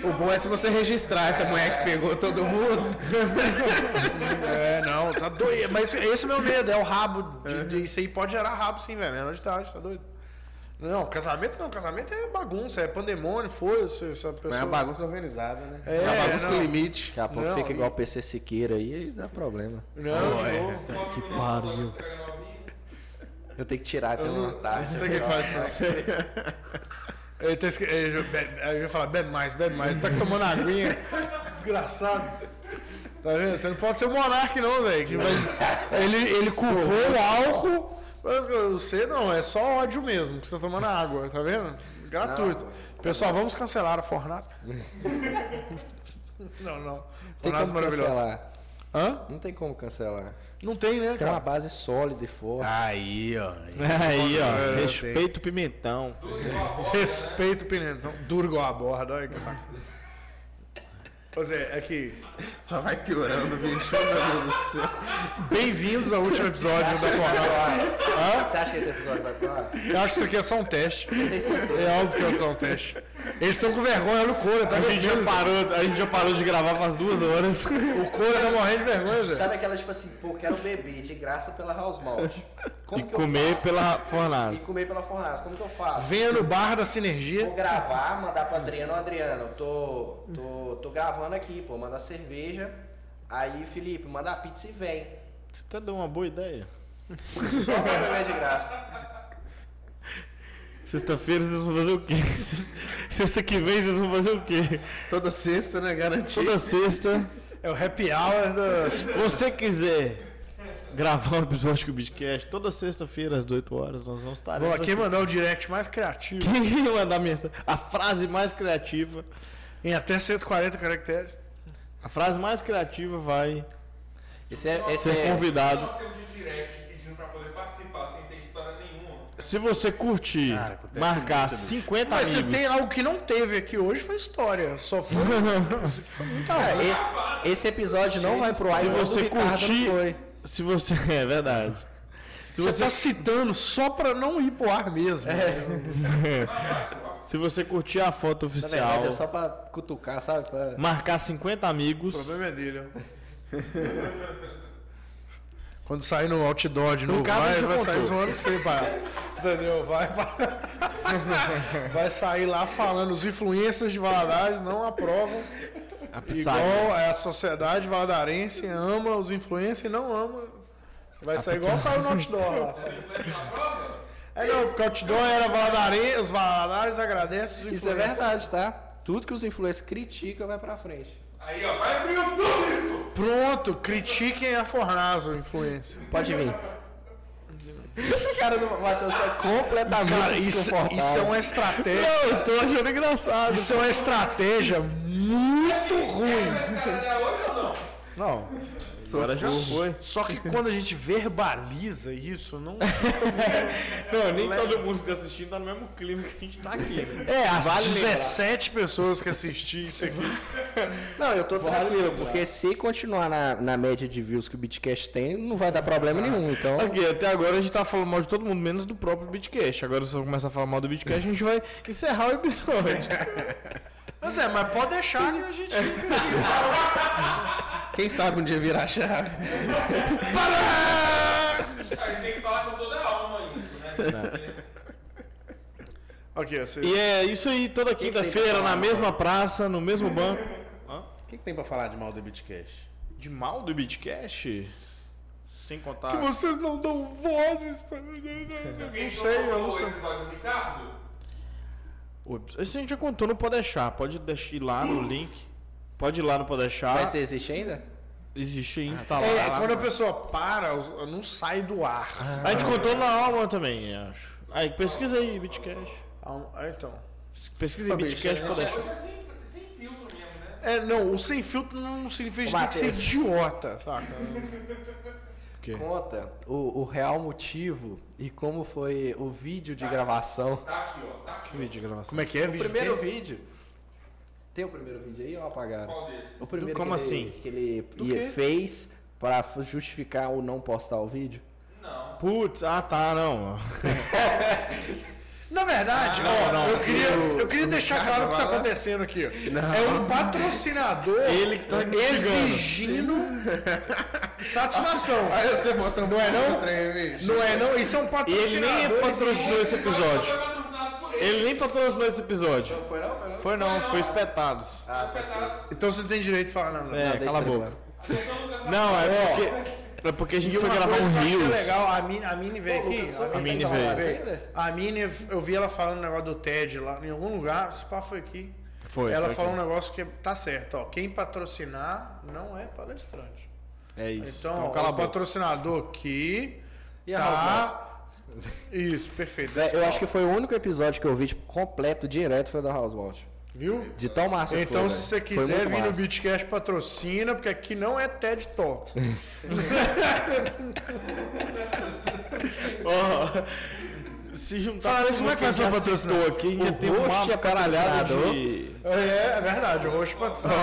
O bom é se você registrar essa mulher que pegou todo mundo. É, não, tá doido. Mas esse é meu medo, é o rabo. de- de- isso aí pode gerar rabo, sim, velho. Menor de idade, tá doido? Não, casamento não, casamento é bagunça, é pandemônio, foi, se essa pessoa. Mas é uma bagunça organizada, né? É, É uma bagunça não. com limite. Daqui a pouco Não, fica e- igual o PC Siqueira aí e dá problema. Não, é. de novo. Que pariu. Eu tenho que tirar até uma Não tarde. sei quem faz, não. Ele tá esque... ele já bebe- Aí eu ia falar, bebe mais, bebe mais, tá tomando aguinha. Desgraçado. Tá vendo? Você não pode ser um monarca, não, velho. que vai- Ele, ele culpou o álcool Mas você não, é só ódio mesmo, que você tá tomando água, tá vendo? Gratuito. Pessoal, vamos cancelar a Fornato. não, não. Tem Fornato é como maravilhoso. cancelar. Hã? Não tem como cancelar. Não tem, né, Tem cara? uma base sólida e forte. Aí, ó. Aí, ó. É, Respeita o pimentão. Respeito o Pinentão. Duro igual a borda, olha que saco. Pois é, é que Só vai piorando, bicho. Meu Deus do céu. bem-vindos ao último episódio da Fornato. Você acha que esse episódio vai pra lá? Eu acho que isso aqui é só um teste. Tem certeza. É óbvio que é só um teste. Eles estão com vergonha, olha o Cora, tá A gente, já vergonha. parou, a gente já parou de gravar faz duas horas. O Cora tá morrendo de vergonha, Zé. Sabe aquela tipo assim, pô, quero beber de graça pela House Malt. Como E que eu comer faço? pela E fornada. comer pela fornalha. Como que eu faço? Venha no bar da sinergia. Vou gravar, mandar pro Adriano, "Ô, Adriano, eu tô, tô, tô gravando aqui, pô, manda cerveja. Aí, Felipe, manda a pizza e vem. Você tá dando uma boa ideia? Só pra beber de graça. Sexta-feira vocês vão fazer o quê? Sexta que vem vocês vão fazer o quê? Toda sexta, né? Garantia. Toda sexta, É o happy hour das. você quiser gravar um episódio com o Bitcast, toda sexta-feira às 8 horas nós vamos estar Vou aqui mandar o direct mais criativo. Quem mandar mensagem? A frase mais criativa. Em até 140 caracteres. A frase mais criativa vai Esse é. Esse ser é convidado. Nós temos de direct pedindo pra poder participar sem ter história nenhuma. Se você curtir, Cara, acontece marcar 50 Mas se amigos. tem algo que não teve aqui hoje, foi história. Só foi. Isso aqui foi É, muito ruim. e- esse episódio não vai pro ar se enquanto o você Ricardo não curtir, foi. se você é verdade. Se Você você, tá citando só pra não ir pro ar mesmo. É. tá- se você curtir a foto Na verdade, é oficial, só pra cutucar, sabe? Pra- marcar 50 amigos, é dele, Quando sair no outdoor Um de novo, Nunca vai, te vai contou. sair zoando você, palhaço. Entendeu? Vai, vai- vai sair lá falando. Os influencers de Valadares não aprovam. Tá a pizzaria. Igual a sociedade valadarense ama os influencers e não ama. Vai sair igual saiu no outdoor lá. É não, porque o outdoor era Valadares, os Valadares agradecem os Isso é influencers. verdade, tá? Tudo que os influencers criticam vai pra frente. Aí, ó, vai abrir o tudo isso! Pronto, critiquem a Fornazo, influencer. Pode vir. O cara do Matheus é completamente Cara, isso, desconfortável. isso é uma estratégia. Eu tô achando engraçado. Isso é uma estratégia muito ruim. Essa galera é hoje ou não? Não. Agora já foi. Só que quando a gente verbaliza isso, não. Não, nem todo mundo que tá assistindo tá no mesmo clima que a gente tá aqui. Né? É, as Vale 17 pessoas que assistiram isso aqui. Não, eu tô tranquilo, porque se continuar na, na média de views que o Bitcast tem, não vai dar problema nenhum, então... Ok, até agora a gente tá falando mal de todo mundo, menos do próprio Bitcast. Agora se eu começar a falar mal do Bitcast, a gente vai encerrar o episódio. Mas é, mas pode deixar que a gente. Quem sabe um dia virar chave. A gente tem que falar com toda a alma isso, né? Ok, você. E é isso aí, toda quinta-feira, na mesma praça, no mesmo banco. O que, que tem pra falar de mal do Bitcash? De mal do Bitcast? Sem contar. Que vocês não dão vozes pra. Alguém Não sei, tocou eu não o sei. episódio do Ricardo? O- Esse a gente já contou no Podeixar. Pode deixar ir lá no link. Pode ir lá no Podeixar. Mas você existe ainda? Existe ainda, tá lá. É, quando a pessoa para, não sai do ar. A gente contou na alma também, eu acho. Aí, pesquisa aí, Bitcast. Ah, então. Pesquisa aí, Bitcast Podeixar. É sem, sem filtro mesmo, né? É, não, o sem filtro não significa que tem que ser Matheus. idiota, saca? Conta o, o real motivo e como foi o vídeo de gravação. Tá aqui, ó, tá aqui. Vídeo de gravação. Como é que é, O vídeo? primeiro vídeo... Tem o primeiro vídeo aí ou apagaram? Qual deles? O primeiro Como que ele, assim? que ele ia- fez pra f- justificar ou não postar o vídeo? Não. Putz, ah tá, não. Na verdade, Ah, ó, eu queria, eu queria deixar claro o que tá acontecendo aqui. ó. É um patrocinador Ele que tá exigindo satisfação. Aí você bota um não é não? Trem, bicho. Não é não? Isso é um E ele patrocinador. nem patrocinou esse episódio. Foi patrocinado por ele. Ele nem patrocinou esse episódio. Não foi não? Foi não, foi espetados. Os pesados. Então você não tem direito de falar nada. É, deixa cala a ele boca. Atenção, Lucas, na Não, é porque. É porque a gente foi Uma gravar coisa um que eu achei Rios. legal, a Mini, a Mini veio aqui. A Mini Tá veio. ainda? A Mini, eu vi ela falando um negócio do TED lá em algum lugar. Se pá, foi aqui. Foi, ela foi falou um negócio que tá certo, ó. Quem patrocinar não é palestrante. É isso. Então, ó, o patrocinador aqui a tá Isso, perfeito. Vé, É, Eu acho que foi o único episódio que eu vi tipo, completo, direto, foi da House Watch. Viu? De tão massa que Então, foi, se velho. você Foi quiser muito vir no massa. Beatcast, patrocina, porque aqui não é TED Talk. Se juntar. Fala, mas todo como é mundo que faz pra já citou patrocinar? aqui? Ia ter Roche uma é caralhada patrocinador. de. é, é verdade, o roxo patrocina.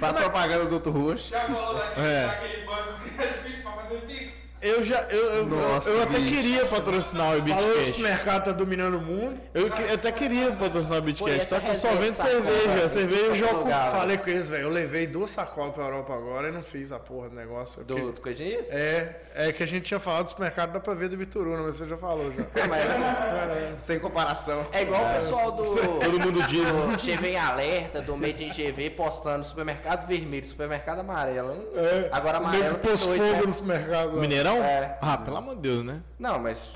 Faz propaganda do Dr. Roxo. Já falou daquele, É. daquele banco que é difícil pra fazer pix? Eu já. Eu, eu, Nossa, eu até bicho. queria patrocinar Oh, o Falou que o Beatcast. mercado tá dominando o mundo. Eu, que- eu até queria patrocinar o Beatcast, essa só que eu só resenha vendo sacola, cerveja. velho. cerveja eu já Todo ocupo. lugar. Falei com eles, velho. Eu levei duas sacolas pra Europa agora e não fiz a porra do negócio. Do, porque- do coisa disso? É, é que a gente tinha falado do supermercado, dá pra ver do Bituruna, mas você já falou já. É, mas Sem comparação. é igual o pessoal do. Todo mundo diz. do GV em alerta, do Made in GV postando supermercado vermelho, supermercado amarelo. Hum, É, Agora o nego amarelo. que pôs doido, fogo né? no supermercado. lá. Mineirão? É. Ah, pelo amor de Deus, né? Não, mas.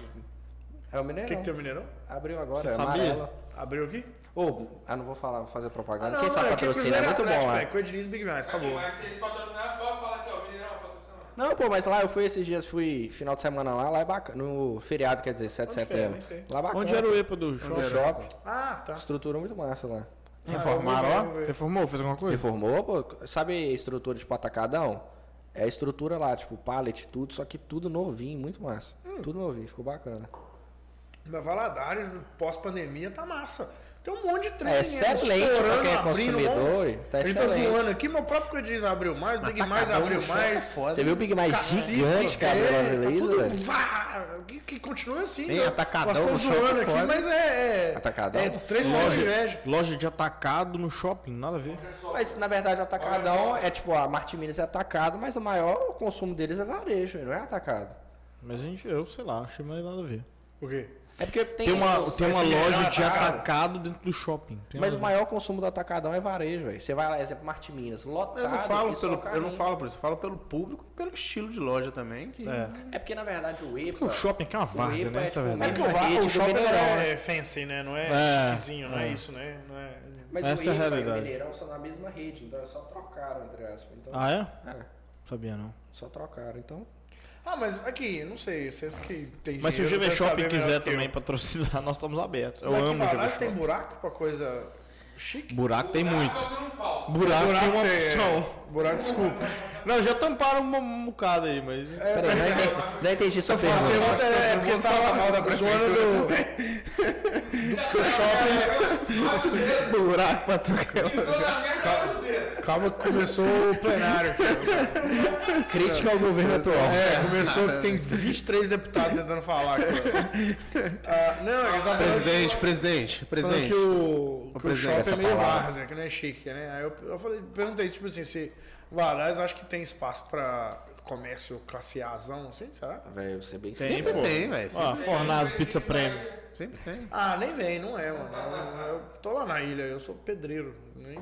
É o O Mineirão. que, que tem o Mineirão? Abriu agora, Você é sabia? amarelo. Abriu aqui? Ô, ah, não vou falar, vou fazer propaganda. Ah, Não, Quem sabe mano, aqui patrocina é Cruzeiro muito Atlético, bom lá. velho, Com o Diniz Big Mass, acabou. Mas se eles patrocinar, pode falar é aqui, ó. Mineirão, patrocinar. Não, pô, mas lá eu fui esses dias, fui final de semana lá, lá é bacana. No feriado, quer dizer, 7 de Onde que é? setembro. Nem sei. Lá é bacana. Onde era o EPA do No shopping? shopping. Ah, tá. Estrutura muito massa lá. Reformaram Reformou? Fez alguma coisa? Reformou, pô. Sabe estrutura de patacadão? É a estrutura lá, tipo, pallet, tudo, só que tudo novinho, muito massa. Tudo novinho, ficou bacana. Na Valadares, pós-pandemia, tá massa. Tem um monte de trem. É né? excelente Estourando, pra quem é abrindo, consumidor. mano. Tá a gente tá excelente. zoando aqui, meu próprio que diz abriu mais, tá o Tá Big Mais Atacadão abriu no shopping mais. é foda. Você viu o Big Mais Cacique, gigante, cara, é, do Brasil, tá isso, tudo- velho? Vá, que, que continua assim. Tem né? atacadão Nós estamos no shopping zoando aqui, fora. mas é. é Atacadão? É três pontos de inveja. Loja, loja de atacado no shopping, nada a ver. Mas na verdade o atacadão é tipo, a Martin Minas é atacado, mas o maior consumo deles é varejo, não é atacado. Mas a gente, eu sei lá, achei mais nada a ver. O quê? É porque tem, Tem uma, os- tem uma esse loja melhor de atacado. atacado dentro do shopping. Tem Mas o uma- maior consumo do atacadão é varejo, velho. Você vai lá, exemplo, Martin Minas, lotado. Eu não, falo e só um. pelo, eu não carrinho. falo por isso, eu falo pelo público e pelo estilo de loja também. Que... É. É porque na verdade o EPA... O shopping aqui é uma várzea, Ipa né? é Essa é a É tipo verdade. porque o, Uma va- rede o do shopping Mineirão, é fancy, né? Não é, É, chiquezinho, não é. é isso, né? Não é... Mas Essa é o a EPA e o realidade. Mineirão são na mesma rede, então eles só trocaram, entre aspas. Então, Ah, é? é, Sabia não. só trocaram, então... Ah, mas aqui, não sei, vocês que tem Mas se o dinheiro, GV devem Shopping saber melhor quiser que eu. também patrocinar, nós estamos abertos. Eu Mas aqui em amo o GV Valadares tem Shopping. buraco pra coisa chique? Buraco tem muito. Buraco é o que não falta. Buraco, tem uma tem- opção. Buraco, desculpa. Não, já tamparam um, um bocado aí, mas. Peraí, não né? entendi, não entendi sua A pergunta. pergunta é porque você tava mal da prefeitura. Do... um Buraco pra tu. Pisou na minha camiseta. Calma que começou o plenário. Crítica ao governo atual. É, começou que tem 23 deputados tentando falar. Cara. Ah, não, é que eles tavam falando- Presidente, presidente, falando presidente. que o, que o presidente, shopping é essa meio palavra. várzea, que não é chique, né? Aí eu, eu falei, perguntei tipo assim, se Valadares acho que tem espaço pra comércio classe Azão, assim, será? Velho, você é bem Sempre pô. tem, velho. Ó, Sempre, ah, Fornaz Pizza Premium. sempre tem. Ah, nem vem, não é, mano. Eu, eu tô lá na ilha, eu sou pedreiro. Nem...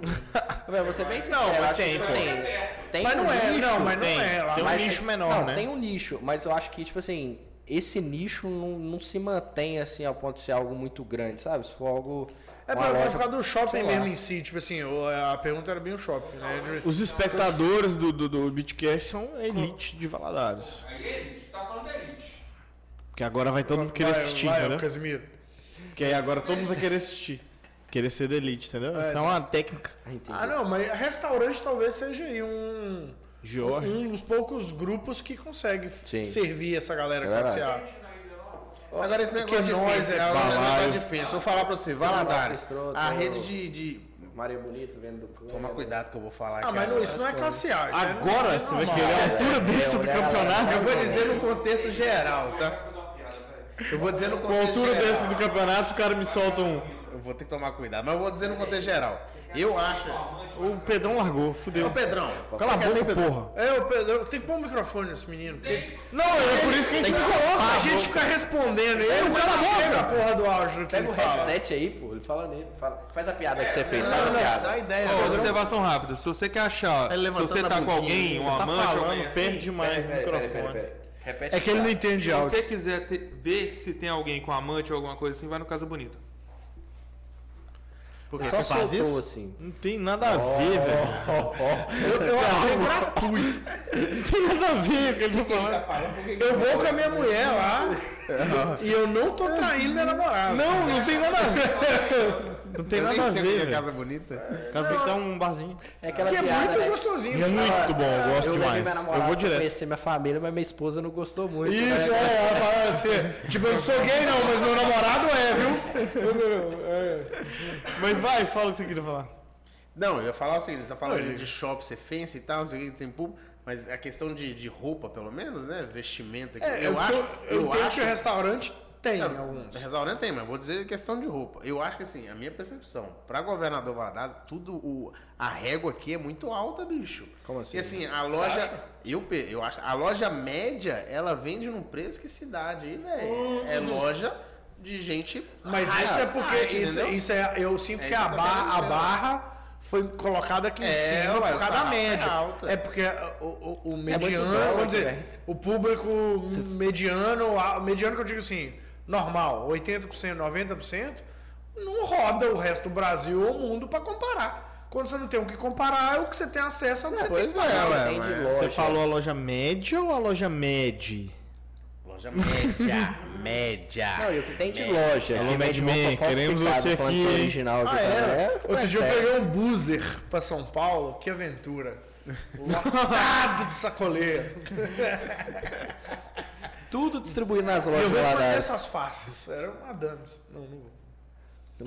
Velho, você é bem sincero. mas eu acho tem, que, tipo pô. assim, tem Mas um não é, nicho, não, mas não tem. é. Lá Tem um mas- Mas nicho cê- menor, não, né? tem um nicho, mas eu acho que, tipo assim, esse nicho não, não se mantém, assim, ao ponto de ser algo muito grande, sabe? Se for algo... É uma pra, loja- por causa do sei shopping lá. mesmo em si, tipo assim, o- a pergunta era bem o shopping, né? De- Os espectadores do, do, do Beatcast são elite de Valadares. Aí elite, tá falando da elite. Porque agora vai todo mundo querer Vai, assistir, vai, né? entendeu? Casimiro. Porque aí agora todo mundo vai querer assistir. Querer ser da elite, entendeu? Isso é uma técnica. Ah, entendi. Ah, não, mas restaurante talvez seja aí um, Jorge. um dos poucos grupos que consegue f- Sim. servir essa galera É classe A. verdade. Agora esse negócio que de nós festa, é agora esse balaio. negócio de festa. Vou falar pra você, Valadares. Escroto. A rede de. de... Maria Bonito vendo do Toma cuidado que eu vou falar Ah, mas não, isso não é classe A. isso é- Agora você vai querer a altura dessa do olha, campeonato. Eu vou dizer no contexto geral, tá? Eu vou dizer no Com a contexto altura geral. dessa do campeonato, o cara me solta um. Eu vou ter que tomar cuidado, mas eu vou dizer no contexto geral. Eu acho. O Pedrão largou, Ô, fudeu. Pedrão, Cala a quer ter, boca, Pedrão? porra. É, o Pedro, tem que pôr o microfone nesse menino. Porque Não, é por isso que a gente não a coloca. Tá gente fica respondendo. Ele não chega a porra do áudio do que Pega ele o fala. É, headset aí, pô. Ele fala nele. Fala, faz a piada que você fez, faz a piada. Dá ideia, Ó, Pedrão. É, observação rápida. Se você quer achar, Ele se levantando você a tá com bundinha, alguém, você um tá amante, falando, alguém assim, Perde demais no Peraí, peraí, microfone. peraí, peraí. Repete É que ele não a piada. entende se áudio. você quiser ter- ver se tem alguém com amante ou alguma coisa assim, vai no Casa Bonita. Porque só você faz soltou isso? assim. Não tem nada a ver, velho. Oh. Eu, eu é achei gratuito. Não tem nada a ver o que ele tá falando. Eu vou com a minha mulher lá e eu não tô traindo minha namorada. Não, não tem nada a ver. Não tem Eu nada nem a sei o que ver, é velho. casa bonita. Casa tem que ter um barzinho. É aquela Que é piada, muito né? gostosinho. É muito bom, eu gosto eu levei demais. minha Eu namorada vou pra direto. conhecer minha família, mas minha esposa não gostou muito. Isso, né? é, ela fala assim, tipo, eu não sou gay não, mas meu namorado é, viu? Mas vai, fala o que você queria falar. Não, eu ia falar o seguinte, você tá falando de shopping, você fence e tal, não sei o que, tem público, mas a questão de, de roupa, pelo menos, né? Vestimenta. que- É, eu, acho, eu, entendo que o restaurante tem alguns. Restaurante tem, mas vou dizer questão de roupa. Eu acho que assim, a minha percepção, pra governador Valadares, tudo o a régua aqui é muito alta, bicho. Como assim? E assim, a loja, eu pe- eu acho, a loja média, ela vende num preço que cidade aí, velho. É loja de gente Mas Ah, isso é porque site, isso, entendeu? isso é, eu sinto É que isso a, que eu tô barra, a querendo dizer, barra foi colocada aqui em É, cima ué, por o causa da sarrafo é média. alto, É, é. porque o, o, o mediano, dólar, vamos dizer, velho. o público mediano, a- mediano que eu digo assim, normal, 80%, 90%, não roda o resto do Brasil ou mundo pra comparar. Quando você não tem o que comparar, é o que você tem acesso ao que você tem. Pois é, ué, Tem de mas- loja. né? Você falou a loja média ou a loja med? Loja média, média. Não, e o que tem É. de loja. Alô, que vende Mad Men, roupa queremos falsificada, você falando aqui, que é hein? original aqui Ah, também. é? Outro mas dia eu é. peguei um boozer pra São Paulo, que aventura. Lotado de sacoleiro. Tudo distribuído nas lojas Eu vou perder Valadares. essas faces. Era uma damas. Não, não vou.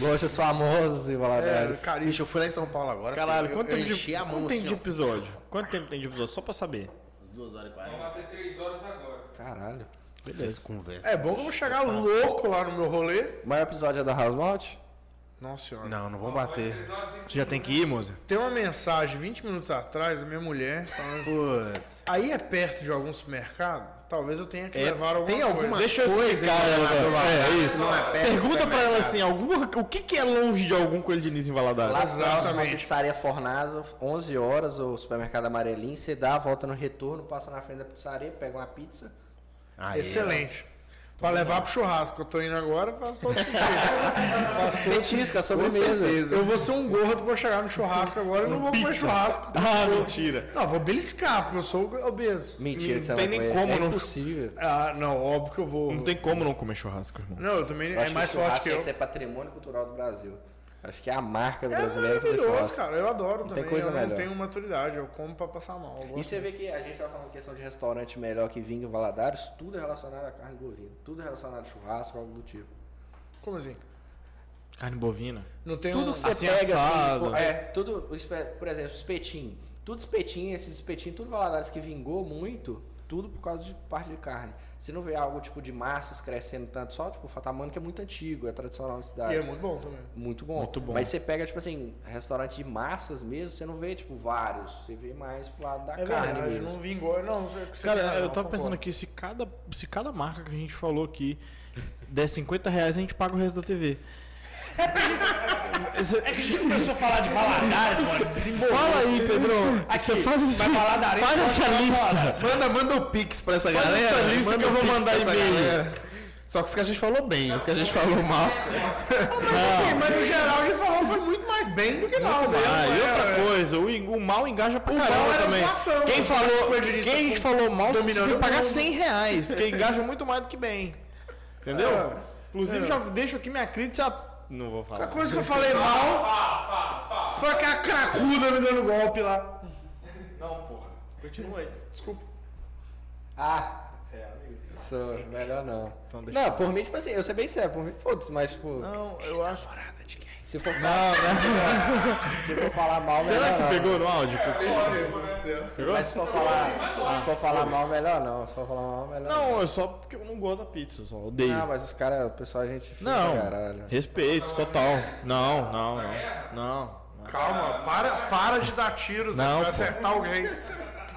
Lojas famosas em Era Valadares. carício. É, eu fui lá em São Paulo agora. Caralho, eu- quanto eu tempo, enchi de, a mão quanto tempo de assim, episódio? Quanto tempo tem de episódio? Só pra saber. ó, 2 horas e Vamos 40. bater 3 horas agora. Caralho. Vocês conversam. É bom que eu vou chegar louco lá no meu rolê. O maior episódio é da House Malt? Nossa senhora. Não, não vão Pode bater. 3 horas e Você já tem que ir, moça? Tem uma mensagem 20 minutos atrás da minha mulher falando. Putz. Aí é perto de algum supermercado? Talvez eu tenha que levar É, alguma É, tem coisa. alguma- Deixa eu explicar ela, velho. É, isso. não é perto né, Pergunta do pra ela assim, alguma, o que, que é longe de algum coelho de Nis em Valadares? Lá Exatamente. próximo à pizzaria Fornazo, 11 horas, o supermercado Amarelinho. Você dá a volta no retorno, passa na frente da pizzaria, pega uma pizza. Aí, Excelente. Pra levar pro churrasco. Eu tô indo agora, faço todo sentido. faço todo É Petisca, sobremesa. Eu vou ser um gordo pra chegar no churrasco agora. Eu não vou comer churrasco. Ah, mentira. Não, vou beliscar, porque eu sou obeso. Mentira, Não que você tem vai nem comer. como, é não. impossível. Ah, não, óbvio que eu vou. Não tem como não comer churrasco, irmão. Não, eu também. Eu acho é mais que o forte que churrasco eu. ia ser patrimônio cultural do Brasil. Acho que é a marca do É brasileiro fazer maravilhoso, churrasco. cara. Eu adoro também. coisa eu não melhor. é tenho maturidade. Eu como pra passar mal. eu E gosto. você vê que a gente tava falando questão de restaurante melhor que vinho em Valadares, tudo é relacionado à carne bovina, tudo é relacionado a churrasco, algo do tipo. Como assim? Carne bovina. Não tem Tudo um... que você assim, pega, assado. assim, pô, é, tudo, o espe- por exemplo, espetinho, tudo espetinho, esses espetinhos, tudo Valadares que vingou muito, tudo por causa de parte de carne. Você não vê algo tipo de massas crescendo tanto, só tipo o fatamano que é muito antigo, é tradicional na cidade. E é muito bom também. Muito bom. Muito bom. Mas você pega, tipo assim, restaurante de massas mesmo, você não vê, tipo, vários. Você vê mais pro lado da É carne verdade, mesmo. não vingou. Não, não sei o que você Cara, quer, eu não, tava concordo. pensando aqui, se cada, se cada marca que a gente falou aqui der 50 reais, a gente paga o resto da TV. Isso- É que a gente começou a falar de Valadares, mano. Desenvolveu. Fala aí, Pedro. Você faz isso. vai falar da areia, Faz fala essa da lista. Manda, manda o pix pra essa Faz galera. essa lista manda que eu o vou Pix mandar pra essa e-mail. galera. Só que os que a gente falou bem, os que a gente falou mal. Sim, mas no geral a gente falou foi muito mais bem do que mal mesmo. Ah, e é, outra é. coisa, o, ing- o mal engaja pra mal caramba era também. zoação, quem você falou, foi de lista quem com- falou mal você tem que dominando pagar o mundo. 100 reais, porque engaja muito mais do que bem. Entendeu? Inclusive, já deixo aqui minha crítica. É. Não vou A falar. coisa que eu falei mal foi aquela cracuda me dando golpe lá. Continua aí. Ah! é Sou, melhor não. não, por mim, tipo assim, eu sei bem sério, por mim, foda-se, mas, tipo, então Não, eu acho. se for Ah, falar. se for falar mal, melhor Será não. que pegou no áudio? Mas se for falar. Se for falar mal, melhor não. Se for falar mal, melhor não. Não, é só porque eu não gosto da pizza, eu só odeio. Ah, mas os caras, o pessoal, a gente fica Não, caralho. respeito, total. Não, não, não. Não. não. Calma, para, para de dar tiros, Não, você vai pô. acertar alguém.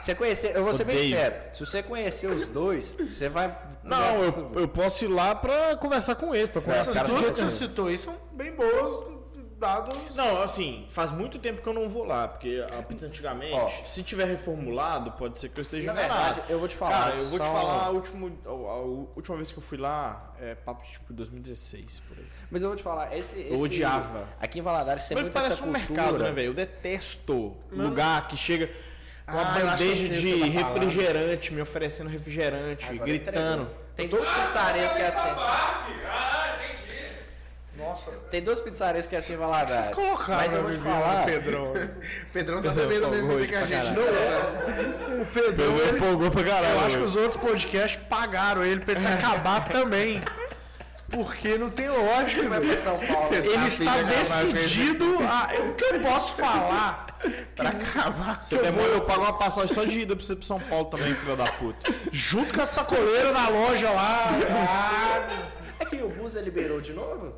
Você conhecer, eu vou ser bem Odeio. sério. Se você conhecer os dois, você vai. Não, eu, eu posso ir lá pra conversar com ele, pra Os conversar caras com ficam ele. Todas que você citou aí são bem boas, dados. Não, assim, faz muito tempo que eu não vou lá, porque a pizza antigamente, Ó. se tiver reformulado, pode ser que eu esteja Na verdade, enganado. eu vou te falar. é um Cara, eu vou te são- falar, a, último, a, a última vez que eu fui lá, é papo de, tipo 2016, por aí. Mas eu vou te falar, esse. Eu esse- odiava. Aqui em Valadares tem Mas muito parece essa um cultura. mercado, né, velho? Eu detesto lugar que chega com uma Ah, eu acho que eu bandeja sei o que você de tá falando. refrigerante, me oferecendo refrigerante, Agora é gritando. entregou. Tem duas pizzarias que é assim. Ah, entendi. Tem duas pizzarias que é assim em Valadares. Vocês colocaram Mas eu vou te falar. Pedrão. Pedrão tá Pedrão, bebendo a pô, mesma hoje bebida que a pra gente. caralho. O Pedrão, Pegou, ele- empolgou pra caralho. eu acho que os outros podcasts pagaram ele pra ele se acabar também. Porque não tem lógica, Vai velho. pra São Paulo. Ele está filha da mãe, decidido a. O que eu posso falar? Pra acabar. Você quer eu pago uma passagem só de ida pra você pra São Paulo também, filho da puta. Junto com essa coleira na loja lá. É que o Buzer liberou de novo?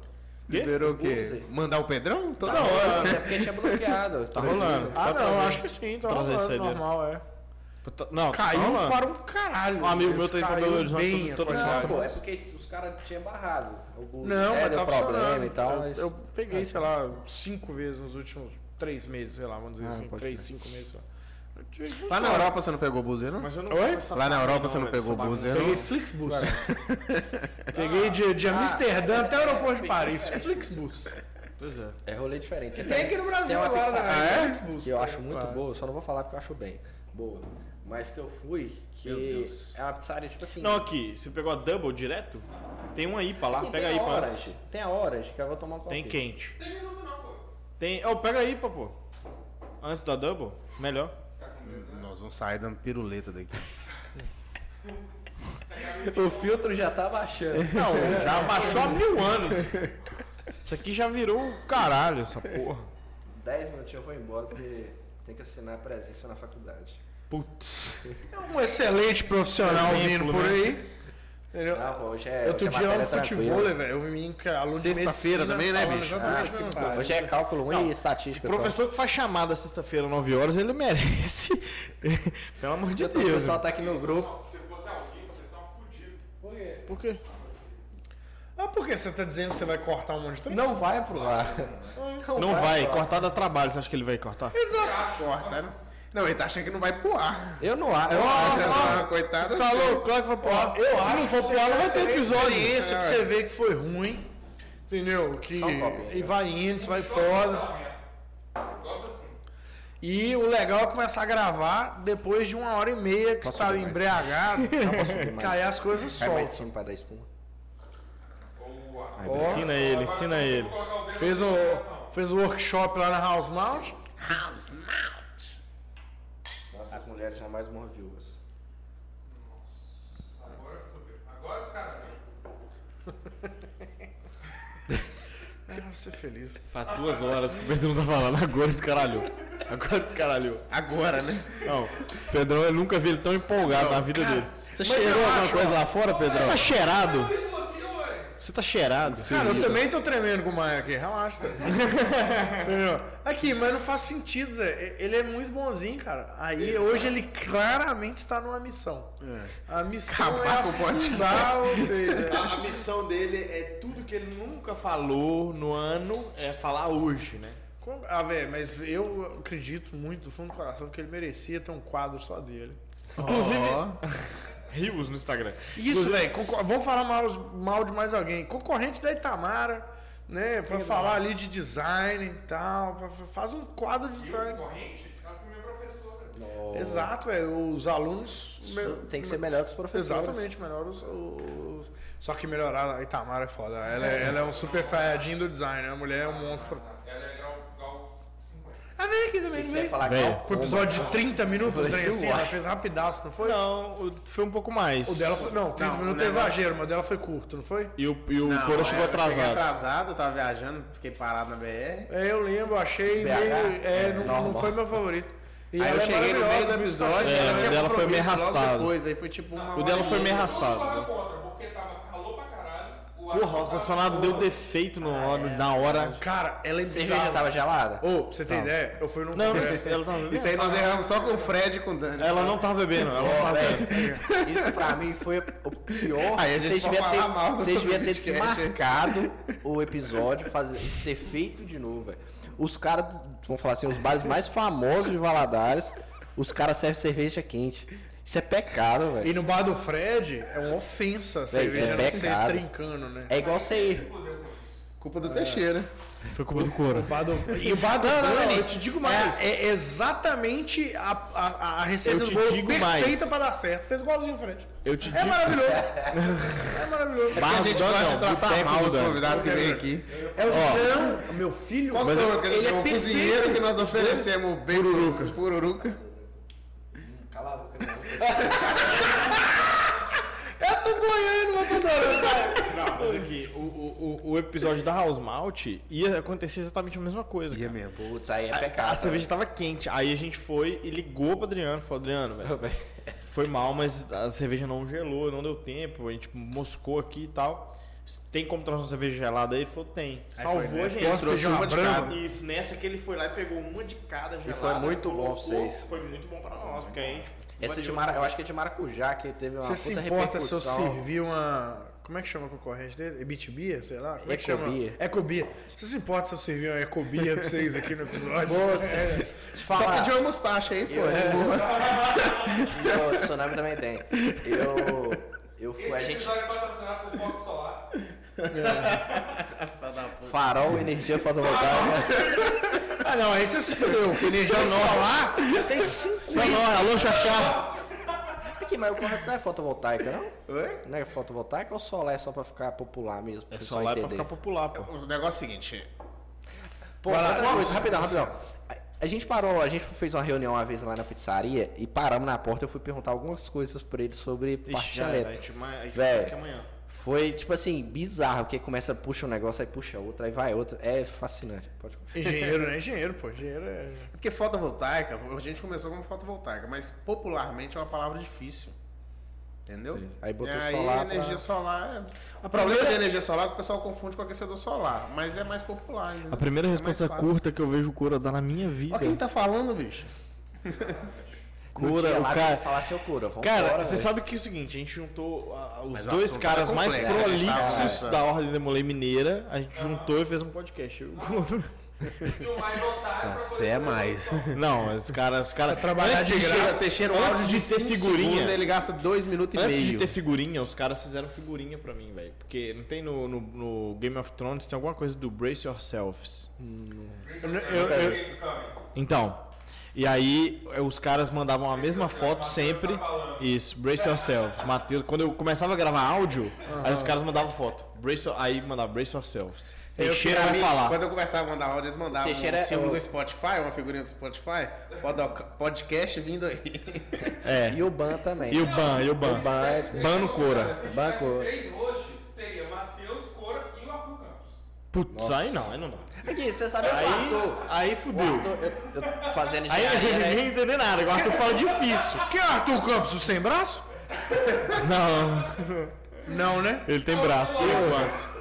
Liberou o Tá. quê? Use. Mandar o Pedrão? Toda Não, hora. é porque tinha bloqueado. Tá rolando. Ah, não, acho que sim. Tá Trazer rolando, isso aí dentro. normal, é. Não, Caiu tá rolando. para um caralho. Um amigo meu tá indo pra Caiu Belo Horizonte todo- bem a todo qualidade. Não, pô, é porque os caras tinham barrado. O Buzer Não, é, mas deu tá problema funcionando. e tal. Eu- mas- é. Eu peguei, sei lá, cinco vezes nos últimos três meses, sei lá, vamos Ah, dizer assim. Três, cinco meses. sei lá. Eu tive- Lá na Europa você não pegou o buzeiro? Mas eu não Oi? gosto dessa Lá na família, Europa você não velho, pegou essa bus, bagunça. é? Peguei Flixbus. peguei de, de Amsterdã até o aeroporto de Paris. Ah, Flixbus. Pois é. É rolê diferente. Você Tem aqui no Brasil tem uma agora, pizzaria né? que- Flixbus. Que eu acho muito Claro. boa, eu só não vou falar porque eu acho bem boa. Mas que eu fui, que é uma pizzaria tipo assim. Não, aqui, você pegou a double direto? Tem uma IPA lá, tem pega a a IPA Orange, antes. Tem a Orange, que eu vou tomar um Tem copinho. quente. Tem minuto não, pô. Tem. Oh, pega a IPA, pô. Antes da double? Melhor. Nós vamos sair dando piruleta daqui. O filtro já tá baixando. Não, já baixou há mil anos. Isso aqui já virou o caralho, essa porra. 10 minutinhos eu vou embora porque tem que assinar a presença na faculdade. Putz. né, Um excelente profissional vindo por aí. Entendeu? Não, hoje é. Outro hoje é dia lá no matéria tranquila. futebol, velho. Eu vim que é aluno de Sexta-feira medicina também, né, falando bicho? exatamente Ah, o que eu futebol. faço. Hoje é cálculo 1 e estatística. só. Professor que faz chamada sexta-feira, 9 horas, ele merece. Pelo amor de O Deus. pessoal tá aqui no grupo. Se fosse ao vivo, vocês estavam fodidos. Por quê? é Ah, por que você tá dizendo que você vai cortar um monte de trem? Não vai pro ar. Não vai, cortar dá trabalho. Você acha que ele vai cortar? Tá Corta, né? Não, ele tá achando que não vai pular. Eu não acho. Ah, coitado. Tá louco, claro que vai pro ar. Eu Se acho não for que pro ar, não vai você ter tem episódio. É. experiência pra você ver que foi ruim. Entendeu? Que um né? e vai indo, você vai poda. Gosto assim. E o legal é começar a gravar depois de uma hora e meia que você tava embriagado. mais. que aí as coisas Cai mais soltam. de cima pra dar espuma. Boa. Ensina ele, ensina ele. Colocar o dedo Fez o, fez o workshop lá na House Mount. Nossa, as mulheres jamais morram viúvas. Agora fodeu. Agora os caras. Quero ser feliz. Faz duas horas que o Pedro não tá falando. Agora esse caralho. Agora esse caralho. Agora, né? Não, o Pedrão, eu nunca vi ele tão empolgado na vida dele. Você cheirou alguma coisa lá fora, Pedrão? Você tá cheirado. Você tá cheirado. Cara, eu também tô tremendo com o Maia aqui, relaxa. Entendeu? Aqui, mas não faz sentido, Zé. Ele é muito bonzinho, cara. Aí hoje ele claramente está numa missão. A missão É. Acabar é com o podcast. afundar, ou seja. A, a missão dele é tudo que ele nunca falou no ano, é falar hoje, né? com- Ah, velho, mas eu acredito muito do fundo do coração que ele merecia ter um quadro só dele. Inclusive, rios no Instagram. Isso, velho. concor- Vamos falar mal, mal de mais alguém. Concorrente da Itamara, né? Pra falar ali de design e tal. pra- Faz um quadro de design. Corrente? Ela foi minha professora. Exato, velho. Os alunos. me- Tem que ser melhor que os professores. Exatamente, melhor os. os- Só que melhorar a Itamara é foda. Ela é, ela é um super saiyajin do design, né? A mulher é um monstro. Ela é grau, grau 50. Ah, vem aqui também, Você vem. falar Véi, cal- Com o episódio de 30 minutos, Parecia trem o assim, ela Watch. fez rapidaço, não foi? Não, o- foi um pouco mais. O dela foi. Não, 30 Não, o minutos é negócio- exagero, mas o dela foi curto, não foi? E o, e o Não, Cora é, eu chegou cheguei atrasado. atrasado, eu tava viajando, fiquei parado na BR. É, eu lembro, achei BH? meio. É, É, não, normal. não foi meu favorito. E Aí ela eu é cheguei no meio maravilhosa, do muito episódio, fascinante. É, ela tinha o dela foi meio compromisso logo arrastado. Depois, aí foi tipo uma O dela foi meio Todo mundo arrastado. né? tava contra, porque tava calor pra caralho. O Porra, o ar-condicionado deu defeito no, na hora. Cara, ela é cerveja bizarra. tava gelada? Ô, pra você ter ideia, eu fui num Não, congresso. ela tava Isso aí bebendo. nós erramos só com o Fred e com o Dani. Ela não tava bebendo, ela não tava bebendo. Isso pra mim foi o pior. Aí a gente Vocês pode deviam falar mal ter, do vocês deviam ter podcast, hein? desmarcado o episódio, fazer, ter feito de novo, velho. Os caras, vamos falar assim, os bares mais famosos de Valadares, os caras servem cerveja quente. Isso é pecado, velho. E no bar do Fred, é uma ofensa a cerveja é não ser pecado. trincando, né? É igual você ir. Culpa do É. Teixeira. Foi culpa do couro. O bar do- E o bar do Não, não, não, Dani eu te digo mais. É, é exatamente a, a, a- a receita Eu do te bolo digo perfeita mais. pra dar certo. Fez igualzinho o Fred. Eu te É digo. maravilhoso. é maravilhoso. Porque a Barro gente do Dani, gosta ó, de tratar boteco mal do os Dani. convidados que vem aqui. É o Sidão, meu filho. Qual Mas que é o eu- outro? ele o é cozinheiro perfeito. que nós oferecemos o bem pururuca. pururuca. Cala a boca, Eu tô goiano, mas tô adorando. Não, mas aqui, o, o, o- o episódio da House Malt ia acontecer exatamente a mesma coisa. Ia cara. mesmo. Putz, aí é A pecado. cerveja tava quente. Aí a gente foi e ligou pro Adriano. Falou, Adriano, velho. Foi mal, mas a cerveja não gelou, não deu tempo. A gente moscou aqui e tal. Tem como trazer uma cerveja gelada aí? Ele falou, tem. Salvou a gente. Posso pedir uma brama? Isso, nessa que ele foi lá e pegou uma de cada gelada. foi muito bom colocou, pra vocês. Foi muito bom pra nós, porque a gente... Essa de mara, eu acho que é de maracujá, que teve uma Você se Ah, puta importa se eu repercussão. servir uma. Como é que chama a concorrente dele? Ebitbia? Sei lá? Como é que chama? Ecobia. Ecobia. Você se importa se eu servir uma Ecobia pra vocês aqui no episódio? Moça, É. Deixa eu Só falar. pediu uma mustache aí, pô. Não, o tsunami também tem. Eu. Eu fui. A Esse gente. episódio é patrocinado por Fox Solar. tá Farol, energia fotovoltaica. Ah, não, aí você se fudeu. Porque energia solar tem 50. Alô, Xaxá. Aqui, mas o correto não é fotovoltaica, não? Oi? Não é fotovoltaica ou solar é só pra ficar popular mesmo? pro É pessoal só lá pra entender? ficar popular, pô. O negócio é o seguinte. Pô, outra coisa, rapidão, rapidão. A, a gente parou, a gente fez uma reunião uma vez lá na pizzaria e paramos na porta. Eu fui perguntar algumas coisas pra ele sobre Ixi, parte já era. A elétrica. gente vai a gente Véi. vai aqui amanhã. Foi, tipo assim, bizarro, porque começa, puxa um negócio, aí puxa outro, aí vai outro. É fascinante. Pode continuar. Engenheiro, né? Engenheiro, pô. Engenheiro é. Porque fotovoltaica, a gente começou como fotovoltaica, mas popularmente é uma palavra difícil. Entendeu? Entendi. Aí botou e aí, solar pra- energia solar. é- O problema da energia solar é que o pessoal confunde com aquecedor solar, mas é mais popular. Entendeu? A primeira É resposta mais fácil. curta que eu vejo o Cura dar na minha vida. Olha quem tá falando, bicho. No dia Cura, o lá, cara. ele falar seu cura. Vambora, Cara, você velho. sabe que é o seguinte, a gente juntou ah, os Mas o dois assunto caras é mais complexo, prolixos tá? da Ordem Demolei Mineira, a gente juntou e fez um podcast. Eu- E o mais otário pra Você é mais. Não, os caras, os caras trabalhar de chegar- graça. Você cheira um Tá Antes áudio de de ter 5 figurinha. segundos, ele gasta 2 minutos e Antes meio. de ter figurinha, os caras fizeram figurinha pra mim, velho. Porque não tem no, no- no Game of Thrones, tem alguma coisa do Brace Yourselves. Eu- eu- Então, e aí eh, os caras mandavam a mesma foto sempre. Isso, brace yourselves. Matheus, quando eu começava a gravar áudio, aí os caras mandavam foto. Brace, your- aí mandava brace yourselves. Teixeira vai Pra mim, falar. Quando eu começava a mandar áudio, eles mandavam Teixeira um é símbolo o- do Spotify, uma figurinha do Spotify, podo- podcast vindo aí. É. E o Ban também. E o ban, e o ban. Ban é- Ban no Cora. Banco. Três roxos seria Matheus, Cora e o Arthur Campos. Putz, aí não, aí não dá. Aqui, você sabe Aí, o Arthur. aí fudeu. Arthur, eu, eu fazendo Aí engenharia, né? ninguém entendeu nada, agora tu fala difícil. Que é Arthur Campos, o sem braço? Não, Não, né? ele tem braço, por enquanto.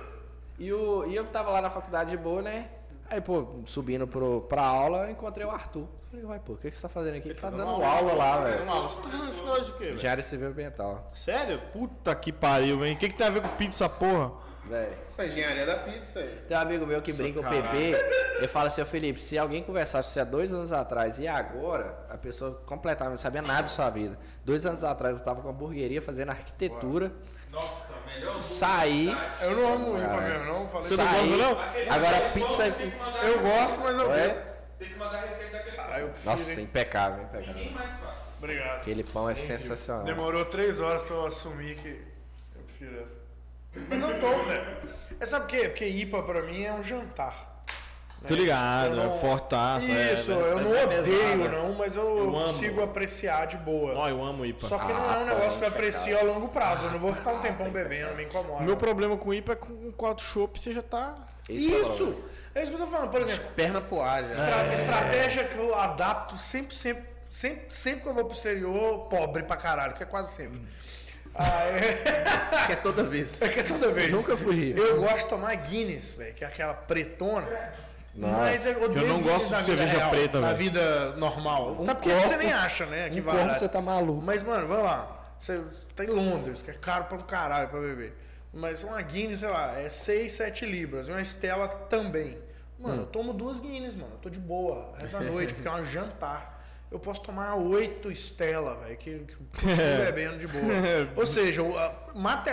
E, o, e eu tava lá na faculdade de boa, né? Aí, pô, subindo pro, pra aula, eu encontrei o Arthur. Falei, uai, pô, o que, que você tá fazendo aqui? Ele tá dando aula lá, velho. Você tá fazendo dificuldade de quê, velho? Diário civil ambiental. Sério? Puta que pariu, hein? O que, que tem a ver com pizza, porra? Velho. Com a engenharia da pizza aí. Tem um amigo meu que brinca, o PP, ele fala assim, ô Felipe, se alguém conversasse com você há dois anos atrás e agora, a pessoa completamente não sabia nada da sua vida. Dois anos atrás eu tava com uma hamburgueria fazendo arquitetura, Nossa, melhor. saí, Eu não amo o Caralho. Instagram, não. Falei. saí, gosta, agora pizza... Eu gosto, mas eu. É? Tem que mandar a receita daquele pão. Ah, eu prefiro, Nossa, hein? impecável, impecável. Ninguém mais faz. Obrigado. Aquele pão é sensacional. Demorou três horas pra eu assumir que eu prefiro essa. Mas eu tomo, Zé. É, sabe por quê? Porque IPA pra mim é um jantar. né? Tô ligado, Eu não- é fortaço. é, Isso, é, eu é não pesado, odeio, né? não, mas eu, Eu amo. consigo apreciar de boa. Ó, eu amo IPA. Só que não é tá, Ah, um negócio que eu pô, aprecio a longo prazo. Eu não vou Ah, ficar um tempão bebendo, me O incomoda. meu problema com IPA é que com quatro chopp você já tá. Esse que é o Isso! problema. É isso que eu tô falando. Por exemplo, Perna pro ar, né? já. estra- estratégia que eu adapto sempre, sempre, sempre, sempre que eu vou pro exterior, pobre pra caralho, que é quase sempre. Que é toda vez. É que é toda vez. Nunca fugia. Eu gosto de tomar Guinness, velho, que é aquela pretona. Mas eu, odeio Eu não Guinness gosto na de vida cerveja real, preta, Na velho. Um vida normal. tá porque copo- você nem acha, né? Que Um corpo barato. você tá maluco. Mas, mano, vai lá. Você tá em Londres, que é caro pra um caralho pra beber. Mas uma Guinness, sei lá, é 6, 7 libras. Uma Estela também. Mano, eu Hum. tomo duas Guinness, mano. Eu tô de boa. Essa noite, porque é um jantar. Eu posso tomar oito Estela, velho, que, que eu continuo bebendo de boa. Ou seja, o- a-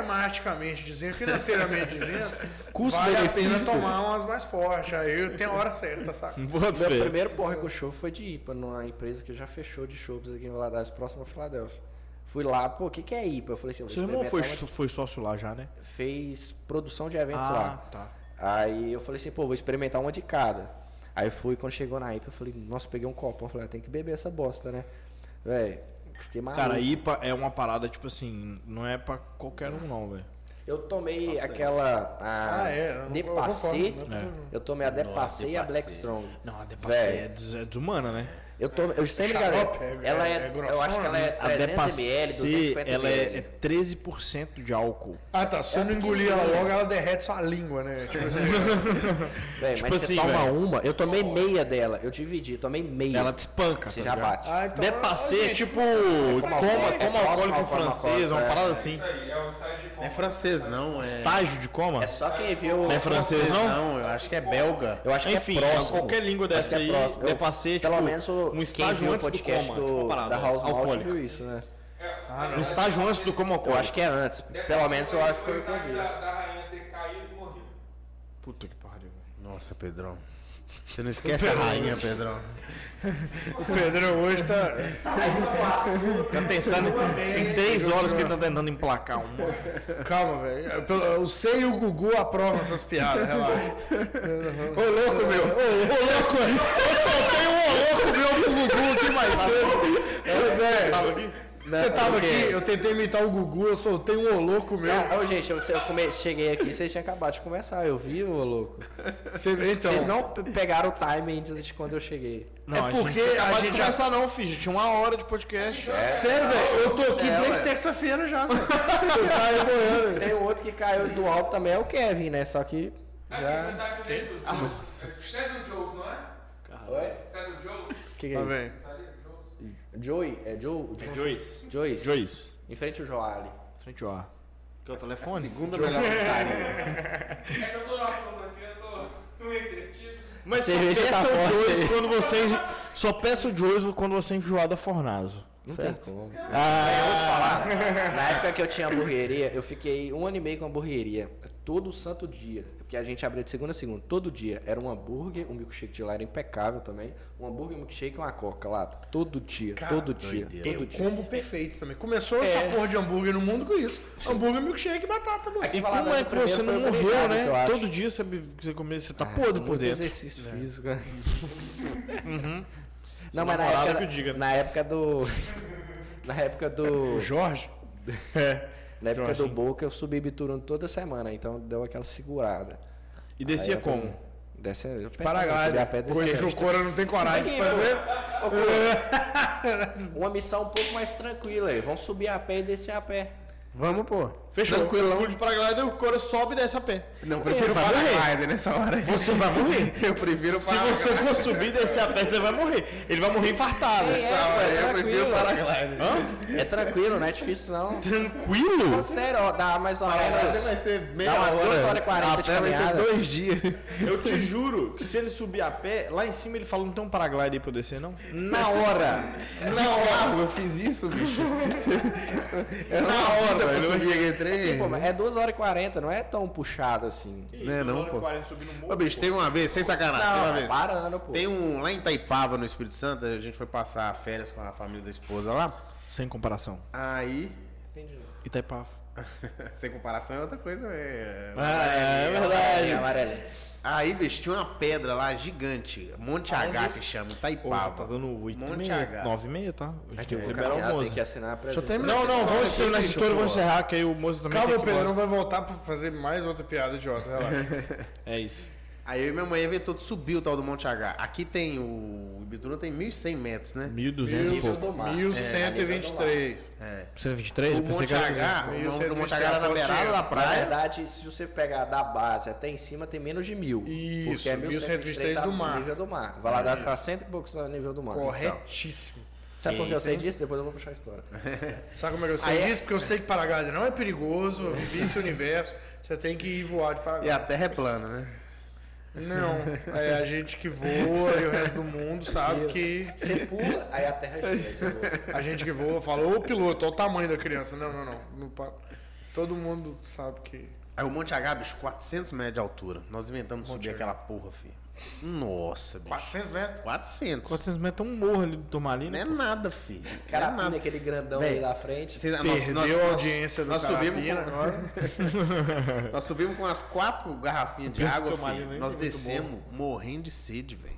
matematicamente dizendo, financeiramente dizendo, vale a pena Custo-benefício. tomar umas mais fortes. Aí tem a hora certa, saca? Bota Meu fé. primeiro porre com show foi de IPA, numa empresa que já fechou de shows aqui em Valadares, próximo a Filadélfia. Fui lá, pô, o que, que é IPA? Eu falei assim, eu vou Seu irmão foi, experimentar foi sócio lá já, né? uma- fez produção de eventos Ah, lá. tá. Aí eu falei assim, pô, vou experimentar uma de cada. Aí fui, quando chegou na IPA, eu falei, nossa, peguei um copão, eu falei, ah, tem que beber essa bosta, né? Véi, fiquei maluco. Cara, IPA é uma parada, tipo assim, não é pra qualquer um não, velho. Eu Ah, tomei aquela. A Ah, é, eu- eu Depassé. concordo, É. Eu tomei a Depassé e a Depassé. Black Strong. Não, a Depassé Véi. é, des- é desumana, né? Eu, tomei, eu sempre me Xarope, garanto. é- Ela é, é grossona, eu acho que ela é né? A 300 ml, Depassé, 250 ela é, é ml. 13% de álcool. Ah, tá. Se você não engolir ela logo, ela derrete sua língua, né? Tipo assim. Véi, tipo mas assim, você toma véi. uma, eu tomei meia dela. Eu dividi, tomei meia. Ela te espanca, você tá já ligado? bate. Ah, então- Depassé é Gente, tipo coma, quê? coma É próximo alcoólico ao coma francês, uma alcoólico, parada é. assim. Isso aí, é o site de compra. É francês, não. É... Estágio de coma? É só quem viu. Não é francês, não? Não, eu acho que é belga. Eu acho que Enfim, é próximo. qualquer língua Acho dessa que é aí, próximo. Eu- Depassé, Pelo tipo, menos o, um quem estágio viu o antes do podcast coma, tipo do, uma parada da House Malt alcoólica. viu isso, né? É, Um estágio antes do coma Eu alcoólico. acho que é antes. Pelo menos eu acho que foi o que eu estágio vi. da, da rainha ter caído e morrido. Puta que pariu, velho. Nossa, Pedrão. Você não esquece a rainha, Pedrão. o Pedro hoje tá. Tá tentando, em três horas que ele tá tentando emplacar um. Calma, velho. Pelo- Eu sei e o Gugu aprovam essas piadas, relaxa. Ô louco, meu! Ô, louco! Eu soltei um ô louco meu pro Gugu aqui mais cedo. Pois é. Você tava porque- aqui, eu tentei imitar o Gugu, eu soltei um ô louco meu. Ah, ô, gente, eu, eu come- cheguei aqui, vocês tinham acabado de começar, eu vi, ô louco. Você- então, Vocês não pe- pegaram o time ainda de quando eu cheguei. Não, é porque porque a a gente gente já começar não, filho. Já Tinha uma hora de podcast. É. Sério, velho, eu tô aqui É, desde ué. terça-feira já. sabe? Você tá aí boiando. Tem o outro que caiu do alto também, é o Kevin, né? Só que Não é já. que você tá aqui dentro. Você é do Joe's, não é? Oi? Você é do Joe's? O que, que é Tá isso? bem. Sabe? Joe's. Joey? É Joe? Joyce. Joyce. Joyce. Em frente ao Joali. Frente ao ar. Que é o telefone? Segunda melhor pizzaria. É que eu tô no assunto aqui, eu tô no entretido. Mas só Cerveja peça tá o forte Joyce aí. quando você. Só peça o Joyce quando você é enjoar da Fornazo. Não tem É, como. Ah, Na época que eu tinha hamburgueria, eu fiquei um ano e meio com hamburgueria. Todo santo dia. Porque a gente abria de segunda a segunda. Todo dia. Era um hambúrguer, um milkshake de lá era impecável também. Um hambúrguer, um milkshake e uma coca lá. Todo dia. Cara, todo dia. doideira. Todo dia. Combo perfeito também. Começou É. essa porra de hambúrguer no mundo com isso. Hambúrguer, milkshake e batata, mano. Aqui e em Valadares, como é o que primeiro você foi não o morreu, Brigado, eu né? acho. Todo dia você, be- você come, você tá Ah, podre por muito dentro. É. exercício físico. né? Não, Sua mas na namorada época, que eu diga, né? na época do... Na época do... Jorge? É. Na época do Jorginho. Boca, eu subi biturando toda semana. Então, deu aquela segurada. E descia Aí eu como? também- Desce eu subi a pé, Paraglide. desci. Coisa que o Cora não tem coragem de fazer. Uma missão um pouco mais tranquila aí. Vamos subir a pé e descer a pé. Vamos, pô. Fechou. Tranquilão. Pulo de paraglider, o couro sobe e desce a pé. Não, prefiro vai morrer. paraglider nessa hora. aí. Você vai morrer. Eu prefiro Se paraglider. você for subir e descer a pé, você vai morrer. Ele vai morrer infartado. É. Nessa hora aí, é, eu É, tranquilo. prefiro paraglider. Hã? É tranquilo, não é difícil não. Tranquilo? Não, sério, ó, dá mais ou Paraglider vai menos. ser meia Dá hora. umas duas horas e quarenta A de pé vai ser caminhada. dois dias. Eu te juro que se ele subir a pé, lá em cima ele fala, não tem um paraglider aí pra eu descer, não? É Na hora! Na hora! Carro, eu fiz isso, bicho. Era uma hora, hora pra velho. subir aquele trem. Pô, mas é 2 horas e 40, não é tão puxado assim. Não é não, pô. morro, Ô, bicho, teve uma vez, sem sacanagem, teve uma vez. Tá parando, pô. Tem um lá em Itaipava, no Espírito Santo, a gente foi passar férias com a família da esposa lá. Sem comparação. Aí, Itaipava. sem comparação é outra coisa, é. é É, amarelinho. Aí, bicho, tinha uma pedra lá gigante, Monte H que chama, tá Itaipava. dando 8 Monte e meia, H. 9 e meia, tá? Hoje tem o Vou primeiro caminhar, almoço. Tem que assinar a presença. terminar Não, essa não, história, vamos terminar essa gente, história, vamos pô. encerrar, que aí o moço também Calma, tem que ir Pedro, embora. não vai voltar pra fazer mais outra piada idiota, relaxa. É isso. Aí eu e minha mãe inventou de subir o tal do Monte H. Aqui tem o. Ibitura tem 1.100 metros, né? 1200 e pouco. do mar. É. 123, O eu pensei Monte que era... né? H, o nome do 1.123 Monte H era na beirada da Na praia. verdade, se você pegar da base até em cima, tem menos de mil. Isso, 1103 a do mar. nível do mar. Valadares está cento e poucos no nível do mar. Então, Corretíssimo. Sabe por que eu Isso, sei hein? disso? Depois eu vou puxar a história. Sabe como é que eu sei disso? Porque eu sei que Paraguai não é perigoso, eu vivi esse universo, você tem que ir voar de E Paraguai. a terra é plana, né? Não, é a gente que voa e o resto do mundo sabe que Você pula, aí a terra gira. você voa. a gente que voa fala, ô piloto, olha o tamanho da criança. Não, não, não. não pa- Todo mundo sabe que. Aí o Monte H, bicho, 400 metros de altura. Nós inventamos subir aquela porra, filho. Nossa, bicho. 400 metros? 400. 400 metros é um morro ali do Não Tomalina. é nada, filho. Cara, não é nada. aquele grandão Véi, ali da frente. Vocês- Perdeu a audiência do nós subimos, Carapina com, agora. nós subimos com as quatro garrafinhas de Bento água, Tomalina filho. nem Nós tem né? muito descemos morrendo de sede, velho.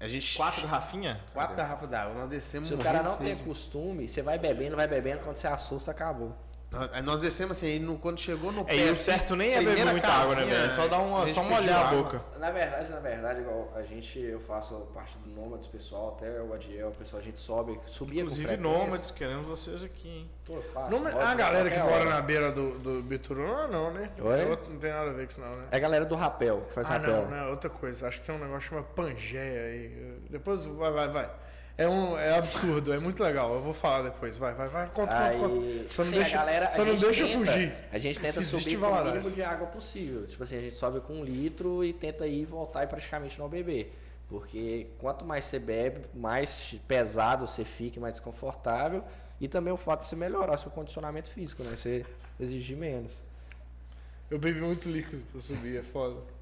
A gente... Quatro garrafinha? Quatro garrafas d'água. Nós descemos Se o morrendo cara de não tem sede. costume, você vai bebendo, vai bebendo, quando você assusta, acabou. Nós- Aí nós descemos assim, aí no- quando chegou no É, pé. e o assim, certo nem é beber primeira muita água, né, casinha, velho? É Só dar a uma, gente só uma pediu olhada a água. boca. Na verdade, na verdade, igual a gente, eu faço parte do Nômades, pessoal, até o Adiel, o pessoal, a gente sobe, subia Inclusive, com frequência. nômades, queremos vocês aqui, hein? Pô, eu faço, Não, gosto, é a galera que qualquer mora hora. na beira do, do Bituru não, não, né? né? Oi? É outro- Não tem nada a ver com isso, não, né? É a galera do rapel, que faz Ah, rapel. não, não, é outra coisa. Acho que tem um negócio chamado Pangeia aí. Depois vai, vai, vai. É, um, é absurdo, é muito legal. Eu vou falar depois. Vai, vai, vai. Conta, Aí, conta, conta. Só não sim, deixa, a galera, só a não gente deixa eu tenta- fugir. A gente tenta Isso existe subir em com o Valadares. mínimo de água possível. Tipo assim, a gente sobe com um litro e tenta ir, voltar e praticamente não beber. Porque quanto mais você bebe, mais pesado você fica, mais desconfortável. E também o fato de você melhorar seu condicionamento físico, né? Você exigir menos. Eu bebi muito líquido pra subir, é foda.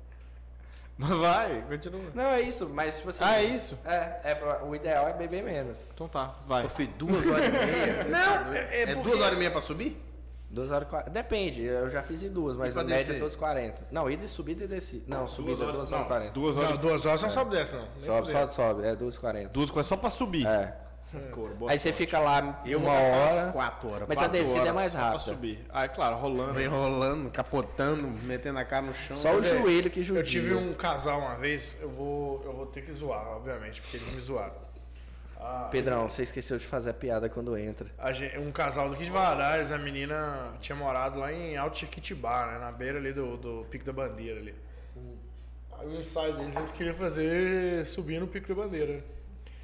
Mas vai, continua. Não, é isso, mas tipo assim. Ah, é isso? É, é pra- o ideal é beber menos. Então tá, vai. Eu fui duas horas e meia. Você tá doido? é- é é porque- duas horas e meia pra subir? 12 horas e 40. Depende, eu já fiz em duas, mas pra a média é descer? 12 40. Não, ida e subida e descida. Não, subida é 12 horas e 40. Duas Não, horas. duas horas não sobe dessa, não. Nem É. Sobe, fudeu. sobe, sobe. É 12 40. Duas coisas só pra subir. É. Cor, boa Aí você fica lá Eu uma vou passar umas hora. quatro horas. Mas a quatro descida é horas. mais pra rápida. subir. Ah, é claro, rolando. Vem rolando, capotando, metendo a cara no chão. Só o Mas é- joelho que judia. Eu tive um casal uma vez, eu vou, eu vou ter que zoar, obviamente, porque eles me zoaram. Ah, Pedrão, você esqueceu de fazer a piada quando entra. A gen- um casal daqui de Valadares, a menina tinha morado lá em Alto Chiquitibá, né? Na beira ali do, do Pico da Bandeira ali. Aí o ensaio deles, eles queriam fazer subir no Pico da Bandeira.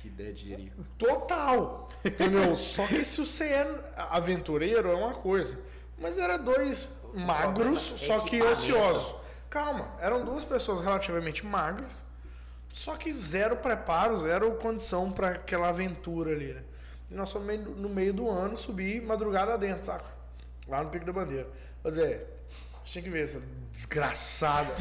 Que ideia de Jerico. Total! Entendeu? Só que se você é aventureiro, é uma coisa. Mas era dois magros, só que ociosos. Calma, eram duas pessoas relativamente magras, só que zero preparo, zero condição para aquela aventura ali, né? E nós fomos meio- no meio do ano subir madrugada dentro, saca? Lá no Pico da Bandeira. Ô Zé, você tinha que ver essa desgraçada.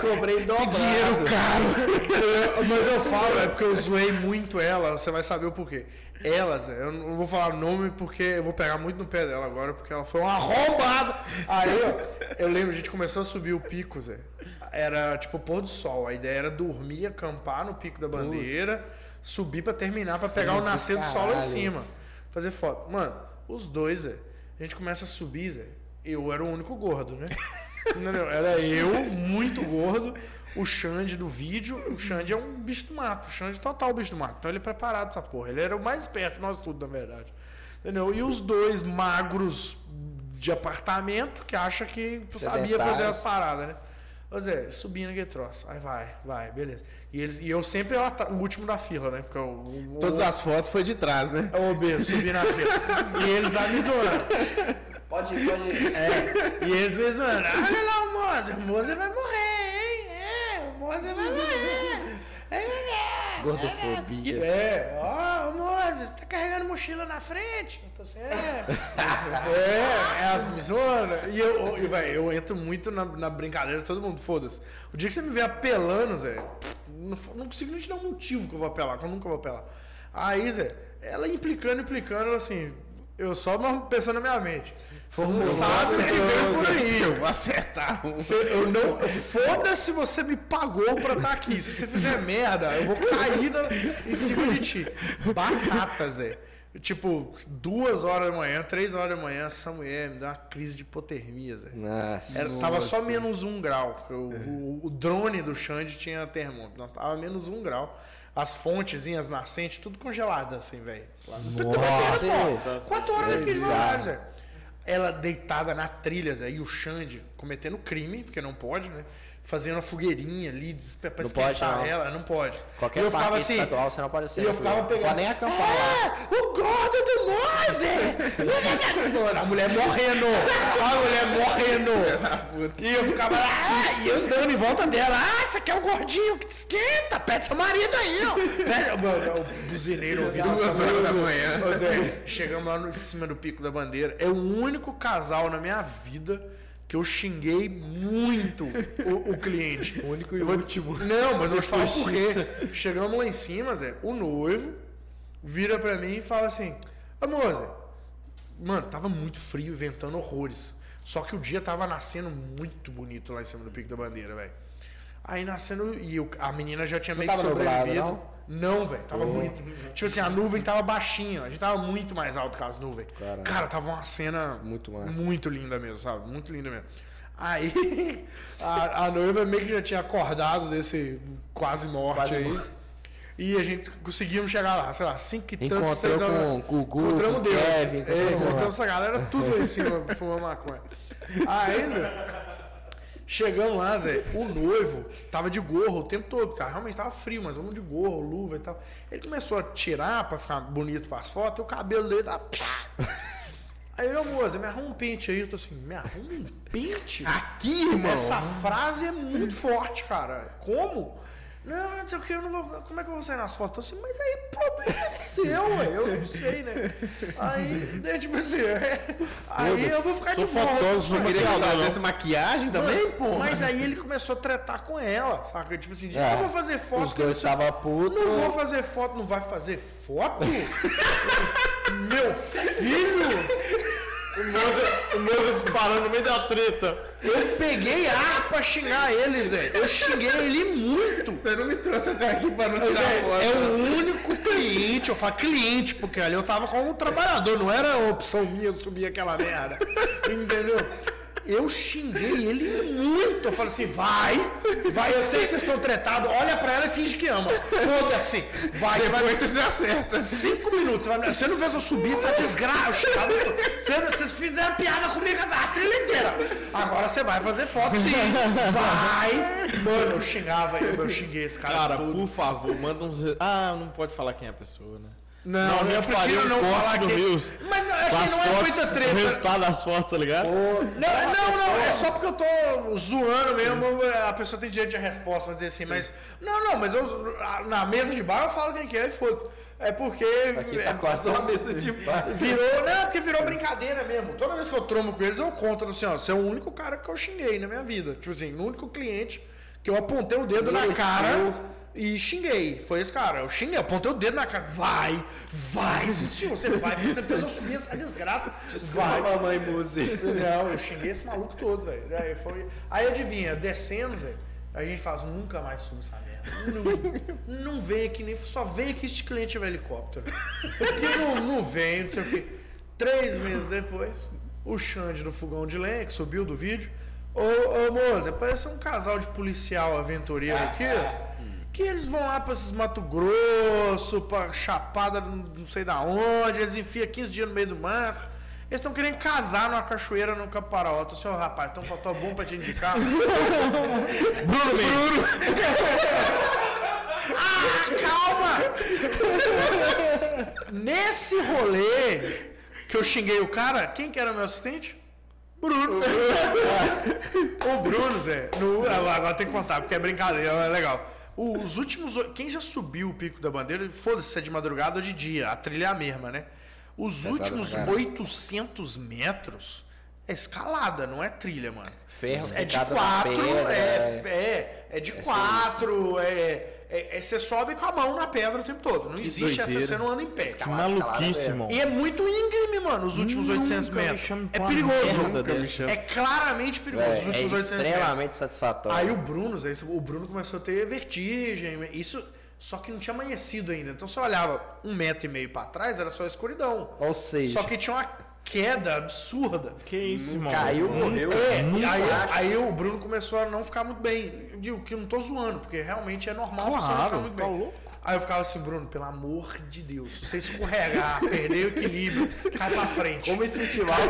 Cobrei dobrado. dinheiro caro. Mas eu falo, é porque eu zoei muito ela, você vai saber o porquê. Ela, Zé, eu não vou falar o nome porque eu vou pegar muito no pé dela agora, porque ela foi uma arrombada. Aí, ó, eu lembro, a gente começou a subir o pico, Zé. Era tipo pôr do sol, a ideia era dormir, acampar no pico da bandeira, subir pra terminar, pra pegar o nascer do sol lá em caralho. cima cima, fazer foto. Mano, os dois, Zé, a gente começa a subir, Zé. Eu era o único gordo, né? Não, não, era eu, muito gordo. O Xande do vídeo, o Xande é um bicho do mato. O Xande é total bicho do mato. Então ele é preparado essa porra. Ele era o mais perto de nós tudo, na verdade. Entendeu? E os dois magros de apartamento que acha que tu sabia Sedentários. fazer as paradas, né? Ô Zé, subindo aquele troço. Aí vai, vai, beleza. E, eles, e eu sempre lá atrás, o último da fila, né? Porque o, o, Todas as fotos foi de trás, né? é o obeso, subir na fila. e eles lá me zoando. Pode ir, pode ir. E eles me zoando. Olha lá o Mozer, o Mozer vai morrer, hein? É, o Mozer vai morrer. É, Gordofobia. é, é. ó, o Mozer, você tá carregando mochila na frente? Então assim, é. É, é as me zoando. E eu, eu, vai, eu entro muito na, na brincadeira de todo mundo, foda-se. O dia que você me vê apelando, Zé, não, f- não consigo nem te dar um motivo que eu vou apelar, que eu nunca vou apelar. Aí, Zé, ela implicando, implicando, ela assim, eu só pensando na minha mente. Foi um sabe que veio por aí. Eu vou acertar um. Você- eu não. Foda-se, você me pagou pra estar aqui. Se você fizer merda, eu vou cair na- em cima de ti. Batata, Zé. Tipo, duas horas da manhã, três horas da manhã, essa mulher me deu uma crise de hipotermia, Zé. Nossa. É. Era- tava só menos um grau. porque O, o- o drone do Xande tinha termômetro. Nossa, tava menos um grau. As fontezinhas nascentes, tudo congelado assim, velho. Lá no- né, Quatro horas daquele jornal, Zé. Ela deitada na trilha, Zé, e o Xande cometendo crime, porque não pode, né? Fazendo uma fogueirinha ali, desesper- pra Não esquentar pode, não. ela, não pode. Qualquer e eu ficava parque assim. estadual você não pode ser. E eu ficava não pegando. pode nem acampar lá. É, o gordo do Moze! a mulher morrendo! A mulher morrendo! E eu ficava lá, ah, e andando em volta dela. Ah, esse aqui é o gordinho que te esquenta! Pede seu marido aí, ó! Pede- Mano, é o buzineiro ouvindo Duas horas da manhã. Ô, Zé, Chegamos lá no em cima do Pico da Bandeira. É o único casal na minha vida que eu xinguei muito o, o cliente. O único e o último. Não, mas eu vou te falar por quê. Chegamos lá em cima, Zé, o noivo vira pra mim e fala assim: Amor, Zé, mano, tava muito frio, ventando horrores. Só que o dia tava nascendo muito bonito lá em cima do Pico da Bandeira, velho. Aí nascendo. E eu- a menina já tinha meio que tava nublado, sobrevivido. Não, velho, tava muito. Tipo assim, a nuvem tava baixinha, a gente tava muito mais alto que as nuvens. Cara, tava uma cena Muito massa. muito linda mesmo, sabe? Muito linda mesmo. Aí a, a noiva meio que já tinha acordado desse quase morte aí. E a gente conseguimos chegar lá, sei lá, 5 e tanto, Encontrou 6 com o Gugu, Encontramos com o Deus. Kevin, é, encontramos lá. encontramos essa galera tudo lá em cima fumando maconha. Aí, Zé, Chegamos lá, Zé, o noivo tava de gorro o tempo todo, cara. Realmente tava frio, mas todo mundo de gorro, luva e tal. Ele começou a tirar pra ficar bonito pras fotos e o cabelo dele tava. pá. Aí eu, moça, me arruma um pente aí. Eu tô assim, me arruma um pente? Aqui, irmão? Essa frase é muito forte, cara. Como? Não, não sei o que, eu não vou. Como é que eu vou sair nas fotos? Eu tô assim, mas aí o problema é seu, ué. Eu não sei, né? Aí, eu, tipo assim, é. aí eu vou ficar de boa. Fotógrafo, né? não queria que ela fizesse maquiagem Então, também, pô. Mas aí ele começou a tretar com ela, saca? Tipo assim, de, É. eu vou fazer foto. Os que não dois sei- tá estavam putos. Não vou fazer foto, não vai fazer foto? Meu filho! O noivo disparando no meio da treta. Eu peguei ar pra xingar ele, Zé. Eu xinguei ele muito. Você não me trouxe até aqui pra não Mas tirar é, foto. né? é o único cliente, eu falo cliente, porque ali eu tava como um trabalhador, não era opção minha subir aquela merda. Entendeu? Eu xinguei ele muito. Eu falei assim: vai, vai, eu sei que vocês estão tretados, olha pra ela e finge que ama. Foda-se, vai, vai. Depois você se acerta. Cinco minutos, vai- você não fez eu subir essa desgraça. tá? Você, vocês fizeram piada comigo a trilha inteira. Agora você vai fazer foto, sim. Vai. Mano, eu xingava, ele, eu xinguei esse cara. Cara, todo. por favor, manda uns. Ah, não pode falar quem é a pessoa, né? Não, eu eu faria prefiro um não corte falar do que. Rios. Mas não, é Com que as não é fotos, muita O treta. resultado das fotos, tá ligado? Não, não, não, é só porque eu tô zoando mesmo, a pessoa tem direito de resposta, vamos dizer assim, mas. Não, não, mas eu na mesa de bar eu falo quem que é e foda-se. É porque. é- tá quase uma mesa de bar. Virou, não, é porque virou brincadeira mesmo. Toda vez que eu trombo com eles, eu conto assim, ó, você é o único cara que eu xinguei na minha vida. Tipo assim, o único cliente que eu apontei o dedo na cara e xinguei. Foi esse cara. Eu xinguei, apontei o dedo na cara. Vai, vai, sim, senhor, você vai, porque você fez eu subir essa desgraça. Vai. mamãe Muzi. Não, eu xinguei esse maluco todo, velho. Aí foi. Aí adivinha, descendo, velho. A gente faz nunca mais subo essa merda. Não, não vem aqui nem. Só vem aqui se cliente tiver helicóptero. Porque não, não vem, não sei o quê. Três meses depois, o Xande do fogão de lenha, que subiu do vídeo. Ô, ô moça, parece um casal de policial aventureiro aqui, ó. Que eles vão lá pra esses Mato Grosso, pra Chapada, não sei da onde, eles enfiam 15 dias no meio do mato. Eles estão querendo casar numa cachoeira no Campo Paraó. Tô senhor, rapaz, então faltou bom pra te indicar. Bruno Bruno! ah, calma! Nesse rolê que eu xinguei o cara, quem que era meu assistente? Bruno. o Bruno, Zé. no- agora tem que contar, porque é brincadeira, é legal. Os últimos. o- Quem já subiu o Pico da Bandeira, foda-se se é de madrugada ou de dia, a trilha é a mesma, né? Os últimos 800 metros é escalada, não é trilha, mano. Ferro é de picado na né? quatro, pedra, é, é, é de quatro, é, é- é- Você sobe com a mão na pedra o tempo todo. Não existe essa, você não anda em pé. Que maluquíssimo. E é muito íngreme, mano, os últimos 800 metros. É merda perigoso. dessa. É claramente perigoso os É, é últimos 800 metros. extremamente satisfatório. Aí o Bruno, Zé, isso- o Bruno começou a ter vertigem. Isso Só que não tinha amanhecido ainda. Então você olhava um metro e meio pra trás, era só escuridão. Ou seja, Só que tinha uma queda absurda. Que isso, mano? caiu, morreu. É, e aí, acho. aí o Bruno começou a não ficar muito bem. Eu Digo que eu não tô zoando, porque realmente é normal a pessoa não ficar muito bem. Aí eu ficava assim, Bruno, pelo amor de Deus, se você escorregar, perder o equilíbrio, cai pra frente. Como incentivar a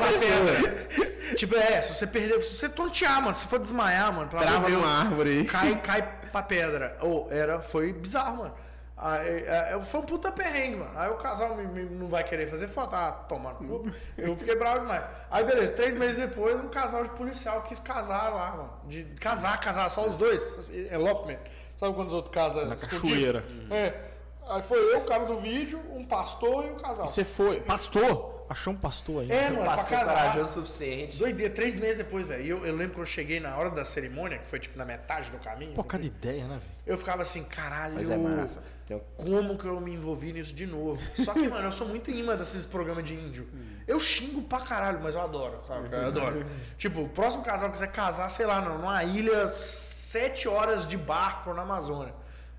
pedra. Tipo, é, se você perder, se você tontear, mano, se for desmaiar, mano, pelo amor Trava de Deus. numa árvore aí. Cai, cai pra pedra. Ou era, foi bizarro, mano. Aí, é, foi um puta perrengue, mano. Aí o casal me- me- não vai querer fazer foto. Ah, toma. no cu. Eu fiquei bravo demais. Aí, beleza, três meses depois, um casal de policial quis casar lá, mano. De casar, casar, só os dois. Elopement. Sabe quando os outros casam? Na cachoeira. É. Aí foi eu, o cara do vídeo, um pastor e um casal. Você foi. Pastor? Achou um pastor aí. É, mano, pra Passou casar. corajoso o suficiente. Doideira, três meses depois, velho. E Eu, eu lembro que eu cheguei na hora da cerimônia, que foi tipo na metade do caminho. Pô, cada ideia, né, velho? Eu ficava assim, caralho. Mas é massa. Tem um- Como que eu me envolvi nisso de novo? Só que, mano, eu sou muito imã desses programas de índio. Hum. Eu xingo pra caralho, mas eu adoro, sabe? Eu adoro. tipo, o próximo casal quiser casar, sei lá, não, numa ilha, sete horas de barco na Amazônia.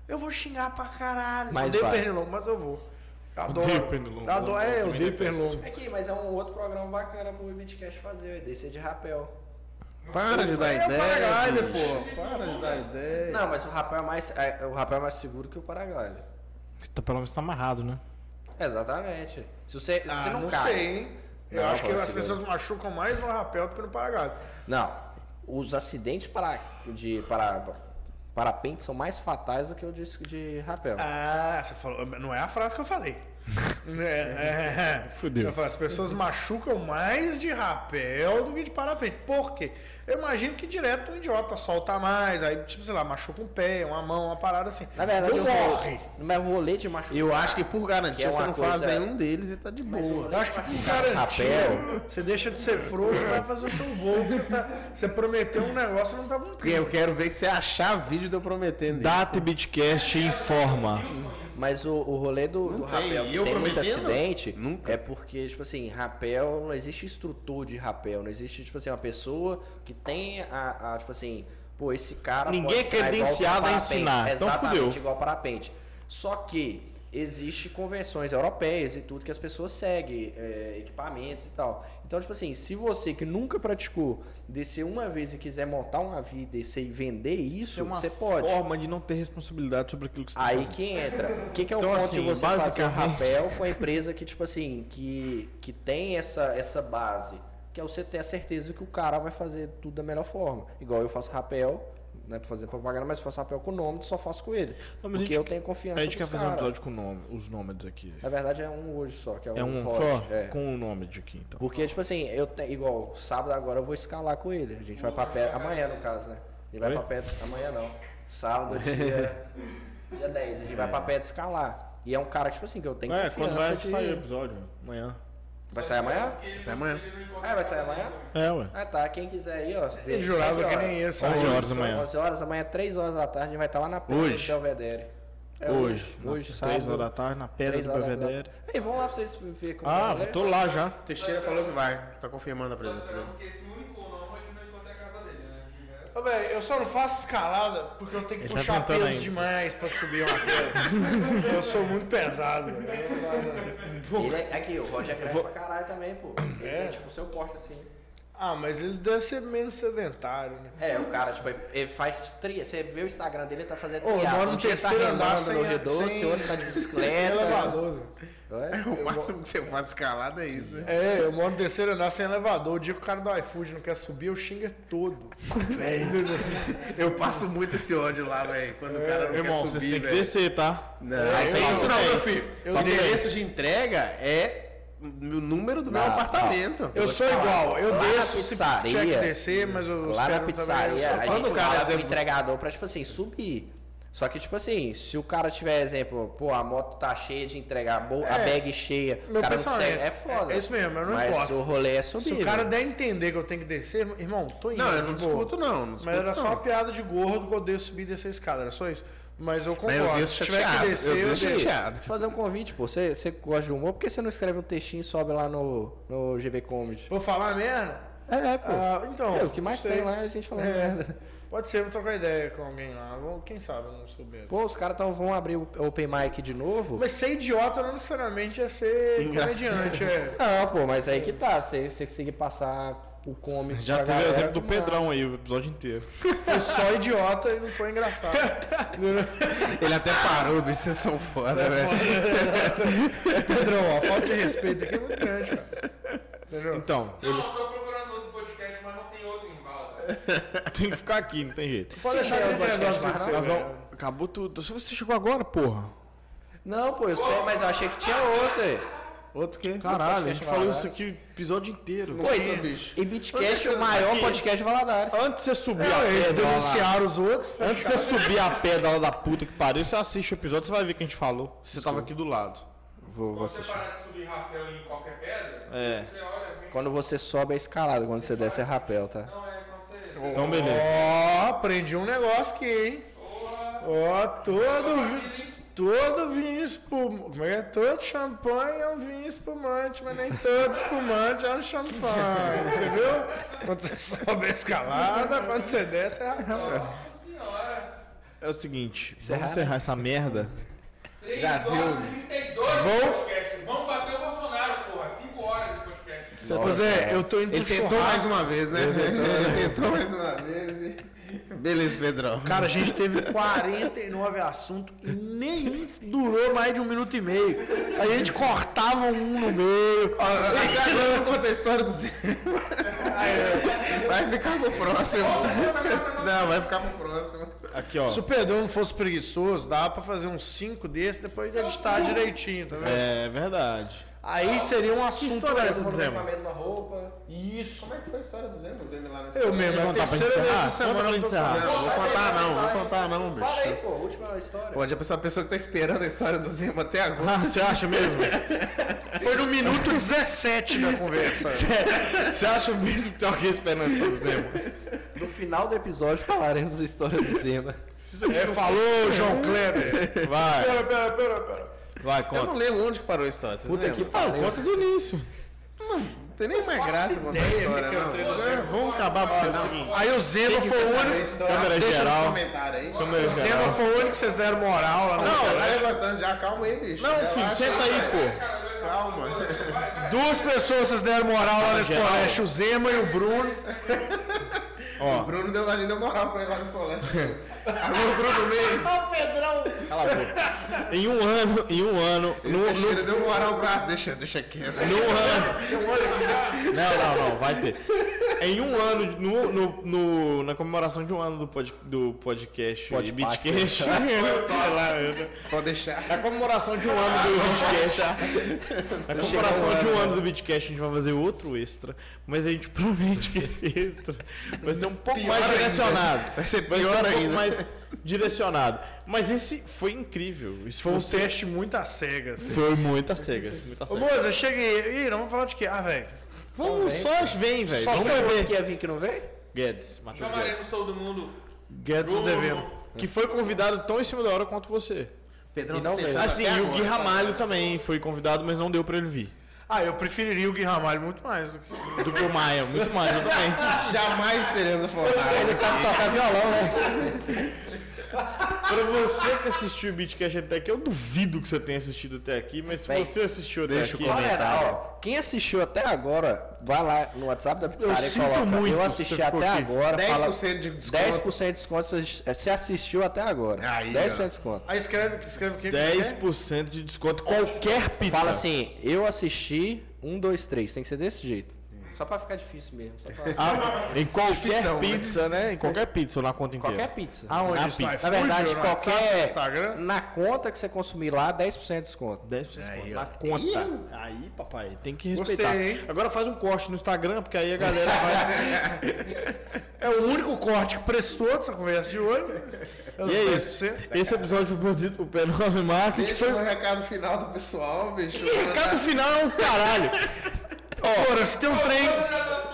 Eu vou xingar pra caralho. Mas eu vai. pernilongo, mas eu vou. Eu Adoro. Odeio pernilongo. Eu Adoro, Eu é, eu também odeio detesto. pernilongo. Aqui, mas é um outro programa bacana pro Midcast fazer, é descer de rapel. Para de dar É, ideia. Paraglider, bicho. pô. Para de dar ideia. Não, mas o rapel é mais, é, o rapel é mais seguro que o paraglider. Você tá, pelo menos tá amarrado, né? Exatamente. Se você, se Ah, você não, não cai. sei, hein? Eu Não, acho que pode as ser. pessoas machucam mais no rapel do que no paraglider. Não. Os acidentes para, de para, parapente são mais fatais do que o de, de rapel. Ah, você falou. Não é a frase que eu falei. É, é. Fudeu. Eu falo, as pessoas machucam mais de rapel do que de parapente. Por quê? Eu imagino que direto um idiota solta mais, aí, tipo, sei lá, machuca um pé, uma mão, uma parada assim. Na verdade, não o ro- morre. Mas o rolê de machucar. Eu acho que por Que garantia é você uma não faz coisa- nenhum deles e tá de boa. Eu acho que com Rapel. garantia, você deixa de ser frouxo e vai fazer o seu voo. que Você, tá- você prometeu um negócio e não tá Porque cumprindo. eu quero ver se você achar vídeo de eu prometendo. Data e Bitcast informa. Mas o, o rolê do, do rapel e que eu tem muito prometendo? acidente é porque, tipo assim, rapel não existe instrutor de rapel, não existe, tipo assim, uma pessoa que tem a, a, tipo assim, pô, esse cara. Ninguém pode é credenciado ensinar igual pro a parapente. ensinar, então Exatamente, fudeu. igual parapente. Só que existe convenções europeias e tudo que as pessoas seguem, é, equipamentos e tal. Então, tipo assim, se você que nunca praticou descer uma vez e quiser montar uma vida e descer e vender é isso, você pode. forma de não ter responsabilidade sobre aquilo que você Aí tá que entra. O que, que é o Então, ponto assim, de você fazer um basicamente- rapel com a empresa que, tipo assim, que, que tem essa, essa base? Que é você ter a certeza que o cara vai fazer tudo da melhor forma. Igual eu faço rapel, não é pra fazer propaganda, mas eu faço rapel com o nome, só faço com ele. Não, mas a porque gente- eu tenho fazendo. confiança A gente quer pros fazer um cara. episódio com nome, os nômades aqui. Na verdade é um hoje só, que é, É um um pod, só? é. Com o nome de aqui, então. Porque, tipo assim, eu tenho. Igual, sábado agora eu vou escalar com ele. A gente vai pra pedra. Amanhã, no caso, né? Ele vai Oi? pra pedra. Amanhã não. Sábado, dia. dia 10. A gente vai pra pedra escalar. E é um cara, tipo assim, que eu tenho É, confiança quando vai de... sair o episódio? né? Amanhã. Vai sair amanhã? Isso é amanhã. Ah, vai sair amanhã? É, ué. Ah, tá. Quem quiser aí, ó. Ele jurava que nem ia sair. 11 horas da manhã. 11 horas, amanhã, 3 horas da tarde, a gente vai estar lá na pedra Hoje. do Belvedere. É Hoje. Hoje, na- sábado. Três horas da tarde, na pedra três do horas da Belvedere. tarde. Aí, vamos lá pra vocês verem como Ah, é, né? tô lá já. Teixeira falou que vai. Tá confirmando a Só presença dele. esperando que esse único não, um a gente não encontre a casa dele, né? De resto- Ô, velho, eu só não faço escalada porque eu tenho que Ele tá puxar tentando peso ainda. demais pra subir uma pedra. eu sou muito pesado, velho. Ele é- aqui, o Roger é grande pra caralho também, pô. Ele É? tem, tipo, o seu corte assim. Ah, mas ele deve ser menos sedentário, né? É, o cara, tipo, ele faz tria. Você vê o Instagram dele, ele tá fazendo Ô, eu tria. moro no dia ele terceiro andar remando sem- no Rio Doce, sem- outro tá de Ele é bicicleta. valoso. Ué? O máximo que você faz escalada é isso, né? É, eu moro no terceiro andar sem elevador. O dia que o cara do iFood não quer subir, eu xingo ele todo. Eu passo muito esse ódio lá, velho. Quando o cara não Irmão, quer vocês subir, têm que velho. descer, tá? Não, eu tem não, isso não, tem meu isso. filho. Eu o tenho. endereço de entrega é o número do meu Não, apartamento. Eu sou igual, eu Lá na desço se tiver que pizzaria- descer, mas eu Lá na espero É, também. pizzaria, Eu a sou fã gente do cara, cara, o exemplo. entregador pra, tipo assim, subir. Só que, tipo assim, se o cara tiver exemplo, pô, a moto tá cheia de entregar, a bo- a É. bag cheia, Meu o cara não pensamento. consegue, é foda. É isso mesmo, eu não Mas importo. o rolê é subir. Se o cara né? der a entender que eu tenho que descer, irmão, tô indo. Não, eu não de boa. discuto, não. não discuto, Mas era só uma não. piada de gordo que eu odeio subir e descer a escada, era só isso. Mas eu Mas concordo. eu desço se tiver chateado. que Eu descer, eu, desço desço. chateado. Deixa eu fazer um convite, pô. Você, você gosta de humor, por que você não escreve um textinho e sobe lá no, no GV Comedy? Vou falar merda? É, pô. Ah, então. É, o que mais não sei. tem lá é a gente falando É. merda. Pode ser, vou trocar ideia com alguém lá. Vou- Quem sabe eu não sou mesmo. Pô, os caras tão- vão abrir o Open Mic de novo? Mas ser idiota não necessariamente é ser comediante, é. Não, pô, mas aí que tá. Se você conseguir passar o cômico. Já pra teve o galera, exemplo do não. Pedrão aí, o episódio inteiro. Foi só idiota e não foi engraçado. Ele até parou, bicho, vocês são é foda, velho. Pedrão, ó, falta de respeito aqui é muito grande, cara. Entendeu? Então, Não, eu tô procurando outro podcast, mas não tem outro em bala. tem que ficar aqui, não tem jeito. Pode deixar que ele resolve isso pra você. Nós velho. é. vamos- Acabou tudo. Se você chegou agora, porra. Não, pô, eu sei, mas eu achei que tinha outro aí. Outro que? Caralho, a gente podcast falou Valadares. isso aqui o episódio inteiro. Pô, e, e Bitcast, o maior podcast de Valadares. Antes de você subir a Não, Eles pedra lá- denunciaram os outros. Antes de você subir a pedra lá da puta que pariu, você assiste o episódio, você vai ver que a gente falou. Você tava aqui do lado. Vou, vou Se você assistir. parar de subir rapel em qualquer pedra, É. você olha, vem. Quando você sobe é escalado, quando você desce é rapel, tá? Não, é, não sei. Então, beleza. Ó, aprendi um negócio aqui, hein? Ó, todo, vi- todo vinho espumante. Como é que é? Todo champanhe é um vinho espumante, mas nem todo espumante é um champanhe. Você viu? Quando você sobe a escalada, quando você desce é rapaz. Nossa senhora. É o seguinte, né? vamos encerrar essa merda. 3 horas e 32 de podcast. Vamos bater o Bolsonaro, porra. 5 horas de podcast. tá Zé, eu tô indo pro Ele tentou churrasco. mais uma vez, né? Ele tentou mais uma vez. e- Beleza, Pedrão. Cara, a gente teve 49 assuntos e nenhum durou mais de um minuto e meio. A gente cortava um no meio. eu não contei a história do Zé. Vai ficar pro próximo. Não, vai ficar pro próximo. Aqui, ó. Se o Pedrão não fosse preguiçoso, dava pra fazer uns 5 desses, depois editar direitinho, tá vendo? É verdade. é Aí seria um assunto dessa, por Com a exemplo. mesma roupa. Isso. Como é que foi a história do Zé? O Zé Milano. Eu mesmo, é a Contar pra gente terceira vez encerrar? essa Conta pra semana eu gente tô encerrar. falando. Não vou contar não, não vou contar não, Fala bicho. aí, pô, última história. Pode, a pessoa, a pessoa que tá esperando a história do Zema até agora. Ah, você acha mesmo? Foi no minuto 17 da conversa. Você acha mesmo que tem alguém esperando por exemplo? No final do episódio falaremos a história do Zema. É, falou, João Kleber. Vai, pera, pera, pera. vai, Eu não conta. lembro onde que parou a história. Vocês Puta que lembram? Ah, pariu. conta do início. Não tem nem mais graça contar a história, não. Você Vamos acabar porque é o seguinte. Aí o Zema foi o Sabe a único. história? Câmera Deixa geral. nos comentários aí. Câmera O Zema geral. foi o único que vocês deram moral lá no Não, tá levantando já, calma aí, bicho. é, Não, Relaxa, filho, senta é. aí, pô. cara olhou essa Calma. Duas pessoas vocês deram moral lá nesse geral. colégio, o Zema e o Bruno. O Bruno deu, a gente deu moral pra ele lá nos colégios. Alô, Bruno Mendes. Em um ano, em um ano, no, no, tá Teixeira deu um moral pra... Deixa, deixa quieto. Em um ano. Não, não, não, vai ter. Em um ano, no, no- no- na comemoração de um ano do, pod, do podcast Pode Bitcast. Pode deixar. Na comemoração de um ano do Bitcast. Na comemoração de um ano do Bitcast, a gente vai fazer outro extra. Mas a gente promete que esse extra vai ser um pouco Pior mais ainda. direcionado. Vai ser Vai ser um pior pouco ainda. mais direcionado. Mas esse foi incrível. Isso Foi um foi, teste muito às cegas. foi muito às cegas. Muito às Ô, cegas. Moza, chega aí. Ih, não vamos falar de quê? Ah, velho. Vamos, só vem, velho. Só Vamos vem. ver. Que ia vir que não veio? Guedes, Matheus Guedes. Chamaremos todo mundo. Guedes Bruno. Que foi convidado tão em cima da hora quanto você. Pedrão E não tentando mesmo. até Assim, e o agora. tá Gui Ramalho também foi convidado, mas não deu pra ele vir. Ah, eu preferiria o Gui Ramalho muito mais do que. Do que o Maia, muito mais, eu também. Jamais teremos Ele forrado. sabe tocar violão, né? pra você que assistiu o Beatcast até aqui, eu duvido que você tenha assistido até aqui, mas se Bem, você assistiu até deixa o aqui... Galera, ó, quem assistiu até agora, vai lá no WhatsApp da pizzaria e sinto coloca. muito eu que assisti você ficou até aqui. agora. fala- 10% de desconto. 10% de desconto se se assistiu até agora. Aí, 10% de ó. desconto. Ah, escreve, escreve o quê? 10% de desconto qualquer pizza. Fala assim, eu assisti, um, dois, três. Tem que ser desse jeito. Só pra ficar difícil mesmo. Só pra... Ah, em qualquer Difícil, né? pizza, né? Em qualquer pizza, na conta inteira. Qualquer pizza. Aonde Na está? pizza. Ah, Na verdade, é? Fugiu, no WhatsApp, no qualquer. Instagram? Na conta que você consumir lá, 10% de desconto. 10% de desconto, Aí, ó. na conta. Aí, papai, tem que Gostei, respeitar. hein? Agora faz um corte no Instagram, porque aí a galera vai... É o único corte que prestou dessa conversa de hoje. Eu E é peço isso. pra você. Esse episódio foi produzido por P9 Market. Deixa Foi o o recado final do pessoal, bicho. recado final, caralho. Ora, se tem um trem.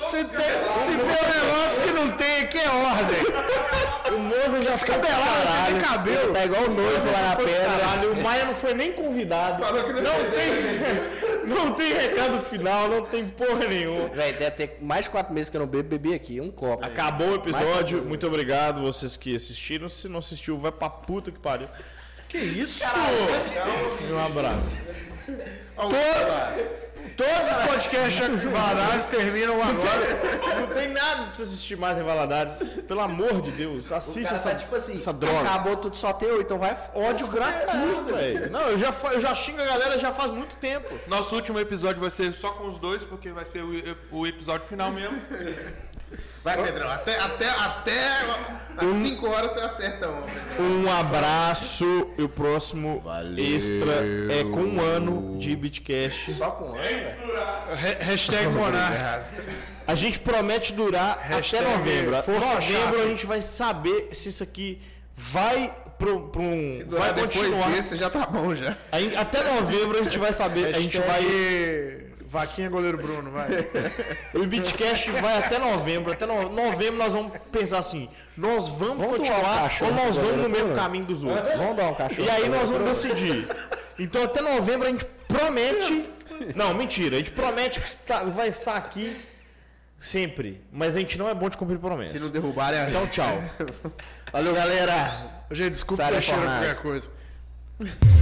Se tem, se tem um negócio que não tem aqui é ordem. O Moza já foi um né, Cabelado, não tem cabelo. Tá igual o noivo lá na Foi pro pedra. caralho. O Maia não foi nem convidado. Falou que não, Não tem. tem. Não tem recado final, não tem porra nenhuma. Véi, deve ter mais de quatro meses que eu não bebo, bebi aqui, um copo. Acabou o episódio. Muito obrigado vocês que assistiram. Se não assistiu, vai pra puta que pariu. Que isso? E um abraço. To- Todos os podcasts em Valadares terminam agora. Não tem nada pra você assistir mais em Valadares. Pelo amor de Deus, O assiste cara essa, tá tipo assim, essa droga. acabou tudo só teu, então vai ódio gratuito. Véi, Não, eu já, fa- eu já xingo a galera já faz muito tempo. Nosso último episódio vai ser só com os dois, porque vai ser o, o episódio final mesmo. Vai, Pedrão. Até, até, até às 5 horas você acerta uma, Pedrão. Um abraço e o próximo extra é com um ano de Bitcast. Só com ano, Re- Hashtag Monar. A gente promete durar Hashtag até novembro. força novembro chata. a gente vai saber se isso aqui vai pro, pro um- vai Vai depois continuar. desse já tá bom já. Aí, até novembro a gente vai saber. A gente vai Vai. Vaquinha goleiro Bruno, vai. o Bitcast vai até novembro. Até no- novembro nós vamos pensar assim. Nós vamos, Vamos doar um continuar cachorro ou nós pro vamos no Bruno? mesmo caminho dos outros. Vamos dar um cachorro. E aí nós pro- vamos decidir. Então até novembro a gente promete. Não, mentira. A gente promete que está- vai estar aqui sempre. Mas a gente não é bom de cumprir promessas. Se não é derrubarem a Então tchau. Valeu, galera. Gente, desculpa Sara ter cheiro Fornaz. qualquer coisa.